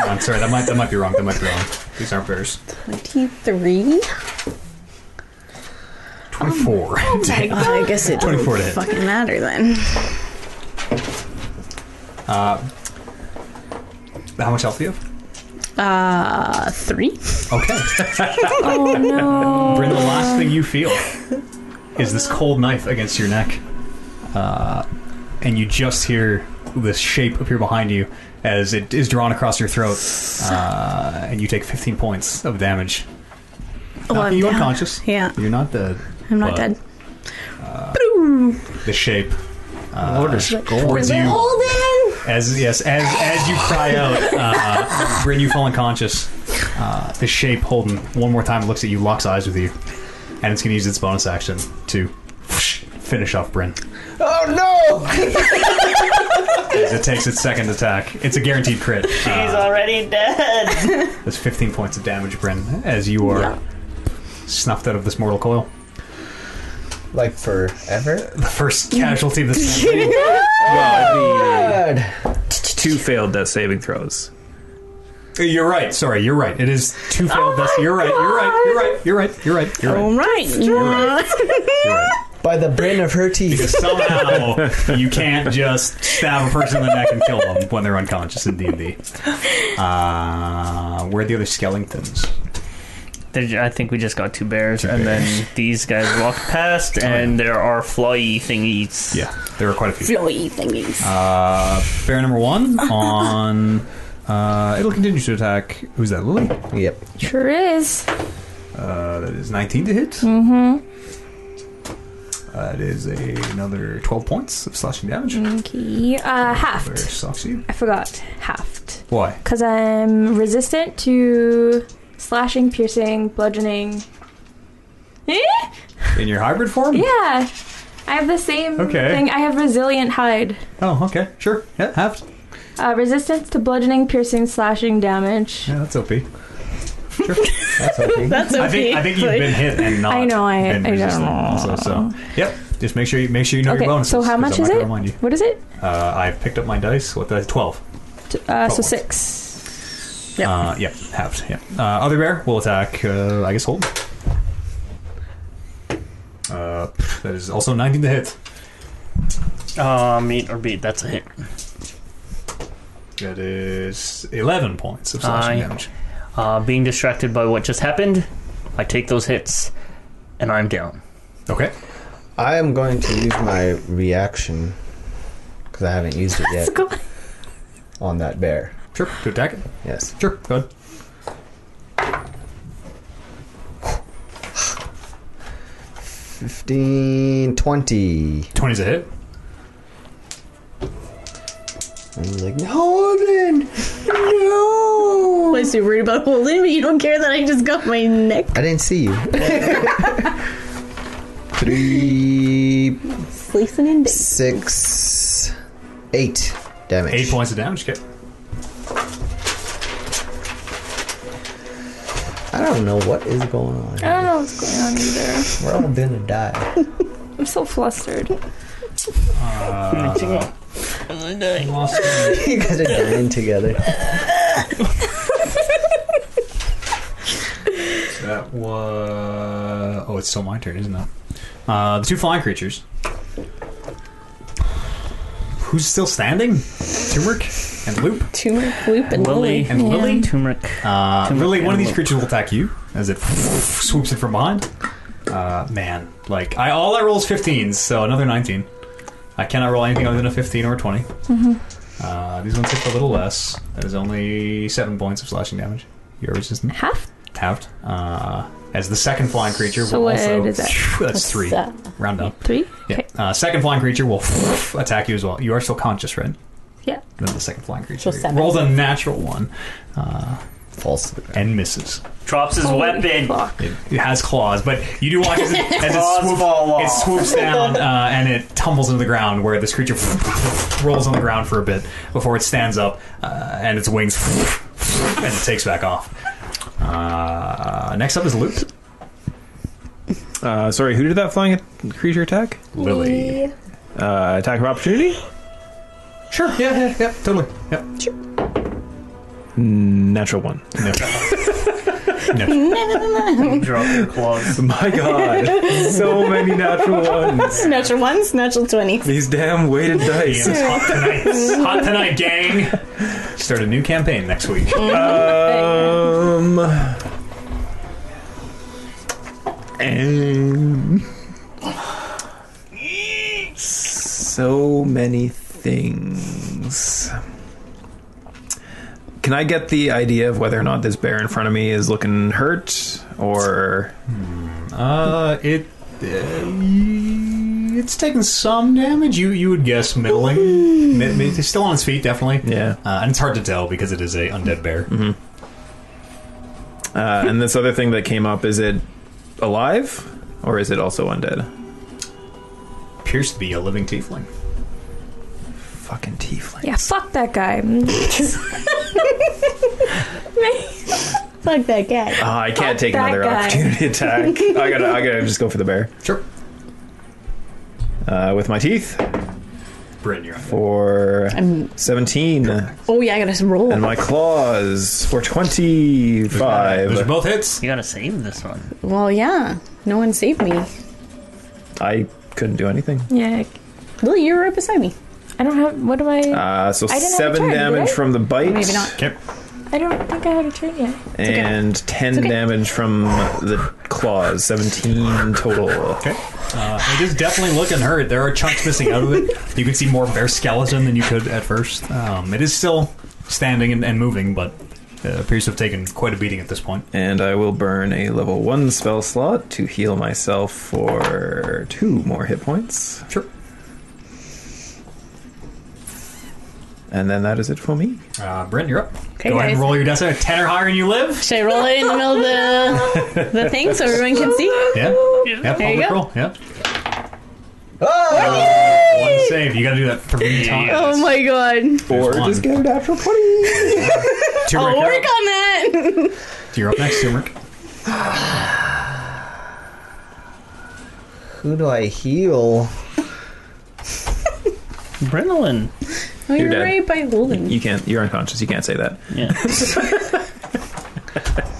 [SPEAKER 1] on, sorry. That might that might be wrong. That might be wrong. These aren't bears.
[SPEAKER 5] 23.
[SPEAKER 1] Twenty-four.
[SPEAKER 5] I guess it doesn't
[SPEAKER 1] 24 to hit.
[SPEAKER 5] fucking matter then.
[SPEAKER 1] How much health do you have?
[SPEAKER 5] Uh, three.
[SPEAKER 1] Okay.
[SPEAKER 6] Oh no.
[SPEAKER 1] Bryn, the last thing you feel is this cold knife against your neck, uh, and you just hear this shape appear behind you as it is drawn across your throat, uh, and you take fifteen points of damage.
[SPEAKER 5] Oh,
[SPEAKER 1] Not
[SPEAKER 5] I'm
[SPEAKER 1] that you're
[SPEAKER 5] down.
[SPEAKER 1] unconscious.
[SPEAKER 5] Yeah,
[SPEAKER 1] You're not dead.
[SPEAKER 5] I'm not
[SPEAKER 1] But
[SPEAKER 5] dead.
[SPEAKER 1] The shape uh, towards
[SPEAKER 5] Is it
[SPEAKER 1] you.
[SPEAKER 5] Holden?
[SPEAKER 1] As yes, as as you cry out, uh, Bryn, you fall unconscious. Uh, the shape holding one more time looks at you, locks eyes with you, and it's going to use its bonus action to Finish off Bryn.
[SPEAKER 9] Oh no!
[SPEAKER 1] As it takes its second attack. It's a guaranteed crit. Uh,
[SPEAKER 2] He's already dead.
[SPEAKER 1] that's 15 points of damage, Bryn, as you are snuffed out of this mortal coil.
[SPEAKER 9] Like forever?
[SPEAKER 1] The first casualty of this campaign.
[SPEAKER 2] uh,
[SPEAKER 9] God.
[SPEAKER 4] Well, the two failed death saving throws.
[SPEAKER 1] You're right. Sorry, you're right. It is
[SPEAKER 5] Oh
[SPEAKER 1] two failed. deaths. you're right. You're right. You're right. You're right. You're right. You're right.
[SPEAKER 5] All right.
[SPEAKER 1] You're right.
[SPEAKER 9] By the brin of her teeth.
[SPEAKER 1] Somehow you can't just stab a person in the neck and kill them when they're unconscious in D and D. Uh, where are the other skeletons?
[SPEAKER 2] There- I think we just got two bears, and then these guys walked past, and there are flyy thingies.
[SPEAKER 1] Yeah, there are quite a few.
[SPEAKER 5] Flowy thingies.
[SPEAKER 1] Uh, bear number one on. Uh, it'll continue to attack. Who's that? Lily.
[SPEAKER 9] yep.
[SPEAKER 6] Sure is.
[SPEAKER 1] Uh, that is 19 to hit. Mm-hmm. That is a, another 12 points of slashing damage.
[SPEAKER 5] Mm.
[SPEAKER 6] Okay. Uh,
[SPEAKER 1] Where
[SPEAKER 6] halved.
[SPEAKER 1] Soxy?
[SPEAKER 6] I forgot. Halved.
[SPEAKER 1] Why?
[SPEAKER 6] Because I'm resistant to slashing, piercing, bludgeoning. Eh?
[SPEAKER 1] In your hybrid form?
[SPEAKER 6] Yeah. I have the same
[SPEAKER 1] Okay.
[SPEAKER 6] thing. I have resilient hide.
[SPEAKER 1] Oh, okay. Sure. Yeah, halved.
[SPEAKER 6] Uh, resistance to bludgeoning, piercing, slashing damage.
[SPEAKER 1] Yeah, that's OP. Sure.
[SPEAKER 9] That's okay.
[SPEAKER 5] That's okay.
[SPEAKER 1] I think I think you've been hit and not.
[SPEAKER 6] I know, I-
[SPEAKER 1] been
[SPEAKER 6] I don't
[SPEAKER 1] resistant Also, so yep. Just make sure you make sure you know your
[SPEAKER 6] Okay,
[SPEAKER 1] bonuses.
[SPEAKER 6] so how
[SPEAKER 1] 'cause
[SPEAKER 6] much
[SPEAKER 1] I'm not
[SPEAKER 6] is
[SPEAKER 1] gonna
[SPEAKER 6] it?
[SPEAKER 1] Remind you.
[SPEAKER 6] What is it?
[SPEAKER 1] Uh, I picked up my dice. What did I? Twelve.
[SPEAKER 6] T- Uh, so
[SPEAKER 1] points.
[SPEAKER 6] six.
[SPEAKER 5] Yep.
[SPEAKER 1] Uh, yep. Halved. Yeah. Uh, other bear will attack. Uh, I guess hold. Uh, that is also 19 to hit.
[SPEAKER 2] Uh, meet or beat. That's a hit.
[SPEAKER 1] That is 11 points of slashing
[SPEAKER 2] Aye.
[SPEAKER 1] damage.
[SPEAKER 2] Uh, being distracted by what just happened, I take those hits, and I'm down.
[SPEAKER 1] Okay.
[SPEAKER 9] I am going to use my reaction because I haven't used it yet
[SPEAKER 6] Let's go.
[SPEAKER 9] on that bear.
[SPEAKER 1] Sure. To attack it.
[SPEAKER 9] Yes.
[SPEAKER 1] Sure. Go ahead.
[SPEAKER 9] Fifteen, twenty.
[SPEAKER 1] 20 is a hit.
[SPEAKER 9] And he's like, no, then, no.
[SPEAKER 5] Why so worried about holding me? You don't care that I just got my neck.
[SPEAKER 9] I didn't see you. Three,
[SPEAKER 5] Slicing and dicing.
[SPEAKER 9] six, eight damage.
[SPEAKER 1] 8 points of damage. Okay.
[SPEAKER 9] I don't know what is going on.
[SPEAKER 6] I don't know Oh, what's going on either.
[SPEAKER 9] We're all gonna die.
[SPEAKER 6] I'm so flustered.
[SPEAKER 2] Uh,
[SPEAKER 1] Lost
[SPEAKER 9] you guys are dying together.
[SPEAKER 1] That was. Oh, it's still my turn, isn't it? Uh, the two flying creatures. Who's still standing? Turmeric and Loop.
[SPEAKER 5] Tumor, loop, and
[SPEAKER 2] Lily
[SPEAKER 5] lily.
[SPEAKER 2] and
[SPEAKER 5] Yeah.
[SPEAKER 2] Lily turmeric.
[SPEAKER 1] Uh,
[SPEAKER 2] Turmeric
[SPEAKER 1] really, one of
[SPEAKER 2] and
[SPEAKER 1] these
[SPEAKER 2] Loop.
[SPEAKER 1] creatures will attack you as it swoops in from behind. Uh, man, like I all I roll is 15s, so another 19. I cannot roll anything other than a 15 or a 20.
[SPEAKER 6] Mm-hmm.
[SPEAKER 1] Uh, these ones hit a little less. That is only seven points of slashing damage. You're resistant.
[SPEAKER 6] Half?
[SPEAKER 1] halved. Uh, as the second flying creature
[SPEAKER 6] So
[SPEAKER 1] will
[SPEAKER 6] what
[SPEAKER 1] also.
[SPEAKER 6] is that?
[SPEAKER 1] Phew, that's
[SPEAKER 5] What's
[SPEAKER 1] three.
[SPEAKER 5] that?
[SPEAKER 1] Round up.
[SPEAKER 6] Three?
[SPEAKER 1] Yeah.
[SPEAKER 6] Okay.
[SPEAKER 1] Uh, second flying creature will attack you as well. You are still conscious, right?
[SPEAKER 6] Yeah.
[SPEAKER 1] Then the second flying creature
[SPEAKER 5] So seven.
[SPEAKER 1] rolls a natural one uh,
[SPEAKER 9] False.
[SPEAKER 1] and misses.
[SPEAKER 2] Drops his
[SPEAKER 6] Holy
[SPEAKER 2] weapon.
[SPEAKER 6] fuck.
[SPEAKER 1] It, it has claws, but you do watch as it, as it,
[SPEAKER 2] Claws
[SPEAKER 1] swoops,
[SPEAKER 2] fall
[SPEAKER 1] it
[SPEAKER 2] off.
[SPEAKER 1] swoops down uh, and it tumbles into the ground where this creature rolls on the ground for a bit before it stands up uh, and its wings and it takes back off. Uh, next up is Loop.
[SPEAKER 4] Uh, sorry, who did that flying creature attack?
[SPEAKER 1] Lily.
[SPEAKER 4] Uh, attack of opportunity?
[SPEAKER 1] Sure. Yeah. Yeah. Yeah. Totally. Yep.
[SPEAKER 4] Natural one.
[SPEAKER 2] Drop your claws.
[SPEAKER 4] My god. so many natural ones.
[SPEAKER 5] Natural ones, natural 20.
[SPEAKER 4] These damn weighted dice.
[SPEAKER 1] It's hot tonight. It's hot tonight, gang. Start a new campaign next week.
[SPEAKER 4] Um. And so many things. Can I get the idea of whether or not this bear in front of me is looking hurt or
[SPEAKER 1] Uh, it. Uh, it's taking some damage. You you would guess middling. Mid, mid, it's still on its feet, definitely.
[SPEAKER 4] yeah?
[SPEAKER 1] Uh, and it's hard to tell because it is a undead bear.
[SPEAKER 4] Uh, and this other thing that came up is it alive or is it also undead?
[SPEAKER 1] appears to be a living tiefling.
[SPEAKER 4] Fucking tiefling.
[SPEAKER 6] Yeah, fuck that guy.
[SPEAKER 5] Fuck that guy.
[SPEAKER 4] Ah, I can't
[SPEAKER 6] Fuck
[SPEAKER 4] take
[SPEAKER 6] that
[SPEAKER 4] another
[SPEAKER 6] guy.
[SPEAKER 4] opportunity attack. I gotta, I gotta just go for the bear
[SPEAKER 1] Sure.
[SPEAKER 4] uh, with my teeth
[SPEAKER 1] Bryn, you're on.
[SPEAKER 4] for
[SPEAKER 5] I'm,
[SPEAKER 4] seventeen,
[SPEAKER 5] oh yeah, I gotta roll.
[SPEAKER 4] and my claws for
[SPEAKER 1] Those are
[SPEAKER 4] twenty-five.
[SPEAKER 1] both hits.
[SPEAKER 2] You gotta save this one.
[SPEAKER 5] well, yeah. No one saved me.
[SPEAKER 4] I couldn't do anything.
[SPEAKER 6] yeah,
[SPEAKER 5] Lily, you were right beside me.
[SPEAKER 6] I don't have. What do I?
[SPEAKER 4] Uh, so
[SPEAKER 6] I didn't have a
[SPEAKER 4] seven
[SPEAKER 6] turn, did
[SPEAKER 4] damage
[SPEAKER 6] I?
[SPEAKER 4] from the bite,
[SPEAKER 5] Maybe not.
[SPEAKER 1] Okay.
[SPEAKER 6] I don't think I had a turn yet.
[SPEAKER 4] and ten damage from the claws. Seventeen total.
[SPEAKER 1] Okay. Uh, it is definitely looking hurt. There are chunks missing out of it. You can see more bare skeleton than you could at first. Um, it is still standing and, and moving, but uh, appears to have taken quite a beating at this point.
[SPEAKER 4] And I will burn a level one spell slot to heal myself for two more hit points.
[SPEAKER 1] Sure.
[SPEAKER 4] And then that is it for me.
[SPEAKER 1] Uh, Bryn, you're up.
[SPEAKER 5] Okay,
[SPEAKER 1] Go ahead and
[SPEAKER 5] guys.
[SPEAKER 1] roll your dice. out. Ten or higher, and you live.
[SPEAKER 5] Should I roll it in the middle of the the thing so everyone can see?
[SPEAKER 1] Yeah. Yeah.
[SPEAKER 5] There you
[SPEAKER 1] Public
[SPEAKER 5] go.
[SPEAKER 1] roll. Yeah. Uh, One save. You got to do that three times.
[SPEAKER 5] Oh my god.
[SPEAKER 1] There's one.
[SPEAKER 4] get a natural 20.
[SPEAKER 1] Turmeric,
[SPEAKER 5] I'll
[SPEAKER 1] you're
[SPEAKER 5] work
[SPEAKER 1] up.
[SPEAKER 5] on that.
[SPEAKER 1] You're up next, Turmeric.
[SPEAKER 3] Who do I heal?
[SPEAKER 2] Brenolin.
[SPEAKER 5] Oh, you're,
[SPEAKER 4] You're dead.
[SPEAKER 5] right by Golden.
[SPEAKER 4] You can't, you're unconscious. You can't say that.
[SPEAKER 2] Yeah.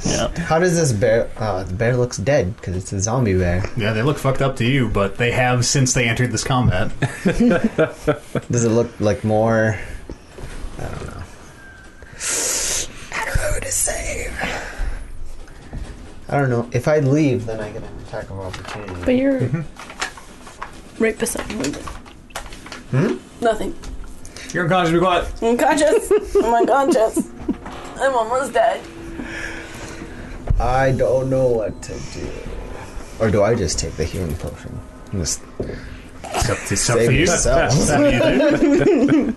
[SPEAKER 2] yeah.
[SPEAKER 3] How does this bear? Oh, the bear looks dead because it's a zombie bear.
[SPEAKER 1] Yeah, they look fucked up to you, but they have since they entered this combat.
[SPEAKER 3] Does it look like more? I don't know. I don't know what to save. I don't know. If I leave, then I get an attack of opportunity.
[SPEAKER 5] But you're
[SPEAKER 1] Mm-hmm.
[SPEAKER 5] right beside Golden. Hmm? Nothing.
[SPEAKER 1] You're unconscious. Be quiet.
[SPEAKER 5] I'm conscious. I'm unconscious. I'm almost dead.
[SPEAKER 3] I don't know what to do. Or do I just take the healing potion? Just
[SPEAKER 1] It's up, it's up
[SPEAKER 3] save
[SPEAKER 1] to you.
[SPEAKER 3] yourself.
[SPEAKER 5] Good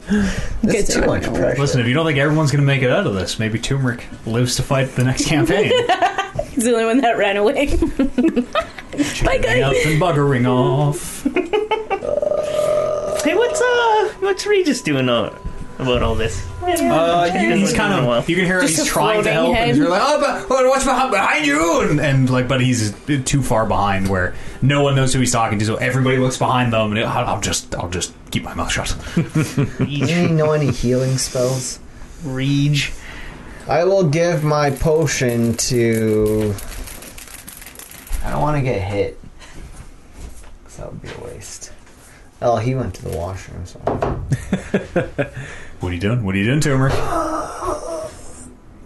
[SPEAKER 3] It's too
[SPEAKER 5] to
[SPEAKER 3] much
[SPEAKER 5] know.
[SPEAKER 3] pressure.
[SPEAKER 1] Listen, if you don't think everyone's going to make it out of this, maybe Turmeric lives to fight the next campaign.
[SPEAKER 5] He's the only one that ran away.
[SPEAKER 1] Bye, guys. Up and buggering off.
[SPEAKER 2] Hey, what's uh, what's Regis doing uh, about all this?
[SPEAKER 1] Uh, you, he's
[SPEAKER 2] Yeah.
[SPEAKER 1] kind of. You can hear
[SPEAKER 5] Just
[SPEAKER 1] he's
[SPEAKER 5] a
[SPEAKER 1] trying to
[SPEAKER 5] floating
[SPEAKER 1] help,
[SPEAKER 5] head.
[SPEAKER 1] and you're like, "Oh, but but what's behind, behind you?" And, and like, but he's too far behind where no one knows who he's talking to, so everybody looks behind them. And I'll, I'll just, I'll just keep my mouth shut.
[SPEAKER 3] Do you know any healing spells?
[SPEAKER 2] Reg.
[SPEAKER 3] I will give my potion to. I don't want to get hit. 'Cause that would be a waste. Oh, he went to the washroom, so.
[SPEAKER 1] What are you doing? What are you doing, Turmeric?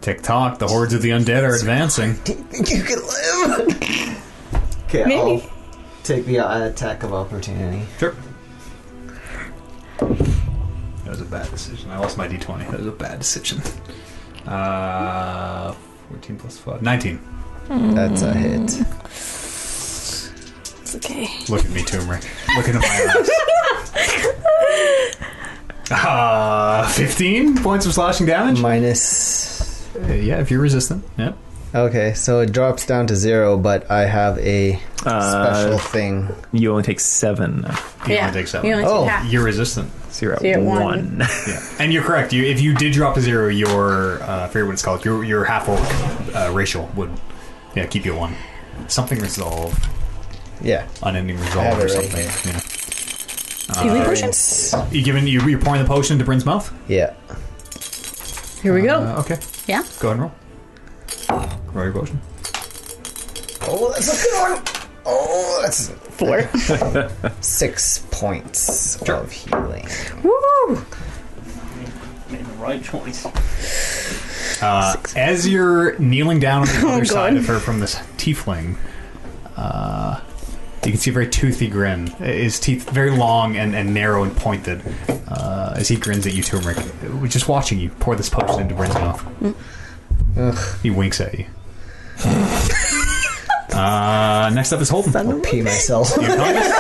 [SPEAKER 1] Tick tock. The hordes of the undead are advancing.
[SPEAKER 3] think you can live? okay,
[SPEAKER 5] Maybe.
[SPEAKER 3] I'll take the uh, attack of opportunity.
[SPEAKER 1] Sure. That was a bad decision. I lost my d20. That was a bad decision. Uh, 14 plus 5. 19.
[SPEAKER 3] That's a hit.
[SPEAKER 5] It's okay.
[SPEAKER 1] Look at me, Turmeric. Look into my eyes. Uh, 15 points of slashing damage?
[SPEAKER 3] Minus.
[SPEAKER 1] Uh, yeah, if you're resistant. Yep.
[SPEAKER 3] Okay, so it drops down to zero, but I have a special
[SPEAKER 4] Uh,
[SPEAKER 3] thing.
[SPEAKER 4] you only take seven.
[SPEAKER 1] You
[SPEAKER 5] yeah.
[SPEAKER 1] only take 7.
[SPEAKER 5] You only
[SPEAKER 3] Oh.
[SPEAKER 5] take half.
[SPEAKER 1] You're resistant.
[SPEAKER 4] So you're at
[SPEAKER 5] So you're at
[SPEAKER 4] one.
[SPEAKER 5] one.
[SPEAKER 1] Yeah. And you're correct. You, if you did drop to zero, your, uh, I forget what it's called, your, your half orc uh, racial would yeah, keep you at 1. Something resolve.
[SPEAKER 3] Yeah.
[SPEAKER 1] unending
[SPEAKER 3] I
[SPEAKER 1] resolve
[SPEAKER 3] have it
[SPEAKER 1] or
[SPEAKER 3] right
[SPEAKER 1] something. Uh,
[SPEAKER 5] Healing potion.
[SPEAKER 1] Yeah. You giving you you're pouring the potion into Bryn's mouth?
[SPEAKER 3] Yeah.
[SPEAKER 5] Here we go.
[SPEAKER 1] Uh, okay.
[SPEAKER 5] yeah.
[SPEAKER 1] Go ahead and roll. Roll your potion.
[SPEAKER 3] Oh, that's a good one! Oh, that's. Four. Six points of healing.
[SPEAKER 5] Woo!
[SPEAKER 2] Made the right choice.
[SPEAKER 1] Uh, as you're kneeling down on the other
[SPEAKER 5] God.
[SPEAKER 1] side of her from this tiefling, uh, you can see a very toothy grin. His teeth very long and, and narrow and pointed uh, as he grins at you, Turmeric. We're just watching you pour this potion into Bryn's mouth. He winks at you. uh, next up is Holden.
[SPEAKER 3] I'll pee myself.
[SPEAKER 1] Go ahead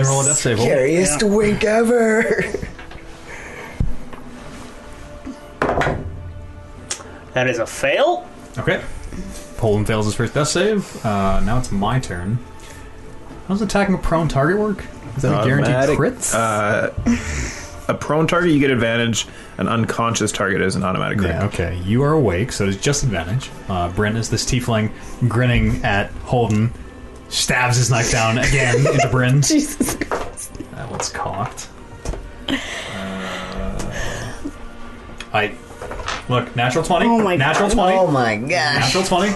[SPEAKER 1] and roll a death save. Holden.
[SPEAKER 3] Scariest wink ever!
[SPEAKER 2] That is a fail.
[SPEAKER 1] Okay. Poland fails his first death save. Uh, now it's my turn. How's attacking a prone target work? Is that a guaranteed
[SPEAKER 4] Automatic,
[SPEAKER 1] crit?
[SPEAKER 4] Uh, a prone target, you get advantage. An unconscious target is an automatic crit.
[SPEAKER 1] yeah, okay. You are awake, so it's just advantage. Uh, Brent is this tiefling grinning at Holden, stabs his knife down again into Bryn.
[SPEAKER 5] Jesus.
[SPEAKER 1] That one's cocked. Uh, I look natural twenty.
[SPEAKER 5] Oh my
[SPEAKER 1] natural
[SPEAKER 5] God.
[SPEAKER 1] twenty.
[SPEAKER 9] Oh my gosh.
[SPEAKER 1] Natural twenty.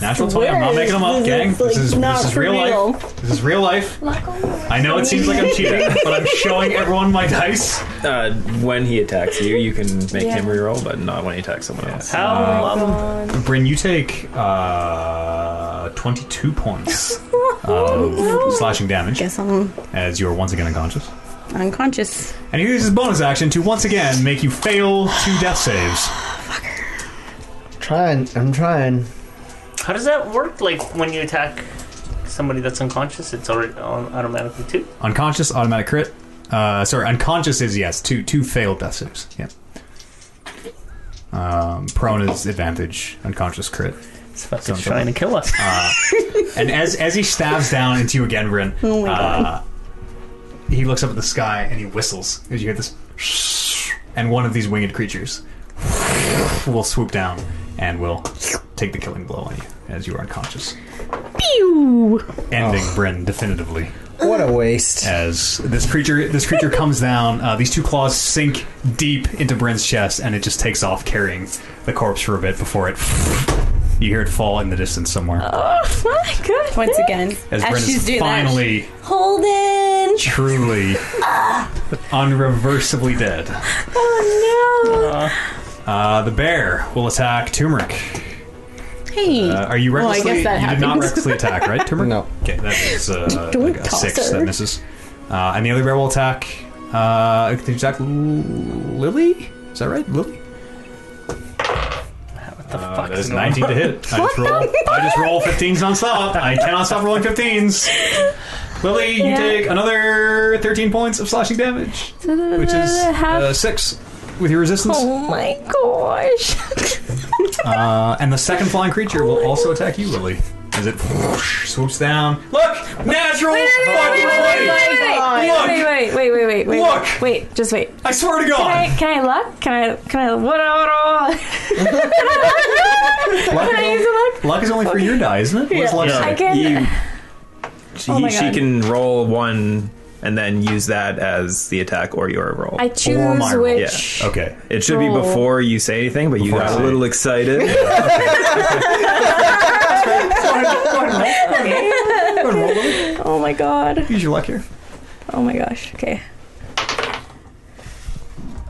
[SPEAKER 1] Natural twenty. I'm not making them up, gang. This is this is real life. This is real life. I know it seems like I'm cheating, but I'm showing everyone my dice.
[SPEAKER 4] Uh, when he attacks you, you can make
[SPEAKER 6] Yeah.
[SPEAKER 4] him reroll, but not when he attacks someone else.
[SPEAKER 2] How um,
[SPEAKER 1] Bryn, you take uh, twenty-two points of slashing damage
[SPEAKER 5] Guess I'm
[SPEAKER 1] as you are once again unconscious.
[SPEAKER 5] unconscious.
[SPEAKER 1] And he uses his bonus action to once again make you fail two death saves.
[SPEAKER 9] Trying. I'm trying.
[SPEAKER 2] how does that work? Like when you attack somebody that's unconscious, it's already on automatically two.
[SPEAKER 1] Unconscious, automatic crit. Uh, sorry, unconscious is yes, two two failed death saves. Yeah. Um, prone is advantage, unconscious crit.
[SPEAKER 2] It's fucking
[SPEAKER 1] Sounds
[SPEAKER 2] trying to kill us.
[SPEAKER 1] And as as he stabs down into you again, Rin,
[SPEAKER 5] Oh my God.
[SPEAKER 1] uh, he looks up at the sky and he whistles as you hear this, and one of these winged creatures will swoop down and will take the killing blow on you as you are unconscious,
[SPEAKER 5] Pew!
[SPEAKER 1] ending Bryn definitively.
[SPEAKER 9] What
[SPEAKER 5] Uh.
[SPEAKER 9] a waste.
[SPEAKER 1] as this creature this creature comes down. Uh, these two claws sink deep into Bryn's chest, and it just takes off carrying the corpse for a bit before it. You hear it fall in the distance somewhere
[SPEAKER 5] Oh my god! Once again,
[SPEAKER 1] as Bryn is finally
[SPEAKER 5] that, Holden.
[SPEAKER 1] truly unreversibly dead.
[SPEAKER 5] Oh
[SPEAKER 1] Uh, the bear will attack Turmeric.
[SPEAKER 5] no! Hey,
[SPEAKER 1] Uh, are you
[SPEAKER 5] Well, I
[SPEAKER 1] recklessly?
[SPEAKER 5] guess that
[SPEAKER 1] you did not
[SPEAKER 5] happens.
[SPEAKER 1] recklessly attack, right, Turmeric?
[SPEAKER 3] No.
[SPEAKER 1] Okay, that is uh,
[SPEAKER 5] Don't
[SPEAKER 1] like a
[SPEAKER 5] toss
[SPEAKER 1] six
[SPEAKER 5] her.
[SPEAKER 1] that misses. Uh, and the other bear will attack. Uh, they attack L- Lily. Is that right, Lily?
[SPEAKER 2] what the
[SPEAKER 1] Uh,
[SPEAKER 2] fuck?
[SPEAKER 1] that
[SPEAKER 2] Ah, is
[SPEAKER 1] is
[SPEAKER 2] going on?
[SPEAKER 1] 19 to hit. I just roll. I just roll 15s nonstop. I cannot stop rolling 15s. Lily, you
[SPEAKER 6] Yeah.
[SPEAKER 1] take another 13 points of slashing damage, which is uh, six with your resistance.
[SPEAKER 6] Oh my gosh.
[SPEAKER 1] Uh, and the second flying creature will also attack you, Lily. As it whoosh, swoops down. Look, natural fucking twenty. Look.
[SPEAKER 6] Wait, wait, wait, wait, wait, wait, wait,
[SPEAKER 1] Look.
[SPEAKER 6] wait, wait, just wait.
[SPEAKER 1] I swear to
[SPEAKER 6] Can
[SPEAKER 1] God.
[SPEAKER 6] I, can I luck? Can I, can I, what, what,
[SPEAKER 1] Luck,
[SPEAKER 6] can I use
[SPEAKER 1] is,
[SPEAKER 6] a luck?
[SPEAKER 1] luck is only for your die, isn't it? What's luck
[SPEAKER 4] Yeah.
[SPEAKER 1] say?
[SPEAKER 6] I can,
[SPEAKER 4] You-
[SPEAKER 6] Oh
[SPEAKER 4] he,
[SPEAKER 6] my
[SPEAKER 4] she
[SPEAKER 6] God.
[SPEAKER 4] can roll one and then use that as the attack or your roll.
[SPEAKER 6] I
[SPEAKER 1] Or my
[SPEAKER 6] choose
[SPEAKER 1] roll.
[SPEAKER 6] which.
[SPEAKER 1] Okay.
[SPEAKER 4] it should be
[SPEAKER 6] roll.
[SPEAKER 4] before you say anything, but
[SPEAKER 1] Before
[SPEAKER 4] you
[SPEAKER 1] I
[SPEAKER 4] got
[SPEAKER 1] say.
[SPEAKER 4] a little excited.
[SPEAKER 6] Oh my god.
[SPEAKER 1] Use your luck here.
[SPEAKER 6] Oh my gosh. Okay.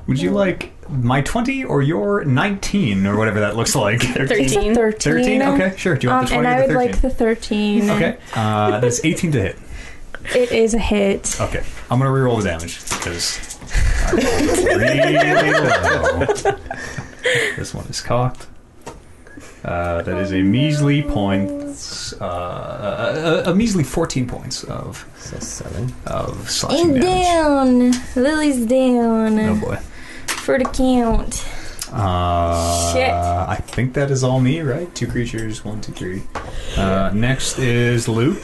[SPEAKER 1] Would you like my 20 or your 19 or whatever that looks like?
[SPEAKER 6] It's a
[SPEAKER 5] 13.
[SPEAKER 6] 13.
[SPEAKER 1] 13? Okay, sure. Do you
[SPEAKER 6] Um,
[SPEAKER 1] want
[SPEAKER 6] and
[SPEAKER 1] the 20
[SPEAKER 6] I
[SPEAKER 1] or
[SPEAKER 6] would
[SPEAKER 1] the 13?
[SPEAKER 6] like the 13.
[SPEAKER 1] Okay, uh, that's 18 to hit.
[SPEAKER 6] It is a hit.
[SPEAKER 1] Okay, I'm gonna reroll the damage because I rolled really low. This one is cocked. Uh, that is a measly points, uh, a, a, a measly 14 points of
[SPEAKER 3] So seven.
[SPEAKER 1] of slashing
[SPEAKER 6] And
[SPEAKER 1] damage.
[SPEAKER 6] down. Lily's down.
[SPEAKER 1] Oh boy.
[SPEAKER 6] For the count.
[SPEAKER 1] Uh,
[SPEAKER 6] Shit.
[SPEAKER 1] I think that is all me, right? Two creatures, one, two, three. Uh, next is Loop,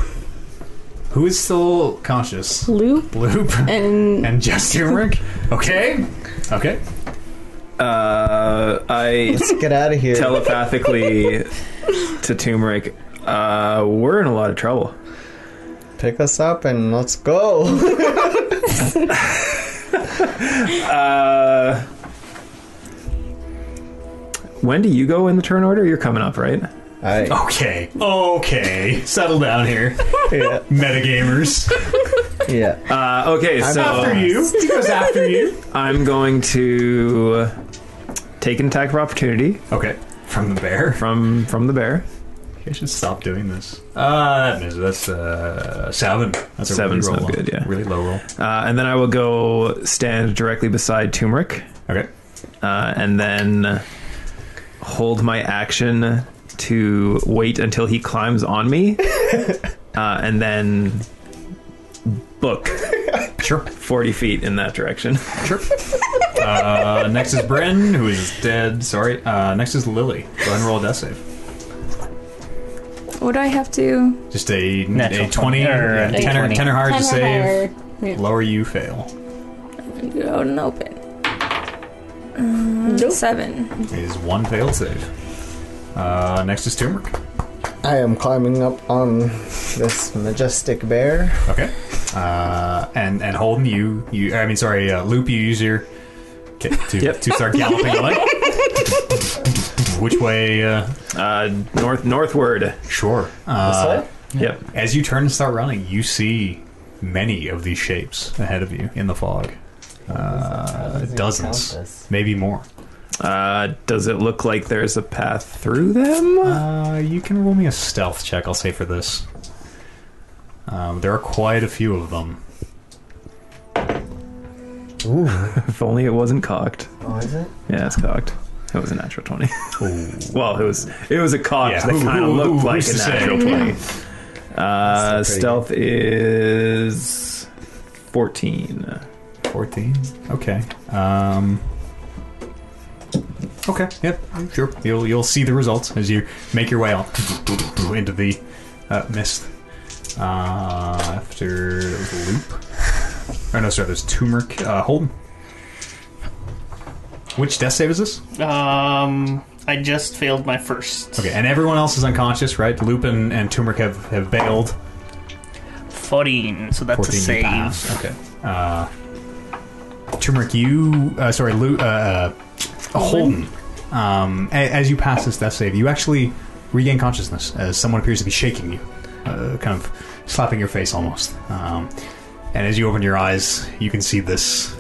[SPEAKER 1] who is still conscious.
[SPEAKER 5] Loop
[SPEAKER 1] Loop
[SPEAKER 5] and
[SPEAKER 1] and Jess Turmeric. Okay, okay.
[SPEAKER 4] Uh, I
[SPEAKER 9] Get out of here.
[SPEAKER 4] telepathically to Turmeric, uh, we're in a lot of trouble.
[SPEAKER 9] Pick us up and let's go.
[SPEAKER 4] Uh, when do you go in the turn order? You're coming up, right?
[SPEAKER 9] I,
[SPEAKER 1] Okay, okay. Settle down here,
[SPEAKER 9] yeah.
[SPEAKER 1] metagamers.
[SPEAKER 9] Yeah.
[SPEAKER 4] Uh, okay, so
[SPEAKER 1] after you. He goes after you.
[SPEAKER 4] I'm going to take an attack of opportunity
[SPEAKER 1] Okay. From the bear.
[SPEAKER 4] from from the bear.
[SPEAKER 1] I should stop doing this. Uh, that is, that's uh, seven. That's a
[SPEAKER 4] Seven's
[SPEAKER 1] really
[SPEAKER 4] not
[SPEAKER 1] low roll.
[SPEAKER 4] good, yeah.
[SPEAKER 1] Really low roll.
[SPEAKER 4] Uh, and then I will go stand directly beside Turmeric,
[SPEAKER 1] Okay.
[SPEAKER 4] uh, and then hold my action to wait until he climbs on me, uh, and then book
[SPEAKER 1] Sure.
[SPEAKER 4] 40 feet in that direction.
[SPEAKER 1] Sure. uh, next is Bryn, who is dead. Sorry. Uh, next is Lily. Go ahead and roll a death save.
[SPEAKER 6] Oh What do I have to?
[SPEAKER 1] Just a,
[SPEAKER 2] Natural
[SPEAKER 1] a 20
[SPEAKER 2] or
[SPEAKER 1] or
[SPEAKER 2] a
[SPEAKER 1] 10 or
[SPEAKER 2] 20.
[SPEAKER 1] 10 or hard to
[SPEAKER 5] Ten or
[SPEAKER 1] save.
[SPEAKER 5] higher. Yeah.
[SPEAKER 1] Lower you fail.
[SPEAKER 6] Go and open. Um,
[SPEAKER 5] Nope.
[SPEAKER 6] Seven.
[SPEAKER 1] Is one failed save. Uh, next is Turmeric.
[SPEAKER 9] I am climbing up on this majestic bear.
[SPEAKER 1] Okay. Uh, and and Holden, you you I mean sorry, uh, Loop, you use your okay, to
[SPEAKER 4] Yep.
[SPEAKER 1] to start galloping away. Which way? Uh,
[SPEAKER 4] Uh, north northward.
[SPEAKER 1] sure. Uh,
[SPEAKER 4] Yep.
[SPEAKER 1] as you turn and start running, you see many of these shapes ahead of you in the fog. Uh, dozens, maybe more.
[SPEAKER 4] Uh, does it look like there's a path through them?
[SPEAKER 1] Uh, you can roll me a stealth check. I'll say for this. Um, there are quite a few of them.
[SPEAKER 4] if only it wasn't cocked.
[SPEAKER 3] Oh, is it?
[SPEAKER 4] Yeah, it's cocked. It was a natural twenty. well, it was it was a cocked
[SPEAKER 1] Yeah,
[SPEAKER 4] that
[SPEAKER 1] who-
[SPEAKER 4] kind of
[SPEAKER 1] who-
[SPEAKER 4] looked
[SPEAKER 1] who-
[SPEAKER 4] like
[SPEAKER 1] who's
[SPEAKER 4] a
[SPEAKER 1] to say?
[SPEAKER 4] natural twenty. Uh, stealth is fourteen.
[SPEAKER 1] 14 okay um okay yep sure you'll you'll see the results as you make your way out into the uh, mist uh after loop oh no sorry there's turmeric uh holden which death save is this
[SPEAKER 2] Um, I just failed my first.
[SPEAKER 1] okay and everyone else is unconscious right loop and, and turmeric have have bailed
[SPEAKER 2] 14, so that's a
[SPEAKER 1] 14 you
[SPEAKER 2] save.
[SPEAKER 1] pass. okay uh turmeric you uh sorry loop uh, uh A Holden, um, a- as you pass this death save, you actually regain consciousness as someone appears to be shaking you, uh, kind of slapping your face almost. Um, and as you open your eyes, you can see this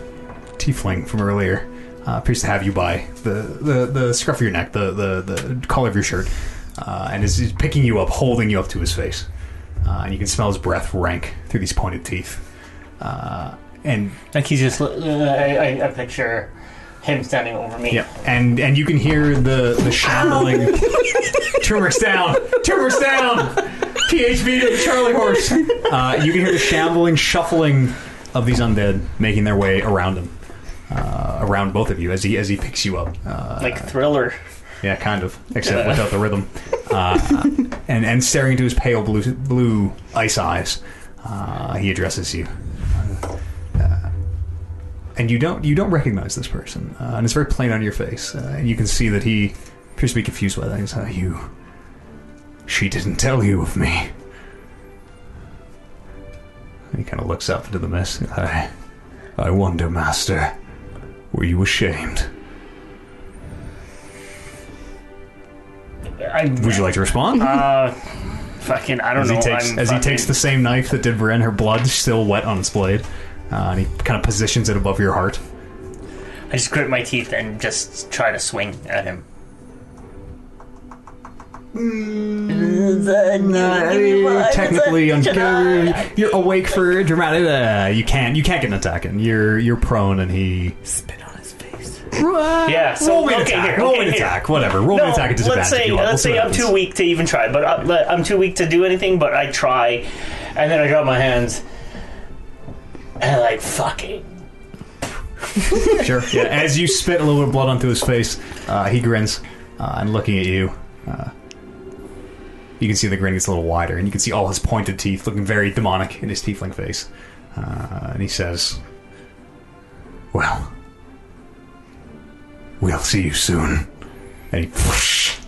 [SPEAKER 1] tiefling from earlier uh, appears to have you by the, the, the scruff of your neck, the, the, the collar of your shirt, uh, and is, is picking you up, holding you up to his face. Uh, and you can smell his breath rank through these pointed teeth. Uh, and
[SPEAKER 2] Like he's just. li- Uh, I, I, I picture him standing over me.
[SPEAKER 1] yeah, and and you can hear the the shambling. Turmeric's down. Turmeric's down. PHB to the Charlie horse. Uh, you can hear the shambling, shuffling of these undead making their way around him, uh, around both of you as he as he picks you up. Uh,
[SPEAKER 2] Like Thriller.
[SPEAKER 1] yeah, kind of, except without the rhythm, uh, and and staring into his pale blue blue ice eyes, uh, he addresses you, Uh, and you don't you don't recognize this person, uh, and it's very plain on your face, uh, and you can see that he appears to be confused by that. He's uh, you. She didn't tell you of me. He kind of looks up into the mist. I, I wonder, Master, were you ashamed?
[SPEAKER 2] I,
[SPEAKER 1] Would you like to respond?
[SPEAKER 2] Uh, fucking, I don't
[SPEAKER 1] as
[SPEAKER 2] know.
[SPEAKER 1] he takes
[SPEAKER 2] I'm
[SPEAKER 1] as he
[SPEAKER 2] fucking-
[SPEAKER 1] takes the same knife that did Varen, her blood still wet on its blade, uh, and he kind of positions it above your heart.
[SPEAKER 2] I just grit my teeth and just try to swing at him.
[SPEAKER 1] technically, uncovered. you're awake for dramatic. Uh, you can't you can't get an attack in. You're you're prone, and he
[SPEAKER 2] Yeah, so
[SPEAKER 1] roll me an
[SPEAKER 2] okay,
[SPEAKER 1] attack.
[SPEAKER 2] here,
[SPEAKER 1] roll
[SPEAKER 2] okay,
[SPEAKER 1] me an
[SPEAKER 2] here.
[SPEAKER 1] attack. Whatever. Roll me an attack at disadvantage.
[SPEAKER 2] Let's
[SPEAKER 1] if
[SPEAKER 2] say,
[SPEAKER 1] you want. We'll
[SPEAKER 2] let's
[SPEAKER 1] see
[SPEAKER 2] say
[SPEAKER 1] what
[SPEAKER 2] I'm too
[SPEAKER 1] happens.
[SPEAKER 2] weak to even try, but I'm, let- I'm too weak to do anything, but I try. And then I drop my hands. And I'm like, fuck it.
[SPEAKER 1] Sure. Yeah. As you spit a little bit of blood onto his face, uh, he grins uh, and looking at you. Uh, you can see the grin gets a little wider, and you can see all his pointed teeth looking very demonic in his tiefling face. Uh, and he says, "Well, we'll see you soon." And he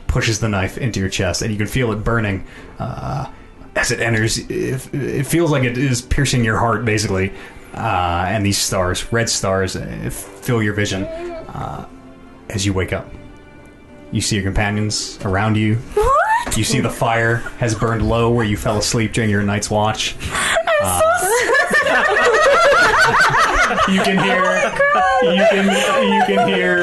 [SPEAKER 1] pushes the knife into your chest, and you can feel it burning. Uh, as it enters, it, it feels like it is piercing your heart, basically. Uh, and these stars, red stars, uh, fill your vision uh, as you wake up. You see your companions around you.
[SPEAKER 6] What?
[SPEAKER 1] You see the fire has burned low where you fell asleep during your night's watch. Uh, You can hear, you can, you can hear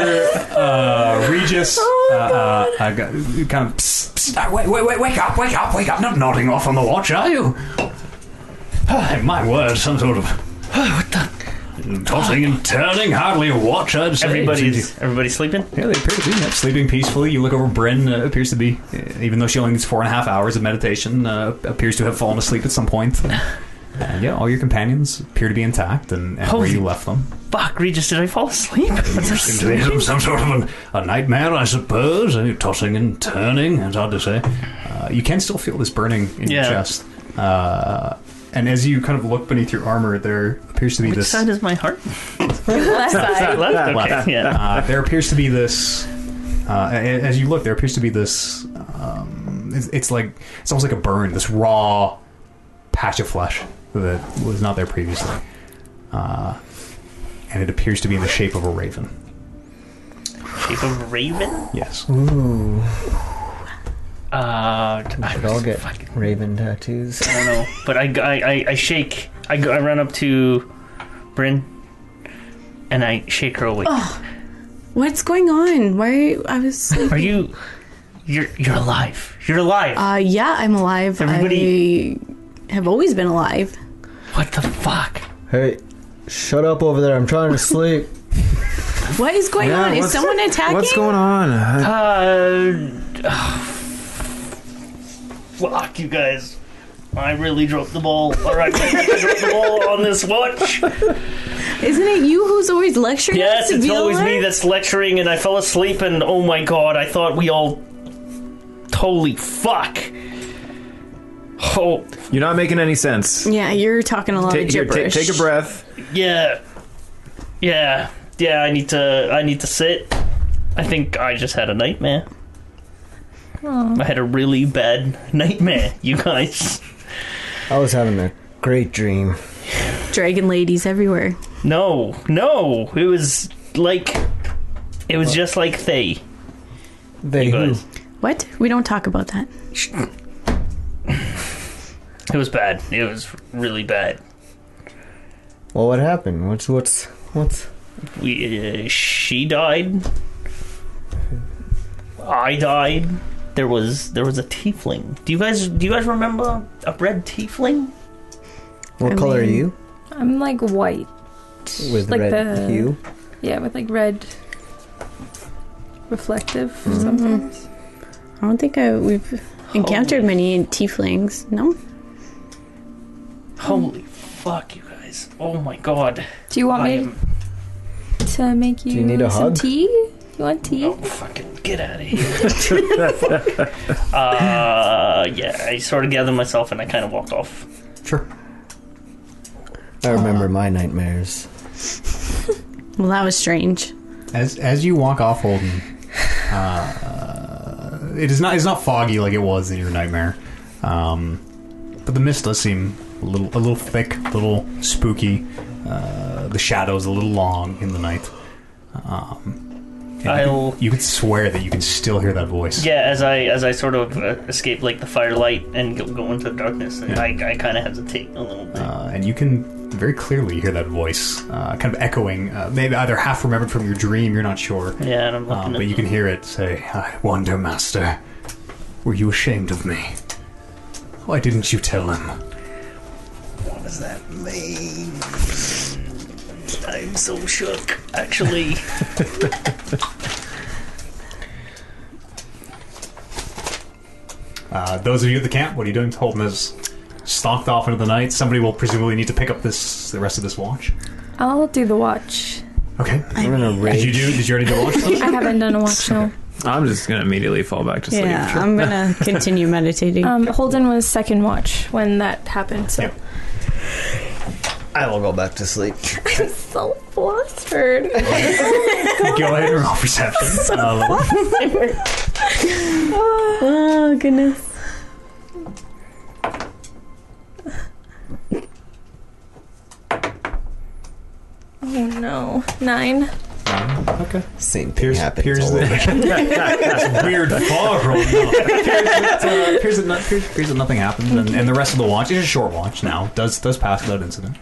[SPEAKER 1] uh, Regis. uh, uh, I got- kind of, psst, psst, uh, wait, wait, wait, wake up, wake up, wake up! Not nodding off on the watch, are you? Ah, My word, some sort of tossing and turning, hardly a watch. I'd say.
[SPEAKER 2] Everybody's, everybody's sleeping?
[SPEAKER 1] Yeah, they appear to be yeah, sleeping peacefully. You look over, Bryn uh, appears to be, uh, even though she only needs four and a half hours of meditation, uh, appears to have fallen asleep at some point. And yeah, all your companions appear to be intact and, and where
[SPEAKER 2] Holy-
[SPEAKER 1] you left them.
[SPEAKER 2] Fuck, Regis, did I fall asleep?
[SPEAKER 7] Seems to be some, some sort of an, a nightmare, I suppose. Uh, Tossing and turning, as hard to say. Uh,
[SPEAKER 1] Uh, you can still feel this burning in your
[SPEAKER 2] Yeah.
[SPEAKER 1] chest. Uh, and as you kind of look beneath your armor, there appears to be
[SPEAKER 2] Which
[SPEAKER 1] this.
[SPEAKER 2] side is my heart?
[SPEAKER 5] Left side.
[SPEAKER 2] Left?
[SPEAKER 1] Left.
[SPEAKER 2] Okay, yeah.
[SPEAKER 1] uh, there appears to be this. Uh, a- a- as you look, there appears to be this. Um, it's, it's like it's almost like a burn. This raw patch of flesh that was not there previously, uh, and it appears to be in the shape of a raven.
[SPEAKER 2] Shape of raven?
[SPEAKER 1] Yes.
[SPEAKER 3] Ooh,
[SPEAKER 2] Uh,
[SPEAKER 3] we
[SPEAKER 2] I
[SPEAKER 3] should all get
[SPEAKER 2] fucking-
[SPEAKER 3] raven tattoos.
[SPEAKER 2] I don't know, but I, I, I, I shake. I, go- I run up to Bryn, and I shake her awake.
[SPEAKER 5] What's going on? Why I was.
[SPEAKER 2] Are you? You're you're alive. You're alive.
[SPEAKER 5] Uh, yeah, I'm alive.
[SPEAKER 2] Everybody-
[SPEAKER 5] I have always been alive.
[SPEAKER 2] what the fuck?
[SPEAKER 9] Hey, shut up over there. I'm trying to sleep.
[SPEAKER 5] What is going
[SPEAKER 4] Yeah,
[SPEAKER 5] on? Is
[SPEAKER 4] what's-
[SPEAKER 5] someone attacking?
[SPEAKER 4] What's going on?
[SPEAKER 5] Oh.
[SPEAKER 4] I-
[SPEAKER 2] Uh, fuck you guys. I really dropped the ball. All right, I dropped the ball on this watch.
[SPEAKER 5] Isn't it you who's always lecturing us
[SPEAKER 2] Yes,
[SPEAKER 5] to
[SPEAKER 2] it's
[SPEAKER 5] be
[SPEAKER 2] always
[SPEAKER 5] alive?
[SPEAKER 2] me that's lecturing, and I fell asleep, and oh my god, I thought we all. Holy fuck! Oh,
[SPEAKER 4] You're not making any sense.
[SPEAKER 5] Yeah, you're talking a lot
[SPEAKER 4] Take,
[SPEAKER 5] of
[SPEAKER 4] here, take,
[SPEAKER 5] gibberish.
[SPEAKER 4] take a breath.
[SPEAKER 2] yeah. Yeah. Yeah, I need to. I need to sit. I think I just had a nightmare. I had a really bad nightmare, you guys.
[SPEAKER 9] I was having a great dream.
[SPEAKER 5] Dragon ladies everywhere.
[SPEAKER 2] No, no. It was like it was just like they.
[SPEAKER 9] They
[SPEAKER 2] You
[SPEAKER 9] who?
[SPEAKER 2] guys.
[SPEAKER 5] What? We don't talk about that.
[SPEAKER 2] It was bad. It was really bad.
[SPEAKER 9] Well, what happened? What's what's what's?
[SPEAKER 2] We, uh, she died. I died. There was there was a tiefling. Do you guys do you guys remember a red tiefling?
[SPEAKER 9] What
[SPEAKER 5] I
[SPEAKER 9] color
[SPEAKER 5] mean-
[SPEAKER 9] are you?
[SPEAKER 6] I'm like white.
[SPEAKER 9] With
[SPEAKER 6] like
[SPEAKER 9] red
[SPEAKER 6] the-
[SPEAKER 9] hue.
[SPEAKER 6] Yeah, with like red reflective
[SPEAKER 9] Mm-hmm.
[SPEAKER 6] sometimes.
[SPEAKER 5] I don't think I, we've encountered
[SPEAKER 4] Oh.
[SPEAKER 5] many tieflings. No?
[SPEAKER 2] Holy fuck, you guys! Oh my god!
[SPEAKER 6] Do you want
[SPEAKER 2] I
[SPEAKER 6] me
[SPEAKER 2] am
[SPEAKER 6] to make you,
[SPEAKER 9] you need a
[SPEAKER 6] some
[SPEAKER 9] hug?
[SPEAKER 6] tea? You want tea?
[SPEAKER 2] Oh, fucking get out of here. uh, yeah, I sort of gather myself and I kind of walk off.
[SPEAKER 1] Sure.
[SPEAKER 9] I remember my nightmares.
[SPEAKER 5] Well, that was strange.
[SPEAKER 1] As as you walk off, Holden, uh, it is not it's not foggy like it was in your nightmare, um, but the mist does seem a little a little thick, a little spooky. Uh, the shadows a little long in the night. Um, and you,
[SPEAKER 2] I'll-
[SPEAKER 1] can, you can swear that you can still hear that voice.
[SPEAKER 2] Yeah, as I as I sort of uh, escape like the firelight and go, go into the darkness, and I, I kind of hesitate a little bit.
[SPEAKER 1] Uh, and you can very clearly hear that voice, uh, kind of echoing, uh, maybe either half remembered from your dream, you're not sure.
[SPEAKER 2] yeah, and I'm looking
[SPEAKER 1] Um,
[SPEAKER 2] at
[SPEAKER 1] but you can hear it say, I wonder, Master, were you ashamed of me? Why didn't you tell him?
[SPEAKER 2] what does that mean? I'm so shook. Actually,
[SPEAKER 1] Uh, those of you at the camp, what are you doing? Holden has stalked off into the night. Somebody will presumably need to pick up this the rest of this watch.
[SPEAKER 6] I'll do the watch.
[SPEAKER 1] Okay.
[SPEAKER 9] I'm gonna
[SPEAKER 1] Did you
[SPEAKER 9] rage.
[SPEAKER 1] do? Did you already do watch?
[SPEAKER 6] I haven't done a watch now.
[SPEAKER 4] I'm just gonna immediately fall back to sleep.
[SPEAKER 5] yeah, I'm gonna continue meditating.
[SPEAKER 6] Um, Holden was second watch when that happened, so
[SPEAKER 1] Yep.
[SPEAKER 9] I will go back to sleep.
[SPEAKER 6] I'm so flustered.
[SPEAKER 1] Go ahead and roll perception. Uh,
[SPEAKER 5] oh, goodness.
[SPEAKER 6] Oh no, nine.
[SPEAKER 9] Same thing
[SPEAKER 1] Pierce,
[SPEAKER 9] happens.
[SPEAKER 1] Pierce
[SPEAKER 9] all
[SPEAKER 1] the-
[SPEAKER 9] over.
[SPEAKER 1] That's weird fog roll. No. Appears that, uh, appears that, no- appears- appears that nothing happened, and, and the rest of the watch is a short watch now. Does does pass without incident.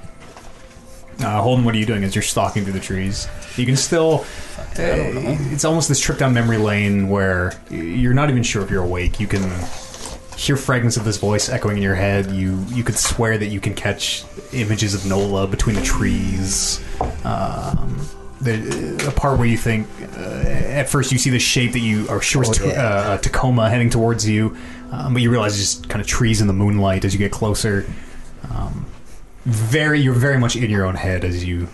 [SPEAKER 1] Uh, Holden, what are you doing as you're stalking through the trees? You can still. uh, It's almost this trip down memory lane where y- you're not even sure if you're awake. You can hear fragments of this voice echoing in your head. You you could swear that you can catch images of Nola between the trees. Um, the, a part where you think uh, at first you see the shape that you are sure is
[SPEAKER 9] Oh,
[SPEAKER 1] t-
[SPEAKER 9] yeah.
[SPEAKER 1] uh, Tacoma heading towards you, um, but you realize it's just kind of trees in the moonlight as you get closer. Um, very, you're very much in your own head as you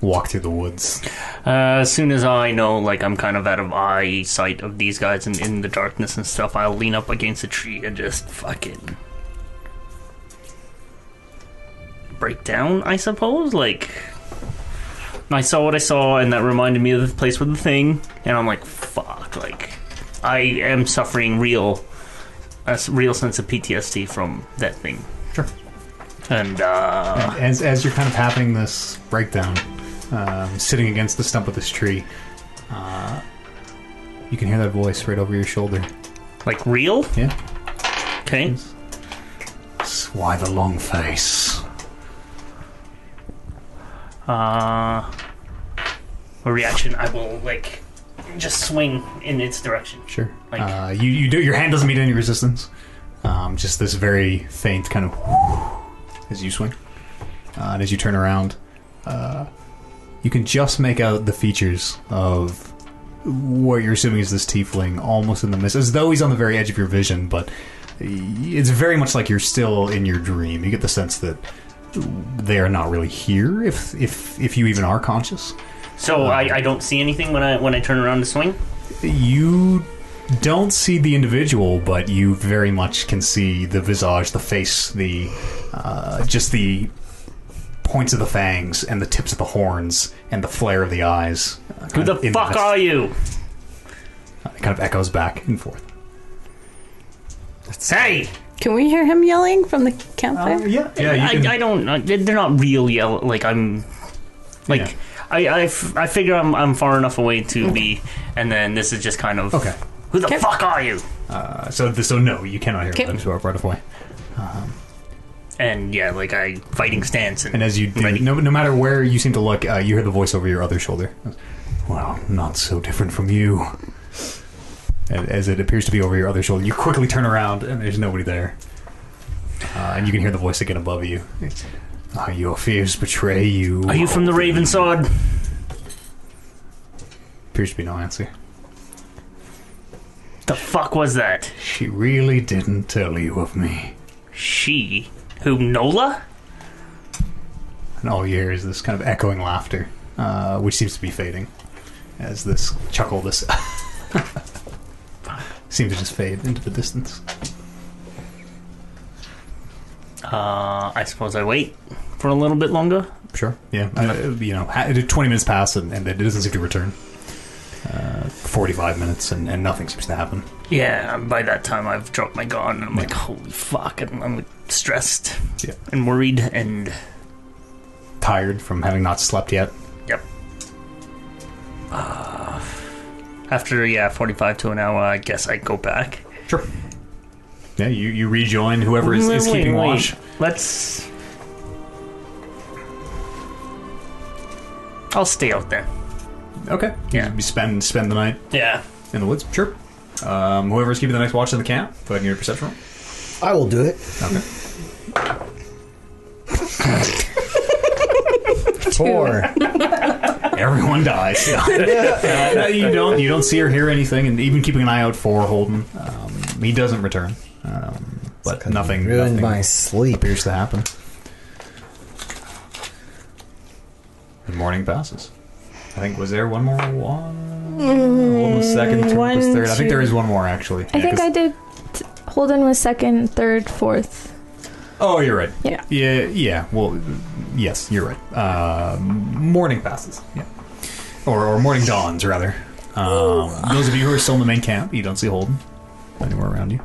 [SPEAKER 1] walk through the woods.
[SPEAKER 2] Uh, as soon as I know, like, I'm kind of out of eyesight of these guys and in the darkness and stuff, I'll lean up against a tree and just fucking break down, I suppose. Like, I saw what I saw, and that reminded me of the place with the thing, and I'm like, fuck, like, I am suffering real, a s- real sense of PTSD from that thing.
[SPEAKER 1] Sure.
[SPEAKER 2] And, uh,
[SPEAKER 1] As as you're kind of having this breakdown, um, sitting against the stump of this tree, uh, you can hear that voice right over your shoulder.
[SPEAKER 2] like, real?
[SPEAKER 1] Yeah.
[SPEAKER 2] Okay.
[SPEAKER 1] It's Why the long face?
[SPEAKER 2] Uh, a reaction. I will like just swing in its direction.
[SPEAKER 1] Sure.
[SPEAKER 2] Like-
[SPEAKER 1] uh, you you do your hand doesn't meet any resistance. Um, just this very faint kind of as you swing, uh, and as you turn around, uh, you can just make out the features of what you're assuming is this tiefling, almost in the mist, as though he's on the very edge of your vision. But it's very much like you're still in your dream. You get the sense that they are not really here, if if if you even are conscious. Oh,
[SPEAKER 2] So I, I don't see anything when I when I turn around to swing.
[SPEAKER 1] You don't see the individual, but you very much can see the visage, the face, the uh, just the points of the fangs and the tips of the horns and the flare of the eyes. uh,
[SPEAKER 2] Who
[SPEAKER 1] kind
[SPEAKER 2] the
[SPEAKER 1] of in
[SPEAKER 2] fuck
[SPEAKER 1] mist.
[SPEAKER 2] are you?
[SPEAKER 1] It kind of echoes back and forth.
[SPEAKER 2] Hey,
[SPEAKER 5] Can we hear him yelling from the campfire?
[SPEAKER 1] yeah, yeah.
[SPEAKER 2] Oh, I,
[SPEAKER 1] You can,
[SPEAKER 2] I don't. know. They- They're not real yell. Like I'm. Like
[SPEAKER 1] Yeah.
[SPEAKER 2] I, I, f- I figure I'm I'm far enough away to be, and then this is just kind of
[SPEAKER 1] okay.
[SPEAKER 2] Who the
[SPEAKER 5] Okay.
[SPEAKER 2] fuck are you?
[SPEAKER 1] Uh, so th- so no, you cannot hear
[SPEAKER 5] Okay.
[SPEAKER 1] them. So right of way.
[SPEAKER 2] And yeah, like I fighting stance and,
[SPEAKER 1] And as you do,
[SPEAKER 2] Ready.
[SPEAKER 1] no, no matter where you seem to look, uh, you hear the voice over your other shoulder. Well, not so different from you. And As it appears to be over your other shoulder, you quickly turn around and there's nobody there. Uh, and you can hear the voice again above you. Uh, your fears betray you.
[SPEAKER 2] are you from the Raven Sword?
[SPEAKER 1] Appears to be no answer.
[SPEAKER 2] The fuck was that?
[SPEAKER 1] She really didn't tell you of me.
[SPEAKER 2] She who Nola?
[SPEAKER 1] And all you hear is this kind of echoing laughter, uh, which seems to be fading as this chuckle, this seems to just fade into the distance.
[SPEAKER 2] Uh, I suppose I wait for a little bit longer.
[SPEAKER 1] Sure. Yeah. I, uh, you know, ha- twenty minutes pass and, and it doesn't seem to return. Uh, Forty-five minutes and, and nothing seems to happen.
[SPEAKER 2] Yeah, and by that time I've dropped my gun. And I'm like, holy fuck, and I'm stressed
[SPEAKER 1] Yeah.
[SPEAKER 2] and worried, and
[SPEAKER 1] Tired from having not slept yet.
[SPEAKER 2] after yeah, 45 to an hour, I guess I go back.
[SPEAKER 1] Sure. Yeah. You, you rejoin whoever is, is
[SPEAKER 2] Wait,
[SPEAKER 1] keeping
[SPEAKER 2] wait.
[SPEAKER 1] watch.
[SPEAKER 2] Let's. I'll stay out there.
[SPEAKER 1] Okay. You-
[SPEAKER 2] Yeah.
[SPEAKER 1] You spend spend the night
[SPEAKER 2] Yeah.
[SPEAKER 1] in the woods. Sure. Um, whoever's keeping the next watch in the camp, go ahead and get a perception roll.
[SPEAKER 9] I will do it.
[SPEAKER 1] Okay.
[SPEAKER 9] Four.
[SPEAKER 1] Everyone dies. Uh, no, you don't. You don't see or hear anything, and even keeping an eye out for Holden, um, he doesn't return. Um, but nothing
[SPEAKER 9] Ruined
[SPEAKER 1] nothing
[SPEAKER 9] my sleep.
[SPEAKER 1] appears to happen. The morning passes. I think was there one more one? Holden was second, Turk was
[SPEAKER 5] one,
[SPEAKER 1] third. I think
[SPEAKER 5] two.
[SPEAKER 1] there is one more actually.
[SPEAKER 6] Mm, I think I did. T- Holden was second, third, fourth.
[SPEAKER 1] Oh, you're right.
[SPEAKER 6] Yeah.
[SPEAKER 1] Yeah. Yeah. Well, yes, you're right. Uh, morning passes. Yeah. Or, or morning dawns, rather. Um, those of you who are still in the main camp, you don't see Holden anywhere around you.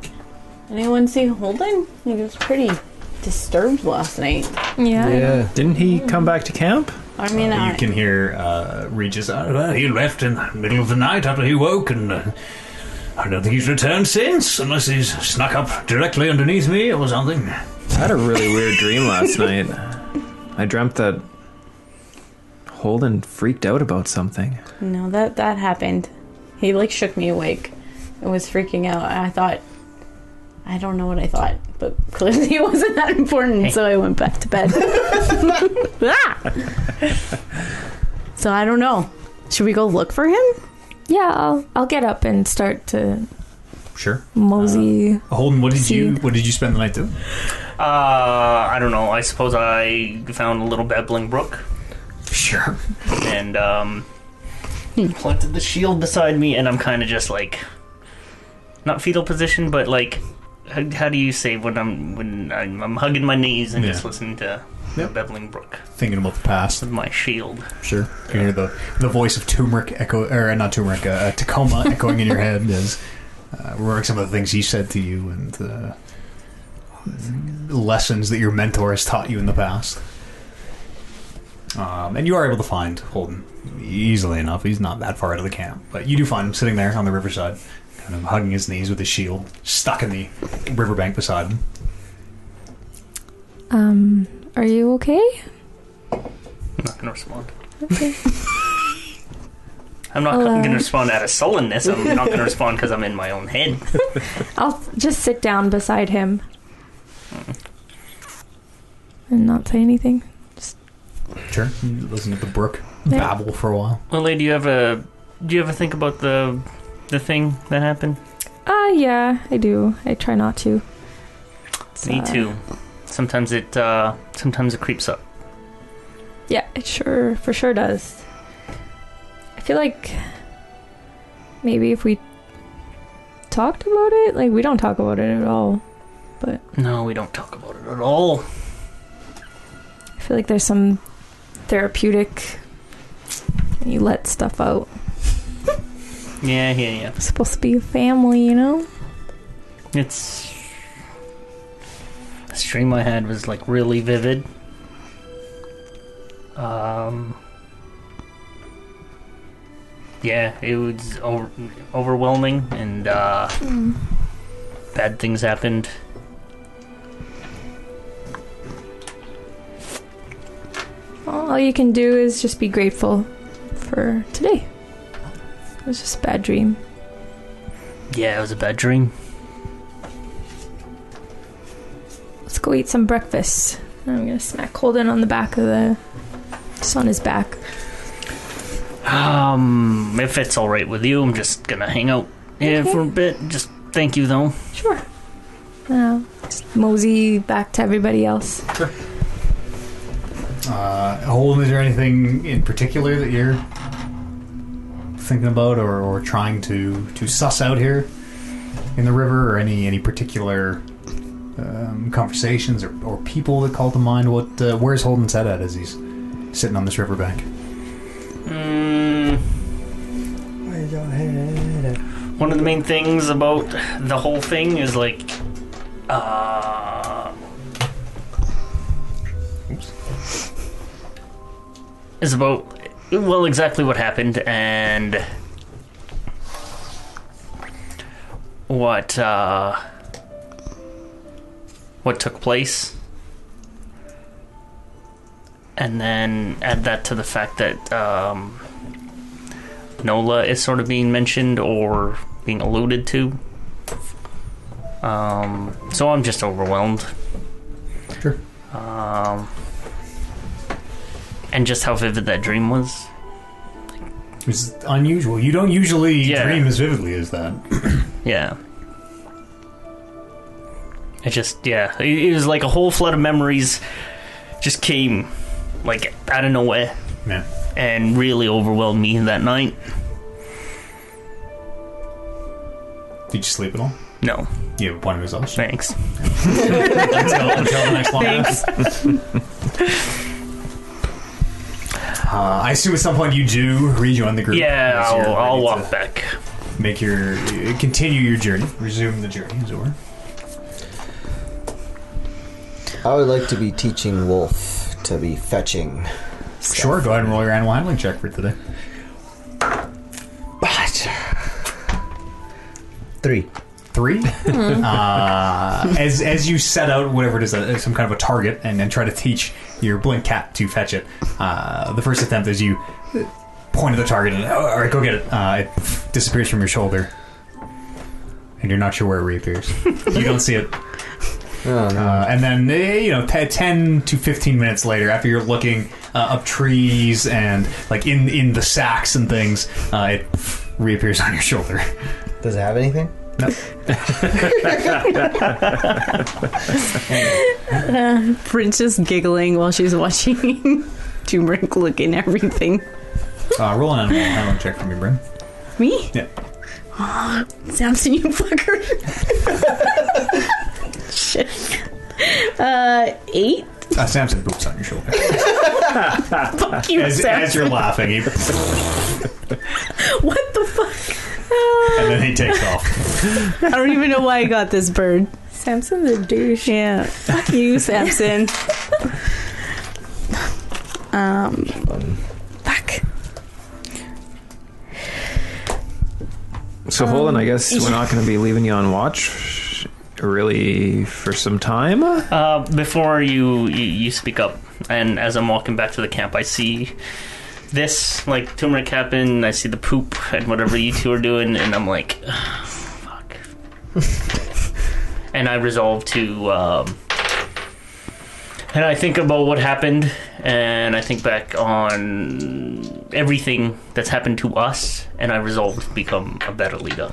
[SPEAKER 5] Anyone see Holden? He was pretty disturbed last night.
[SPEAKER 6] Yeah.
[SPEAKER 9] Yeah.
[SPEAKER 4] Didn't he come back to camp?
[SPEAKER 5] I mean, I,
[SPEAKER 1] You can hear uh, Regis. Uh,
[SPEAKER 7] Well, he left in the middle of the night after he woke, and uh, I don't think he's returned since, unless he's snuck up directly underneath me or something.
[SPEAKER 4] I had a really weird dream last night. I dreamt that Holden freaked out about something.
[SPEAKER 5] no, that that happened. He like shook me awake. and was freaking out. I thought, I don't know what I thought, but clearly it wasn't that important. So I went back to bed. Ah! so I don't know. Should we go look for him?
[SPEAKER 6] Yeah, I'll I'll get up and start to
[SPEAKER 1] sure.
[SPEAKER 6] mosey.
[SPEAKER 1] Holden, what did you
[SPEAKER 6] See.
[SPEAKER 1] what did you spend the night doing?
[SPEAKER 2] Uh, I don't know. I suppose I found a little babbling brook.
[SPEAKER 1] Sure.
[SPEAKER 2] and um,
[SPEAKER 6] Hmm.
[SPEAKER 2] planted the shield beside me, and I'm kind of just like, not fetal position, but like, how, how do you say when I'm when I'm, I'm hugging my knees and just
[SPEAKER 1] Yeah.
[SPEAKER 2] listening to
[SPEAKER 1] Yep.
[SPEAKER 2] Beveling Brook
[SPEAKER 1] Thinking about the past.
[SPEAKER 2] with my shield?
[SPEAKER 1] Sure. You can hear the, the voice of Turmeric echo, or not Turmeric, uh, uh, Tacoma echoing in your head as uh, remembering some of the things he said to you and uh, Mm-hmm. lessons that your mentor has taught you in the past. Um, and you are able to find Holden easily enough. He's not that far out of the camp, but you do find him sitting there on the riverside, kind of hugging his knees with his shield stuck in the riverbank beside him.
[SPEAKER 6] Um, are you okay?
[SPEAKER 2] I'm not gonna respond.
[SPEAKER 6] Okay. uh,
[SPEAKER 2] I'm not
[SPEAKER 6] Hello.
[SPEAKER 2] gonna respond out of sullenness. I'm not gonna respond because I'm in my own head.
[SPEAKER 6] I'll just sit down beside him and not say anything.
[SPEAKER 1] Sure. Listen to the brook
[SPEAKER 6] Yeah.
[SPEAKER 1] babble for a while.
[SPEAKER 2] Lily, do you ever do you ever think about the the thing that happened?
[SPEAKER 6] Ah, yeah, I do. I try not to. It's,
[SPEAKER 2] Me
[SPEAKER 6] uh,
[SPEAKER 2] too. Sometimes it uh, sometimes it creeps up.
[SPEAKER 6] Yeah, it sure for sure does. I feel like maybe if we talked about it, like we don't talk about it at all.
[SPEAKER 2] No, we don't talk about it at all.
[SPEAKER 6] I feel like there's some therapeutic. You let stuff out.
[SPEAKER 2] Yeah, yeah,
[SPEAKER 6] We're supposed to be a family, you know.
[SPEAKER 2] yeah. It's the stream I had was like really vivid. Um. Yeah, it was over- overwhelming, and uh, bad things happened.
[SPEAKER 6] Well, all you can do is just be grateful for today. It was just a bad dream.
[SPEAKER 2] Yeah, it was a bad dream.
[SPEAKER 6] Let's go eat some breakfast. And I'm gonna smack Holden on the back of the, just on his back.
[SPEAKER 2] Um, if it's all right with you, I'm just gonna hang out here
[SPEAKER 6] Okay.
[SPEAKER 2] for a bit. Just thank you, though.
[SPEAKER 6] Sure. Uh, just mosey back to everybody else.
[SPEAKER 1] Uh, Holden, is there anything in particular that you're thinking about or, or trying to, to suss out here in the river, or any any particular um, conversations or, or people that call to mind? What uh, where's Holden's head at as he's sitting on this riverbank?
[SPEAKER 2] Mm,
[SPEAKER 9] Where's your head?
[SPEAKER 2] one of the main things about the whole thing is like, uh, is about well exactly what happened and what uh, what took place. And then add that to the fact that um, Nola is sort of being mentioned or being alluded to. Um, so I'm just overwhelmed.
[SPEAKER 1] Sure.
[SPEAKER 2] Um, and just how vivid that dream was.
[SPEAKER 1] It's unusual. You don't usually
[SPEAKER 2] Yeah.
[SPEAKER 1] dream as vividly as that.
[SPEAKER 2] Yeah. It just, yeah. It, it was like a whole flood of memories just came, like, out of nowhere
[SPEAKER 1] Yeah.
[SPEAKER 2] and really overwhelmed me that night.
[SPEAKER 1] Did you sleep at all?
[SPEAKER 2] No,
[SPEAKER 1] You have a point of exhaustion.
[SPEAKER 2] thanks.
[SPEAKER 1] until, until the next one.
[SPEAKER 2] Thanks.
[SPEAKER 1] Uh, I assume at some point you do rejoin the group.
[SPEAKER 2] Yeah,
[SPEAKER 1] unless you're
[SPEAKER 2] I'll, I'll
[SPEAKER 1] ready to-
[SPEAKER 2] walk back.
[SPEAKER 1] make your continue your journey, resume the journey, as it were.
[SPEAKER 9] I would like to be teaching Wolf to be fetching.
[SPEAKER 1] Sure, go ahead and roll your animal handling check for today.
[SPEAKER 9] But three.
[SPEAKER 1] Three. uh, as as you set out whatever it is, uh, some kind of a target, and then try to teach your blink cat to fetch it. Uh, the first attempt is you point at the target and "Oh, all right, go get it. Uh, it disappears from your shoulder, and you're not sure where it reappears. you don't see it.
[SPEAKER 9] Oh, no.
[SPEAKER 1] Uh, and then eh, you know, t- ten to fifteen minutes later, after you're looking uh, up trees and like in in the sacks and things, uh, it reappears on your shoulder.
[SPEAKER 9] Does it have anything?
[SPEAKER 5] Prince is giggling while she's watching. turmeric looking everything.
[SPEAKER 1] Uh, roll an animal handling check for me, Bryn.
[SPEAKER 5] Me?
[SPEAKER 1] Yeah.
[SPEAKER 5] Samson, you fucker. Shit. Uh, eight?
[SPEAKER 1] Uh, Samson poops on your shoulder.
[SPEAKER 5] Fuck you,
[SPEAKER 1] As,
[SPEAKER 5] Samson.
[SPEAKER 1] as you're laughing, he,
[SPEAKER 5] What the fuck? Uh,
[SPEAKER 1] and then he takes off.
[SPEAKER 5] I don't even know why I got this bird.
[SPEAKER 6] Samson's a douche.
[SPEAKER 5] Yeah. Fuck you, Samson. um. Fuck.
[SPEAKER 4] So Holden, I guess we're not going to be leaving you on watch really for some time.
[SPEAKER 2] Uh, before you, you you speak up, and as I'm walking back to the camp, I see this like turmeric happen. I see the poop and whatever you two are doing, and I'm like, "Ah, fuck. and I resolve to. Um, and I think about what happened, and I think back on everything that's happened to us, and I resolve to become a better leader.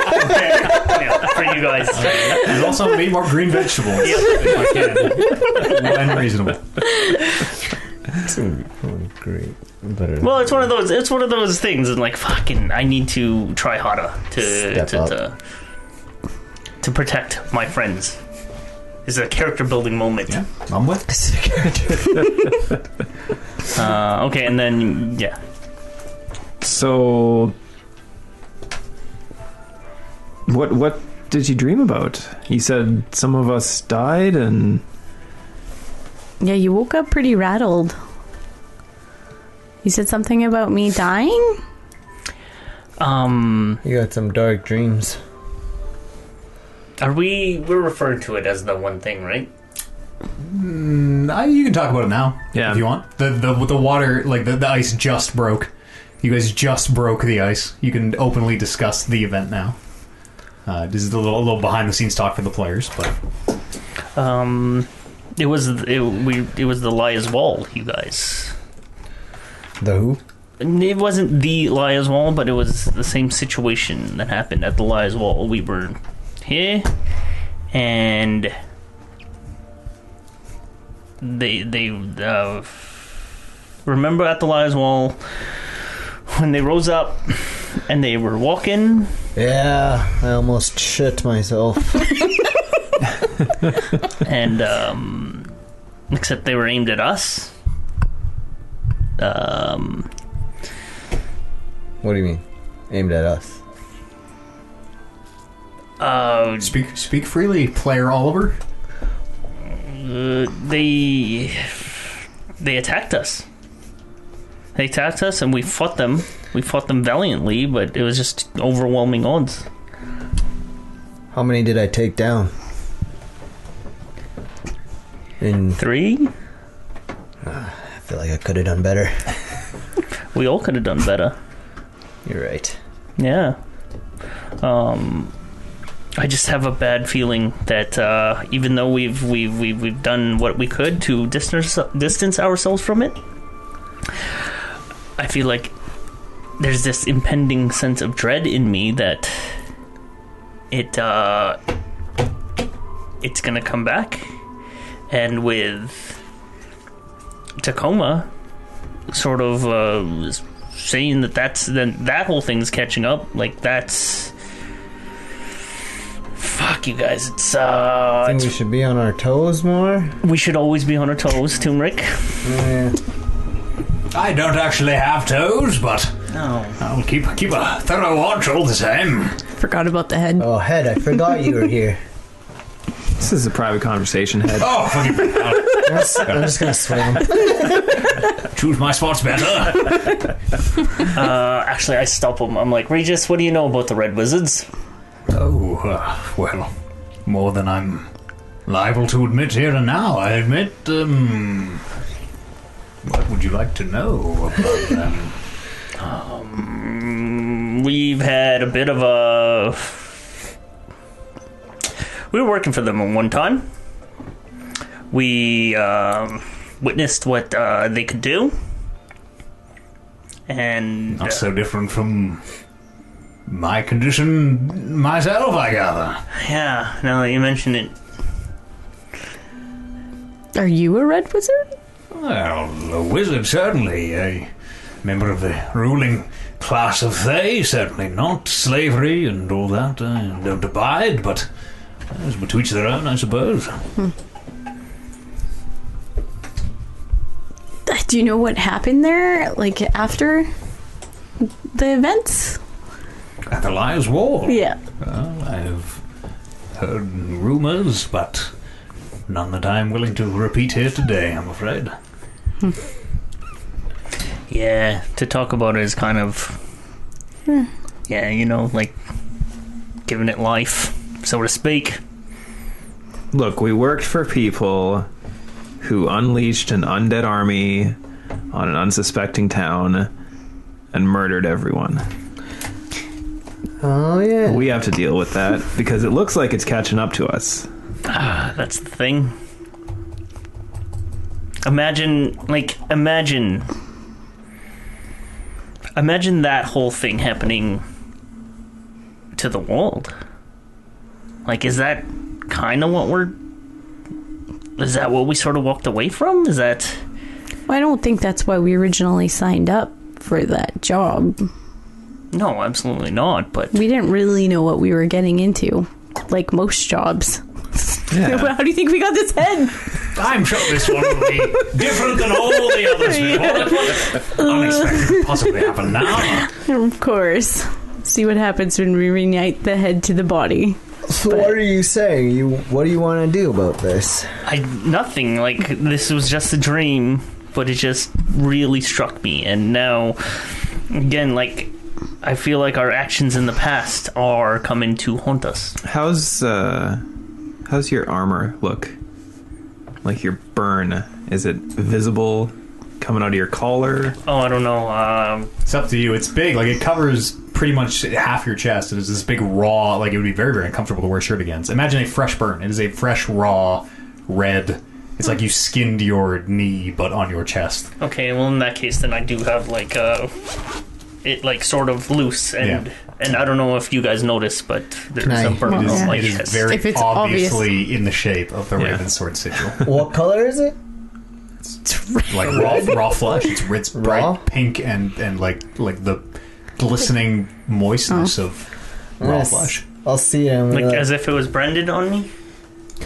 [SPEAKER 2] Yeah, for you guys.
[SPEAKER 1] There's also need more green vegetables. if I can. Unreasonable.
[SPEAKER 9] Great. Better.
[SPEAKER 2] Well, it's one of those. It's one of those things, and like, fucking, I need to try harder to
[SPEAKER 9] Step
[SPEAKER 2] to,
[SPEAKER 9] up.
[SPEAKER 2] to to protect my friends. This is a character building moment.
[SPEAKER 1] Yeah. Mum with.
[SPEAKER 2] Uh, okay, and then yeah,
[SPEAKER 4] So, what what did you dream about? You said some of us died, and
[SPEAKER 5] Yeah, you woke up pretty rattled. You said something about me dying?
[SPEAKER 2] um,
[SPEAKER 9] You got some dark dreams.
[SPEAKER 2] are we? We're referring to it as the one thing, right?
[SPEAKER 1] I, you can talk about it now.
[SPEAKER 4] Yeah.
[SPEAKER 1] If you want. The the the water like the, the ice just broke. You guys just broke the ice. You can openly discuss the event now. Uh, this is a little, a little behind the scenes talk for the players, but
[SPEAKER 2] Um, it was it, we it was the Liar's Wall, you guys.
[SPEAKER 9] The who?
[SPEAKER 2] And It wasn't the Liar's Wall, but it was the same situation that happened at the Liar's Wall. We were here, and they they uh, remember at the Liar's Wall when they rose up and they were walking.
[SPEAKER 9] Yeah, I almost shit myself.
[SPEAKER 2] and um, except they were aimed at us. Um,
[SPEAKER 9] what do you mean? Aimed at us.
[SPEAKER 2] uh,
[SPEAKER 1] speak speak freely, player Oliver.
[SPEAKER 2] uh, they they attacked us. They attacked us, and we fought them. We fought them valiantly, but it was just overwhelming odds.
[SPEAKER 9] How many did I take down? And
[SPEAKER 2] Three,
[SPEAKER 9] I feel like I could have done better.
[SPEAKER 2] we all could have done better.
[SPEAKER 9] You're right.
[SPEAKER 2] Yeah. Um, I just have a bad feeling that uh, even though we've we've we've we've done what we could to distance distance ourselves from it, I feel like there's this impending sense of dread in me that it uh, it's gonna come back, and with Tacoma, sort of uh, saying that that's then that whole thing's catching up. Like that's fuck you guys. It's uh,
[SPEAKER 9] I think we
[SPEAKER 2] it's-
[SPEAKER 9] should be on our toes more.
[SPEAKER 2] we should always be on our toes, Turmeric.
[SPEAKER 9] Yeah.
[SPEAKER 7] I don't actually have toes, but
[SPEAKER 2] No,
[SPEAKER 7] I'll keep keep a thorough watch all the same.
[SPEAKER 5] Forgot about the head.
[SPEAKER 9] Oh, head, I forgot you were here.
[SPEAKER 4] this is a private conversation. Head.
[SPEAKER 7] Oh, fucking I'll
[SPEAKER 9] I'm just, I'm just gonna swim.
[SPEAKER 7] choose my spots better.
[SPEAKER 2] uh, actually, I stop him. I'm like, Regis, what do you know about the Red Wizards?
[SPEAKER 7] Oh, uh, well, more than I'm liable to admit here and now. I admit. Um, what would you like to know about them?
[SPEAKER 2] Mm, We've had a bit of a. We were working for them at one time. We um, witnessed what uh, they could do, and
[SPEAKER 7] Not so different from my condition
[SPEAKER 2] uh,
[SPEAKER 7] myself, I gather.
[SPEAKER 2] Yeah, now that you mention it.
[SPEAKER 5] Are you a red wizard?
[SPEAKER 7] Well, a wizard, certainly. A member of the ruling class of Thay, certainly not. Slavery and all that, I don't abide, but it's to each their own, I suppose.
[SPEAKER 5] Do you know what happened there? Like after the events?
[SPEAKER 7] At the Liar's War.
[SPEAKER 5] Yeah.
[SPEAKER 7] Well, I've heard rumours, but none that I'm willing to repeat here today, I'm afraid.
[SPEAKER 2] Yeah, to talk about it is kind of. Yeah, you know, like giving it life, so to speak.
[SPEAKER 4] Look, we worked for people who unleashed an undead army on an unsuspecting town and murdered everyone.
[SPEAKER 3] Oh yeah.
[SPEAKER 4] We have to deal with that because it looks like it's catching up to us.
[SPEAKER 2] Ah, That's the thing. Imagine, like, imagine. Imagine that whole thing happening to the world. Like, is that kind of what we're. Is that what we sort of walked away from? Is that.
[SPEAKER 5] Well, I don't think that's why we originally signed up for that job.
[SPEAKER 2] No, absolutely not, but.
[SPEAKER 5] We didn't really know what we were getting into, like most jobs. How do you think we got this head?
[SPEAKER 7] I'm sure this one will be different than all the others. Unexpected possibly happen now.
[SPEAKER 5] Of course. See what happens when we reunite the head to the body.
[SPEAKER 3] So what are you saying? You what do you want to do about this?
[SPEAKER 2] I nothing like this was just a dream, but it just really struck me, and now again, like I feel like our actions in the past are coming to haunt us.
[SPEAKER 4] How's uh how's your armor look? Like your burn, is it visible coming out of your collar?
[SPEAKER 2] Oh, I don't know. Um,
[SPEAKER 1] It's up to you. It's big. Like it covers pretty much half your chest. It is this big raw. Like it would be very very uncomfortable to wear a shirt against. Imagine a fresh burn. It is a fresh raw red. It's like you skinned your knee, but on your chest.
[SPEAKER 2] okay, well in that case, then I do have like uh, it like sort of loose and.
[SPEAKER 1] Yeah.
[SPEAKER 2] And I don't know if you guys noticed, but there's
[SPEAKER 3] I-
[SPEAKER 2] a burn
[SPEAKER 1] It is,
[SPEAKER 2] on my
[SPEAKER 1] it is
[SPEAKER 2] chest.
[SPEAKER 1] very
[SPEAKER 5] Oh, If it's
[SPEAKER 1] obviously in the shape of the Raven Sword sigil.
[SPEAKER 3] What color is it?
[SPEAKER 1] like raw, raw flesh. It's, it's bright
[SPEAKER 3] Raw?
[SPEAKER 1] pink and and like like the glistening
[SPEAKER 5] Oh.
[SPEAKER 1] moistness of raw
[SPEAKER 3] Yes.
[SPEAKER 1] flesh.
[SPEAKER 3] I'll see it.
[SPEAKER 2] like
[SPEAKER 9] uh,
[SPEAKER 2] as if it was branded on me.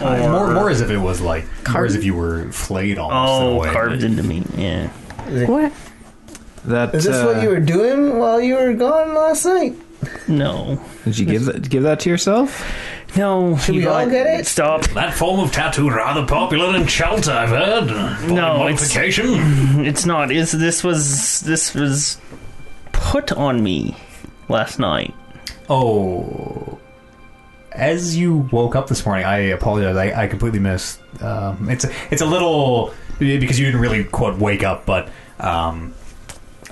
[SPEAKER 2] Or-
[SPEAKER 1] More more as if it was like more as if you were flayed almost in a
[SPEAKER 2] oh,
[SPEAKER 1] way.
[SPEAKER 2] carved into me. Yeah.
[SPEAKER 5] What?
[SPEAKER 4] That
[SPEAKER 3] Is this
[SPEAKER 4] uh,
[SPEAKER 3] what you were doing while you were gone last night?
[SPEAKER 2] No.
[SPEAKER 4] uh, Did you give that give that to yourself?
[SPEAKER 2] No. Should
[SPEAKER 3] we all get it?
[SPEAKER 2] Stop.
[SPEAKER 7] That form of tattoo rather popular in Chelta, I've heard. Body
[SPEAKER 2] No, it's-
[SPEAKER 7] modification.
[SPEAKER 2] It's not. Is this was this was put on me last night?
[SPEAKER 1] Oh. As you woke up this morning, I apologize. I, I completely missed. Um, it's it's a little because you didn't really quote wake up, but um,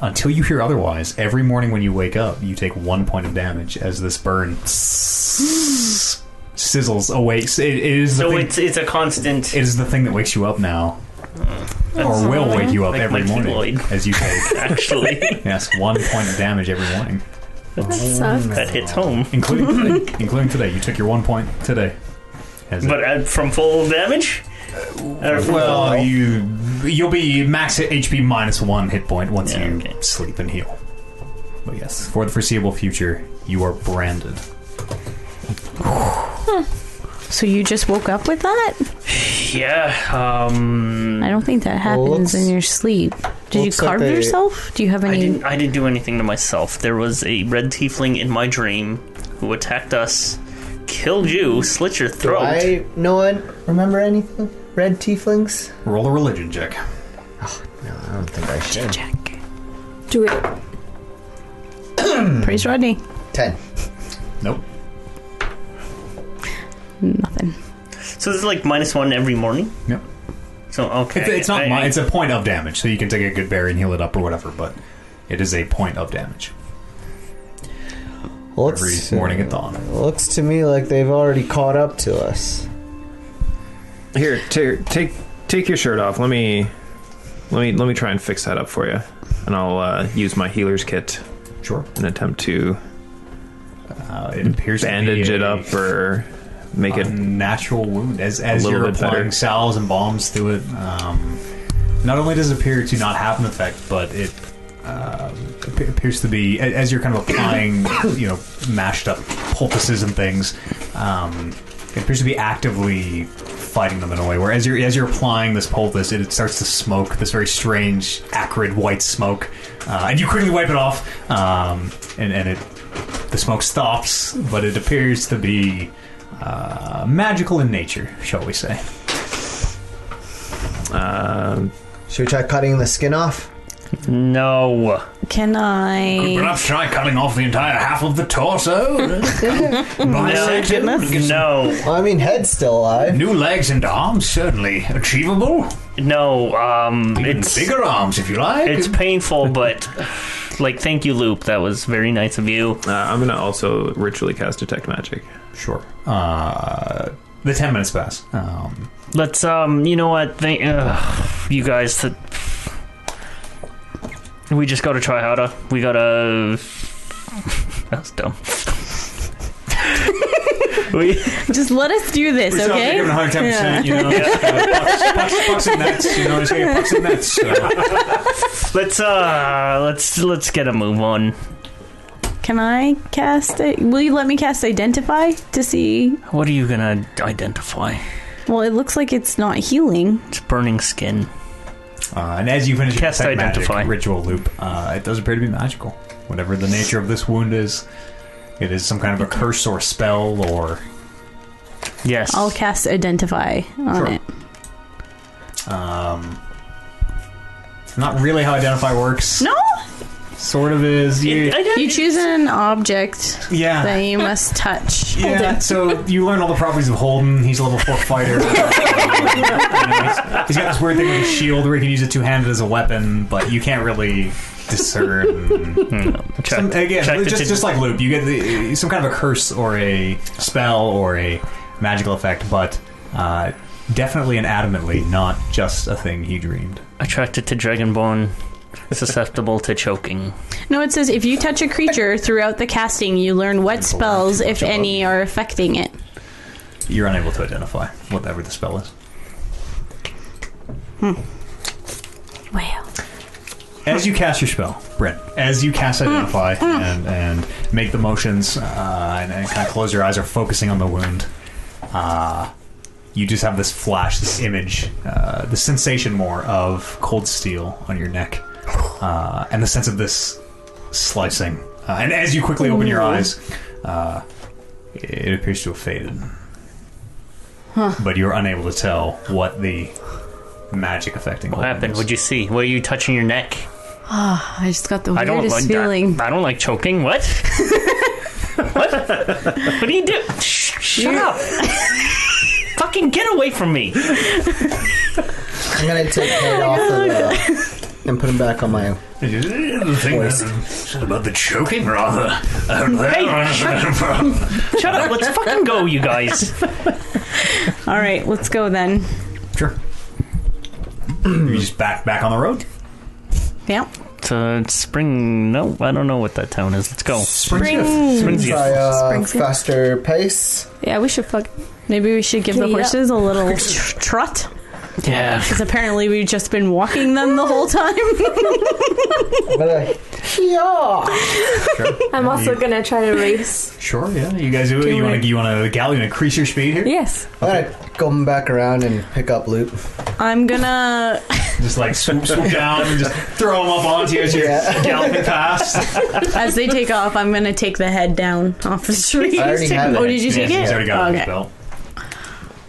[SPEAKER 1] until you hear otherwise, every morning when you wake up, you take one point of damage as this burn sizzles away. It, it is the
[SPEAKER 2] So
[SPEAKER 1] thing,
[SPEAKER 2] it's it's a constant.
[SPEAKER 1] it is the thing that wakes you up now, or will wake you up
[SPEAKER 2] Like
[SPEAKER 1] every
[SPEAKER 2] my
[SPEAKER 1] morning
[SPEAKER 2] keloid.
[SPEAKER 1] as you take
[SPEAKER 2] actually,
[SPEAKER 1] yes one point of damage every morning,
[SPEAKER 2] that hits home.
[SPEAKER 1] including today, including today. You took your one point today. As it-
[SPEAKER 2] But uh, from full damage. Uh, Or from-
[SPEAKER 1] Well, you you'll be max HP minus one hit point once
[SPEAKER 2] Yeah,
[SPEAKER 1] you
[SPEAKER 2] okay.
[SPEAKER 1] sleep and heal. But
[SPEAKER 4] Hmm.
[SPEAKER 1] yes, for the foreseeable future, you are branded.
[SPEAKER 5] So you just woke up with that?
[SPEAKER 2] yeah. Um,
[SPEAKER 5] I don't think that happens
[SPEAKER 3] looks-
[SPEAKER 5] in your sleep. Did you
[SPEAKER 3] looks like
[SPEAKER 5] carve
[SPEAKER 3] they-
[SPEAKER 5] yourself? Do you have
[SPEAKER 2] I
[SPEAKER 5] any?
[SPEAKER 2] didn't. I didn't do anything to myself. There was a red tiefling in my dream who attacked us, killed you, slit your
[SPEAKER 3] Do
[SPEAKER 2] throat.
[SPEAKER 3] I no one remember anything? Red tieflings?
[SPEAKER 1] Roll a religion check.
[SPEAKER 3] No, I don't think I should.
[SPEAKER 5] Check.
[SPEAKER 6] Do it.
[SPEAKER 3] Hmm.
[SPEAKER 5] Praise Rodney.
[SPEAKER 3] Ten.
[SPEAKER 1] Nope.
[SPEAKER 5] Nothing.
[SPEAKER 2] So this is like minus one every morning.
[SPEAKER 1] Yep.
[SPEAKER 2] So okay,
[SPEAKER 1] It's, it's not.
[SPEAKER 2] I-
[SPEAKER 1] mi- it's a point of damage, so you can take a good berry and heal it up or whatever. But it is a point of damage
[SPEAKER 3] Looks,
[SPEAKER 1] every morning
[SPEAKER 4] uh,
[SPEAKER 1] at dawn.
[SPEAKER 3] Looks to me like they've already caught up to us.
[SPEAKER 4] Here, ta- take take your shirt off. Let me let me let me try and fix that up for you, and I'll uh, use my healer's kit
[SPEAKER 1] Sure.
[SPEAKER 4] and attempt to
[SPEAKER 1] Uh, it appears to
[SPEAKER 4] bandage
[SPEAKER 1] be
[SPEAKER 4] it
[SPEAKER 1] a-
[SPEAKER 4] up or make it.
[SPEAKER 1] a natural wound as as
[SPEAKER 4] little
[SPEAKER 1] you're
[SPEAKER 4] bit
[SPEAKER 1] applying
[SPEAKER 4] better.
[SPEAKER 1] salves and bombs to it. Um, not only does it appear to not have an effect, but it uh, ap- appears to be a- as you're kind of applying, you know, mashed up poultices and things. Um, it appears to be actively fighting them in a way where as you're as you're applying this poultice, it, it starts to smoke this very strange, acrid white smoke, uh, and you quickly wipe it off, um, and and it the smoke stops, but it appears to be uh, magical in nature, shall we say?
[SPEAKER 4] Um,
[SPEAKER 3] Should we try cutting the skin off?
[SPEAKER 2] No.
[SPEAKER 5] Can
[SPEAKER 7] Could
[SPEAKER 5] I?
[SPEAKER 7] perhaps try cutting off the entire half of the torso. bisect it,
[SPEAKER 2] No.
[SPEAKER 7] get some
[SPEAKER 2] No.
[SPEAKER 3] Well, I mean, head's still alive.
[SPEAKER 7] New legs and arms, certainly achievable.
[SPEAKER 2] No. Um.
[SPEAKER 7] Even
[SPEAKER 2] It's
[SPEAKER 7] bigger arms, if you like.
[SPEAKER 2] it's painful, but like, thank you, Loop. That was very nice of you.
[SPEAKER 4] uh, I'm gonna also ritually cast detect magic.
[SPEAKER 1] Sure. Uh, the 10 minutes pass. Um,
[SPEAKER 2] Let's. Um. You know what? Thank uh, you guys. That we just gotta try harder. We gotta. That was dumb. we.
[SPEAKER 5] Just let us do this, okay? Yeah.
[SPEAKER 1] you know, pucks and nets, you know, just getting pucks and nets.
[SPEAKER 2] Let's uh let's let's get a move on.
[SPEAKER 5] Can I cast it? Will you let me cast identify to see?
[SPEAKER 2] What are you gonna identify?
[SPEAKER 5] Well, it looks like it's not healing.
[SPEAKER 2] It's burning skin.
[SPEAKER 1] Uh, and as you finish
[SPEAKER 2] Cast
[SPEAKER 1] your detect
[SPEAKER 2] identify.
[SPEAKER 1] magic ritual loop, uh, it does appear to be magical. Whatever the nature of this wound is, it is some kind of a curse or spell or.
[SPEAKER 2] Yes.
[SPEAKER 5] I'll cast identify on
[SPEAKER 1] Sure.
[SPEAKER 5] it.
[SPEAKER 1] Um, not really how identify works.
[SPEAKER 5] No,
[SPEAKER 1] Sort of is. You,
[SPEAKER 5] you choose an object
[SPEAKER 1] yeah.
[SPEAKER 5] that you must touch.
[SPEAKER 1] Yeah, so you learn all the properties of Holden. He's a level four fighter. You know, he's- he's got this weird thing with a shield where he can use it two handed as a weapon, but you can't really discern.
[SPEAKER 2] Hmm, check,
[SPEAKER 1] Some- again,
[SPEAKER 2] check the
[SPEAKER 1] just,
[SPEAKER 2] dig-
[SPEAKER 1] just like Loop, you get the, some kind of a curse or a spell or a magical effect, but uh, definitely and adamantly not just a thing he dreamed.
[SPEAKER 2] attracted to dragonborn, susceptible to choking.
[SPEAKER 5] No, it says if you touch a creature throughout the casting, you learn what spells, if any, are affecting it.
[SPEAKER 1] You're unable to identify whatever the spell is.
[SPEAKER 5] Wow.
[SPEAKER 1] As you cast your spell, Brent, as you cast Identify and, and make the motions uh, and, and kind of close your eyes or focusing on the wound, uh, you just have this flash, this image, uh, the sensation more of cold steel on your neck uh, and the sense of this slicing. Uh, and as you quickly open your eyes, uh, it appears to have faded. But you're unable to tell what the magic affecting
[SPEAKER 2] What happened? What'd you see? Were you touching your neck?
[SPEAKER 5] Ah, I just got the
[SPEAKER 2] I don't
[SPEAKER 5] weirdest
[SPEAKER 2] like
[SPEAKER 5] feeling.
[SPEAKER 2] that. I don't like choking. What? what? What do you do? Shh, shut up! Fucking get away from me!
[SPEAKER 3] I'm gonna take head off of the, and put him back on my.
[SPEAKER 7] the thing that said about the choking, rather.
[SPEAKER 1] Uh,
[SPEAKER 7] Out there.
[SPEAKER 2] Shut up! Let's fucking go, you guys.
[SPEAKER 5] All right, let's go then.
[SPEAKER 1] Sure. you just back back on the road.
[SPEAKER 5] Yeah.
[SPEAKER 2] So it's spring. No, I don't know what that town is. Let's go.
[SPEAKER 5] Spring.
[SPEAKER 2] Spring's
[SPEAKER 3] Try uh,
[SPEAKER 6] Springs, yeah.
[SPEAKER 3] faster pace.
[SPEAKER 6] Yeah, we should fuck.
[SPEAKER 5] Maybe we should give the
[SPEAKER 6] Giddy up.
[SPEAKER 5] horses a little tr- trot
[SPEAKER 2] Yeah.
[SPEAKER 5] because apparently we've just been walking them the whole time.
[SPEAKER 3] I'm gonna. Yeah.
[SPEAKER 6] I'm also gonna try to race.
[SPEAKER 1] Sure, yeah. You guys, you want to you want to galley and increase your speed here?
[SPEAKER 6] Yes.
[SPEAKER 3] I'm gonna come back around and pick up Loop.
[SPEAKER 5] I'm gonna.
[SPEAKER 1] Just like swoop, swoop down and just throw them up onto you as you're
[SPEAKER 3] Yeah.
[SPEAKER 1] galloping past.
[SPEAKER 5] As they take off, I'm gonna take the head down off the tree.
[SPEAKER 3] I already have it.
[SPEAKER 5] Oh, did you take
[SPEAKER 1] Yes, He's
[SPEAKER 5] it?
[SPEAKER 1] already got it on his
[SPEAKER 5] okay.
[SPEAKER 1] belt.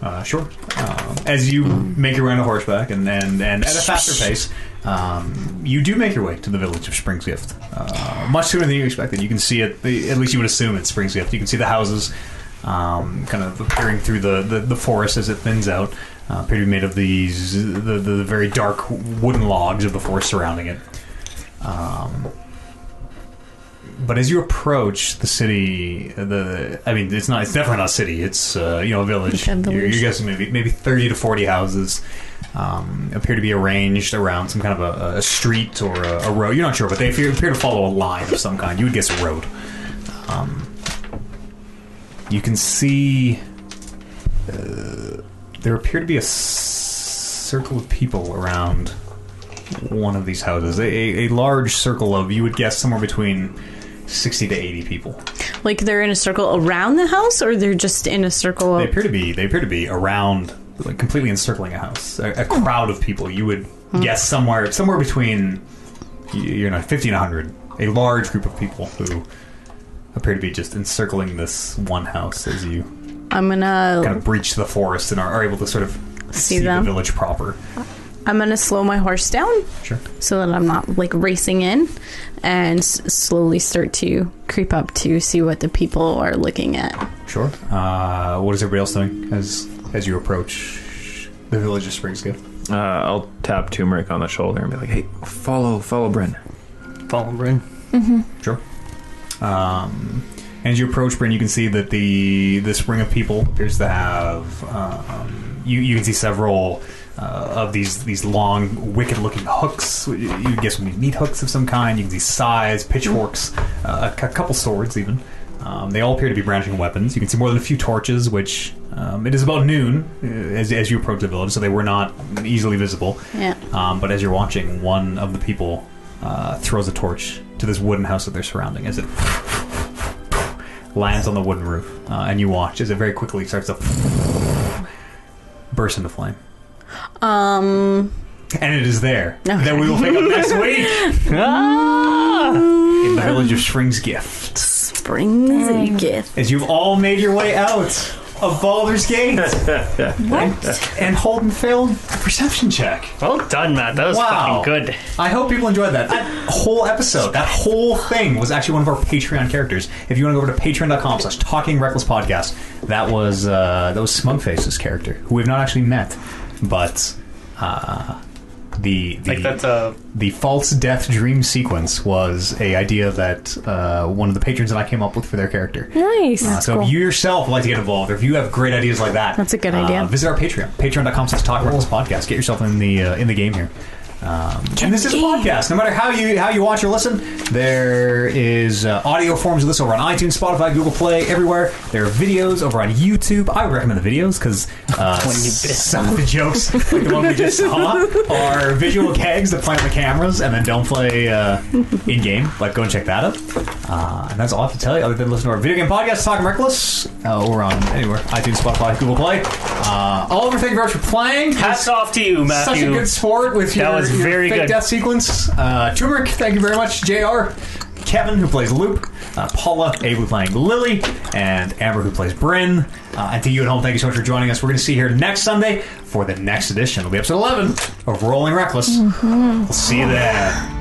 [SPEAKER 1] Uh, sure. Um, as you make your way on horseback and, and, and at a faster pace, um, you do make your way to the village of Springsgift. Uh, much sooner than you expected. You can see it, the, at least you would assume it's Springsgift. You can see the houses um, kind of appearing through the, the, the forest as it thins out. Uh, appear to be made of these the, the very dark wooden logs of the forest surrounding it. Um, But as you approach the city, the I mean, it's not. It's definitely not a city. It's uh, you know a village.
[SPEAKER 5] It's a
[SPEAKER 1] You're,
[SPEAKER 5] village.
[SPEAKER 1] you're guessing maybe maybe thirty to forty houses um, appear to be arranged around some kind of a, a street or a, a road. You're not sure, but they appear, appear to follow a line of some kind. You would guess a road. Um, you can see uh, There appear to be a s- circle of people around one of these houses. A, a, a large circle of, you would guess, somewhere between 60 to 80 people.
[SPEAKER 5] Like they're in a circle around the house, or they're just in a circle.
[SPEAKER 1] They
[SPEAKER 5] Of,
[SPEAKER 1] appear to be, they appear to be around, like completely encircling a house. A, a crowd of people. You would guess somewhere, somewhere between, y- you know, 50 and 100. A large group of people who appear to be just encircling this one house as you
[SPEAKER 5] I'm gonna
[SPEAKER 1] kind of breach the forest and are, are able to sort of
[SPEAKER 5] See
[SPEAKER 1] see the
[SPEAKER 5] them.
[SPEAKER 1] village proper.
[SPEAKER 5] I'm gonna slow my horse down
[SPEAKER 1] Sure.
[SPEAKER 5] so that I'm not like racing in, and s- slowly start to creep up to see what the people are looking at.
[SPEAKER 1] Sure. Uh, what is everybody else doing as as you approach the village of Springsfield?
[SPEAKER 4] Uh, I'll tap Turmeric on the shoulder and be like, "Hey, follow, follow Bryn."
[SPEAKER 2] Follow Bryn.
[SPEAKER 1] Sure. Um, as you approach Bryn, you can see that the this ring of people appears to have. Um, you you can see several. Uh, of these these long, wicked-looking hooks, you you guess would be meat hooks of some kind. You can see scythes, pitchforks, uh, a cou- couple swords, even. Um, they all appear to be brandishing weapons. You can see more than a few torches, which um, it is about noon uh, as, as you approach the village, so they were not easily visible.
[SPEAKER 5] Yeah.
[SPEAKER 1] Um, but as you're watching, one of the people uh, throws a torch to this wooden house that they're surrounding as it lands on the wooden roof. Uh, and you watch as it very quickly starts to burst into flame.
[SPEAKER 5] Um.
[SPEAKER 1] And it is there
[SPEAKER 5] Okay.
[SPEAKER 1] that we will pick up next week in the village of Shring's Gift.
[SPEAKER 5] Springs and gift.
[SPEAKER 1] As you've all made your way out of Baldur's Gate
[SPEAKER 5] What?
[SPEAKER 1] and Holden failed a perception check.
[SPEAKER 2] Well done, Matt. That was
[SPEAKER 1] Wow.
[SPEAKER 2] fucking good.
[SPEAKER 1] I hope people enjoyed that. That whole episode, that whole thing was actually one of our Patreon characters. If you want to go over to patreon.com slash talking reckless podcast, that was uh, that was Smugface's character, who we've not actually met, but uh, the the,
[SPEAKER 2] Like that's a
[SPEAKER 1] the false death dream sequence was a idea that uh, one of the patrons and I came up with for their character.
[SPEAKER 5] Nice.
[SPEAKER 1] Uh, so if you yourself would like to get involved, or if you have great ideas like that,
[SPEAKER 5] That's a good
[SPEAKER 1] uh,
[SPEAKER 5] idea.
[SPEAKER 1] Visit our Patreon, patreon.com slash talk reckless podcast. Get yourself in the uh, in the game here. Um, and this is a podcast. No matter how you how you watch or listen, there is uh, audio forms of this over on iTunes, Spotify, Google Play, everywhere. There are videos over on YouTube. I would recommend the videos because uh, some of the jokes, like the one we just saw, are visual gags that play on the cameras and then don't play uh, in game. Like, go and check that out. Uh, and that's all I have to tell you. Other than listen to our video game podcast, Talking Reckless, uh, or on anywhere iTunes, Spotify, Google Play. Uh, Oliver, thank you very much for playing.
[SPEAKER 2] hats off to you, Matthew.
[SPEAKER 1] Such a good sport with
[SPEAKER 2] That
[SPEAKER 1] your,
[SPEAKER 2] was
[SPEAKER 1] your
[SPEAKER 2] very
[SPEAKER 1] fake
[SPEAKER 2] good.
[SPEAKER 1] death sequence. Uh, Turmeric, thank you very much. JR, Kevin, who plays Loop, uh, Paula, Abe, who playing Lily, and Amber, who plays Bryn. Uh, and to you at home, thank you so much for joining us. We're going to see you here next Sunday for the next edition. It'll be episode 11 of Rolling Reckless. We'll see you there.